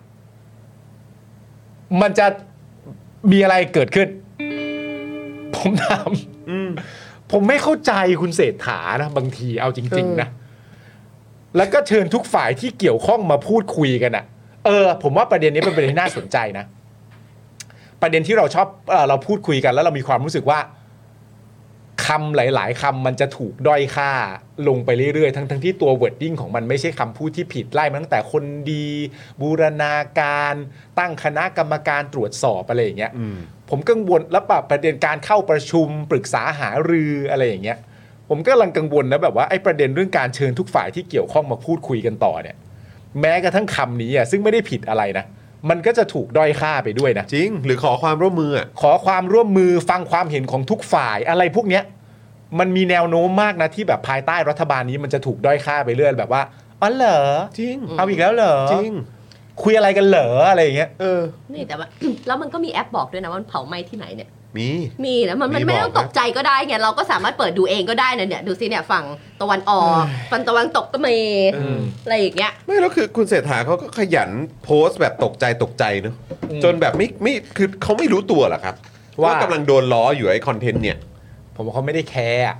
Speaker 2: มันจะมีอะไรเกิดขึ้น ผมถามผมไม่เข้าใจคุณเศรษฐานะ บางทีเอาจริง ๆ นะ แล้วก็เชิญทุกฝ่ายที่เกี่ยวข้องมาพูดคุยกันอะเออ ผมว่าประเด็นนี้เป็นประเด็นที่น่าสนใจนะ ประเด็นที่เราชอบเอ่อเราพูดคุยกันแล้วเรามีความรู้สึกว่าคำหลาย ๆคำมันจะถูกด้อยค่าลงไปเรื่อยๆ ทั้งๆทที่ตัว wording ของมันไม่ใช่คำพูดที่ผิดไล่มาตั้งแต่คนดี บูรณาการ ตั้งคณะกรรมการตรวจสอบอะไรอย่างเงี้ยผมกังวลแล้วแบบประเด็นการเข้าประชุมปรึกษาหารืออะไรอย่างเงี้ย ผมก็กำลังกังวลนะแบบว่าไอ้ประเด็นเรื่องการเชิญทุกฝ่ายที่เกี่ยวข้องมาพูดคุยกันต่อเนี่ย แม้กระทั่งคำนี้อ่ะซึ่งไม่ได้ผิดอะไรนะมันก็จะถูกด้อยค่าไปด้วยนะ
Speaker 1: จริง หรือขอความร่วมมืออะ
Speaker 2: ขอความร่วมมือฟังความเห็นของทุกฝ่ายอะไรพวกเนี้ยมันมีแนวโน้มมากนะที่แบบภายใต้รัฐบาลนี้มันจะถูกด้อยค่าไปเรื่อยแบบว่าอ๋อเหรอ
Speaker 1: จริง
Speaker 2: เอาอีกแล้วเหรอ
Speaker 1: จริง
Speaker 2: คุยอะไรกันเหรออะไรอย่างเงี้ย
Speaker 1: เออ
Speaker 3: นี่แต่ว่า แล้วมันก็มีแอปบอกด้วยนะว่ามันเผาไหม้ที่ไหนเนี่ย
Speaker 1: มี
Speaker 3: มีนะมันมัน
Speaker 1: มี
Speaker 3: ไม่
Speaker 1: บอก
Speaker 3: ต้องตกใจก็ได้ไงเราก็สามารถเปิดดูเองก็ได้นะเนี่ยดูสิเนี่ยฝั่งตะวันออกฝั่งตะวันตกก็มี
Speaker 1: เออ
Speaker 3: อะไรอย่างเงี้ย
Speaker 1: ไม่แล้วคือคุณเศรษฐาเขาก็ขยันโพสต์แบบตกใจตกใจเนอะจนแบบไม่ไม่คือเขาไม่รู้ตัวเหรอครับ ว่ากำลังโดนล้ออยู่ไอ้คอนเทนต์เนี่ย
Speaker 2: ผมว่าเขาไม่ได้แคร์อะ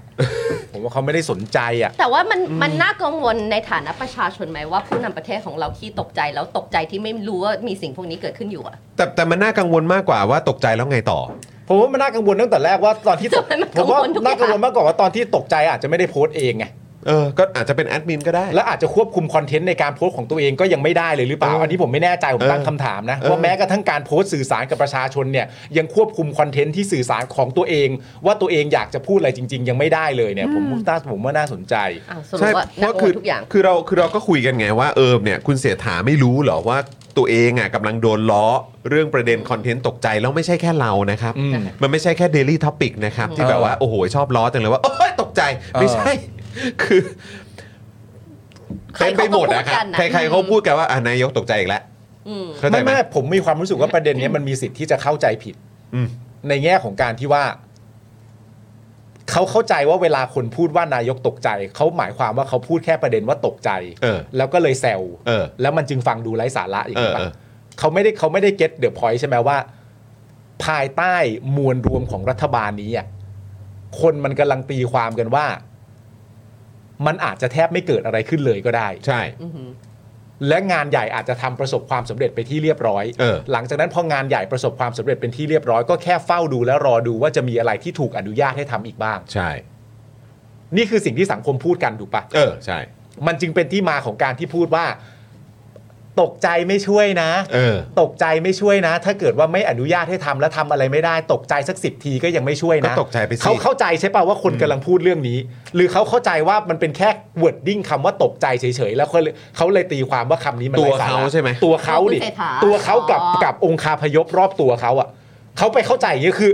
Speaker 2: ผมว่าเขาไม่ได้สนใจอ่ะ
Speaker 3: แต่ว่ามันมันน่ากังวลในฐานะประชาชนไหมว่าผู้นำประเทศของเราขี้ตกใจแล้วตกใจที่ไม่รู้ว่ามีสิ่งพวกนี้เกิดขึ้นอยู่อะ
Speaker 1: แต่แต่มันน่ากังวลมากกว่าว่าตกใจแล้วไงต่อ
Speaker 2: ผมว่ามันน่ากังวลตั้งแต่แรกว่าตอนที่ตก
Speaker 3: ทำไม มัน
Speaker 2: ผมว่าน่า
Speaker 3: กังวลทุกอย่าง
Speaker 2: กังวลมากกว่าว่าตอนที่ตกใจอาจจะไม่ได้โพสต์เองไง
Speaker 1: เออ ก็อาจจะเป็นแอดมินก็ได้
Speaker 2: และอาจจะควบคุมคอนเทนต์ในการโพสต์ของตัวเองก็ยังไม่ได้เลยหรือเปล่า
Speaker 1: เอออั
Speaker 2: อันนี้ผมไม่แน่ใจผมตั้งคำถามนะ
Speaker 1: เออ
Speaker 2: ว่าแม้กระทั่งการโพสต์สื่อสารกับประชาชนเนี่ยยังควบคุมคอนเทนต์ที่สื่อสารของตัวเอง ว่าตัวเองอยากจะพูดอะไรจริง ๆ ยังไม่ได้เลยเนี่ยผมน่าผมว่าน่าสนใจ
Speaker 3: อ้าวสรุป
Speaker 1: ใช่
Speaker 3: ว่า
Speaker 1: เพ
Speaker 3: น่า
Speaker 1: ราะ
Speaker 3: กัง
Speaker 1: คื
Speaker 3: ว
Speaker 1: อ
Speaker 3: ลทุกอย่าง
Speaker 1: คือเราคือเราก็คุยกันไงว่าเอิมเนี่ยคุณเสถาไม่รู้เหรอว่าตัวเองอ่ะกำลังโดนล้อเรื่องประเด็นคอนเทนต์ตกใจแล้วไม่ใช่แค่เรานะครับ
Speaker 2: อืม
Speaker 1: มันไม่ใช่แค่ Daily Topic นะครับ ที่แบบว่า โอ้โห ชอบล้อจังเลยว่า โอ้ยตกใจ ไม่ใช่ คือ
Speaker 3: ใคร
Speaker 1: เป็นไปหมดนะค
Speaker 3: เขาก็พู
Speaker 1: รับ
Speaker 3: ดกันนะ
Speaker 1: ใครๆเขาพูดกันว่าอ่ะนายกตกใจอีกแล้ว
Speaker 3: อืม
Speaker 1: เข้าใจ
Speaker 2: ไม่
Speaker 1: ไหม
Speaker 2: ไม่ผมมีความรู้สึกว่าประเด็นเนี้ยมันมีสิทธิ์ที่จะเข้าใจผิด
Speaker 1: อืม
Speaker 2: ในแง่ของการที่ว่า เขาเข้าใจว่าเวลาคนพูดว่านายกตกใจ เขาหมายความว่าเขาพูดแค่ประเด็นว่าตกใจ
Speaker 1: เออ
Speaker 2: แล้วก็เลยแซว
Speaker 1: เออ
Speaker 2: แล้วมันจึงฟังดูไร้สาระอย่าง
Speaker 1: เอ
Speaker 2: นี้
Speaker 1: อ
Speaker 2: ปะ
Speaker 1: เออ
Speaker 2: เขาไม่ได้เขาไม่ได้เก็ตเดอะพอยต์ใช่ไหมว่า ภายใต้มวลรวมของรัฐบาลนี้อ่ะคนมันกำลังตีความกันว่า มันอาจจะแทบไม่เกิดอะไรขึ้นเลยก็ได้
Speaker 1: ใช่
Speaker 2: และงานใหญ่อาจจะทำประสบความสำเร็จไปที่เรียบร้อย
Speaker 1: เออ
Speaker 2: หลังจากนั้นพองานใหญ่ประสบความสำเร็จเป็นที่เรียบร้อยก็แค่เฝ้าดูและรอดูว่าจะมีอะไรที่ถูกอนุญาตให้ทำอีกบ้าง
Speaker 1: ใช่
Speaker 2: นี่คือสิ่งที่สังคมพูดกันถูกปะ
Speaker 1: เออ ใช่
Speaker 2: มันจึงเป็นที่มาของการที่พูดว่า ตกใจไม่ช่วยนะ
Speaker 1: เออ
Speaker 2: ตกใจไม่ช่วยนะ ถ้าเกิดว่าไม่อนุญาตให้ทำและทำอะไรไม่ได้ ตกใจสักสิบทีก็ยังไม่ช่วยนะ
Speaker 1: ก็ตกใจไปสิ
Speaker 2: เขาเข้าใจใช่ป่าว่าคนกำลังพูดเรื่องนี้ หรือเขาเข้าใจว่ามันเป็นแค่วอร์ดดิ้งคำว่าตกใจเฉยๆแล้วเขาเลยเขาเลยตีความว่าคำนี้มัน
Speaker 1: ตัว
Speaker 2: ไร้สระ
Speaker 1: เขาใช่ไหม
Speaker 2: ตัวเขาดิ
Speaker 3: คุณเศรษฐา
Speaker 2: ตัวเขากับ
Speaker 3: อ๋อ
Speaker 2: กับองคาพยพรอบตัวเขาอ่ะเขาไปเข้าใจอย่างนี้คือ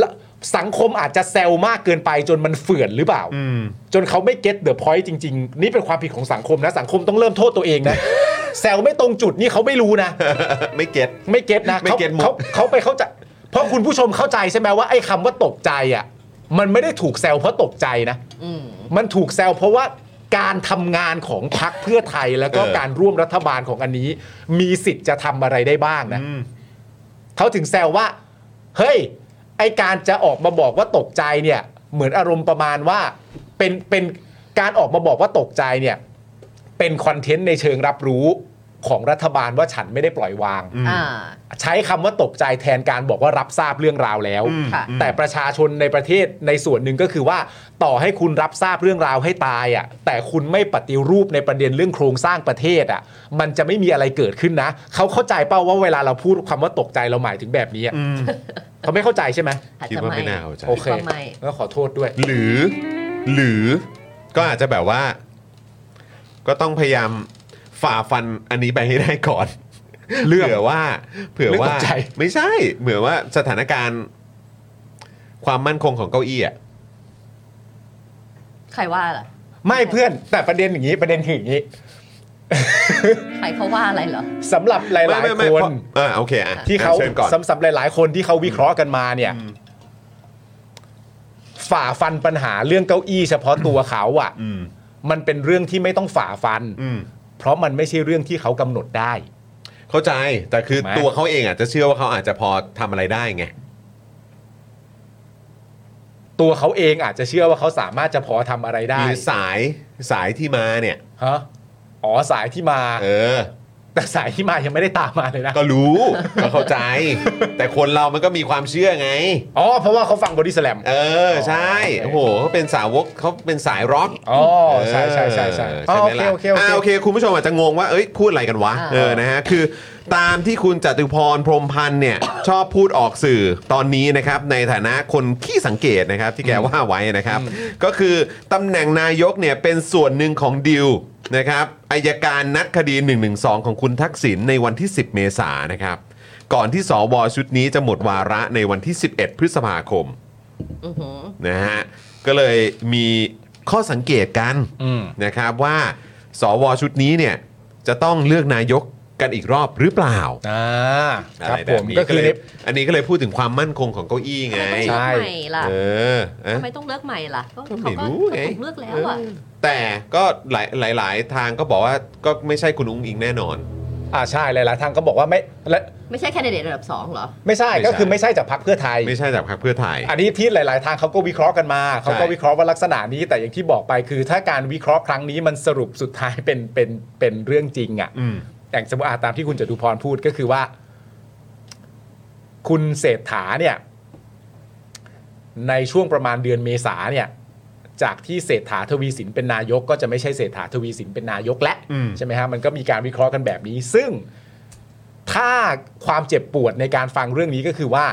Speaker 2: ละสังคมอาจจะแซวมากเกินไปจนมันเฝื่อนหรือเปล่า
Speaker 1: อืม
Speaker 2: จนเขาไม่เก็ตเดอะพอยต์จริง ๆ นี่เป็นความผิดของสังคมนะ สังคมต้องเริ่มโทษตัวเอง นะ แซวไม่ตรงจุดนี่เขาไม่รู้นะ
Speaker 1: ไม่เก็ต
Speaker 2: ไม่เก็ตนะ
Speaker 1: ไม่เก็ตมุก
Speaker 2: ขาเขาไปเข้าใจเพราะคุณผู้ชมเข้าใจใช่ไหมว่าไอ้คำว่าตกใจอ่ะ มันไม่ได้ถูกแซวเพราะตกใจนะ
Speaker 3: อืม
Speaker 2: มันถูกแซวเพราะว่าการทำงานของพรรคเพื่อไทยแล้วก็
Speaker 1: เออ
Speaker 2: การร่วมรัฐบาลของอันนี้ มีสิทธิ์จะทำอะไรได้บ้างนะ
Speaker 1: อืม
Speaker 2: เขาถึงแซวว่า เฮ้ย ไอการจะออกมาบอกว่าตกใจเนี่ย เหมือนอารมณ์ประมาณว่า เป็นเป็นการออกมาบอกว่าตกใจเนี่ย เป็นคอนเทนต์ในเชิงรับรู้ของรัฐบาลว่าฉันไม่ได้ปล่อยวาง
Speaker 3: อ่า
Speaker 2: ใช้คำว่าตกใจแทนการบอกว่ารับทราบเรื่องราวแล้ว
Speaker 1: อืม
Speaker 3: ค่ะ
Speaker 2: แต่ประชาชนในประเทศในส่วนหนึ่งก็คือว่าต่อให้คุณรับทราบเรื่องราวให้ตายอ่ะแต่คุณไม่ปฏิรูปในประเด็นเรื่องโครงสร้างประเทศอ่ะมันจะไม่มีอะไรเกิดขึ้นนะ เขาเข้าใจเป้าว่าเวลาเราพูดคำว่าตกใจเราหมายถึงแบบนี้อะเขาไม่เข้าใจใช่ไหม
Speaker 3: อจ
Speaker 1: คิด
Speaker 3: จะ
Speaker 1: ว่าไม่
Speaker 3: ไม่
Speaker 1: น่าเข้าใจ
Speaker 2: โอเค
Speaker 3: ว่าไม่
Speaker 2: ก็ขอโทษด้วย
Speaker 1: หรือหรือก็อาจจะแบบว่า ก็ต้องพยายามฝ่าฟันอันนี้ไปให้ได้ก่อน
Speaker 2: เรื่อง
Speaker 1: ผื่อว่าเผื่อว่า
Speaker 2: เรื่องตกใจ
Speaker 1: ไม่ใช่ เหมือนว่าสถานการณ์ ความมั่นคงของเก้าอี้อ่ะ
Speaker 3: ใครว่าล่ะ
Speaker 2: ไม่เพื่อนแต่ประเด็นอย่างนี้ประเด็นคืออย่างนี้
Speaker 3: ใครเขาว่าอะไรเหรอ
Speaker 2: สำหรับหลายๆค
Speaker 1: เพ
Speaker 2: น
Speaker 1: ราะอ่าโอเคอ่ะ
Speaker 2: ที่เขา
Speaker 1: อ่ะชิญก่อน
Speaker 2: สำสำหรับหลายๆคนที่เขาวิเคราะห์กันมาเนี่ย ฝ่าฟันปัญหาเรื่องเก้าอี้เฉพาะตัวเขาอ่ะ
Speaker 1: อืม
Speaker 2: มันเป็นเรื่องที่ไม่ต้องฝ่าฟัน
Speaker 1: อืม
Speaker 2: เพราะมันไม่ใช่เรื่องที่เขากำหนดได้
Speaker 1: เข้าใจ แต่คือ
Speaker 2: ถู
Speaker 1: ตั
Speaker 2: กไหม
Speaker 1: วเขาเองอาจจะเชื่อว่าเขาอาจจะพอทำอะไรได้ไง
Speaker 2: ตัวเขาเองอาจจะเชื่อว่าเขาสามารถจะพอทำอะไรได้
Speaker 1: หรือสายสายที่มาเนี่ย
Speaker 2: ฮะอ๋อสายที่มา
Speaker 1: เออ
Speaker 2: แต่สายที่มายังไม่ได้ตามมาเลยนะ
Speaker 1: ก็รู้ ก็เข้าใจ แต่คนเรามันก็มีความเชื่อไง
Speaker 2: อ๋อเพราะว่าเขาฟังบอดี้สแลม
Speaker 1: เออ ใช่
Speaker 2: โอเค
Speaker 1: โอ้โหเขาเป็นสาวกเขาเป็นสายร็อก
Speaker 2: อ๋อใช่ใช่ใช่ใช่
Speaker 1: เออ
Speaker 2: อ๋อ
Speaker 1: ใช่ไหม
Speaker 2: โอเค
Speaker 1: ล่ะ
Speaker 2: โอเคโอเค
Speaker 1: อ่าโอเค คุณผู้ชมอาจจะงงว่าเอ้ยพูดอะไรกันวะ
Speaker 3: อ่า
Speaker 1: เออนะฮะคือ ตามที่คุณจตุพรพรหมพันธ์เนี่ย ชอบพูดออกสื่อตอนนี้นะครับ ในฐานะคนขี้สังเกตนะครับ ที่แกว่าไว้นะครับ ก็คือตำแหน่งนายกเนี่ยเป็นส่วนหนึ่งของดิวนะครับอายการนัดคดี 112 ของคุณทักษิณในวันที่ 10 เมษายนนะครับ ก่อนที่สวชุดนี้จะหมดวาระในวันที่ 11 พฤษภาคม
Speaker 3: อือหือ
Speaker 1: นะฮะก็เลยมีข้อสังเกตกัน
Speaker 2: อืม
Speaker 1: นะครับว่าสวชุดนี้เนี่ยจะต้องเลือกนายกกันอีกรอบหรือเปล่า
Speaker 2: อ่า
Speaker 1: อะ
Speaker 2: ครั
Speaker 1: ไร
Speaker 2: บ
Speaker 1: แบ
Speaker 2: ผม
Speaker 1: บนี้
Speaker 2: ก็
Speaker 1: ก็
Speaker 2: คือ
Speaker 1: เลย
Speaker 2: ใน
Speaker 1: อันนี้ก็เลยพูดถึงความมั่นคงของเก้าอี้ไง
Speaker 3: ทำไมต้อง
Speaker 2: ใช่
Speaker 3: เลือกใหม่ล่ะ
Speaker 1: เออเอ๊ะ
Speaker 3: ทำไมต้องเลือกใหม่ล่ะก็
Speaker 1: ไม่
Speaker 3: เขาก็
Speaker 1: รู้ไง
Speaker 3: ถูกเลือกแล้วอ่ะ
Speaker 1: แต่ก็หลายหลายหลายทางก็บอกว่าก็ไม่ใช่คุณอุ้งอิงแน่นอน
Speaker 2: อ่าใช่หลายๆทางก็บอกว่าไม่และ
Speaker 3: ไม่ใช่แคนดิเดตระดับสองเหรอ
Speaker 2: ไม่ใช่
Speaker 1: ไม่ใช่
Speaker 2: ก็คือไม่ใช่จากพรรคเพื่อไทย
Speaker 1: ไม่ใช่จากพรรคเพื่อไทย
Speaker 2: อันนี้ที่หลาย ๆ ทางเขาก็วิเคราะห์กันมาเขาก็
Speaker 1: ใช่
Speaker 2: วิเคราะห์ว่าลักษณะนี้แต่อย่างที่บอกไปคือถ้าการวิเคราะห์ครั้งนี้มันสรุปสุดท้ายเป็นเป็นเป็นเรื่องจริงอะ่ะ
Speaker 1: อืม
Speaker 2: อย่างสมมติอ่ะตามที่คุณจตุพรพูดก็คือว่า คุณเศรษฐาเนี่ย ในช่วงประมาณเดือนเมษาเนี่ย จากที่เศรษฐาทวีสินเป็นนายก ก็จะไม่ใช่เศรษฐาทวีสินเป็นนายกและ
Speaker 1: อืม
Speaker 2: ใช่ไหมฮะมันก็มีการวิเคราะห์กันแบบนี้ ซึ่ง ถ้าความเจ็บปวดในการฟังเรื่องนี้ก็คือว่า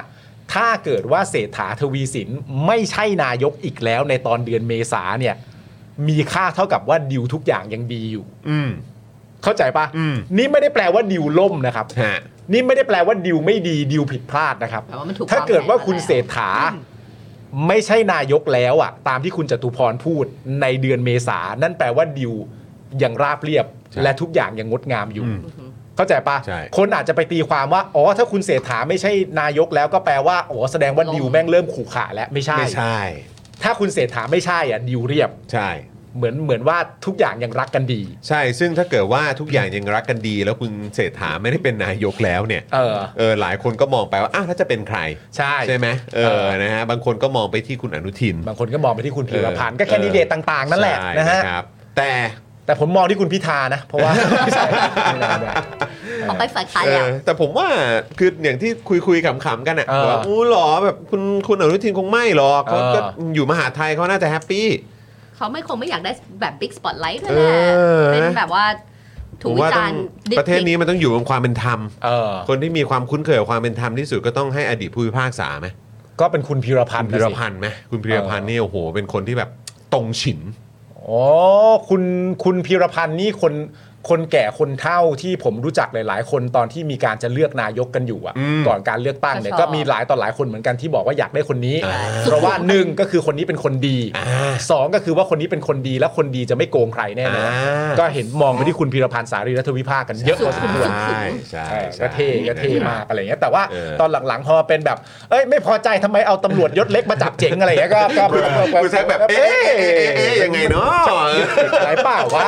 Speaker 2: ถ้าเกิดว่าเศรษฐาทวีสินไม่ใช่นายกอีกแล้วในตอนเดือนเมษาเนี่ย มีค่าเท่ากับว่าดิวทุกอย่างยังดีอยู่
Speaker 1: อืม
Speaker 2: เข้าใจปะ
Speaker 1: อืม
Speaker 2: นี่ไม่ได้แปลว่าดิวล่มนะครับ
Speaker 1: ฮะ
Speaker 2: นี่ไม่ได้แปลว่าดิวไม่ดีดิวผิดพลาดนะครับ
Speaker 3: แปลว่ามันถูก
Speaker 2: ถ้าเกิดว่าคุณ
Speaker 3: วาง
Speaker 2: เศ
Speaker 3: แผนมาแล้ว
Speaker 2: รษฐาไม่ใช่นายกแล้วอ่ะ ตามที่คุณจตุพรพูดในเดือนเมษานั่นแปลว่าดิวยังราบเรียบและทุกอย่างยังงดงามอยู่
Speaker 1: อืม
Speaker 2: เข้าใจปะ
Speaker 1: ใช่
Speaker 2: คนอาจจะไปตีความว่า อ๋อ ถ้าคุณเศรษฐาไม่ใช่นายกแล้วก็แปลว่า อ๋อ แสดงว่าดิวแม่งเริ่มขู่ขาแล้วไม่ใช่
Speaker 1: ไม่ใช่
Speaker 2: ถ้าคุณเศรษฐาไม่ใช่อ่ะดิวเรียบ
Speaker 1: ใช่
Speaker 2: เหมือนเหมือนว่าทุกอย่างยังรักกันดี
Speaker 1: ใช่ ซึ่งถ้าเกิดว่าทุกอย่างยังรักกันดี แล้วคุณเศรษฐาไม่ได้เป็นนายกแล้วเนี่ย
Speaker 2: เออ
Speaker 1: เออหลายคนก็มองไปว่าอ้าวถ้าจะเป็นใคร
Speaker 2: ใช่
Speaker 1: ใช่ไหมเอ
Speaker 2: เอ
Speaker 1: อ
Speaker 2: อ
Speaker 1: นะฮะบางคนก็มองไปที่คุณอนุทิน
Speaker 2: บางคนก็มองไปที่คุณพีรพันธ์ก็แคนดิเดตต่าง ๆ นั่นแหละ
Speaker 1: ใช่
Speaker 2: นะฮะ
Speaker 1: ครับ แต่
Speaker 2: แต่ผมมองที่คุณพิธานะ เพราะว่า ไม่ใช่ไม่ได้ไม่ได้
Speaker 3: ออกไปฝ่ายค้าน
Speaker 1: เอ
Speaker 3: แล้ว
Speaker 1: อแต่ผมว่าคืออย่างที่คุยคุยๆขำๆกันอ่ะ
Speaker 2: เออ
Speaker 1: ว่าอู้หรอแบบคุณคุณอนุทินคงไม่หรอกเขา
Speaker 2: เออ
Speaker 1: ก็อยู่มหาไทยเขาน่าจะแฮปปี้
Speaker 3: เขาไม่คงไม่อยากได้แบบบิ๊กสปอตไลท์ด้วย
Speaker 1: เอ
Speaker 3: แหละ
Speaker 1: อ
Speaker 3: เป็นแบบว่า ถูกวิจารณ์
Speaker 1: ผมว่าต้องประเทศนี้มันต้องอยู่บนความเป็นธรรม
Speaker 2: เออ
Speaker 1: คนที่มีความคุ้นเคยกับความเป็นธรรมที่สุดก็ต้องให้อดีตผู้พิพากษาไหม
Speaker 2: ก็เป็นคุณพีรพัน
Speaker 1: คุณ
Speaker 2: ธ์
Speaker 1: พิ
Speaker 2: นะ
Speaker 1: ร
Speaker 2: สิ
Speaker 1: พันธ์ไหมคุณพิรพันธ์
Speaker 2: เออ
Speaker 1: นี่โอ้โห เป็นคนที่แบบตรงฉิน
Speaker 2: อ๋อคุณคุณพีรพันธ์นี่คนคนแก่คนเฒ่าที่ผมรู้จักหลาย ๆ คนตอนที่มีการจะเลือกนายกกันอยู่อ่ะ
Speaker 1: อืม
Speaker 2: ก่อนการเลือกตั้งเนี่ยก็มีหลายต่อหลายคนเหมือนกันที่บอกว่าอยากได้คนนี้
Speaker 1: อ่า
Speaker 2: เพราะว่าหนึ่งก็คือคนนี้เป็นคนดีสองก็คือว่าคนนี้เป็นคนดีและคนดีจะไม่โกงใครแน่นอน
Speaker 1: อ่า
Speaker 2: ก็เห็นมองไปที่คุณพีรพันธ์สารีรัฐวิภาคกันเยอะพอสมควร
Speaker 1: ใช่ใช่ใช่
Speaker 2: ก็เท่ก็เท่มากอะไรเงี้ยแต่ว่า
Speaker 1: เออ
Speaker 2: ตอนหลังๆพอเป็นแบบ เอ้ยไม่พอใจทำไมเอาตำรวจยศเล็กมาจับเจ๋งอะไรเงี้ยก็ก็
Speaker 1: คุณคุณแซคแบบเอ๊ะเอ๊ะเอ๊ะเอ๊ะยังไงเนาะ
Speaker 2: หายเปล่าวะ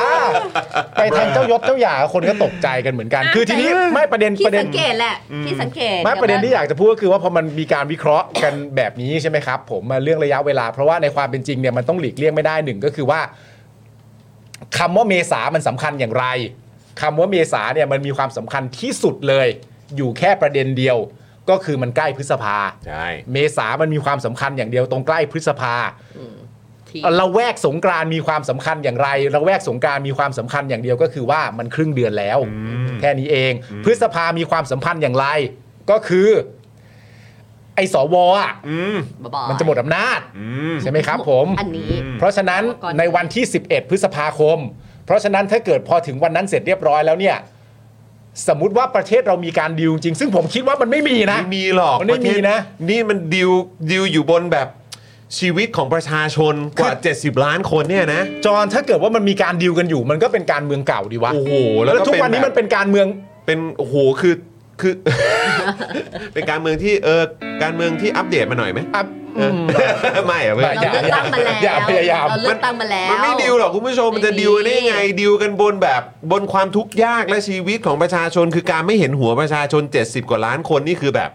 Speaker 2: ไปทางเจ้ายศเจ้าหย่าคนก็ตกใจกันเหมือนกัน คือทีนี้ไม่ประเด็น
Speaker 3: ที่
Speaker 2: ประเด็น
Speaker 3: สังเกตแหละที่สังเกต
Speaker 2: ไม่ประเด็นที่
Speaker 3: ดี๋ยว
Speaker 2: อยากจะพูดก็คือว่าพอมันมีการวิเคราะห์กันแบบนี้ใช่ไหมครับ ผมมาเรื่องระยะเวลา เพราะว่าในความเป็นจริงเนี่ยมันต้องหลีกเลี่ยงไม่ได้หนึ่งก็คือว่าคำว่าเมษามันสำคัญอย่างไรคำว่าเมษาเนี่ยมันมีความสำคัญที่สุดเลย อยู่แค่ประเด็นเดียว ก็คือมันใกล้พฤษภา
Speaker 1: ใช่
Speaker 2: เมษามันมีความสำคัญอย่างเดียวตรงใกล้พฤษภา
Speaker 3: ที
Speaker 2: เราแวกสงกรานต์มีความสำคัญอย่างไรเราแวกสงกรานต์มีความสำคัญอย่างเดียวก็คือว่ามันครึ่งเดือนแล้ว แค่นี้เอง พฤษภามีความสัมพันธ์อย่างไร ก็คือ ไอ้สวอ่ะ
Speaker 3: บ๊ายบาย
Speaker 2: มันจะหมดอำนาจ ใช่ไหมครับผม
Speaker 3: อันนี้
Speaker 2: เพราะฉะนั้น
Speaker 3: ก่อน
Speaker 2: ในวันที่ 11 พฤษภาคม เพราะฉะนั้นถ้าเกิดพอถึงวันนั้นเสร็จเรียบร้อยแล้วเนี่ย สมมติว่าประเทศเรามีการดีลจริง ซึ่งผมคิดว่ามันไม่มีนะ
Speaker 1: ไม่มีหรอก
Speaker 2: มันไม่มีนะ
Speaker 1: นี่มันดิวดิวอยู่บนแบบชีวิตของประชาชนกว่า 70 ล้านคนเนี่ยนะ
Speaker 2: จอห์นถ้าเกิดว่ามันมีการดีลกันอยู่ มันก็เป็นการเมืองเก่าดีวะ
Speaker 1: โอ้โหแล้
Speaker 2: แล้ว ว
Speaker 1: ก็
Speaker 2: ทุก
Speaker 1: เป็น
Speaker 2: วันนี้
Speaker 1: แบบ
Speaker 2: มันเป็นการเมือง
Speaker 1: เป็นโอ้โหคือคือ เป็นการเมืองที่เออการเมืองที่อัปเดตมาหน่อยไหม
Speaker 2: อ่ะอืม
Speaker 1: ไม่อะไม่
Speaker 2: ไม่
Speaker 3: เราเลือกตั้งมาแล้ว
Speaker 2: อย่าพยายาม
Speaker 3: เราเลือกตั้งมาแล้ว
Speaker 1: มันไม่ดิวหรอกคุณผู้ชมมันจะ
Speaker 3: ไม่มี
Speaker 1: ดิวได้ไงดิวกันบนแบบบนความทุกข์ยากและชีวิตของประชาชน คือการไม่เห็นหัวประชาชน 70 กว่าล้านคนนี่คือแบบ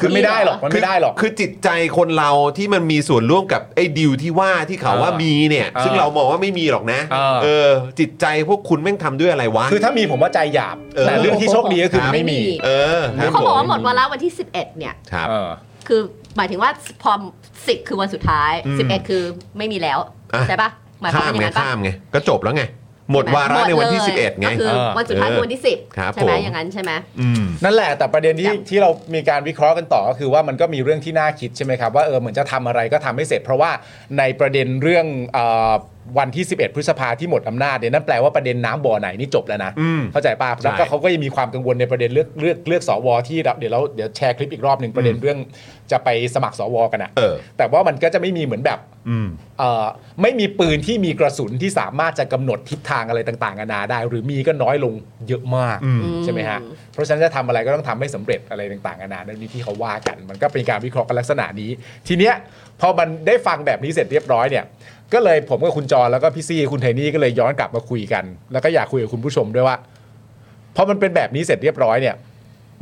Speaker 2: คือไม่ได้หรอกมันไม่ได้หรอก
Speaker 1: คืคือจิตใจคนเราที่มันมีส่วนร่วมกับไอ้ดิวที่ว่าที่เขา
Speaker 2: เออ
Speaker 1: ว่ามีเนี่ย
Speaker 2: เออ
Speaker 1: ซึ่งเรามองว่าไม่มีหรอกนะ
Speaker 2: เออ
Speaker 1: อจิตใจพวกคุณแม่งทำด้วยอะไรวะ
Speaker 2: คือถ้ามีผมว่าใจหยาบ
Speaker 1: เออ
Speaker 2: แต่เรื่องที่โชคดีก็คือ
Speaker 3: ครับ
Speaker 2: ไม่มี
Speaker 1: เออครับ
Speaker 3: เขาบอกว่า
Speaker 1: ผ
Speaker 3: หมดวาระวันที่ 11 เนี่ย
Speaker 1: ครับ
Speaker 2: เออ
Speaker 3: คือหมายถึงว่าพอ10 คือวันสุดท้าย
Speaker 1: อืม
Speaker 3: 11 คือไม่มีแล้ว
Speaker 1: อ่ะ
Speaker 3: ใช่ปะหมายความ
Speaker 1: ข้าม
Speaker 3: ว่าอย่า
Speaker 1: ไง
Speaker 3: งนั้นปะ
Speaker 1: ข้ามไง ก็จบแล้วไง หมดวาระในวันที่
Speaker 3: หมดเลย
Speaker 1: 11 ไง
Speaker 3: ก็คือ
Speaker 2: เออ
Speaker 3: วันสุดท้ายคือวันที่
Speaker 1: ครับ
Speaker 3: 10 ใช่ไหม
Speaker 1: ผม
Speaker 3: อย่างนั้นใช่ไหม
Speaker 1: ม
Speaker 2: นั่นแหละแต่ประเด็นที่
Speaker 3: ครับ
Speaker 2: ที่เรามีการวิเคราะห์กันต่อก็คือว่ามันก็มีเรื่องที่น่าคิดใช่ไหมครับว่าเออเหมือนจะทำอะไรก็ทำไม่เสร็จ เพราะว่าในประเด็นเรื่องเอ่อวันที่ 11 พฤษภาที่หมดอำนาจเนี่ยนั่นแปลว่าประเด็นน้ำบ่อไหนนี่จบแล้วนะ
Speaker 1: อืม
Speaker 2: เข้าใจป่ะแล้วก็
Speaker 1: ใช่
Speaker 2: เขาก็ยังมีความกังวลในประเด็นเลือกเลือกเลือกสวที่เราเดี๋ยวเราเดี๋ยวแชร์คลิปอีกรอบหนึ่งประเด็นเรื่องจะไปสมัครสวกันอะ
Speaker 1: เออ
Speaker 2: แต่ว่ามันก็จะไม่มีเหมือนแบบ
Speaker 1: อืม
Speaker 2: เอ่อไม่มีปืนที่มีกระสุนที่สามารถจะกำหนดทิศทางอะไรต่างๆนานาได้ หรือมีก็น้อยลงเยอะมาก
Speaker 1: อืม
Speaker 2: ใช่ไหมฮะเพราะฉะนั้นจะทำอะไรก็ต้องทำให้สำเร็จอะไรต่างๆนานาในนี้ที่เขาว่ากัน มันก็เป็นการวิเคราะห์กันลักษณะนี้ ทีเนี้ยพอมันได้ฟังแบบนี้เสร็จเรียบร้อยเนี่ยก็เลยผมกับคุณจรแล้วก็พี่ซี่คุณไทนี่ก็เลยย้อนกลับมาคุยกัน แล้วก็อยากคุยกับคุณผู้ชมด้วยว่าพอมันเป็นแบบนี้เสร็จเรียบร้อยเนี่ย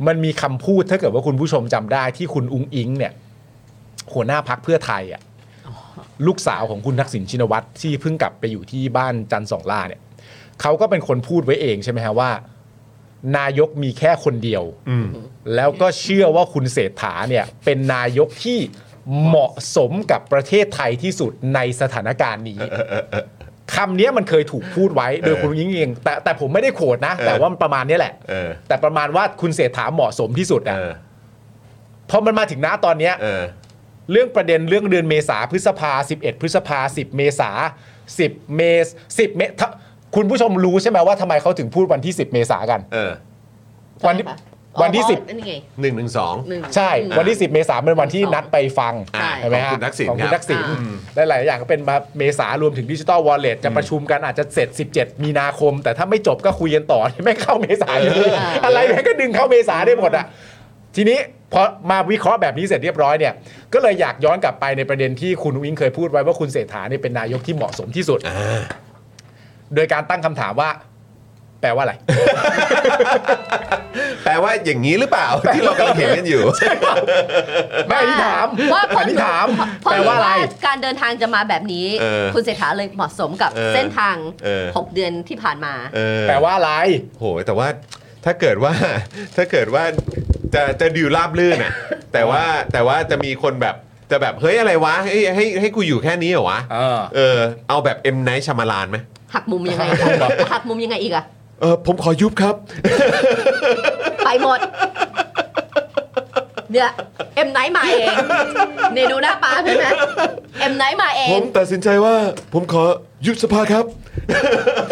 Speaker 2: มันมีคำพูดถ้าเกิดว่าคุณผู้ชมจำได้ที่คุณอุ้งอิงเนี่ย หัวหน้าพักเพื่อไทยอ่ะ ลูกสาวของคุณทักษิณชินวัตรที่เพิ่งกลับไปอยู่ที่บ้านจันทร์สองล่าเนี่ยเขาก็เป็นคนพูดไว้เองใช่ไหมฮะว่า นายกมีแค่คนเดียว
Speaker 1: อืม
Speaker 2: แล้วก็เชื่อว่าคุณเศรษฐาเนี่ยเป็นนายกที่เหมาะสมกับประเทศไทยที่สุดในสถานการณ์นี้คำเนี้ยมันเคยถูกพูดไว้โดยคุณยิ่งเองแต่แต่ผมไม่ได้โขดนะ แต่ว่ามันประมาณเนี้ยแหละ
Speaker 1: เออ
Speaker 2: แต่ประมาณว่าคุณเศรษฐาเหมาะสมที่สุด
Speaker 1: เออ
Speaker 2: อ่ะพอมันมาถึงหน้าตอนเนี้ย
Speaker 1: เออ
Speaker 2: เรื่องประเด็นเรื่องเดือนเมษาพฤษภา 11 พษภา 10 เมษา 10 เมษ10 เมษถ้าคุณผู้ชมรู้ใช่ไหมว่าทำไมเขาถึงพูดวันที่ 10 เมษากัน
Speaker 1: เออ
Speaker 2: วันที่
Speaker 3: ใช่ปะ
Speaker 2: วันที่
Speaker 3: อ๋อ
Speaker 2: 10
Speaker 3: นี่ไง
Speaker 1: หนึ่งหนึ่งสอง
Speaker 3: หนึ่ง
Speaker 2: ใช่ วันที่ 10 เมษาเป็นวันที่นัดไปฟัง
Speaker 3: ใช่
Speaker 2: ใช่ไหม
Speaker 1: ขอ
Speaker 2: ฮะ
Speaker 1: งคุณทักษิณ
Speaker 2: ของ
Speaker 1: ค
Speaker 2: คุ
Speaker 1: รั
Speaker 2: ณ
Speaker 1: บ
Speaker 2: ทักษิณ
Speaker 3: อ่า
Speaker 2: หลาย ๆ อย่างก็เป็นมาเมษารวมถึงดิจิ t a ลวอลเล็ตจะประชุมกันอาจจะเสร็จ 17 มีนาคม แต่ถ้าไม่จบก็คุยกันต่อ ไม่เข้าเมษาอยู่ดีอะไรแม่งก็ดึงเข้าเมษาได้หมดอ่ะ ทีนี้พอมาวิเคราะห์แบบนี้เสร็จเรียบร้อยเนี่ยก็เลยอยากย้อนกลับไปในประเด็นที่คุณวิงเคยพูดไว้ว่าคุณเศรษฐาเนี่ยเป็นนายกที่เหมาะสมที่สุด โดยการตั้งคำถามว่า แปลว่าอะไร
Speaker 1: แปลว่าอย่างนี้หรือเปล่า ที่เรากำลังเห็นกันอยู่
Speaker 2: ไม่อันนี้ ถาม
Speaker 3: ว่าพอ
Speaker 2: อันนี้ถาม
Speaker 3: พอ
Speaker 2: แปลว่าอะไร
Speaker 3: การเดินทางจะมาแบบนี้
Speaker 1: เออ
Speaker 3: คุณเศรษฐาเลยเหมาะสมกับ
Speaker 1: เออ
Speaker 3: เส้นทาง
Speaker 1: เออ
Speaker 3: 6 เดือนที่ผ่านมา
Speaker 1: เออ
Speaker 2: แปลว่าอะไร
Speaker 1: โหแต่ว่าถ้าเกิดว่า ถ้าเกิดว่าจะจะดิวราบลื่นอ่ะ แต่ว่าแต่ว่าจะมีคนแบบจะแบบเฮ้ยอะไรวะให้ให้ให้กูอยู่แค่นี้เหรอวะ
Speaker 2: เออ
Speaker 1: เออเอาแบบเอ็มไนท์ชามาลานไหม
Speaker 3: หักมุมยังไงอีกอะหักมุมยังไงอีกอะ
Speaker 6: เออผมขอยุบครับ
Speaker 3: ไปหมด เนี่ยเอ็มไนท์มาเองเนี่ยดูหน้าปาใช่ไหมเอ็มไนท์มาเอ
Speaker 6: ผ
Speaker 3: ง
Speaker 6: มตัดสินใจว่าผมขอยุบสภาครับ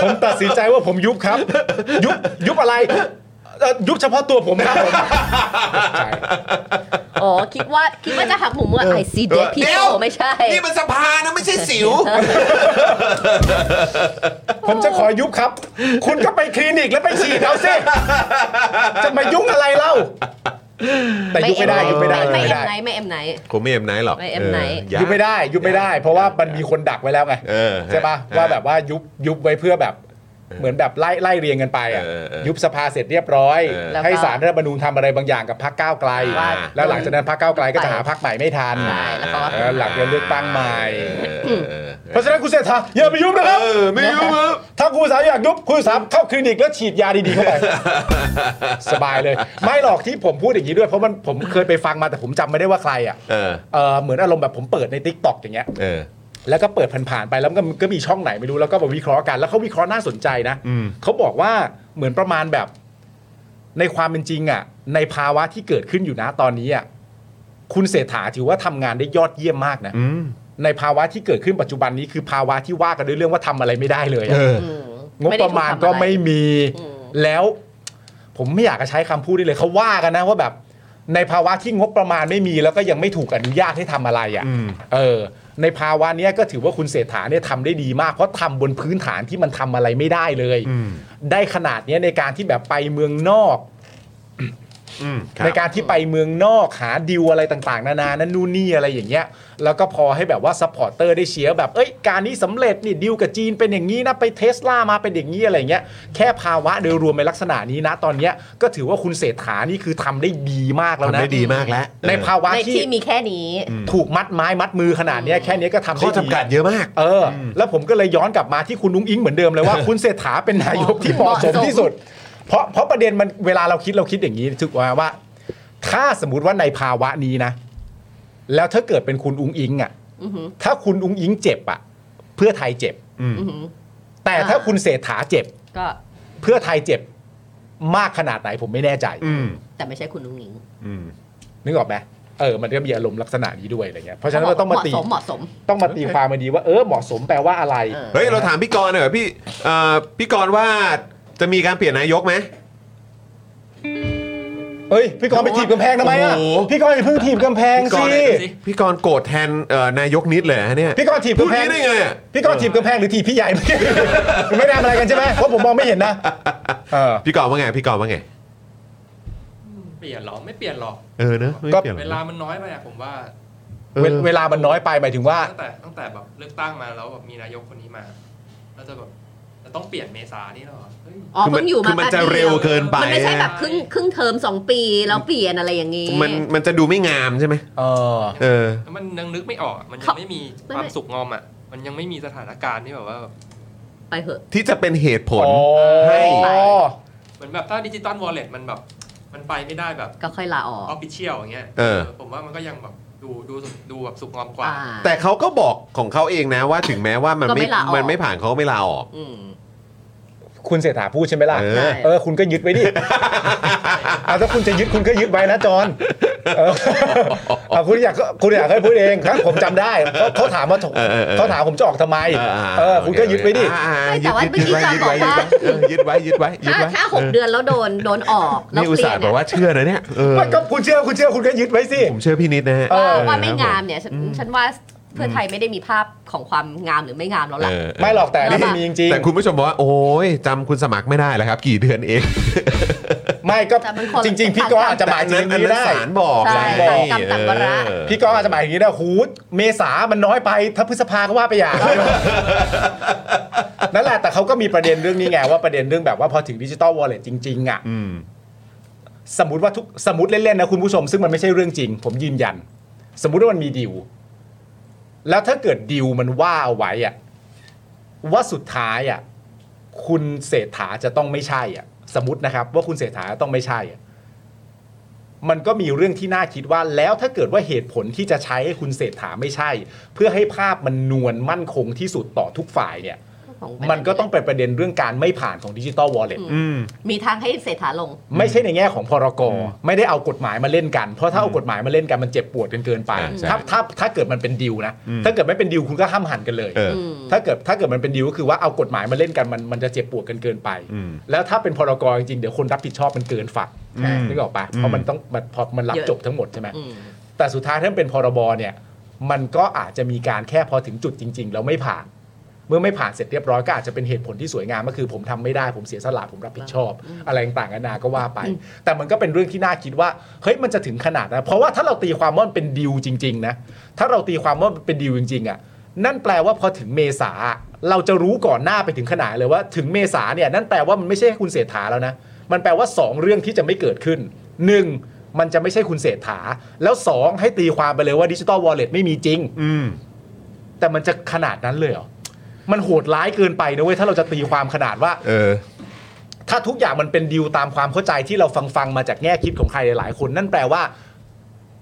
Speaker 2: ผมตัดสินใจว่าผมยุบ ครับ ยุบยุบอะไรเอ่อยุบเฉพาะตัวผมครับผม ใช่
Speaker 3: อ๋อ คิดว่าคิดว่าจะหักมุมว่าไอซีเดพี่โตไม่ใช่
Speaker 1: นี่มันสภานะไม่ใช่สิ ว
Speaker 2: ผมจะขอยุบครับ คุณก็ไปคลินิกแล้วไปฉีดเอาสิ จะมายุ่งอะไรเล่า แต่ยุบไม่ได้ยุบไม่ได้ยุบ
Speaker 3: ไม่
Speaker 2: ไม่
Speaker 3: เอ็ม
Speaker 2: ได้
Speaker 3: ไนท์ไม่เอ็มไนท์
Speaker 1: ผมไม่เอ็มไนท์หรอก
Speaker 3: ไม่ M Night
Speaker 1: เออาก
Speaker 2: ยุบไม่ได้ยุบไม่ได้ เพราะว่ามันมีคนดักไว้แล้วไง
Speaker 1: เออ
Speaker 2: ใช่ปะ
Speaker 1: ฮะ
Speaker 2: ว่าแบบว่ายุบยุบไว้เพื่อแบบ เหมือนแบบไล่ไล่เรียงกันไปอ่ะ
Speaker 1: เออเออ
Speaker 2: ยุบสภาเสร็จเรียบร้อย
Speaker 1: เออ
Speaker 2: ให้สารรัฐธรรมนูญทำอะไรบางอย่างกับพรรคก้าวไกล
Speaker 1: ว่า
Speaker 2: แล้วหลังจากนั้นพรรคก้าวไกลก็จะหาพรรคใหม่ไม่ทัน
Speaker 3: ใช่แล้วก็
Speaker 2: เออหลังการเลือกตั้งใหม่
Speaker 1: เออเออ
Speaker 2: เพราะฉะนั้นคุณเศรษฐาอย่าไปยุบนะครับ
Speaker 1: เออไม่ยุบครับ
Speaker 2: ถ้าคุณสาวอยากยุบคุณสาวเข้าคลินิกแล้วฉีดยาดีๆเข้าไป สบายเลย ไม่หรอกที่ผมพูดอย่างนี้ด้วยเพราะมันผมเคยไปฟังมาแต่ผมจำไม่ได้ว่าใครอ่ะ
Speaker 1: เออ
Speaker 2: เออเหมือนอารมณ์แบบผมเปิดใน t ิกตอกอย่างเงี้ย
Speaker 1: เออ
Speaker 2: แล้วก็เปิดผ่านๆไปแล้วก็ก็มีช่องไหนไม่รู้แล้วก็มาวิเคราะห์กัน แล้วเขาวิเคราะห์น่าสนใจนะ
Speaker 1: อืม
Speaker 2: เขาบอกว่าเหมือนประมาณแบบ ในความเป็นจริงอ่ะ ในภาวะที่เกิดขึ้นอยู่นะตอนนี้อ่ะคุณเศรษฐาถือว่าทำงานได้ยอดเยี่ยมมากนะ
Speaker 1: อืม
Speaker 2: ในภาวะที่เกิดขึ้นปัจจุบันนี้คือภาวะที่ว่ากันด้วยเรื่องว่าทำอะไรไม่ได้เลยอะ
Speaker 1: เออ
Speaker 3: อืม
Speaker 2: งบประมาณ
Speaker 3: ไได้ถูทำอ
Speaker 2: ก็ไม่มี
Speaker 3: อืม
Speaker 2: แล้ว ผมไม่อยากจะใช้คำพูดได้เลยเขาว่ากันนะว่าแบบ ในภาวะที่งบประมาณไม่มี แล้วก็ยังไม่ถูกอนุญาตให้ทำอะไร
Speaker 1: อืม
Speaker 2: อะ่ะเออ ในภาวะเนี้ยก็ถือว่าคุณเศรษฐาเนี่ยทำได้ดีมากเพราะทำบนพื้นฐานที่มันทำอะไรไม่ได้เลย
Speaker 1: อืม
Speaker 2: ได้ขนาดเนี้ยในการที่แบบไปเมืองนอก
Speaker 1: อืมคบ
Speaker 2: ในการที่ไปเมืองนอกหาดิวอะไรต่างๆ นานานั่นนู่นนี่อะไรอย่างเงี้ย แล้วก็พอให้แบบว่าซัพพอร์เตอร์ได้เชียร์แบบ เอ้ย การนี้สำเร็จนี่ดิวกับจีนเป็นอย่างนี้นะ ไปเทสลามาเป็นอย่างนี้อะไรเงี้ย แค่ภาวะโดยรวมในลักษณะนี้นะ ตอนเนี้ยก็ถือว่าคุณเศรษฐานี่คือทำได้ดีมากแล้ว
Speaker 1: ทำ
Speaker 2: นะ
Speaker 1: ได้ดีมากแล้ว
Speaker 2: ในภาวะ
Speaker 3: ใน
Speaker 2: ที่
Speaker 3: ที่มีแค่นี้
Speaker 2: ถูกมัดไม้มัดมือขนาดเนี้ยแค่เนี้ยก็ทำได้
Speaker 1: ข้อ
Speaker 2: ดี
Speaker 1: จำกัดเยอะมาก
Speaker 2: เอออแล้วผมก็เลยย้อนกลับมาที่คุณนุ้งอิงเหมือนเดิมเลย ว่า คุณเศรษฐาเป็นนายกที่เหมาะสม
Speaker 3: เหมาะสม
Speaker 2: ที่สุด เพราะเพราะประเด็นมันเวลาเราคิดเราคิดอย่างนี้ถึกว่าว่า ถ้าสมมติว่าในภาวะนี้นะ แล้วถ้าเกิดเป็นคุณอุ้งอิงอ่ะ
Speaker 3: อือหือ
Speaker 2: ถ้าคุณอุ้งอิงเจ็บอ่ะ เพื่อไทยเจ็บ
Speaker 3: อือหือ
Speaker 2: แต่
Speaker 3: อ่า
Speaker 2: ถ้าคุณเศรษฐาเจ็บ
Speaker 3: ก็
Speaker 2: เพื่อไทยเจ็บ มากขนาดไหนผมไม่แน่ใจ
Speaker 1: อืม
Speaker 3: แต่ไม่ใช่คุณนุ้งหนิง
Speaker 1: อืม
Speaker 2: นึกออกไหมเออมันก็มีอารมณ์ลักษณะนี้ด้วยอะไรเงี้ยเพราะฉะนั้นเราต้องมาตี
Speaker 3: เหมาะสมเหมาะสม
Speaker 2: ต้องมาตีความมาดีว่าเออเหมาะสมแปลว่าอะไร
Speaker 3: เออ
Speaker 1: เฮ้ย เราถามพี่กรณ์หน่อยเหรอพี่เอ่อพี่กรณ์ว่าจะมีการเปลี่ยนนายกไหม
Speaker 2: เฮ้ยพี่กรณ์ไปถีบกำแพงทำไมอ่ะ
Speaker 1: โอ้โห
Speaker 2: พี่กรณ์อย่าเพิ่งถีบกำแพง
Speaker 1: พี่ก
Speaker 2: สิ
Speaker 1: รณ์พี่กรณ์โกรธแทนเอ่อนายกนิดเลยฮะเนี่ย
Speaker 2: พี่กรณ์ถีบ
Speaker 1: พูด
Speaker 2: กำแพง
Speaker 1: นี้ได้ไงอะ
Speaker 2: พี่กรณ์ถีบกำแพงหรือถีบพี่ใหญ่ ไม่ได้ทำอะไรกันใช่ไหมเพราะผมมองไม่เห็นนะเออ
Speaker 1: พี่กรณ์ว่าไงพี่กรณ์ว่าไง
Speaker 4: เปลี่ยนเหรอไม่เปลี่ยนหรอก
Speaker 1: เออเนอะไม่ปยนหรอ
Speaker 4: เวลามันน้อยไปอะผมว่า
Speaker 1: เออ
Speaker 2: เวลเวลามันน้อยไปหมายถึงว่า
Speaker 4: ตั้งแต่ตั้งแต่แบบเลือกตั้งมาแล้วแบบมีนายกคนนี้มาเราจะแบบเราต้องเปลี่ยนเมษานี่เหรอเฮ้ย
Speaker 3: อ๋อ
Speaker 1: คือมั
Speaker 3: เพิ่งอยู่
Speaker 1: คื
Speaker 3: มา
Speaker 1: มัน
Speaker 3: แป๊บ
Speaker 1: จะ
Speaker 3: เดี
Speaker 1: เร็
Speaker 3: ยว
Speaker 1: เกินไป
Speaker 3: มันไม่ใช่
Speaker 1: อะ
Speaker 3: แบบครึ่งครึ่งเทอมสองปีแล้วเปลี่ยนอะไรอย่างนี้
Speaker 1: มันมันจะดูไม่งามใช่ไหม
Speaker 2: เออ
Speaker 1: เออ
Speaker 4: แล้วมันยังนึกไม่ออกอะมันยั
Speaker 3: เขา
Speaker 4: งไม่มี
Speaker 3: ไม่
Speaker 4: ความ
Speaker 3: ไม่
Speaker 4: สุขงอมอ่ะ มันยังไม่มีสถานการณ์ที่แบบว่าแบบ
Speaker 3: ไปเหอะ
Speaker 1: ที่จะเป็นเหตุผล
Speaker 2: อ๋อ
Speaker 1: ให้
Speaker 4: เหมือนแบบถ้าดิจิตอลวอลเล็ตมันแบบ มันไปไม่ได้แบบ
Speaker 3: ก็ค่อยลาออ
Speaker 4: อก อฟฟิเชียลอย่างเงี้ย
Speaker 1: เออ
Speaker 4: ผมว่ามันก็ยังแบบดูดูสุขดูแบบสุขงอมกว่า
Speaker 3: อ่า
Speaker 1: แต่เขาก็บอกของเขาเองนะว่าถึงแม้ว่ามัน
Speaker 3: ก็ไม่
Speaker 1: ไม่
Speaker 3: ลาออก
Speaker 1: มันไม่ผ่านเขาก็ไม่ลาออก
Speaker 3: อืม
Speaker 2: คุณเศรษฐาพูดใช่ไหมล่ะ
Speaker 1: เออ
Speaker 2: เออคุณก็ยึดไว้ ดิเอาถ้าคุณจะยึดคุณก็ยึดไว้นะจอนเออเอาคุณอยากคุณอยากให้พูดเองครับ ผมจำได้เขาเขาถามว่า
Speaker 1: เออเออเออ
Speaker 2: เขาถามผมจะออกทำไม
Speaker 1: ๆ
Speaker 2: เออคุณก็ยึดไว้ดิ
Speaker 1: อ่าๆ
Speaker 3: ไม่แต่ว่า
Speaker 1: ยึด
Speaker 3: เมื่อกี้จอนบอกว่า
Speaker 1: ยึดไว้ยึดไว้ยึดไว้ยึด
Speaker 3: ถ้า
Speaker 1: ไว้
Speaker 3: ถ้าหกเดือนแล้วโดนโดนออกแล้ว
Speaker 1: นี่อุต
Speaker 3: เปลี่
Speaker 1: ส่าย
Speaker 3: น
Speaker 1: ห์บอ
Speaker 3: เนี่
Speaker 1: ก
Speaker 3: ย
Speaker 1: ว่าเชื่อนะเนี่ยเออ
Speaker 2: ไม่ก็คุณเชื่อคุณเชื่อคุณก็ยึดไว้สิ
Speaker 1: ผมเชื่อพี่นิดนะฮะ
Speaker 3: ว่าว่า
Speaker 1: เออ
Speaker 3: ไม่งามเนี่ยฉันฉันว่าเพื่ออ
Speaker 1: ม
Speaker 3: ไทยไม่ได้มีภาพของความงามหรือไม่งามแล้ว
Speaker 1: เอ
Speaker 3: ล่ะ
Speaker 1: อ
Speaker 2: ไม่หรอกแต่นี่มันมีจริง
Speaker 1: แต่คุณผู้ชมบอกว่า โอ้ยจำคุณสมัครไม่ได้แล้วครับ กี่เดือนเอง
Speaker 2: ๆไม่ก็
Speaker 3: แต่มันคนละ
Speaker 2: จริง ๆ พี่ก็อาจจะหมายถึงอย่างนี้ได้
Speaker 1: สารบอก
Speaker 3: ใช่
Speaker 1: ไง
Speaker 3: ตามกรรมตามวาระ
Speaker 1: เออ
Speaker 2: พี่ก็อาจจะหมายถึงอย่างนี้ได้หูเมษามันน้อยไป ถ้าพฤษภาก็ว่าไป อย่าง นั่นแหละแต่เขาก็มีประเด็นเรื่องนี้ไงว่าประเด็นเรื่องแบบว่าพอถึงดิจิตอลวอลเล็ตจริง ๆ อ่ะ
Speaker 1: อืม
Speaker 2: สมมติว่าทุกสมมติเล่น ๆ นะคุณผู้ชม ซึ่งมันไม่ใช่เรื่องจริง ผมยืนยัน สมมติว่ามันมีดิว แล้วถ้าเกิดดิวมันว่าเอาไว้อะว่าสุดท้ายอะคุณเศรษฐาจะต้องไม่ใช่อะสมมตินะครับ ว่าคุณเศรษฐาจะต้องไม่ใช่อะมันก็มีเรื่องที่น่าคิดว่าแล้วถ้าเกิดว่าเหตุผลที่จะใช้ให้คุณเศรษฐาไม่ใช่ เพื่อให้ภาพมันนวลมั่นคงที่สุดต่อทุกฝ่ายเนี่ย
Speaker 3: ของ
Speaker 2: มันก็ต้องเป็นประเด็นเรื่องการไม่ผ่านของดิจิตอลวอลเล็ต
Speaker 1: อืม
Speaker 3: มีทางให้เศรษฐาลง
Speaker 2: ไม่ใช่ในแง่ของพรกรไม่ได้เอากฎหมายมาเล่นกัน เพราะถ้าเอากฎหมายมาเล่นกันมันเจ็บปวดกันเกินไป
Speaker 1: อ่าใช่
Speaker 2: ถ้าถ้าถ้าเกิดมันเป็นดิวนะ
Speaker 1: อืม
Speaker 2: ถ้าเกิดไม่เป็นดิวคุณก็ห้ามหันกันเลย
Speaker 1: เออ
Speaker 3: ม
Speaker 2: ถ้าเกิดถ้าเกิดมันเป็นดีลก็คือว่าเอากฎหมายมาเล่นกันมันมันจะเจ็บปวดกันเกินไป
Speaker 1: อืม
Speaker 2: แล้วถ้าเป็นพรกรจริงๆเดี๋ยวคนรับผิดชอบมันเกินฝัก
Speaker 1: อืม
Speaker 2: นึกออกปะ
Speaker 1: อืม
Speaker 2: เพราะมันต้องมันพอมันรับ
Speaker 3: เยอะ
Speaker 2: จบทั้งหมดใช่ไหม
Speaker 3: อืม
Speaker 2: แต่สุดท้ายถ้ามันเป็นพรบเนี่ยมันก็อาจจะมีการแค่พอถึงจุดจริง ๆ แล้วไม่ผ่าน เมื่อไม่ผ่านเสร็จเรียบร้อยก็อาจจะเป็นเหตุผลที่สวยงามก็คือ ผมทำไม่ได้ผมเสียสละผมรับผิดชอบ อะไรต่างๆนานาก็ว่าไป แต่มันก็เป็นเรื่องที่น่าคิดว่าเฮ้ยมันจะถึงขนาดนะเพราะว่าถ้าเราตีความว่ามันเป็นดีลจริงๆนะถ้าเราตีความว่ามันเป็นดีลจริงๆอ่ะนั่นแปลว่าพอถึงเมษาเราจะรู้ก่อนหน้าไปถึงขนาดเลยว่าถึงเมษาเนี่ยนั่นแปลว่ามันไม่ใช่แค่คุณเศรษฐาแล้วนะมันแปลว่าสองเรื่องที่จะไม่เกิดขึ้นหนึ่งมันจะไม่ใช่คุณเศรษฐา แล้วสองให้ตีความไปเลยว่าดิจิตอลวอลเล็ตไม่มีจริง
Speaker 1: อืม
Speaker 2: แต่มันจะขนาดนั้นเลยเหรอ มันโหดร้ายเกินไปนะเว้ย ถ้าเราจะตีความขนาดว่า
Speaker 1: เออ
Speaker 2: ถ้าทุกอย่างมันเป็นดีลตามความเข้าใจที่เราฟังฟังๆมาจากแง่คิดของใครหลายๆคน นั่นแปลว่า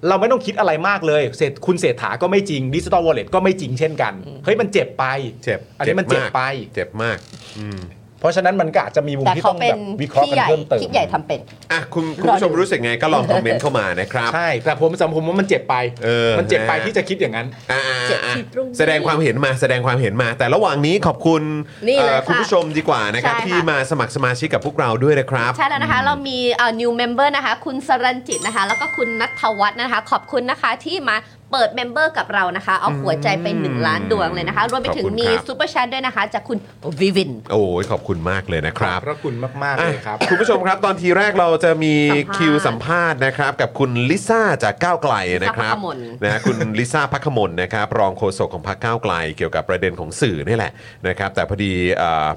Speaker 2: เราไม่ต้องคิดอะไรมากเลยเศรษคุณเศรษฐาก็ไม่จริงดิจิตอลวอลเล็ตก็ไม่จริงเช่นกัน เฮ้ยมันเจ็บไป
Speaker 1: เจ็บ
Speaker 2: อันนี้มันเจ็บไป
Speaker 1: เจ็บมากอืม
Speaker 2: เพราะฉะนั้นมันก็อาจจะมีมุม
Speaker 3: แต่
Speaker 2: ที่
Speaker 3: เขา
Speaker 2: ต้อง
Speaker 3: เป็
Speaker 2: แบ
Speaker 3: น
Speaker 2: บวิเคราะห์
Speaker 3: พี่
Speaker 2: กัน
Speaker 3: ใหญ่
Speaker 2: เพิ่มเติม
Speaker 3: คิดใหญ่ทำเป็น
Speaker 1: อ่ะคุณคุณผู้ชมรู้สึกไงก็ลองคอมเมนต์เข้ามานะครับ
Speaker 2: ใช่ แต่ผมสำหรับผมว่ามันเจ็บไป
Speaker 1: เออ
Speaker 2: มันเจ็บไป
Speaker 1: นะ
Speaker 2: ที่จะคิดอย่างนั้น
Speaker 1: อ่า
Speaker 3: เจ็บ
Speaker 1: อ่า
Speaker 3: ที่ตรงนี้
Speaker 1: แสดงความเห็นมาแสดงความเห็นมา แต่ระหว่างนี้ขอบคุณ
Speaker 3: นี่เลย
Speaker 1: เอ่อ
Speaker 3: ค่ะ
Speaker 1: คุณผู้ชมดีกว่านะครับ
Speaker 3: ใช่ค่ะ
Speaker 1: ที่มาสมัครสมาชิกกับพวกเราด้วยนะครับ
Speaker 3: ใช่แล้วนะคะ เรามีเอ่อ new member นะคะ คุณสรัญจิตนะคะ แล้วก็คุณนัทวัฒน์นะคะ ขอบคุณนะคะที่มาเปิด member กับเรานะคะ เอาหัวใจไป 1 ล้านดวงเลยนะคะ รวมไปถึงมี
Speaker 1: ขอบคุณครับ
Speaker 3: super chat ด้วยนะคะ จากคุณวิวิน
Speaker 1: โอ้ยขอบคุณมากเลยนะครับ
Speaker 2: พระคุณมากๆเลยครับ
Speaker 1: อ่ะคุณผู้ชมครับตอนทีแรกเราจะมี
Speaker 3: สัมภาษณ์
Speaker 1: คิวสัมภาษณ์นะครับกับคุณลิซ่าจากก้าวไกลนะครับ
Speaker 3: ลิซ่าพักขมล
Speaker 1: นะฮะคุณ ลิซ่าพักขมลนะครับรองโฆษกของพรรคก้าวไกล เกี่ยวกับประเด็นของสื่อนี่แหละนะครับแต่พอดีเอ่อ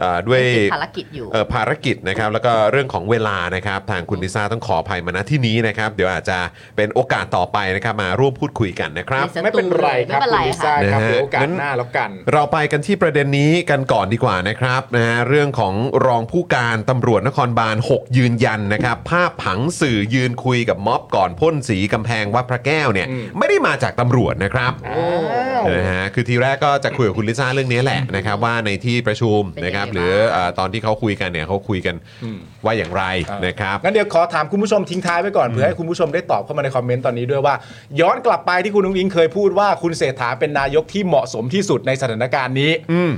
Speaker 1: เอ่อด้วย
Speaker 3: ติดภารกิจอยู่
Speaker 1: เภารกิจนะครับแล้วก็เรื่องของเวลานะครับทางคุณลิซ่าต้องขออภัยมาณที่นี้นะครับเดี๋ยวอาจจะเป็นโอกาสต่อไปนะครับมาร่วมพูดคุยกันนะครับ
Speaker 3: ใสตู
Speaker 2: ไม่เป็นไรครับ
Speaker 3: ไม่เป็
Speaker 2: ค
Speaker 3: น
Speaker 2: ุ
Speaker 3: ไร
Speaker 2: ณลิซ่าค
Speaker 3: ค่ะ
Speaker 2: รับ
Speaker 1: นะฮะ
Speaker 2: เดี๋ยวโอกา
Speaker 1: งั้
Speaker 2: ส
Speaker 1: น
Speaker 2: หน้าแล้วกัน
Speaker 1: เราไปกันที่ประเด็นนี้กันก่อนดีกว่านะครับนะฮะเรื่องของรองผู้การตำรวจนครบาล 6 ยืนยันนะครับ ภาพผังสื่อยืนคุยกับม็อบก่อนพ่นสีกำแพงวัดพระแก้วเนี่ย
Speaker 2: อืม
Speaker 1: ไม่ได้มาจากตำรวจนะครับนะฮะคือทีแรกก็จะคุยกับคุณลิซ่าเรื่องนี้แหละนะครับว่าในที่ประชุม
Speaker 3: เป็นยังไง
Speaker 1: นะครับ
Speaker 3: บ้าง
Speaker 1: หรือเอ่อตอนที่เขาคุยกันเนี่ยเขาคุยกันว่าอย่างไรนะครับ
Speaker 2: งั้นเดี๋ยวขอถามคุณผู้ชมทิ้งท้ายไว้ก่อนเพื่อให้คุณผู้ชมได้ตอบเข้ามาในคอมเมนต์ตอนนี้ด้วยว่า ย้อนกลับไปที่คุณนุ้งอิงเคยพูดว่าคุณเศรษฐาเป็นนายกที่เหมาะสมที่สุดในสถานการณ์นี้
Speaker 1: อืม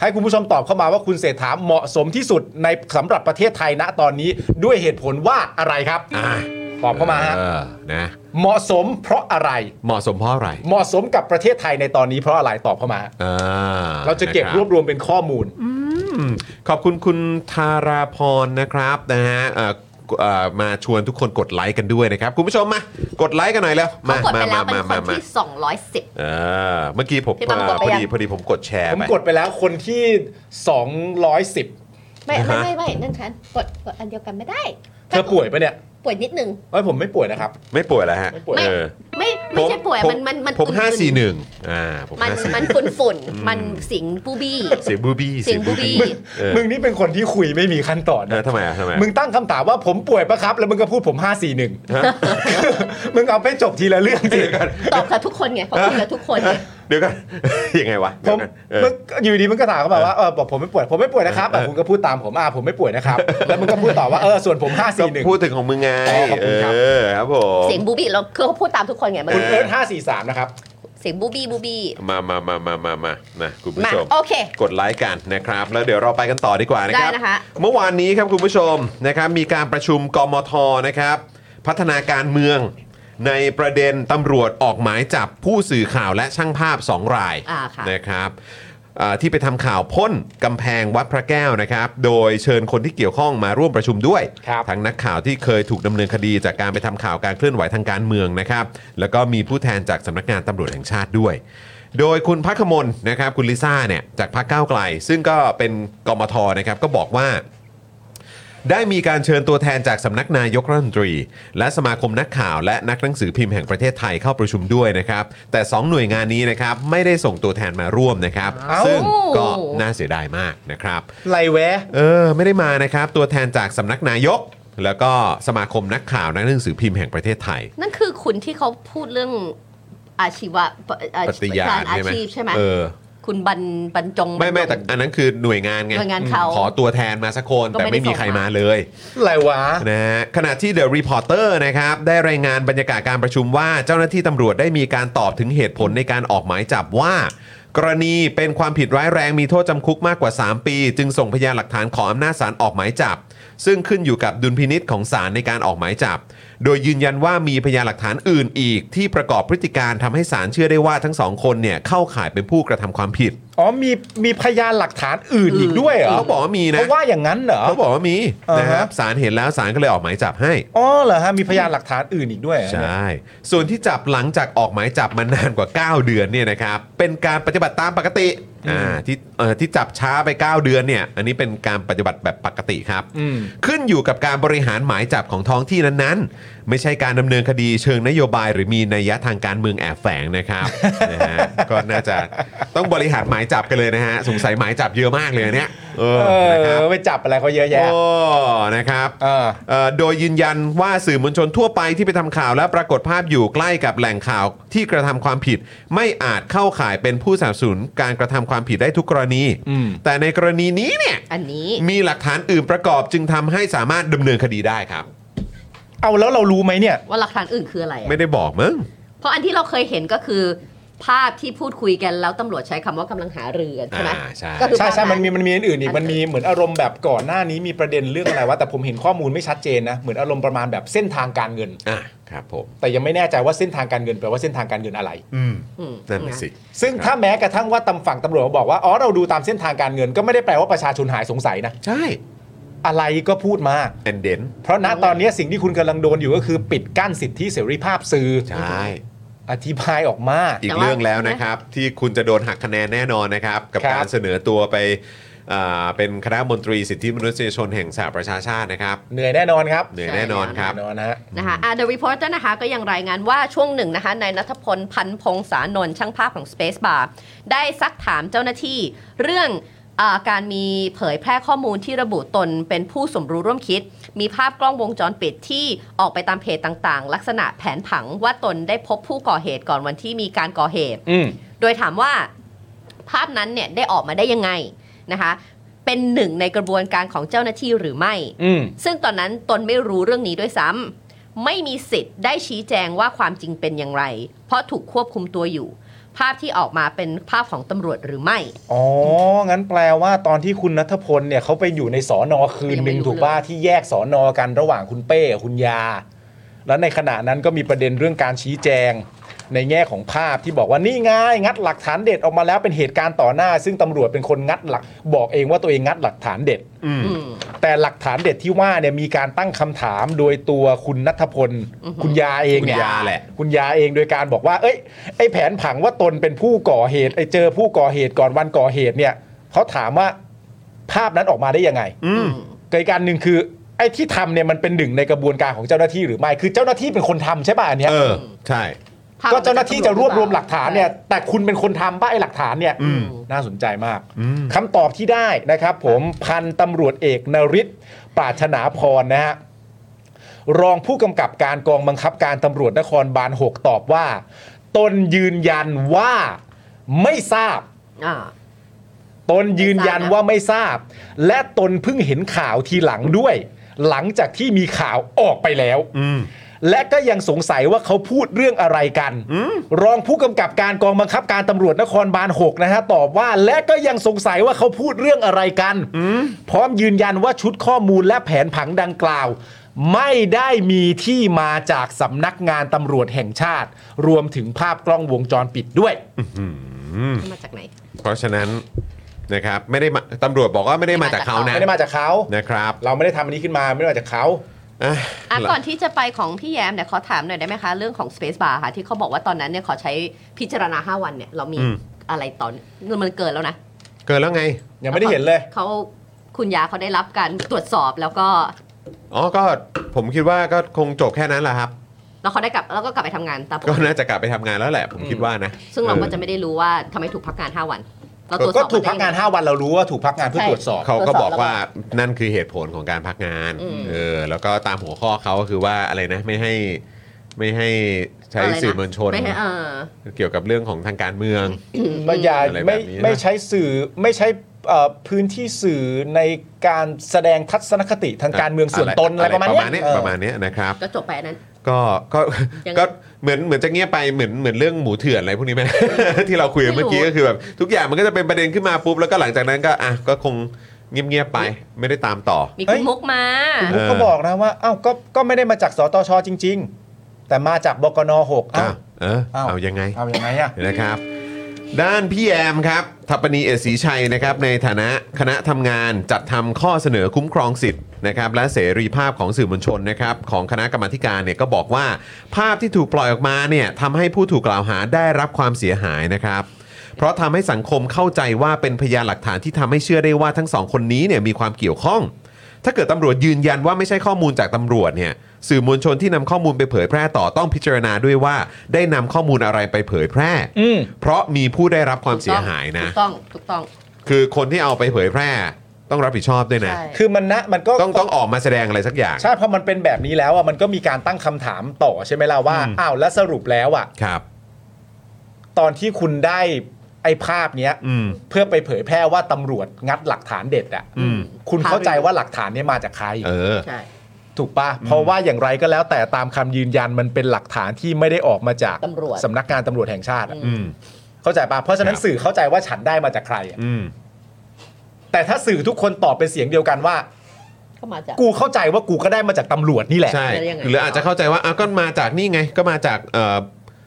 Speaker 2: ให้คุณผู้ชมตอบเข้ามาว่าคุณเศรษฐาเหมาะสมที่สุดในสำหรับประเทศไทยณตอนนี้ด้วยเหตุผลว่าอะไรครับ
Speaker 1: อ่า
Speaker 2: ตอบเข้ามาฮะ
Speaker 1: เออนะ
Speaker 2: เหมาะสมเพราะอะไร
Speaker 1: เหมาะสมเพราะอะไร
Speaker 2: เหมาะสมกับประเทศไทยในตอนนี้เพราะอะไรตอบเข้ามาฮะ
Speaker 1: อ่
Speaker 2: เราจะเก็บ
Speaker 1: นค
Speaker 2: รวบรวมเป็นข้อมูล
Speaker 1: อืมขอบคุณคุณธาราพรนะครับนะฮะเอ่อเอ่อมาชวนทุกคนกดไลค์กันด้วยนะครับ คุณผู้ชมมากดไลค์กันหน่อยแล้ว
Speaker 3: เขา
Speaker 1: มาก
Speaker 3: ด
Speaker 1: มา
Speaker 3: ไปแล้
Speaker 1: มาวมา
Speaker 3: เป็นค
Speaker 1: มาน มา
Speaker 3: ที่ 210
Speaker 1: เออเมื่อกี้ผม
Speaker 3: พี่บอลกด
Speaker 1: เอ่อพ
Speaker 3: ไป
Speaker 1: อ
Speaker 3: ยัง
Speaker 1: ดีพอดีผมกดแชร์
Speaker 2: ผม
Speaker 1: ไป
Speaker 2: กดไปแล้วคนที่ 210
Speaker 3: ไม่
Speaker 1: นะ
Speaker 3: ไม่
Speaker 1: ฮะ
Speaker 3: ไม่ไม่นั่นฉันกดกดอันเดียวกันไม่ได้
Speaker 2: เธอป่วยปะเนี่ย
Speaker 3: ป่วยนิดนึง
Speaker 2: เอ้ยผมไม่ป่วยนะครับ
Speaker 1: ไม่ป่วยแล้วฮะ
Speaker 2: ไม่ป่วย
Speaker 1: เออ
Speaker 3: ไม่ไม่ใช่ป่วย
Speaker 1: ผ
Speaker 3: มันมันมัน
Speaker 1: ผม
Speaker 3: อุ่นๆ
Speaker 1: ห้าสี่หนึ่งอ่าผม
Speaker 3: มัน
Speaker 1: ห้าสี่
Speaker 3: มันฝุ่นฝุ่นๆมันสิงบูบี้
Speaker 1: เสียงบูบี้
Speaker 3: เสียงบูบี้
Speaker 1: เออ
Speaker 2: มึงนี่เป็นคนที่คุยไม่มีขั้นตอน
Speaker 1: เออ
Speaker 2: นะ
Speaker 1: ทำไมอ่ะทำไม
Speaker 2: มึงตั้งคำถามว่าผมป่วยปะครับ แล้วมึงก็พูดผม 541
Speaker 1: ฮะ
Speaker 2: มึงเอาไปจบทีละเรื่องทีละกัน
Speaker 3: ตอบกับทุกคนไงเขาคุยกับทุกคนไง
Speaker 1: เดี๋ยวกัน ยังไงวะ
Speaker 2: ผ
Speaker 1: เดี๋ย
Speaker 2: ม
Speaker 1: วกันเอ
Speaker 2: มึ
Speaker 1: อง
Speaker 2: อยู่ดีมึงก็ถามเขามาว่าเออบอกผมไม่ป่วยผมไม่ป่วยนะครับอ่ะคุณก็พูดตามผมอ่าผมไม่ป่วยนะครับ แล้วมึงก็พูดต่อว่าเออส่วนผม
Speaker 1: ก็
Speaker 2: 541
Speaker 1: พูดถึงของมึงไง
Speaker 2: อ๋อขอบคุณครับ
Speaker 1: เออครับผม
Speaker 3: เสียงบูบี้เราคือเขาพูดตามทุกคนไงมัน
Speaker 2: คุณ
Speaker 1: เ
Speaker 2: เอิร์ธ543 นะครับ
Speaker 3: เสียงบูบี้บูบี้
Speaker 1: มามามามามามานะคุณผู้
Speaker 3: มา
Speaker 1: ชม
Speaker 3: โอเค
Speaker 1: กดไลค์กันนะครับ แล้วเดี๋ยวเราไปกันต่อดีกว่านะครับ
Speaker 3: ได้นะคะ
Speaker 1: เมื่อวานนี้ครับคุณผู้ชมนะครับมีการประชุมกมทนะครับ พัฒนาการเมืองในประเด็นตำรวจออกหมายจับผู้สื่อข่าวและช่างภาพ 2 ราย
Speaker 3: อ่าค่ะ
Speaker 1: นะครับอ่าที่ไปทำข่าวพ่นกำแพงวัดพระแก้วนะครับ โดยเชิญคนที่เกี่ยวข้องมาร่วมประชุมด้วย
Speaker 2: ครับ
Speaker 1: ทั้งนักข่าวที่เคยถูกดำเนินคดีจากการไปทำข่าวการเคลื่อนไหวทางการเมืองนะครับ แล้วก็มีผู้แทนจากสำนักงานตำรวจแห่งชาติด้วย โดยคุณพักขมลนะครับ คุณลิซ่าเนี่ยจากพรรคก้าวไกล ซึ่งก็เป็นกมทนะครับก็บอกว่า ได้มีการเชิญตัวแทนจากสำนักนายกรัฐมนตรี และสมาคมนักข่าวและนักหนังสือพิมพ์แห่งประเทศไทยเข้าประชุมด้วยนะครับ แต่ 2 หน่วยงานนี้นะครับไม่ได้ส่งตัวแทนมาร่วมนะครับ
Speaker 2: เอ้า
Speaker 1: ซึ่งก็น่าเสียดายมากนะครับ
Speaker 2: ไรแวะ
Speaker 1: เออไม่ได้มานะครับ ตัวแทนจากสำนักนายก แล้วก็สมาคมนักข่าวนักหนังสือพิมพ์แห่งประเทศไทย
Speaker 3: นั่นคือคุณที่เขาพูดเรื่องอาชีวะเอ่อ
Speaker 1: ปฏิญาณ
Speaker 3: อา
Speaker 1: ใช่ไหม
Speaker 3: ชีพใช่ไหม
Speaker 1: เออ
Speaker 3: คุณบรรบรรจง
Speaker 1: ไม่ไม่แต่อันนั้นคือหน่วยงานไง
Speaker 3: หน่วยงานเขา
Speaker 1: ขอตัวแทนมาสักคน
Speaker 3: ก็
Speaker 1: แต่
Speaker 3: ไม่ได้
Speaker 1: ไม่มีใคร
Speaker 3: ส่งมาม
Speaker 1: มาเลย
Speaker 2: อะไรวะ
Speaker 1: นะฮะขณะที่ The Reporter นะครับได้รายงานบรรยากาศการประชุมว่าเจ้าหน้าที่ตำรวจได้มีการตอบถึงเหตุผลในการออกหมายจับว่า กรณีเป็นความผิดร้ายแรงมีโทษจำคุกมากกว่า 3 ปี จึงส่งพยานหลักฐานขออำนาจศาลออกหมายจับ ซึ่งขึ้นอยู่กับดุลพินิษของศาลในการออกหมายจับ โดยยืนยันว่ามีพยานหลักฐานอื่นอีก ที่ประกอบพฤติการทำให้ศาลเชื่อได้ว่าทั้งสองคนเนี่ยเข้าข่ายเป็นผู้กระทำความผิด
Speaker 2: อ๋อมีมีพยานหลักฐานอื่นอีกด้วยเหรอ
Speaker 1: เขาบอกว่ามีนะ
Speaker 2: เขาว่าอย่างนั้นเหรอ
Speaker 1: เขาบอกว่ามีนะครับ
Speaker 2: อ่าฮะ
Speaker 1: ศาลเห็นแล้วศาลก็เลยออกหมายจับให้
Speaker 2: อ๋อเหรอฮะมีพยานหลักฐานอื่นอีกด้วยเหรอ
Speaker 1: ใช่ ส่วนที่จับหลังจากออกหมายจับมานานกว่า 9 เดือนเนี่ยนะครับ เป็นการปฏิบัติตามปกติ อ่า ที่เอ่อที่จับช้าไป 9 เดือนเนี่ย อันนี้เป็นการปฏิบัติแบบปกติครับ
Speaker 2: อืม
Speaker 1: ขึ้นอยู่กับการบริหารหมายจับของท้องที่นั้นๆ ไม่ใช่การดำเนินคดีเชิงนโยบาย หรือมีนัยยะทางการเมืองแอบแฝงนะครับ นะฮะก็น่าจะต้องบริหารหมายจับกันเลยนะฮะ สงสัยหมายจับเยอะมากเลยเนี่ย เออ
Speaker 2: เอ
Speaker 1: นะครับ
Speaker 2: อไปจับอะไรเขาเยอะแยะ
Speaker 1: โอ้ นะครับ
Speaker 2: เออ
Speaker 1: เอ่อโดยยืนยันว่าสื่อมวลชนทั่วไปที่ไปทำข่าวและปรากฏภาพอยู่ใกล้กับแหล่งข่าวที่กระทำความผิด ไม่อาจเข้าข่ายเป็นผู้สนับสนุนการกระทำความผิดได้ทุกกรณี
Speaker 2: อืม
Speaker 1: แต่ในกรณีนี้เนี่ย
Speaker 3: อันนี้
Speaker 1: มีหลักฐานอื่นประกอบจึงทำให้สามารถดำเนินคดีได้ครับ
Speaker 2: เอาแล้วเรารู้ไหมเนี่ย
Speaker 3: ว่าหลักฐานอื่นคืออะไรอะ
Speaker 1: ไม่ได้บอกมั้ง
Speaker 3: เพราะอันที่เราเคยเห็นก็คือ ภาพที่พูดคุยกันแล้วตำรวจใช้คำว่ากำลังหาเรือกันใช่ไหม
Speaker 1: อ่าใช่
Speaker 3: ก็ คือ
Speaker 2: ใช่ใช่
Speaker 3: ประมา
Speaker 2: มั
Speaker 3: ณ
Speaker 2: นมีมันมีอันอื่นอีก
Speaker 3: อัน
Speaker 2: มันมีเหมือนอารมณ์แบบก่อนหน้านี้มีประเด็นเรื่องอะไรวะแต่ผมเห็นข้อมูลไม่ชัดเจนนะเหมือนอารมณ์ประมาณแบบเส้นทางการเงิน
Speaker 1: อ่ะครับผม
Speaker 2: แต่ยังไม่แน่ใจว่าเส้นทางการเงินแปลว่าเส้นทางการเงินอะไร
Speaker 1: อืม
Speaker 3: อืม
Speaker 1: นั่นนะสิ
Speaker 2: ซึ่งถ้าแม้กระทั่งว่าตำฝั่งตำรวจบอกว่าอ๋อเราดูตามเส้นทางการเงิน ก็ไม่ได้แปลว่าประชาชนหายสงสัยนะ
Speaker 1: ใช่
Speaker 2: อะไรก็พูดมา
Speaker 1: แอนเดน
Speaker 2: เพราะณตอนนี้สิ่งที่คุณกำลังโดนอยู่ก็คือปิดกั้นสิทธิเสรีภาพสื่อ
Speaker 1: ใช่
Speaker 2: อธิบายออกมา
Speaker 1: อีกเรื่องแล้วนะครับ ที่คุณจะโดนหักคะแนนแน่นอนนะครับ กับ
Speaker 2: ครับ
Speaker 1: การเสนอตัวไปอ่าเป็นคณะมนตรีสิทธิมนุษยชนแห่งสหประชาชาตินะครับ
Speaker 2: เหนื่อยแน่นอนครับ
Speaker 1: เหนื่อยแน่นอนครับ
Speaker 2: แน่นอนนะฮะ
Speaker 3: นะคะอ่า The Reporter นะคะก็ยังรายงานว่าช่วงหนึ่งนะคะนายนัทพลพันพงษานนท์ช่างภาพของ Space Bar ได้ซักถามเจ้าหน้าที่ เรื่องอาการมีเผยแพร่ข้อมูลที่ระบุตนเป็นผู้สมรู้ร่วมคิด มีภาพกล้องวงจรปิดที่ออกไปตามเพจต่างๆ ลักษณะแผนผังว่าตนได้พบผู้ก่อเหตุก่อนวันที่มีการก่อเหตุ
Speaker 2: อืม
Speaker 3: โดยถามว่าภาพนั้นเนี่ยได้ออกมาได้ยังไงนะคะเป็นหนึ่งในกระบวนการของเจ้าหน้าที่หรือไม่
Speaker 2: อืม
Speaker 3: ซึ่งตอนนั้นตนไม่รู้เรื่องนี้ด้วยซ้ำไม่มีสิทธิ์ได้ชี้แจงว่าความจริงเป็นอย่างไร เพราะถูกควบคุมตัวอยู่ ภาพที่ออกมาเป็นภาพของตำรวจหรือไม่
Speaker 2: อ๋อ งั้นแปลว่าตอนที่คุณนัทพลเนี่ยเขาไปอยู่ในสอนอคืนหนึ่ง
Speaker 3: ยังไม่รู้
Speaker 2: ถูกป่ะที่แยกสอนอกันระหว่างคุณเป้กับคุณยา แล้วในขณะนั้นก็มีประเด็นเรื่องการชี้แจง ในแง่ของภาพที่บอกว่านี่ไงงัดหลักฐานเด็ดออกมาแล้วเป็นเหตุการณ์ต่อหน้า ซึ่งตำรวจเป็นคนงัดหลัก บอกเองว่าตัวเองงัดหลักฐานเด็ด
Speaker 3: อืม
Speaker 2: แต่หลักฐานเด็ดที่ว่าเนี่ยมีการตั้งคำถามโดยตัวคุณนัทพล
Speaker 3: อือหือ
Speaker 2: คุณยาเองเนี่ย
Speaker 1: คุณยาแหละ
Speaker 2: คุณยาเองโดยการบอกว่า เอ้ยไอแผนผังว่าตนเป็นผู้ก่อเหตุไอเจอผู้ก่อเหตุก่อนวันก่อเหตุเนี่ยเขาถามว่าภาพนั้นออกมาได้ยังไง
Speaker 3: อืม
Speaker 2: กการหนึ่งคือไอ้ที่ทำเนี่ยมันเป็นหนึ่งในกระบวนการของเจ้าหน้าที่หรือไม่คือเจ้าหน้าที่เป็นคนทำใช่ป่ะอันเนี้ย
Speaker 1: เออ ใช่
Speaker 3: ภพ
Speaker 2: ก็เจ้าหน้าที่จะรวบรวมหลักฐานเนี่ย
Speaker 3: ใช่
Speaker 2: แต่คุณเป็นคนทำป่ะไอหลักฐานเนี่ย
Speaker 3: อืม
Speaker 2: น่าสนใจมาก
Speaker 1: อืม
Speaker 2: คำตอบที่ได้นะครับผมพันตำรวจเอกนริศปราชนาพรนะฮะรองผู้กำกับการกองบังคับการตำรวจนครบาล 6 ตอบว่า ตนยืนยันว่าไม่ทราบ
Speaker 3: อ่า
Speaker 2: ตนยืนยันว่าไม่ทราบ และตนเพิ่งเห็นข่าวทีหลังด้วย หลังจากที่มีข่าวออกไปแล้ว
Speaker 1: อืม
Speaker 2: และก็ยังสงสัยว่าเขาพูดเรื่องอะไรกัน รองผู้กำกับการกองบังคับการตำรวจนครบาล 6 นะฮะ ตอบว่าและก็ยังสงสัยว่าเขาพูดเรื่องอะไรกัน พร้อมยืนยันว่าชุดข้อมูลและแผนผังดังกล่าว ไม่ได้มีที่มาจากสำนักงานตำรวจแห่งชาติ รวมถึงภาพกล้องวงจรปิดด้วย
Speaker 3: มาจากไหน
Speaker 1: เพราะฉะนั้นนะครับไม่ได้มาตำรวจบอกว่าไม่ได้มาจากเขานะ
Speaker 2: ไม่ได้มาจากเขา
Speaker 1: นะครับ
Speaker 2: เราไม่ได้ทำอันนี้ขึ้นมาไม่ได้มาจากเขา
Speaker 1: อ่ะ
Speaker 3: อ่ะก่อนที่จะไปของพี่แยมเนี่ยขอถามหน่อยได้ไหมคะ เรื่องของ Space Bar ค่ะ ที่เขาบอกว่าตอนนั้นเนี่ยขอใช้พิจารณา 5 วันเนี่ย เรามีอะไรตอนเงินมันเกินแล้วนะ
Speaker 1: เกินแล้วไง
Speaker 2: ยังไม่ได้เห็นเลย
Speaker 3: เขาคุณยาเขาได้รับการตรวจสอบแล้วก็
Speaker 1: อ๋อ ก็ผมคิดว่าก็คงจบแค่นั้นแหละครับ
Speaker 3: แล้วเขาได้กลับแล้วก็กลับไปทำงานตามปก
Speaker 1: ก็
Speaker 3: ติ
Speaker 1: น่าจะกลับไปทำงานแล้วแหละ ผมคิดว่านะ
Speaker 3: ซึ่งเราก็
Speaker 1: ออ
Speaker 3: จะไม่ได้รู้ว่าทำไมถูกพักงาน 5 วัน เราตรวจส
Speaker 2: ก็
Speaker 3: อบ
Speaker 2: ถูกพักงาน
Speaker 3: ได้
Speaker 2: 5 วันเรารู้ว่าถูกพักงานเพื่อตรวจสอบ
Speaker 1: เขาก็บอก
Speaker 3: ตรวจสอบแล้ว
Speaker 1: ว่านั่นคือเหตุผลของการพักงาน
Speaker 3: อืม
Speaker 1: เออแล้วก็ตามหัวข้อเขาก็คือว่าอะไรนะ ไม่ให้ ไม่ให้ใช้สื่อมวลชน
Speaker 3: ไม่ให้เออ
Speaker 1: เกี่ยวกับเรื่องของทางการเมือง
Speaker 2: ไม่อย่า
Speaker 1: อะไรแบบ
Speaker 2: ไม่
Speaker 1: นี้นะ
Speaker 2: ไม่ใช้สื่อไม่ใช้เอ่อพื้นที่สื่อในการแสดงทัศนคติทางการเมืองส่วนตนอะไรประมาณ
Speaker 1: ประมาณเนี้
Speaker 2: เนี้ย
Speaker 1: ย
Speaker 2: เออ
Speaker 1: ประมาณเนี้ยนะครับ
Speaker 3: ก็จบไปอันนั้น
Speaker 1: ก็ก็
Speaker 3: ยังไง
Speaker 1: ก็เหมือนเหมือนจะเงียบไปเหมือนเหมือนเรื่องหมูเถื่อนอะไรพวกนี้ไหม ที่เราคุยกัน
Speaker 3: ไม่
Speaker 1: เมื่
Speaker 3: รู้
Speaker 1: อกี้ก็คือแบบทุกอย่างมันก็จะเป็นประเด็นขึ้นมาปุ๊บแล้วก็หลังจากนั้นก็อ่ะก็คงเงียบๆไปไม่ได้ตามต่อ
Speaker 3: มี
Speaker 2: เอ้
Speaker 3: คุ
Speaker 2: ย
Speaker 3: ณมุกมา
Speaker 2: ผมก็บอกนะว่าอ้าวก็ก็ไม่ได้มาจากสตชจริง ๆ แต่มาจากบกนหก
Speaker 1: อ้า
Speaker 2: อ้าว ว
Speaker 1: เออ
Speaker 2: อ้าว
Speaker 1: เอายังไง
Speaker 2: เอาอย่างไงอ่ะ
Speaker 1: นะครับด้านพี่แอมครับทัปปนีเอศรีชัยนะครับในฐานะคณะทำงานจัดทำข้อเสนอคุ้มครองสิทธิ์นะครับและเสรีภาพของสื่อมวลชนนะครับของคณะกรรมาธิการเนี่ยก็บอกว่า ภาพที่ถูกปล่อยออกมาเนี่ยทำให้ผู้ถูกกล่าวหาได้รับความเสียหายนะครับ เพราะทำให้สังคมเข้าใจว่าเป็นพยานหลักฐานที่ทำให้เชื่อได้ว่าทั้งสองคนนี้เนี่ยมีความเกี่ยวข้อง ถ้าเกิดตำรวจยืนยันว่าไม่ใช่ข้อมูลจากตำรวจเนี่ยสื่อมวลชนที่นำข้อมูลไปเผยแพร่ต่อต้องพิจารณาด้วยว่าได้นำข้อมูลอะไรไปเผยแพร่
Speaker 2: อืม
Speaker 1: เพราะมีผู้ได้รับความเสียหายนะ
Speaker 3: ถูกต้องถูกต้อง
Speaker 1: คือคนที่เอาไปเผยแพร่ต้องรับผิดชอบด้วยนะ
Speaker 3: ใช่
Speaker 2: คือมันนะมันก็
Speaker 1: ต้องต้องออกมาแสดงอะไรสักอย่าง
Speaker 2: ใช่เพราะมันเป็นแบบนี้แล้วอ่ะมันก็มีการตั้งคำถามต่อใช่ไหมล่ะว่า
Speaker 1: อืม
Speaker 2: อ้าวแล้วสรุปแล้วอ่ะ
Speaker 1: ครับ
Speaker 2: ตอนที่คุณได้ไอ้ภาพเนี้ย
Speaker 1: อืม
Speaker 2: เพื่อไปเผยแพร่ว่าตำรวจงัดหลักฐานเด็ดอ่ะ
Speaker 1: อืม
Speaker 2: คุณเข้าใจว่าหลักฐานเนี้ยมาจากใคร
Speaker 1: เออ
Speaker 3: ใช่
Speaker 2: ถูกปะเพราะว่าอย่างไรก็แล้วแต่ตามคำยืนยันมันเป็นหลักฐานที่ไม่ได้ออกมาจาก
Speaker 3: ตำรวจ
Speaker 2: สำนักงานตำรวจแห่งชาติอะ
Speaker 1: อืม
Speaker 2: เข้าใจปะเพราะฉะนั้
Speaker 1: ค
Speaker 2: น
Speaker 1: รับ
Speaker 2: สื่อเข้าใจว่าฉันได้มาจากใครอะ
Speaker 1: อืม
Speaker 2: แต่ถ้าสื่อทุกคนตอบเป็นเสียงเดียวกันว่า
Speaker 3: ก็มาจาก
Speaker 2: กูเข้าใจว่ากูก็ได้มาจากตำรวจนี่แหละ
Speaker 1: ใช่
Speaker 3: แล้วยังไง
Speaker 1: หรืออาจจะเข้าใจว่าอ้าวก็มาจากนี่ไง ก็มาจากเอ่อ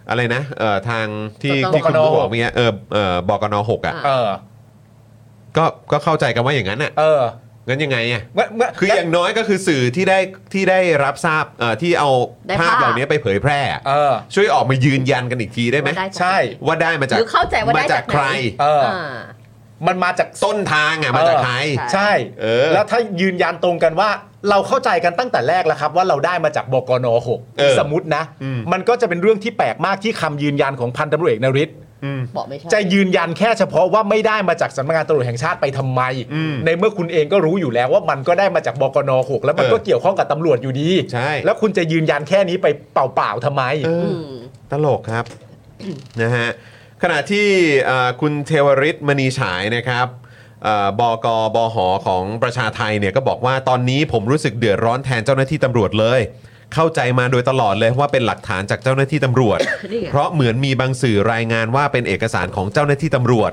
Speaker 1: อะไรนะเอ่อทางที่
Speaker 3: บกน
Speaker 1: ที่คุณ
Speaker 2: หก
Speaker 1: บอกเมื่อกี้เออเออบกนหกอ่ะ
Speaker 2: เออ
Speaker 1: ก็ก็เข้าใจกันว่าอย่างนั้นอ่ะ
Speaker 2: เออ
Speaker 1: งั้นยังไงอ่ะ
Speaker 2: เมื่อเมื่อ
Speaker 1: คืออย่างน้อยก็คือสื่อที่ได้ที่ได้รับทราบเอ่อที่เอา
Speaker 3: ได้
Speaker 1: ภา
Speaker 3: ภา
Speaker 1: พ
Speaker 3: พ
Speaker 1: เหล่านี้ไปเผยแพร่อะ
Speaker 2: เออ
Speaker 1: ช่วยออกมายืนยันกันอีกทีได้ไหม
Speaker 3: ว่าจาก
Speaker 2: ใช่
Speaker 1: ว่าได้มาจาก
Speaker 3: หรือเข้าใจว่าได้
Speaker 1: มาจาก
Speaker 3: ไหน
Speaker 1: ใคร
Speaker 2: เออ
Speaker 3: อ่า
Speaker 2: มันมาจาก
Speaker 1: ต้นทางอ่ะมา
Speaker 2: เออ
Speaker 1: จากใคร
Speaker 3: ใช่
Speaker 2: ใช่
Speaker 1: เออ
Speaker 2: แล้วถ้ายืนยันตรงกันว่า เราเข้าใจกันตั้งแต่แรกแล้วครับ ว่าเราได้มาจากบกนหก
Speaker 1: เออ
Speaker 2: สมมตินะ
Speaker 1: อืม
Speaker 2: มันก็จะเป็นเรื่องที่แปลกมากที่คำยืนยันของพันตำรวจเอกนริศ
Speaker 1: อืม
Speaker 3: บอกไม่ใช่
Speaker 2: จะยืนยันแค่เฉพาะว่าไม่ได้มาจากสำนักงานตำรวจแห่งชาติไปทำไม
Speaker 1: อืม
Speaker 2: ในเมื่อคุณเองก็รู้อยู่แล้วว่ามันก็ได้มาจากบกนหกแล้วมัน
Speaker 1: เออ
Speaker 2: ก็เกี่ยวข้องกับตำรวจอยู่ดี
Speaker 1: ใช่
Speaker 2: แล้วคุณจะยืนยันแค่นี้ไปเปล่าๆทำไม
Speaker 1: เออ
Speaker 3: ม
Speaker 1: ตลกครับ นะฮะขณะที่เอ่อคุณเทวริตมณีฉายนะครับเอ่อบอกบหของประชาไทยเนี่ยก็บอกว่าตอนนี้ผมรู้สึกเดือดร้อนแทนเจ้าหน้าที่ตำรวจเลย เข้าใจมาโดยตลอดเลยว่าเป็นหลักฐานจากเจ้าหน้าที่ตำรวจ
Speaker 3: นี่ไง
Speaker 1: เพราะเหมือนมีบางสื่อรายงานว่าเป็นเอกสารของเจ้าหน้าที่ตำรวจ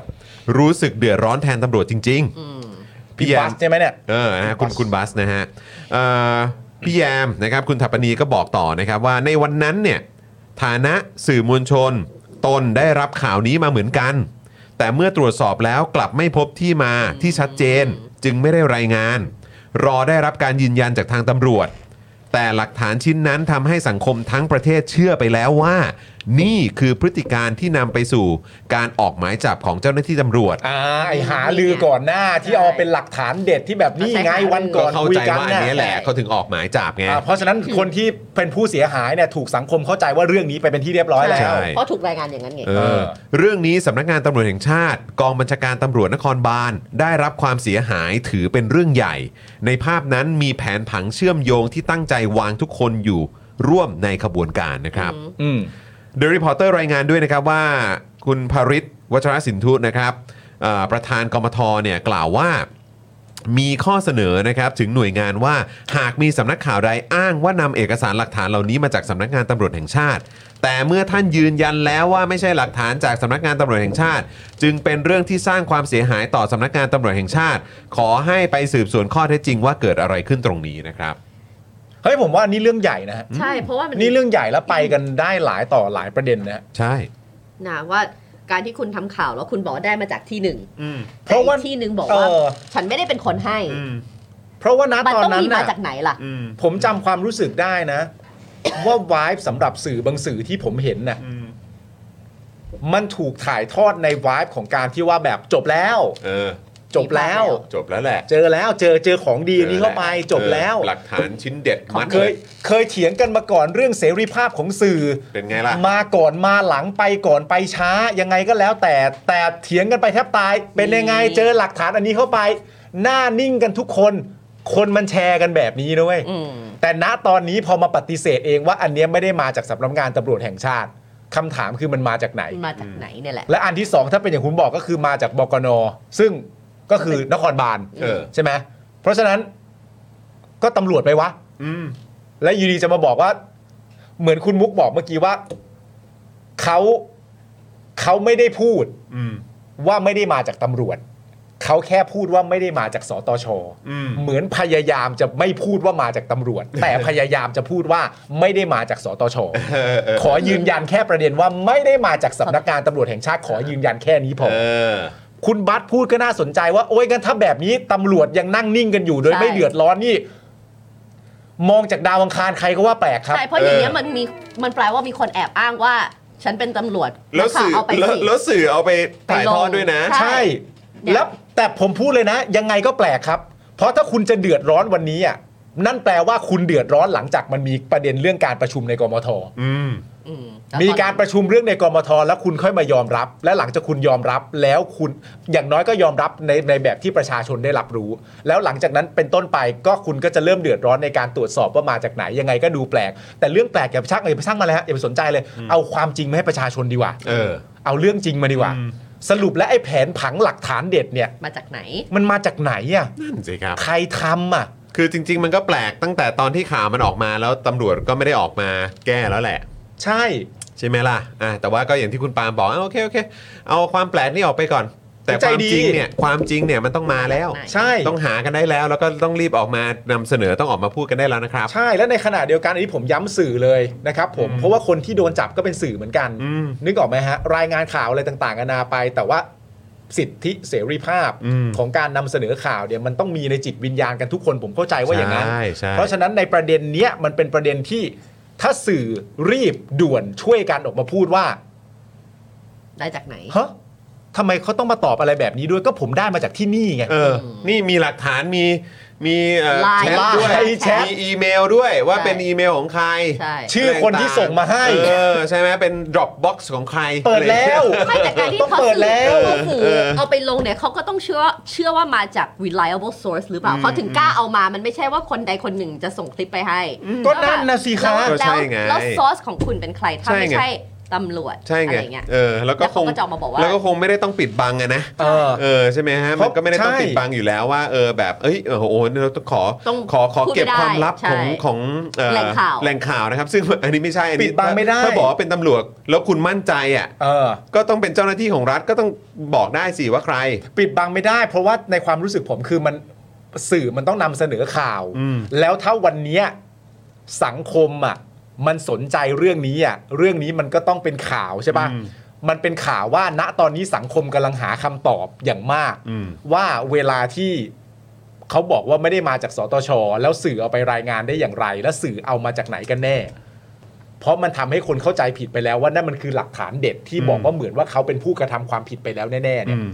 Speaker 1: รู้สึกเดือดร้อนแทนตำรวจจริง ๆ
Speaker 2: พี่บัสใช่ไหมเนี่ย
Speaker 1: เออนะฮะคุณคุณบัสนะฮะเอ่อพี่แยมนะครับคุณถัปปนีก็บอกต่อนะครับว่าในวันนั้นเนี่ยฐานะสื่อมวลชน ตนได้รับข่าวนี้มาเหมือนกัน แต่เมื่อตรวจสอบแล้วกลับไม่พบที่มาที่ชัดเจนจึงไม่ได้รายงาน รอได้รับการยืนยันจากทางตำรวจ แต่หลักฐานชิ้นนั้นทำให้สังคมทั้งประเทศเชื่อไปแล้วว่า นี่คือพฤติการที่นำไปสู่การออกหมายจับของเจ้าหน้าที่ตำรวจ
Speaker 2: อ่าไอหาลือก่อนหน้าที่เอาเป็นหลักฐานเด็ดที่แบบนี่ไงวันก่
Speaker 1: ก็
Speaker 2: อน
Speaker 1: เข้า
Speaker 2: คุย
Speaker 1: ใจ
Speaker 2: กัน
Speaker 1: ว่าอัน
Speaker 2: น่ะ
Speaker 1: เนี้ยแหละเขาถึงออกหมายจับไง
Speaker 2: อ่าเพราะฉะนั้นคนที่เป็นผู้เสียหายเนี่ยถูกสังคมเข้าใจว่าเรื่องนี้ไปเป็นที่เรียบร้อยแล้ว
Speaker 1: ใช่
Speaker 3: เพราะถูกรายงานอย่างนั้นไง
Speaker 1: เออเรื่องนี้สำนักงานตำรวจแห่งชาติ กองบัญชาการตำรวจนครบาลได้รับความเสียหายถือเป็นเรื่องใหญ่ ในภาพนั้นมีแผนผังเชื่อมโยงที่ตั้งใจวางทุกคนอยู่ร่วมในขบวนการนะครับ
Speaker 2: อืม
Speaker 1: เดอะรีพอร์เตอร์รายงานด้วยนะครับว่าคุณภริษวัชรสินทุนะครับเอ่อประธานกมทเนี่ยกล่าวว่ามีข้อเสนอนะครับถึงหน่วยงานว่าหากมีสำนักข่าวใดอ้างว่านำเอกสารหลักฐานเหล่านี้มาจากสำนักงานตำรวจแห่งชาติ แต่เมื่อท่านยืนยันแล้วว่าไม่ใช่หลักฐานจากสำนักงานตำรวจแห่งชาติ จึงเป็นเรื่องที่สร้างความเสียหายต่อสำนักงานตำรวจแห่งชาติ ขอให้ไปสืบสวนข้อเท็จจริงว่าเกิดอะไรขึ้นตรงนี้นะครับ
Speaker 2: เฮ้ยผมว่าอันนี่เรื่องใหญ่นะฮะ
Speaker 3: ใช่ เพราะว่ามัน
Speaker 2: นี่เรื่องใหญ่แล้วไปกันได้หลายต่อหลายประเด็นนะฮะ
Speaker 1: ใช่
Speaker 3: นะว่าการที่คุณทำข่าวแล้วคุณบอกว่าได้มาจากที่หนึ่ง
Speaker 2: เพราะว่า
Speaker 3: แต่อีกที่หนึ่งบอกว่า
Speaker 2: เออ
Speaker 3: ฉันไม่ได้เป็นคนให้
Speaker 2: เพราะว่านะ
Speaker 3: มัน
Speaker 2: ตอน
Speaker 3: ต้อง
Speaker 2: นั้น
Speaker 3: มีมา
Speaker 2: น่ะ
Speaker 3: จากไหนล่ะ
Speaker 2: ผมจำความรู้สึกได้นะ ว่าวายสำหรับสื่อบางสื่อที่ผมเห็นนะมันถูกถ่ายทอดในวายของการที่ว่าแบบจบแล้ว
Speaker 1: เออ
Speaker 2: จบแล้ว
Speaker 1: จบแล้วแหละ
Speaker 2: เจอแล้วเจอเจอของดีอันนี้เข้าไปจบแล้ว
Speaker 1: เออหลักฐานชิ้นเด็ดมัด
Speaker 2: เค
Speaker 1: เลย ย
Speaker 2: เคยเถียงกันมาก่อนเรื่องเสรีภาพของสื่อ
Speaker 1: เป็นไงล่ะ
Speaker 2: มาก่อนมาหลังไปก่อนไปช้า ยังไงก็แล้วแต่แต่เถียงกันไปแทบตาย เป็นยังไง
Speaker 3: นี่
Speaker 2: เจอหลักฐานอันนี้เข้าไป หน้านิ่งกันทุกคน คนมันแชร์กันแบบนี้นะเว้ย
Speaker 3: อืม
Speaker 2: แต่ณตอนนี้พอมาปฏิเสธเองว่าอันเนี้ยไม่ได้มาจากสำนักงานตำรวจแห่งชาติคำถามคือมันมาจากไหน
Speaker 3: มาจากไหนเนี่ยแหละ
Speaker 2: และอันที่สองถ้าเป็นอย่างคุณบอกก็คือมาจากบกนซึ่งก็คือนครบาล
Speaker 1: เออ
Speaker 2: ใช่ไหมเพราะฉะนั้นก็ตำรวจไปวะ
Speaker 1: อืม
Speaker 2: และอยูดีจะมาบอกว่า เหมือนคุณมุกบอกเมื่อกี้ว่าเขาเขาไม่ได้พูด
Speaker 1: อืม
Speaker 2: ว่าไม่ได้มาจากตำรวจ เขาแค่พูดว่าไม่ได้มาจากสตช
Speaker 1: อืม
Speaker 2: เหมือนพยายามจะไม่พูดว่ามาจากตำรวจ แต่พยายามจะพูดว่าไม่ได้มาจากสตช
Speaker 1: เออเออ
Speaker 2: ขอยืนยันแค่ประเด็นว่าไม่ได้มาจากสำนักงานตำรวจแห่งชาติขอยืนยันแค่นี้พอ
Speaker 1: เออ
Speaker 2: คุณบัตพูดก็น่าสนใจว่า โอ้ยกันถ้าแบบนี้ตำรวจยังนั่งนิ่งกันอยู่ โดย
Speaker 3: ใช่
Speaker 2: ไม่เดือดร้อนนี่ มองจากดาวอังคารใครก็ว่าแปลกครับ
Speaker 3: ใช่เพราะอย่างเงี้ยมันมีมันแปลว่ามีคนแอบอ้างว่า ฉันเป็นตำรวจ
Speaker 1: แล้วสื่อ
Speaker 3: เอาไป
Speaker 1: แล้ว
Speaker 3: สิ
Speaker 1: แล้วสื่อเอาไปถ่ายทอดด้วยนะ
Speaker 3: ไปลง
Speaker 2: ใช่
Speaker 3: เนี่ย
Speaker 2: แล้วแต่ผมพูดเลยนะ ยังไงก็แปลกครับ เพราะถ้าคุณจะเดือดร้อนวันนี้อ่ะนั่นแปลว่าคุณเดือดร้อนหลังจากมันมีประเด็นเรื่องการประชุมในกมท
Speaker 1: อืม
Speaker 3: อืมแล้ว
Speaker 2: มี
Speaker 3: ตอน
Speaker 2: การประชุมเรื่องในกมทแล้วคุณค่อยมายอมรับ และหลังจากคุณยอมรับแล้วคุณอย่างน้อยก็ยอมรับในในแบบที่ประชาชนได้รับรู้ แล้วหลังจากนั้นเป็นต้นไปก็คุณก็จะเริ่มเดือดร้อนในการตรวจสอบว่ามาจากไหนยังไงก็ดูแปลก แต่เรื่องแปลกอย่าไปช่างอย่าไปช่างมาเลยฮะอย่าไปสนใจเลย เอาความจริงมาให้ประชาชนดีกว่า
Speaker 1: เออ
Speaker 2: เอาเรื่องจริงมาดีกว่า
Speaker 1: อืม
Speaker 2: สรุปและไอ้แผนผังหลักฐานเด็ดเนี่ย
Speaker 3: มาจากไหน
Speaker 2: มันมาจากไหนอ่ะ
Speaker 1: นั่นสิครับ
Speaker 2: ใครทำอ่ะ
Speaker 1: คือจริง ๆ มันก็แปลกตั้งแต่ตอนที่ข่าวมันออกมาแล้วตำรวจก็ไม่ได้ออกมาแก้แล้วแหละ
Speaker 2: ใช่
Speaker 1: ใช่ไหมล่ะอ่ะแต่ว่าก็อย่างที่คุณปาล์มบอกอ่ะโอเคโอเค เอาความแปลกนี่ออกไปก่อน แต่ความจริงเนี่ยความจริงเนี่ยมันต้องมาแล้ว
Speaker 2: ใช่
Speaker 1: ต้องหากันได้แล้วแล้วก็ต้องรีบออกมานำเสนอต้องออกมาพูดกันได้แล้วนะครับ
Speaker 2: ใช่และในขณะเดียวกันอันนี้ผมย้ำสื่อเลยนะครับผมเพราะว่าคนที่โดนจับก็เป็นสื่อเหมือนกัน
Speaker 1: อืม
Speaker 2: นึกออกไหมฮะ รายงานข่าวอะไรต่างๆกันานาไป แต่ว่าสิทธิเสรีภาพ
Speaker 1: อืม
Speaker 2: ของการนำเสนอข่าวเนี่ยมันต้องมีในจิตวิญญาณกันทุกคนผมเข้าใจว่าอย่างนั้น
Speaker 1: ใช่ใช่
Speaker 2: เพราะฉะนั้นในประเด็นเนี้ยมันเป็นประเด็นที่ถ้าสื่อรีบด่วนช่วยกันออกมาพูดว่า
Speaker 3: ได้จากไหน
Speaker 2: ฮะทำไมเขาต้องมาตอบอะไรแบบนี้ด้วยก็ผมได้มาจากที่นี่ไง
Speaker 1: เออ นี่มีหลักฐานมีมีเอ่อ
Speaker 3: ไลน์
Speaker 1: แชทด้วย
Speaker 2: ไลน์แชท
Speaker 1: มีอีเมลด้วยว่า
Speaker 3: ใช่
Speaker 1: เป็นอีเมลของใคร
Speaker 3: ใช่
Speaker 2: ชื่อคนที่ส่งมาให้
Speaker 1: เออใช่ไหมเป็น Dropbox ของใคร
Speaker 2: เปิดแล้ว
Speaker 3: ไม่แต่การที่
Speaker 2: ต้อง
Speaker 3: เขา
Speaker 2: เปิด
Speaker 3: สื่อ
Speaker 2: แล้ว
Speaker 3: เขาสื่
Speaker 1: เอ
Speaker 3: อ
Speaker 1: อ
Speaker 3: เอาไปลงเนี่ยเขาก็ต้องเชื่อเชื่อว่ามาจาก reliable source หรือเปล่าเขาถึงกล้าเอามามันไม่ใช่ว่าคนใดคนหนึ่งจะส่งคลิปไปให้
Speaker 2: ก็นั่นน่ะสิคะ
Speaker 1: ก็ใช่
Speaker 3: แล้ว
Speaker 1: ไง
Speaker 3: แล้ว source ของคุณเป็นใครถ้า
Speaker 1: ใช่
Speaker 3: ไม่
Speaker 1: ไง
Speaker 3: ใช่ตำรวจ
Speaker 1: ใช่
Speaker 3: อะ
Speaker 1: ไง
Speaker 3: ไรเงี้ย
Speaker 1: เออแล้วก็
Speaker 3: แล้
Speaker 1: ค
Speaker 3: วเขา
Speaker 1: ง
Speaker 3: ก็จะออกมาบอกว่า
Speaker 1: แล้วก็คงไม่ได้ต้องปิดบังอะนะ
Speaker 2: เออ
Speaker 1: เออใช่ไหมฮะ
Speaker 2: เพ
Speaker 1: มั
Speaker 2: ราะ
Speaker 1: นก็ไม่ได้ต้อง
Speaker 2: ใช่
Speaker 1: ปิดบังอยู่แล้วว่าเออแบบเอ้ยเออโอ้โหเนี่ยเราต้องขอ
Speaker 3: ต้อง
Speaker 1: ขอขอ
Speaker 3: พูดไม่
Speaker 1: เก็บ
Speaker 3: ได้
Speaker 1: ความลับ
Speaker 3: ใช่
Speaker 1: ของของเอ่อ
Speaker 3: แหล่งข่าว
Speaker 1: แหล่งข่าวนะครับ ซึ่ง อันนี้ไม่ใช่อันนี้
Speaker 2: ปิดบังไม่ได้
Speaker 1: ถ้าบอกว่าเป็นตำรวจแล้วคุณมั่นใจอ่ะ
Speaker 2: เออ
Speaker 1: ก็ต้องเป็นเจ้าหน้าที่ของรัฐก็ต้องบอกได้สิว่าใคร
Speaker 2: ปิดบังไม่ได้ เพราะว่าในความรู้สึกผมคือมันสื่อมันต้องนำเสนอข่าว
Speaker 1: อืม
Speaker 2: แล้วถ้าวันเนี้ยสังคมอ่ะมันสนใจเรื่องนี้อ่ะเรื่องนี้มันก็ต้องเป็นข่าวใช่ปะมันเป็นข่าวว่าณตอนนี้สังคมกำลังหาคำตอบอย่างมาก
Speaker 1: อืม
Speaker 2: ว่าเวลาที่เขาบอกว่าไม่ได้มาจากสตช แล้วสื่อเอาไปรายงานได้อย่างไร และสื่อเอามาจากไหนกันแน่ เพราะมันทำให้คนเข้าใจผิดไปแล้วว่านั่นมันคือหลักฐานเด็ดที่บอกว่าเหมือนว่าเขาเป็นผู้กระทำความผิดไปแล้วแน่ๆเนี่ย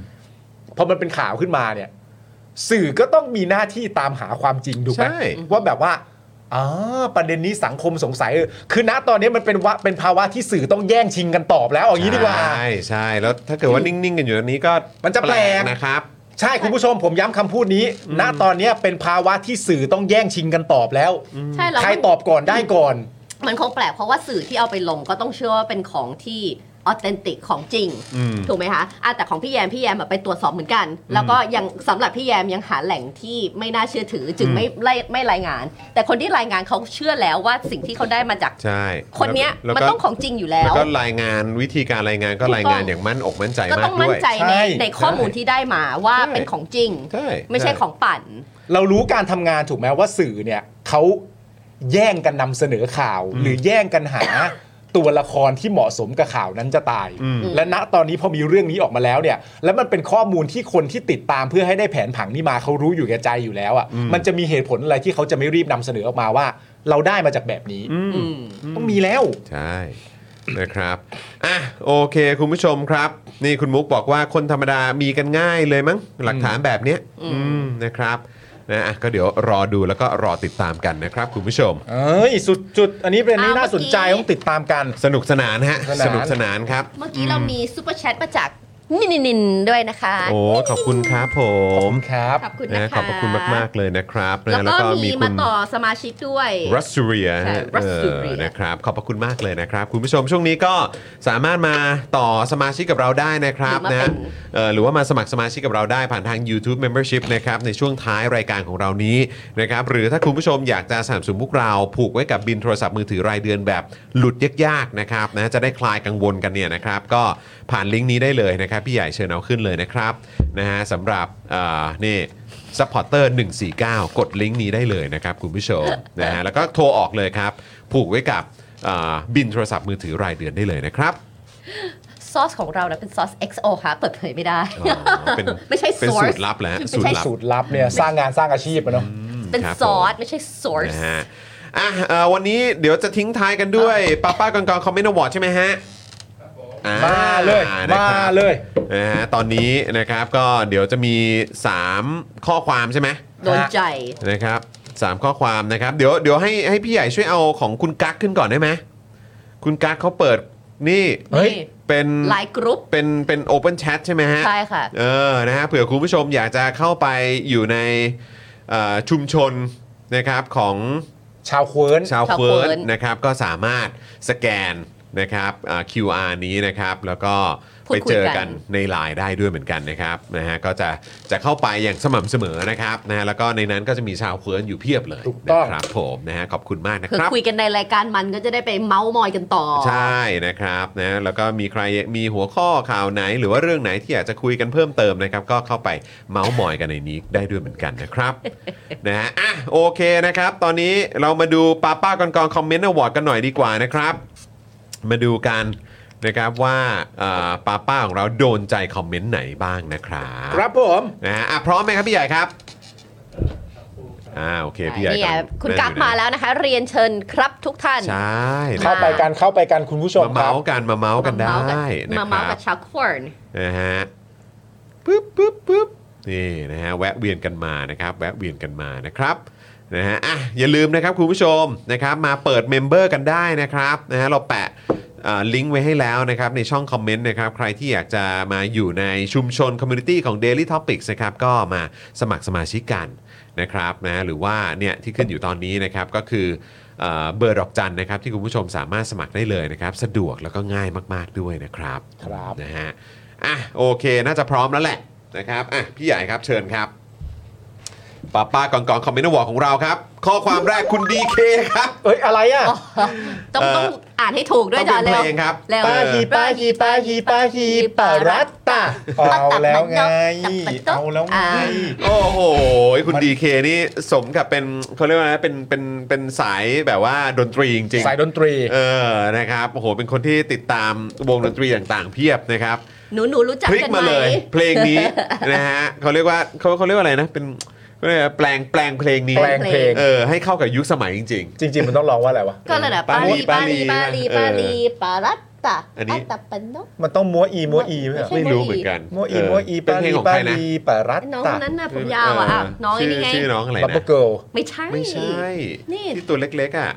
Speaker 2: พอมันเป็นข่าวขึ้นมาเนี่ย สื่อก็ต้องมีหน้าที่ตามหาความจริงถูกไหม
Speaker 1: ใช่
Speaker 2: ว่าแบบว่าอ๋อประเด็นนี้สังคมสงสัยเออคือณตอนนี้มันเป็นวะเป็นภาวะที่สื่อต้องแย่งชิงกันตอบแล้วเอาอย่างนี้ดีกว่า
Speaker 1: ใช่ใช่แล้วถ้าเกิดว่านิ่งๆกันอยู่ตรงนี้ก็
Speaker 2: มันจะแปลก
Speaker 1: นะครับ
Speaker 2: ใช่คุณผู้ชมผมย้ำคำพูดนี้ ณตอนนี้เป็นภาวะที่สื่อต้องแย่งชิงกันตอบแล้ว
Speaker 3: ใช่แล้ว
Speaker 2: ใคร
Speaker 3: มัน
Speaker 2: ตอบก่อนได้ก่อน
Speaker 3: มันคงแปลกเพราะว่าสื่อที่เอาไปลงก็ต้องเชื่อว่าเป็นของที่ออเทนติกของจริง
Speaker 1: อืม
Speaker 3: ถูกไหมคะอ่ะแต่ของพี่แยมพี่แยมอะไปตรวจสอบเหมือนกัน แล้วก็ยังสำหรับพี่แยมยังหาแหล่งที่ไม่น่าเชื่อถือจึงไม่ไม่ไม่รายงาน แต่คนที่รายงานเขาเชื่อแล้วว่าสิ่งที่เขาได้มาจาก
Speaker 1: ใช่
Speaker 3: คนเนี้ย
Speaker 1: แล้ว
Speaker 3: มัน
Speaker 1: ก็
Speaker 3: ต้องของจริงอยู่แล้
Speaker 1: แล้ว
Speaker 3: ว
Speaker 1: ก็รายงานวิธีการรายงานก็รายงาน
Speaker 3: ถูกต้อง
Speaker 1: อย่างมั่นอกมั่นใจ
Speaker 3: ก็
Speaker 1: มา
Speaker 3: ต้
Speaker 1: ก
Speaker 3: อง
Speaker 1: ด้
Speaker 3: มั่น
Speaker 1: วย
Speaker 3: ใจใน
Speaker 2: ใช่
Speaker 3: ในข้อมูลที่ได้มาว่า
Speaker 1: ใช่
Speaker 3: เป็นของจริง
Speaker 1: ใช่
Speaker 3: ไม่ใช่
Speaker 1: ช่
Speaker 3: ของปั่น
Speaker 2: เรารู้การทำงานถูกไหมว่าสื่อเนี่ยเขาแย่งกันนำเสนอข่าว หรือแย่งกันหา ตัวละครที่เหมาะสมกับข่าวนั้นจะตาย และณตอนนี้พอมีเรื่องนี้ออกมาแล้วเนี่ย แล้วมันเป็นข้อมูลที่คนที่ติดตามเพื่อให้ได้แผนผังนี้มาเขารู้อยู่แก่ใจอยู่แล้วอะ่ะมันจะมีเหตุผลอะไรที่เขาจะไม่รีบนำเสนอออกมาว่า เราได้มาจากแบบนี้
Speaker 3: อืม
Speaker 2: ต้องมีแล้ว
Speaker 1: ใช่ นะครับ อ่ะ โอเค คุณผู้ชมครับ นี่คุณมุกบอกว่าคนธรรมดามีกันง่ายเลยมั้ง หลักฐานแบบเนี้ยอืมนะครับนะอ่ะก็เดี๋ยวรอดูแล้วก็รอติดตามกันนะครับ คุณผู้ชม
Speaker 2: เอ้ยสุดจุด อันนี้เป็นอันนี้
Speaker 3: อ้าว
Speaker 2: น่าสนใจต้
Speaker 3: เมื่อกี้
Speaker 2: องติดตามกัน
Speaker 1: สนุกสนานฮะ
Speaker 2: สนาน
Speaker 1: สนุกสนานครับ
Speaker 3: เมื่อกี้เรามีซูเปอร์แชทมาจาก นินนินๆด้วยนะคะ
Speaker 1: โอ้ขอบคุณครับผม
Speaker 2: ครับ
Speaker 3: ขอบคุณ
Speaker 1: นะ
Speaker 3: นะคะ
Speaker 1: ขอบพระคุณมาก ๆ เลยนะครับนะ
Speaker 3: แล้วก็มี
Speaker 1: คุ
Speaker 3: มา
Speaker 1: ณ
Speaker 3: ต่อสมาชิกด้วย
Speaker 1: รัสเซีย
Speaker 3: ใช่
Speaker 1: ฮะ
Speaker 3: รัสเซีย
Speaker 1: เออนะครับ ขอบพระคุณมากเลยนะครับ คุณผู้ชมช่วงนี้ก็สามารถมาต่อสมาชิกกับเราได้นะครับ
Speaker 3: หรือมา
Speaker 1: นะ
Speaker 3: เป็น
Speaker 1: เอ่อหรือว่ามาสมัครสมาชิกกับเราได้ผ่านทาง YouTube Membership นะครับในช่วงท้ายรายการของเรานี้นะครับหรือถ้าคุณผู้ชมอยากจะสนับสนุนพวกเราผูกไว้กับบินโทรศัพท์มือถือรายเดือนแบบหลุดยากๆนะครับนะจะได้คลายกังวลกันเนี่ยนะครับก็ผ่านลิงก์นี้ได้เลยนะครับพี่ใหญ่เชิญเอาขึ้นเลยนะครับนะฮะสำหรับเอ่อนี่ ซัพพอร์เตอร์149 กดลิงก์นี้ได้เลยนะครับ คุณผู้ชม นะฮะแล้วก็โทรออกเลยครับ ผูกไว้กับอ่าบินโทรศัพท์มือถือรายเดือนได้เลยนะครับ
Speaker 3: ซอสของเรานะเป็นซอส XO ค่ะเปิดเผยไม่ได้
Speaker 1: อ๋อเป็น
Speaker 3: ไม่ใช่
Speaker 1: เป็นสูต
Speaker 3: source
Speaker 1: รลับแล้ว
Speaker 3: ไม่ใช่
Speaker 1: สูตรลับ
Speaker 2: สูตรลับเนี่ยสร้างงานสร้างอาชีพอะเนาะ
Speaker 3: เป็น
Speaker 1: ครับผม
Speaker 3: ซอสไม่ใช่ source
Speaker 1: นะฮะอ่ะเอ่อวันนี้เดี๋ยวจะทิ้งท้ายกันด้วยป้าป้ากองกองคอมเมนต์อวอร์ดใช่ไหมฮะอ่
Speaker 2: มาเลย
Speaker 1: นะครับ
Speaker 2: มาเลย
Speaker 1: นะฮะตอนนี้นะครับก็เดี๋ยวจะมี 3 ข้อความใช่ไหม
Speaker 3: โดนใจ
Speaker 1: นะครับสามข้อความนะครับเดี๋ยวเดี๋ยวให้ให้พี่ใหญ่ช่วยเอาของคุณกั๊กขึ้นก่อนได้ไหมคุณกั๊กเขาเปิดนี่
Speaker 2: เฮ้ย
Speaker 3: นี่
Speaker 1: เป็น
Speaker 3: ไลน์กรุ๊ป
Speaker 1: เป็นเป็นโอเ n นแชทใช่ไหมฮะ
Speaker 3: ใช่ค่ะ
Speaker 1: เออนะฮะเผื่อคุณผู้ชมอยากจะเข้าไปอยู่ในเอ่อชุมชนนะครับของ
Speaker 2: ชาวเควิร์น
Speaker 1: ชาว
Speaker 3: ชาว
Speaker 1: เฟิร์
Speaker 3: เฟิร์
Speaker 1: น
Speaker 3: น
Speaker 1: นะครับก็สามารถสแกนนะครับอ่า QR นี้นะครับ แล้วก็ไปเจอกัน ในไลน์ได้ด้วยเหมือนกันนะครับนะฮะก็จะจะเข้าไปอย่างสม่ำเสมอนะครับนะฮะแล้วก็ในนั้นก็จะมีชาวเฟิร์นอยู่เพียบเลย
Speaker 2: ถูกต้อง
Speaker 1: นะครับผมนะฮะขอบคุณมากนะ
Speaker 3: คือ
Speaker 1: ครับ
Speaker 3: คุยกันในรายการมันก็จะได้ไปเมาส์มอยกันต่อ
Speaker 1: ใช่นะครับนะแล้วก็มีใครมีหัวข้อข่าวไหน หรือว่าเรื่องไหนที่อยากจะคุยกันเพิ่มเติมนะครับ ก็เข้าไปเมาส์มอยกันในนี้ได้ด้วยเหมือนกันนะครับ นะฮะอ่ะโอเคนะครับ ตอนนี้เรามาดูป้าป้ากอนกอนคอมเมนต์อวอร์ดกันหน่อยดีกว่านะครับ มาดูกันนะครับว่าเอ่อป้าป้าของเราโดนใจคอมเมนต์ไหนบ้างนะครับ
Speaker 2: ครับผม
Speaker 1: นะฮะอ่ะพร้อมไหมครับพี่ใหญ่ครับ อ่าโอเคพี่ใหญ่
Speaker 3: นี่ไงคุณกั๊กมาแล้วนะคะ เรียนเชิญครับทุกท่าน
Speaker 1: ใช่นะ
Speaker 2: เข้าไปกันเข้าไปกันคุณผู้ชม
Speaker 1: มา
Speaker 2: ครั
Speaker 1: เมา
Speaker 2: บ
Speaker 1: ส์กันมาเมาส์กันได้นะ
Speaker 3: มา
Speaker 1: ค
Speaker 3: เมาส์
Speaker 1: รั
Speaker 3: กั
Speaker 1: บบ
Speaker 3: ชาวควิร์น
Speaker 1: นะฮะปึ๊บปึ๊บปึ๊บนี่นะฮะแวะเวียนกันมานะครับ แวะเวียนกันมานะครับนะฮะอ่ะอย่าลืมนะครับคุณผู้ชมนะครับมาเปิดเมมเบอร์กันได้นะครับนะฮะเราแปะอ่าลิงก์ไว้ให้แล้วนะครับในช่องคอมเมนต์นะครับใครที่อยากจะมาอยู่ในชุมชนคอมมูนิตี้ของ Daily Topics นะครับก็มาสมัครสมาชิกกัน นะครับนะหรือว่าเนี่ยที่ขึ้นอยู่ตอนนี้นะครับก็คือเอ่อเบอร์ดอกจันนะครับที่คุณผู้ชมสามารถสมัครได้เลยนะครับสะดวกแล้วก็ง่ายมาก ๆด้วยนะครับ
Speaker 2: ครับ
Speaker 1: นะฮะอ่ะโอเคน่าจะพร้อมแล้วแหละนะครับอ่ะพี่ใหญ่ครับเชิญครับป้าป้ากองกองคอมเมนต์วอร์ของเราครับ ข้อความแรกคุณดีเคครับ
Speaker 2: เอ้ยอะไรอ่ะ
Speaker 3: ต้อง
Speaker 1: เอ่อ
Speaker 3: ต้องอ่านให้ถูกด้วย
Speaker 1: ต้
Speaker 3: จ้ะ
Speaker 1: องเป็น
Speaker 3: เร็ว
Speaker 1: เพลงครับ
Speaker 3: เร็ว
Speaker 1: เอ
Speaker 2: ป้าฮี
Speaker 1: อ
Speaker 2: ป้าฮีป้าฮีป้าฮีปารัตตาเอาแล้วไง เอาแล้วไง
Speaker 1: โอ้โหคุณดีเคนี่สมกับเป็นเขาเรียกว่าอะไรนะเป็นเป็นเป็นสายแบบว่าดนตรีจริงๆ
Speaker 2: สายดนตรี
Speaker 1: เออ นะครับ โอ้โห เป็นคนที่ติดตามวงดนตรีต่างๆ เพียบนะครับ
Speaker 3: หนูหนูรู้จัก
Speaker 1: พลิก
Speaker 3: กัน
Speaker 1: มา
Speaker 3: ไหม
Speaker 1: เลย เพลงนี้ นะฮะเขาเรียกว่าเขาเขาเรียกว่าอะไรนะ เป็นเขาเรียกว่าแปลงแปลงเพลงนี้
Speaker 2: แปลงเพลง
Speaker 1: เออ ให้เข้ากับยุคสมัยจริง
Speaker 2: จริง ๆ มันต้องร้องว่าอะไรวะ
Speaker 3: ก็เลยนะปาลีปาลีปาลีปาลีปารัตตะ
Speaker 1: อันนี้
Speaker 3: อัตตะปันโน
Speaker 2: มันต้องมัวอีมัวอีไหมอะ
Speaker 1: ๆ ไม่รู้เหมือนกัน
Speaker 2: มัวอีมัวอี
Speaker 1: เป็น
Speaker 2: ปา
Speaker 1: เพล
Speaker 2: ลี
Speaker 1: งของ
Speaker 2: ปา
Speaker 1: ใครนะ
Speaker 2: ลีปารัต
Speaker 3: น้อง
Speaker 2: ตา
Speaker 3: นั้นน่ะผมยาวอ่ะอ้าวน้อง
Speaker 1: ชื่
Speaker 3: นี่ไง
Speaker 1: ชื่อน้องอะไร
Speaker 2: บับ
Speaker 1: นะ
Speaker 2: เบิ้ลเกิล
Speaker 3: ไม่ใช่
Speaker 1: ไม่ใช่
Speaker 3: นี่
Speaker 1: ที่ตัวเล็กๆ อ่ะ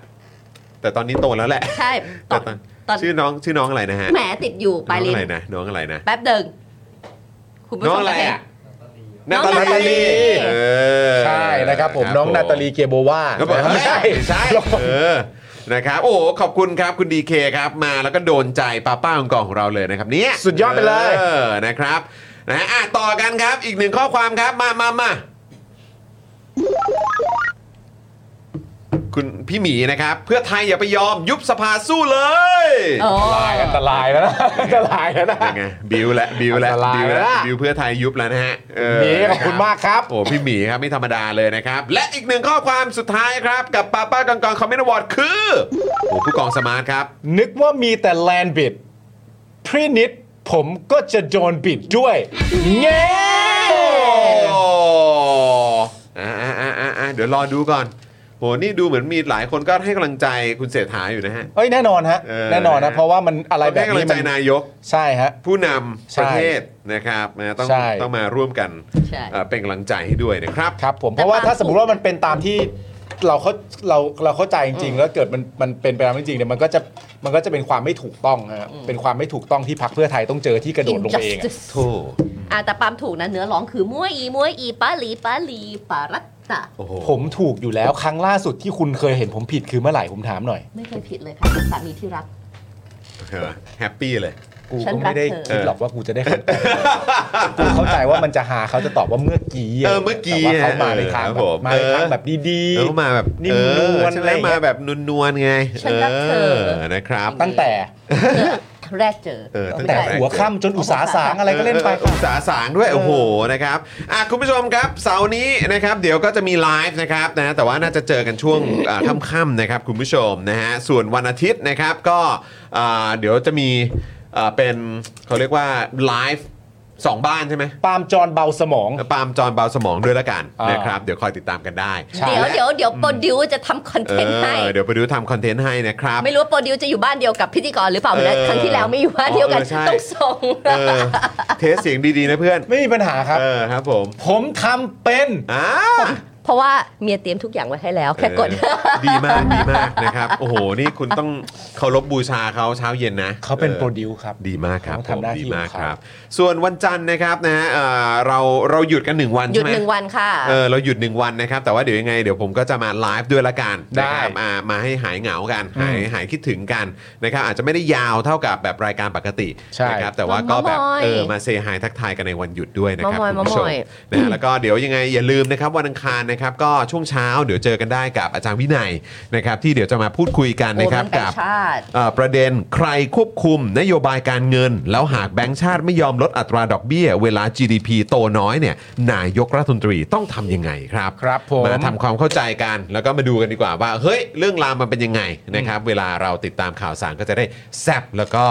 Speaker 1: แต่ตอนนี้โตแล้วแหละ
Speaker 3: ใช่ต
Speaker 1: แต่
Speaker 3: อน
Speaker 1: ตอน
Speaker 3: ตอน
Speaker 1: ชื่อน้องชื่อน้องอะไรนะฮะ
Speaker 3: แหมติดอยู่ป
Speaker 1: น้
Speaker 3: ลา
Speaker 1: อง
Speaker 3: ยลิ้
Speaker 1: อะ
Speaker 3: น
Speaker 1: ไรนะ น้องอะไรนะ
Speaker 3: แป๊บเดิงคุณผู้
Speaker 1: น้อ
Speaker 3: ช
Speaker 1: ง
Speaker 3: ม
Speaker 1: อะไร
Speaker 3: จะเห็น
Speaker 1: อ่ะ
Speaker 3: น้องนาตาลี
Speaker 1: เออ
Speaker 2: ใช่นะครับผมน้องนาตาลีเกโบวา
Speaker 1: ก็บอก
Speaker 2: ไม่
Speaker 1: ไม่
Speaker 2: ใช่
Speaker 1: ใช่ใช่เออนะครับ โอ้โหขอบคุณครับคุณดีเคครับมาแล้วก็โดนใจป้าป้าของกองของเราเลยนะครับเนี่ย
Speaker 2: สุดยอดไปเลย
Speaker 1: ออนะครับนะฮะอ่ะต่อกันครับอีกหนึ่งข้อความครับมามามาคุณพี่หมีนะครับ เพื่อไทยอย่าไปยอมยุบสภาสู้เลย
Speaker 3: โอ้
Speaker 2: อันตรายแล้วนะอันตรายแล้วนะ
Speaker 1: ยังไงบิวและบิวและ
Speaker 2: อันตราย
Speaker 1: บิวและ
Speaker 2: นะ
Speaker 1: บิวเพื่อไทยยุบแล้วนะฮะเ
Speaker 2: มีขอบคุณมากครับ
Speaker 1: โอ้พี่หมีครับไม่ธรรมดาเลยนะครับ และอีกหนึ่งข้อความสุดท้ายครับ กับป้าป้ากองกองคอมเมนต์วอร์ดคือโอ้ผู้กองสมาร์ทครับ
Speaker 2: นึกว่ามีแต่แลนบิดพรีนิดผมก็จะโดนบิดด้วยเง่
Speaker 1: โอ้อ่าอ่าอ่าอ่าเดี๋ยวรอดูก่อนโหนี่ดูเหมือนมีหลายคนก็ให้กำลังใจคุณเศรษฐาอยู่นะฮะ
Speaker 2: เอ้ยแน่นอนฮะ
Speaker 1: เออ
Speaker 2: แน่นอน
Speaker 1: นะ
Speaker 2: นะ
Speaker 1: ฮะ
Speaker 2: เพราะว่ามันอะไรแบบ
Speaker 1: ให้กำลั
Speaker 2: นี้
Speaker 1: งใจ
Speaker 2: มัน
Speaker 1: นายก
Speaker 2: ใช่ฮะ
Speaker 1: ผู้นำประเทศนะครับนะต้อง
Speaker 2: ใช่
Speaker 1: ต้องมาร่วมกัน
Speaker 3: ใช่
Speaker 1: เอ่อเป็นกำลังใจให้ด้วยนะครับ
Speaker 2: ครับผมเพ
Speaker 3: แต่
Speaker 2: ราะว่าถ้า
Speaker 3: บาง
Speaker 2: สมมติว่ามันเป็นตามที่ เราเขาเราเราเข้าใจจริงๆแล้วเกิดมันมันเป็นไปตามจริงๆเนี่ยมันก็จะมันก็จะเป็นความไม่ถูกต้องฮะเป็นความไม่ถูกต้องที่พักเพื่อไทยต้องเจอที่กระโดดลงไปเองอะ
Speaker 3: Injustice
Speaker 1: ถูก
Speaker 3: อ่ะแต่ปาล์มถูกนะเนื้อร้องคือมั่วอีมั่วอีปาลีปาลีปารัตตะ
Speaker 1: โอ้โห
Speaker 2: ผมถูกอยู่แล้วครั้งล่าสุดที่คุณเคยเห็นผมผิดคือเมื่อไหร่ผมถามหน่อย
Speaker 3: ไม่เคยผิดเลยค่ะสามีที่รัก
Speaker 1: เออแฮปปี้เลย
Speaker 2: กู
Speaker 3: ฉัน
Speaker 2: ก็
Speaker 3: รัก
Speaker 2: ไม่ได้
Speaker 3: เธอ
Speaker 2: คิดหรอกว่ากูจะได้ค ำตอบกูเข้าใจว่ามันจะหาเขาจะตอบว่าเมื่อกี้
Speaker 1: เออเมื่อกี้
Speaker 2: แต่ว่าเขามาในทาง
Speaker 1: ครับ
Speaker 2: แบ
Speaker 1: ผ
Speaker 2: บ
Speaker 1: ม
Speaker 2: มาในทาง
Speaker 1: เออ
Speaker 2: แบบดี
Speaker 1: เออ
Speaker 2: ๆ
Speaker 1: มาแบบ
Speaker 2: นิ่มนวล
Speaker 1: ใช่ไห
Speaker 2: อะไร
Speaker 1: ม
Speaker 2: อย่างเงี้ย
Speaker 1: มาแบบนวลๆไง
Speaker 3: ฉันรักเธอ
Speaker 1: นะครับ
Speaker 2: ตั้งแต่
Speaker 3: แรกเจอ
Speaker 1: เออ
Speaker 2: ตั้งแต่
Speaker 1: รก
Speaker 2: หัวค่ำจนอุตสาสางอะไรก็เล่นไป
Speaker 1: อออออุตสาหสางด้วย โอ้โหนะครับอ่ะคุณผู้ชมครับเสาร์นี้นะครับเดี๋ยวก็จะมีไลฟ์นะครับนะแต่ว่าน่าจะเจอกันช่วง อ่าค่ำๆนะครับคุณผู้ชมนะฮะส่วนวันอาทิตย์นะครับก็อ่าเดี๋ยวจะมีอ่าเป็นเขาเรียกว่าไลฟ์สองบ้านใช่ไหม
Speaker 2: ปาล์มจอนเบาสมอง
Speaker 1: ปาล์มจอนเบาสมองด้วยละกัน
Speaker 2: อ่าน
Speaker 1: นะครับเดี๋ยวคอยติดตามกันได้
Speaker 2: ใช่
Speaker 3: เดี๋ยวเดี๋ยวเดี๋ยวโปรดิวจะทำคอน
Speaker 1: เอ
Speaker 3: เทนต์ให้
Speaker 1: อเดี๋ยวไปดูทำคอนเทนต์ให้นะครับ
Speaker 3: ไม่รู้ว่าโปรดิวจะอยู่บ้านเดียวกับพิธีกรหรือเปล่า
Speaker 1: เออ
Speaker 3: นะครั้งที่แล้วไม่อยู่บ้านเดียวกัน
Speaker 1: เออใช่
Speaker 3: ต้องส่ง
Speaker 1: เออเทสเสียงดีๆนะเพื่อน
Speaker 2: ไม่มีปัญหาครับ
Speaker 1: เออครับผม
Speaker 2: ผมทำเป็น
Speaker 1: อ่า
Speaker 3: เพราะว่าเมียเตรียมทุกอย่างไว้ให้แล้ว แค่กด
Speaker 1: เออดี มาก ดีมากนะครับ โอ้โห นี่คุณต้องเคารพบบูชาเขาเช้าเย็นนะ
Speaker 2: เขาเป็น
Speaker 1: ออ
Speaker 2: โปรดิวครับ
Speaker 1: ดีมากครับ
Speaker 2: เขา
Speaker 1: ผม
Speaker 2: ทำหน้าที่
Speaker 1: ดีมาก
Speaker 2: ของ
Speaker 1: ค
Speaker 2: เขา
Speaker 1: รับ ส่วนวันจันทร์นะครับนะฮะเอ่อเราเราหยุดกัน 1 วัน
Speaker 3: หยุ
Speaker 1: ใช่
Speaker 3: ด
Speaker 1: ไหม
Speaker 3: หนึ่งวันค่ะ
Speaker 1: เออเราหยุด 1 วันนะครับ แต่ว่าเดี๋ยวยังไงเดี๋ยวผมก็จะมาไลฟ์ด้วยละกัน
Speaker 2: ได้
Speaker 1: นะครับอ่ามาให้หายเหงากันหายหายคิดถึงกันนะครับอาจจะไม่ได้ยาวเท่ากับแบบรายการปกติ
Speaker 2: ใช่
Speaker 1: นะครับแต่ว่าก็แบบ
Speaker 3: มาม่อย
Speaker 1: เออมาเซฮายทักทายกันในวันหยุดด้วยนะครับ
Speaker 3: มาม่อย
Speaker 1: คุณผู้ชม
Speaker 3: มาม่อย
Speaker 1: นะ ฮะแล้วก็เดี๋ยวยังไงอย่าลืมนะครับวันอังคารนะครับก็ช่วงเช้าเดี๋ยวเจอกันได้กับอาจารย์วินัยนะครับที่เดี๋ยวจะมาพูดคุยกัน
Speaker 3: โอ้
Speaker 1: นะค
Speaker 3: แบ
Speaker 1: รับ
Speaker 3: งค์
Speaker 1: กับ
Speaker 3: ชาติ
Speaker 1: เอ่อประเด็นใครควบคุมนโยบายการเงิน แล้วหากแบงก์ชาติไม่ยอมลดอัตราดอกเบี้ย เวลา GDP โตน้อยเนี่ยนายกรัฐมนตรีต้องทำยังไงครับ
Speaker 2: ครับผม
Speaker 1: มาทำความเข้าใจกันแล้วก็มาดูกันดีกว่าว่า เฮ้ย เรื่องราวมันเป็นยังไงนะครับ เวลาเราติดตามข่าวสารก็จะได้แซบแล้วก็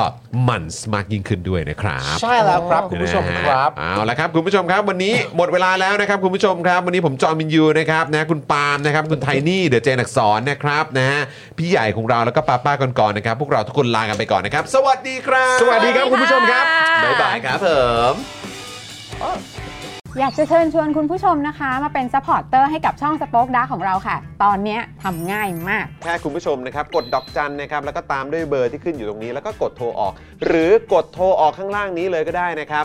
Speaker 1: หมันมากยิ่งขึ้นด้วยนะครับ
Speaker 2: ใช่แล้วครับคุณผู้ชม
Speaker 1: นะฮะ
Speaker 2: ครับ
Speaker 1: เอาละครับคุณผู้ชมครับวันนี้ หมดเวลาแล้วนะครับคุณผู้ชมครับ วันนี้ผมจอห์นมินยูนะครับนะคุณปาล์มนะครับคุณไทนี่เดอะเจนอักสอนนะครับนะฮะพี่ใหญ่ของเราแล้วก็ป้าป้าก่อนๆนะครับ พวกเราทุกคนลากันไปก่อนนะครับ สวัสดีครับ
Speaker 2: สวัสดีครับคุณผู้ชมครับ
Speaker 1: บ๊ายบายครับผม
Speaker 7: อยากจะเชิญชวนคุณผู้ชมนะคะ มาเป็นซัพพอร์ตเตอร์ให้กับช่องสป็อคดาของเราค่ะ ตอนเนี้ยทำง่ายมาก
Speaker 1: แค่คุณผู้ชมนะครับกดดอกจันนะครับแล้วก็ตามด้วยเบอร์ที่ขึ้นอยู่ตรงนี้แล้วก็กดโทรออก หรือกดโทรออกข้างล่างนี้เลยก็ได้นะครับ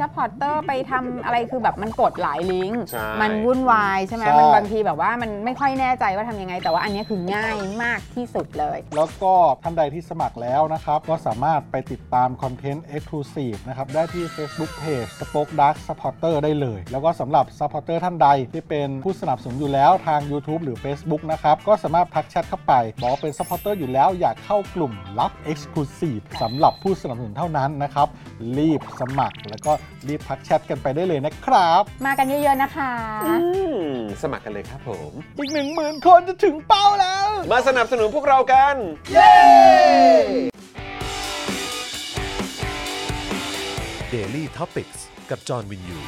Speaker 7: ซัพพอร์ตเตอร์ไปทำอะไรคือแบบมันกดหลายลิงก์
Speaker 1: ใช่
Speaker 7: มันวุ่นวายใช่ไหม
Speaker 8: ใช่
Speaker 7: มันบางทีแบบว่ามันไม่ค่อยแน่ใจว่าทำยังไง แต่ว่าอันเนี้ยคือง่ายมากที่สุดเลย
Speaker 8: แล้วก็ท่านใดที่สมัครแล้วนะครับ ก็สามารถไปติดตามคอนเทนต์ Exclusive นะครับ ได้ที่ Facebook Page Spoke Dark Supporter ได้เลย แล้วก็สำหรับ Supporter ท่านใดที่เป็นผู้สนับสนุนอยู่แล้วทาง YouTube หรือ Facebook นะครับ ก็สามารถทักแชทเข้าไป บอกเป็น Supporter อยู่แล้วอยากเข้ากลุ่มลับ Exclusive สำหรับผู้สนับสนุนเท่านั้นนะครับ รีบสมัครแล้วก็รีบทักแชทกันไปได้เลยนะครับ
Speaker 7: มากันเยอะๆนะคะ
Speaker 1: อืมสมัครกันเลยครับผม
Speaker 8: อีก 1 0,000 คนจะถึงเป้าแล้ว
Speaker 1: มาสนับสนุนพวกเรากัน
Speaker 6: Daily Topics กับจอห์นวินยู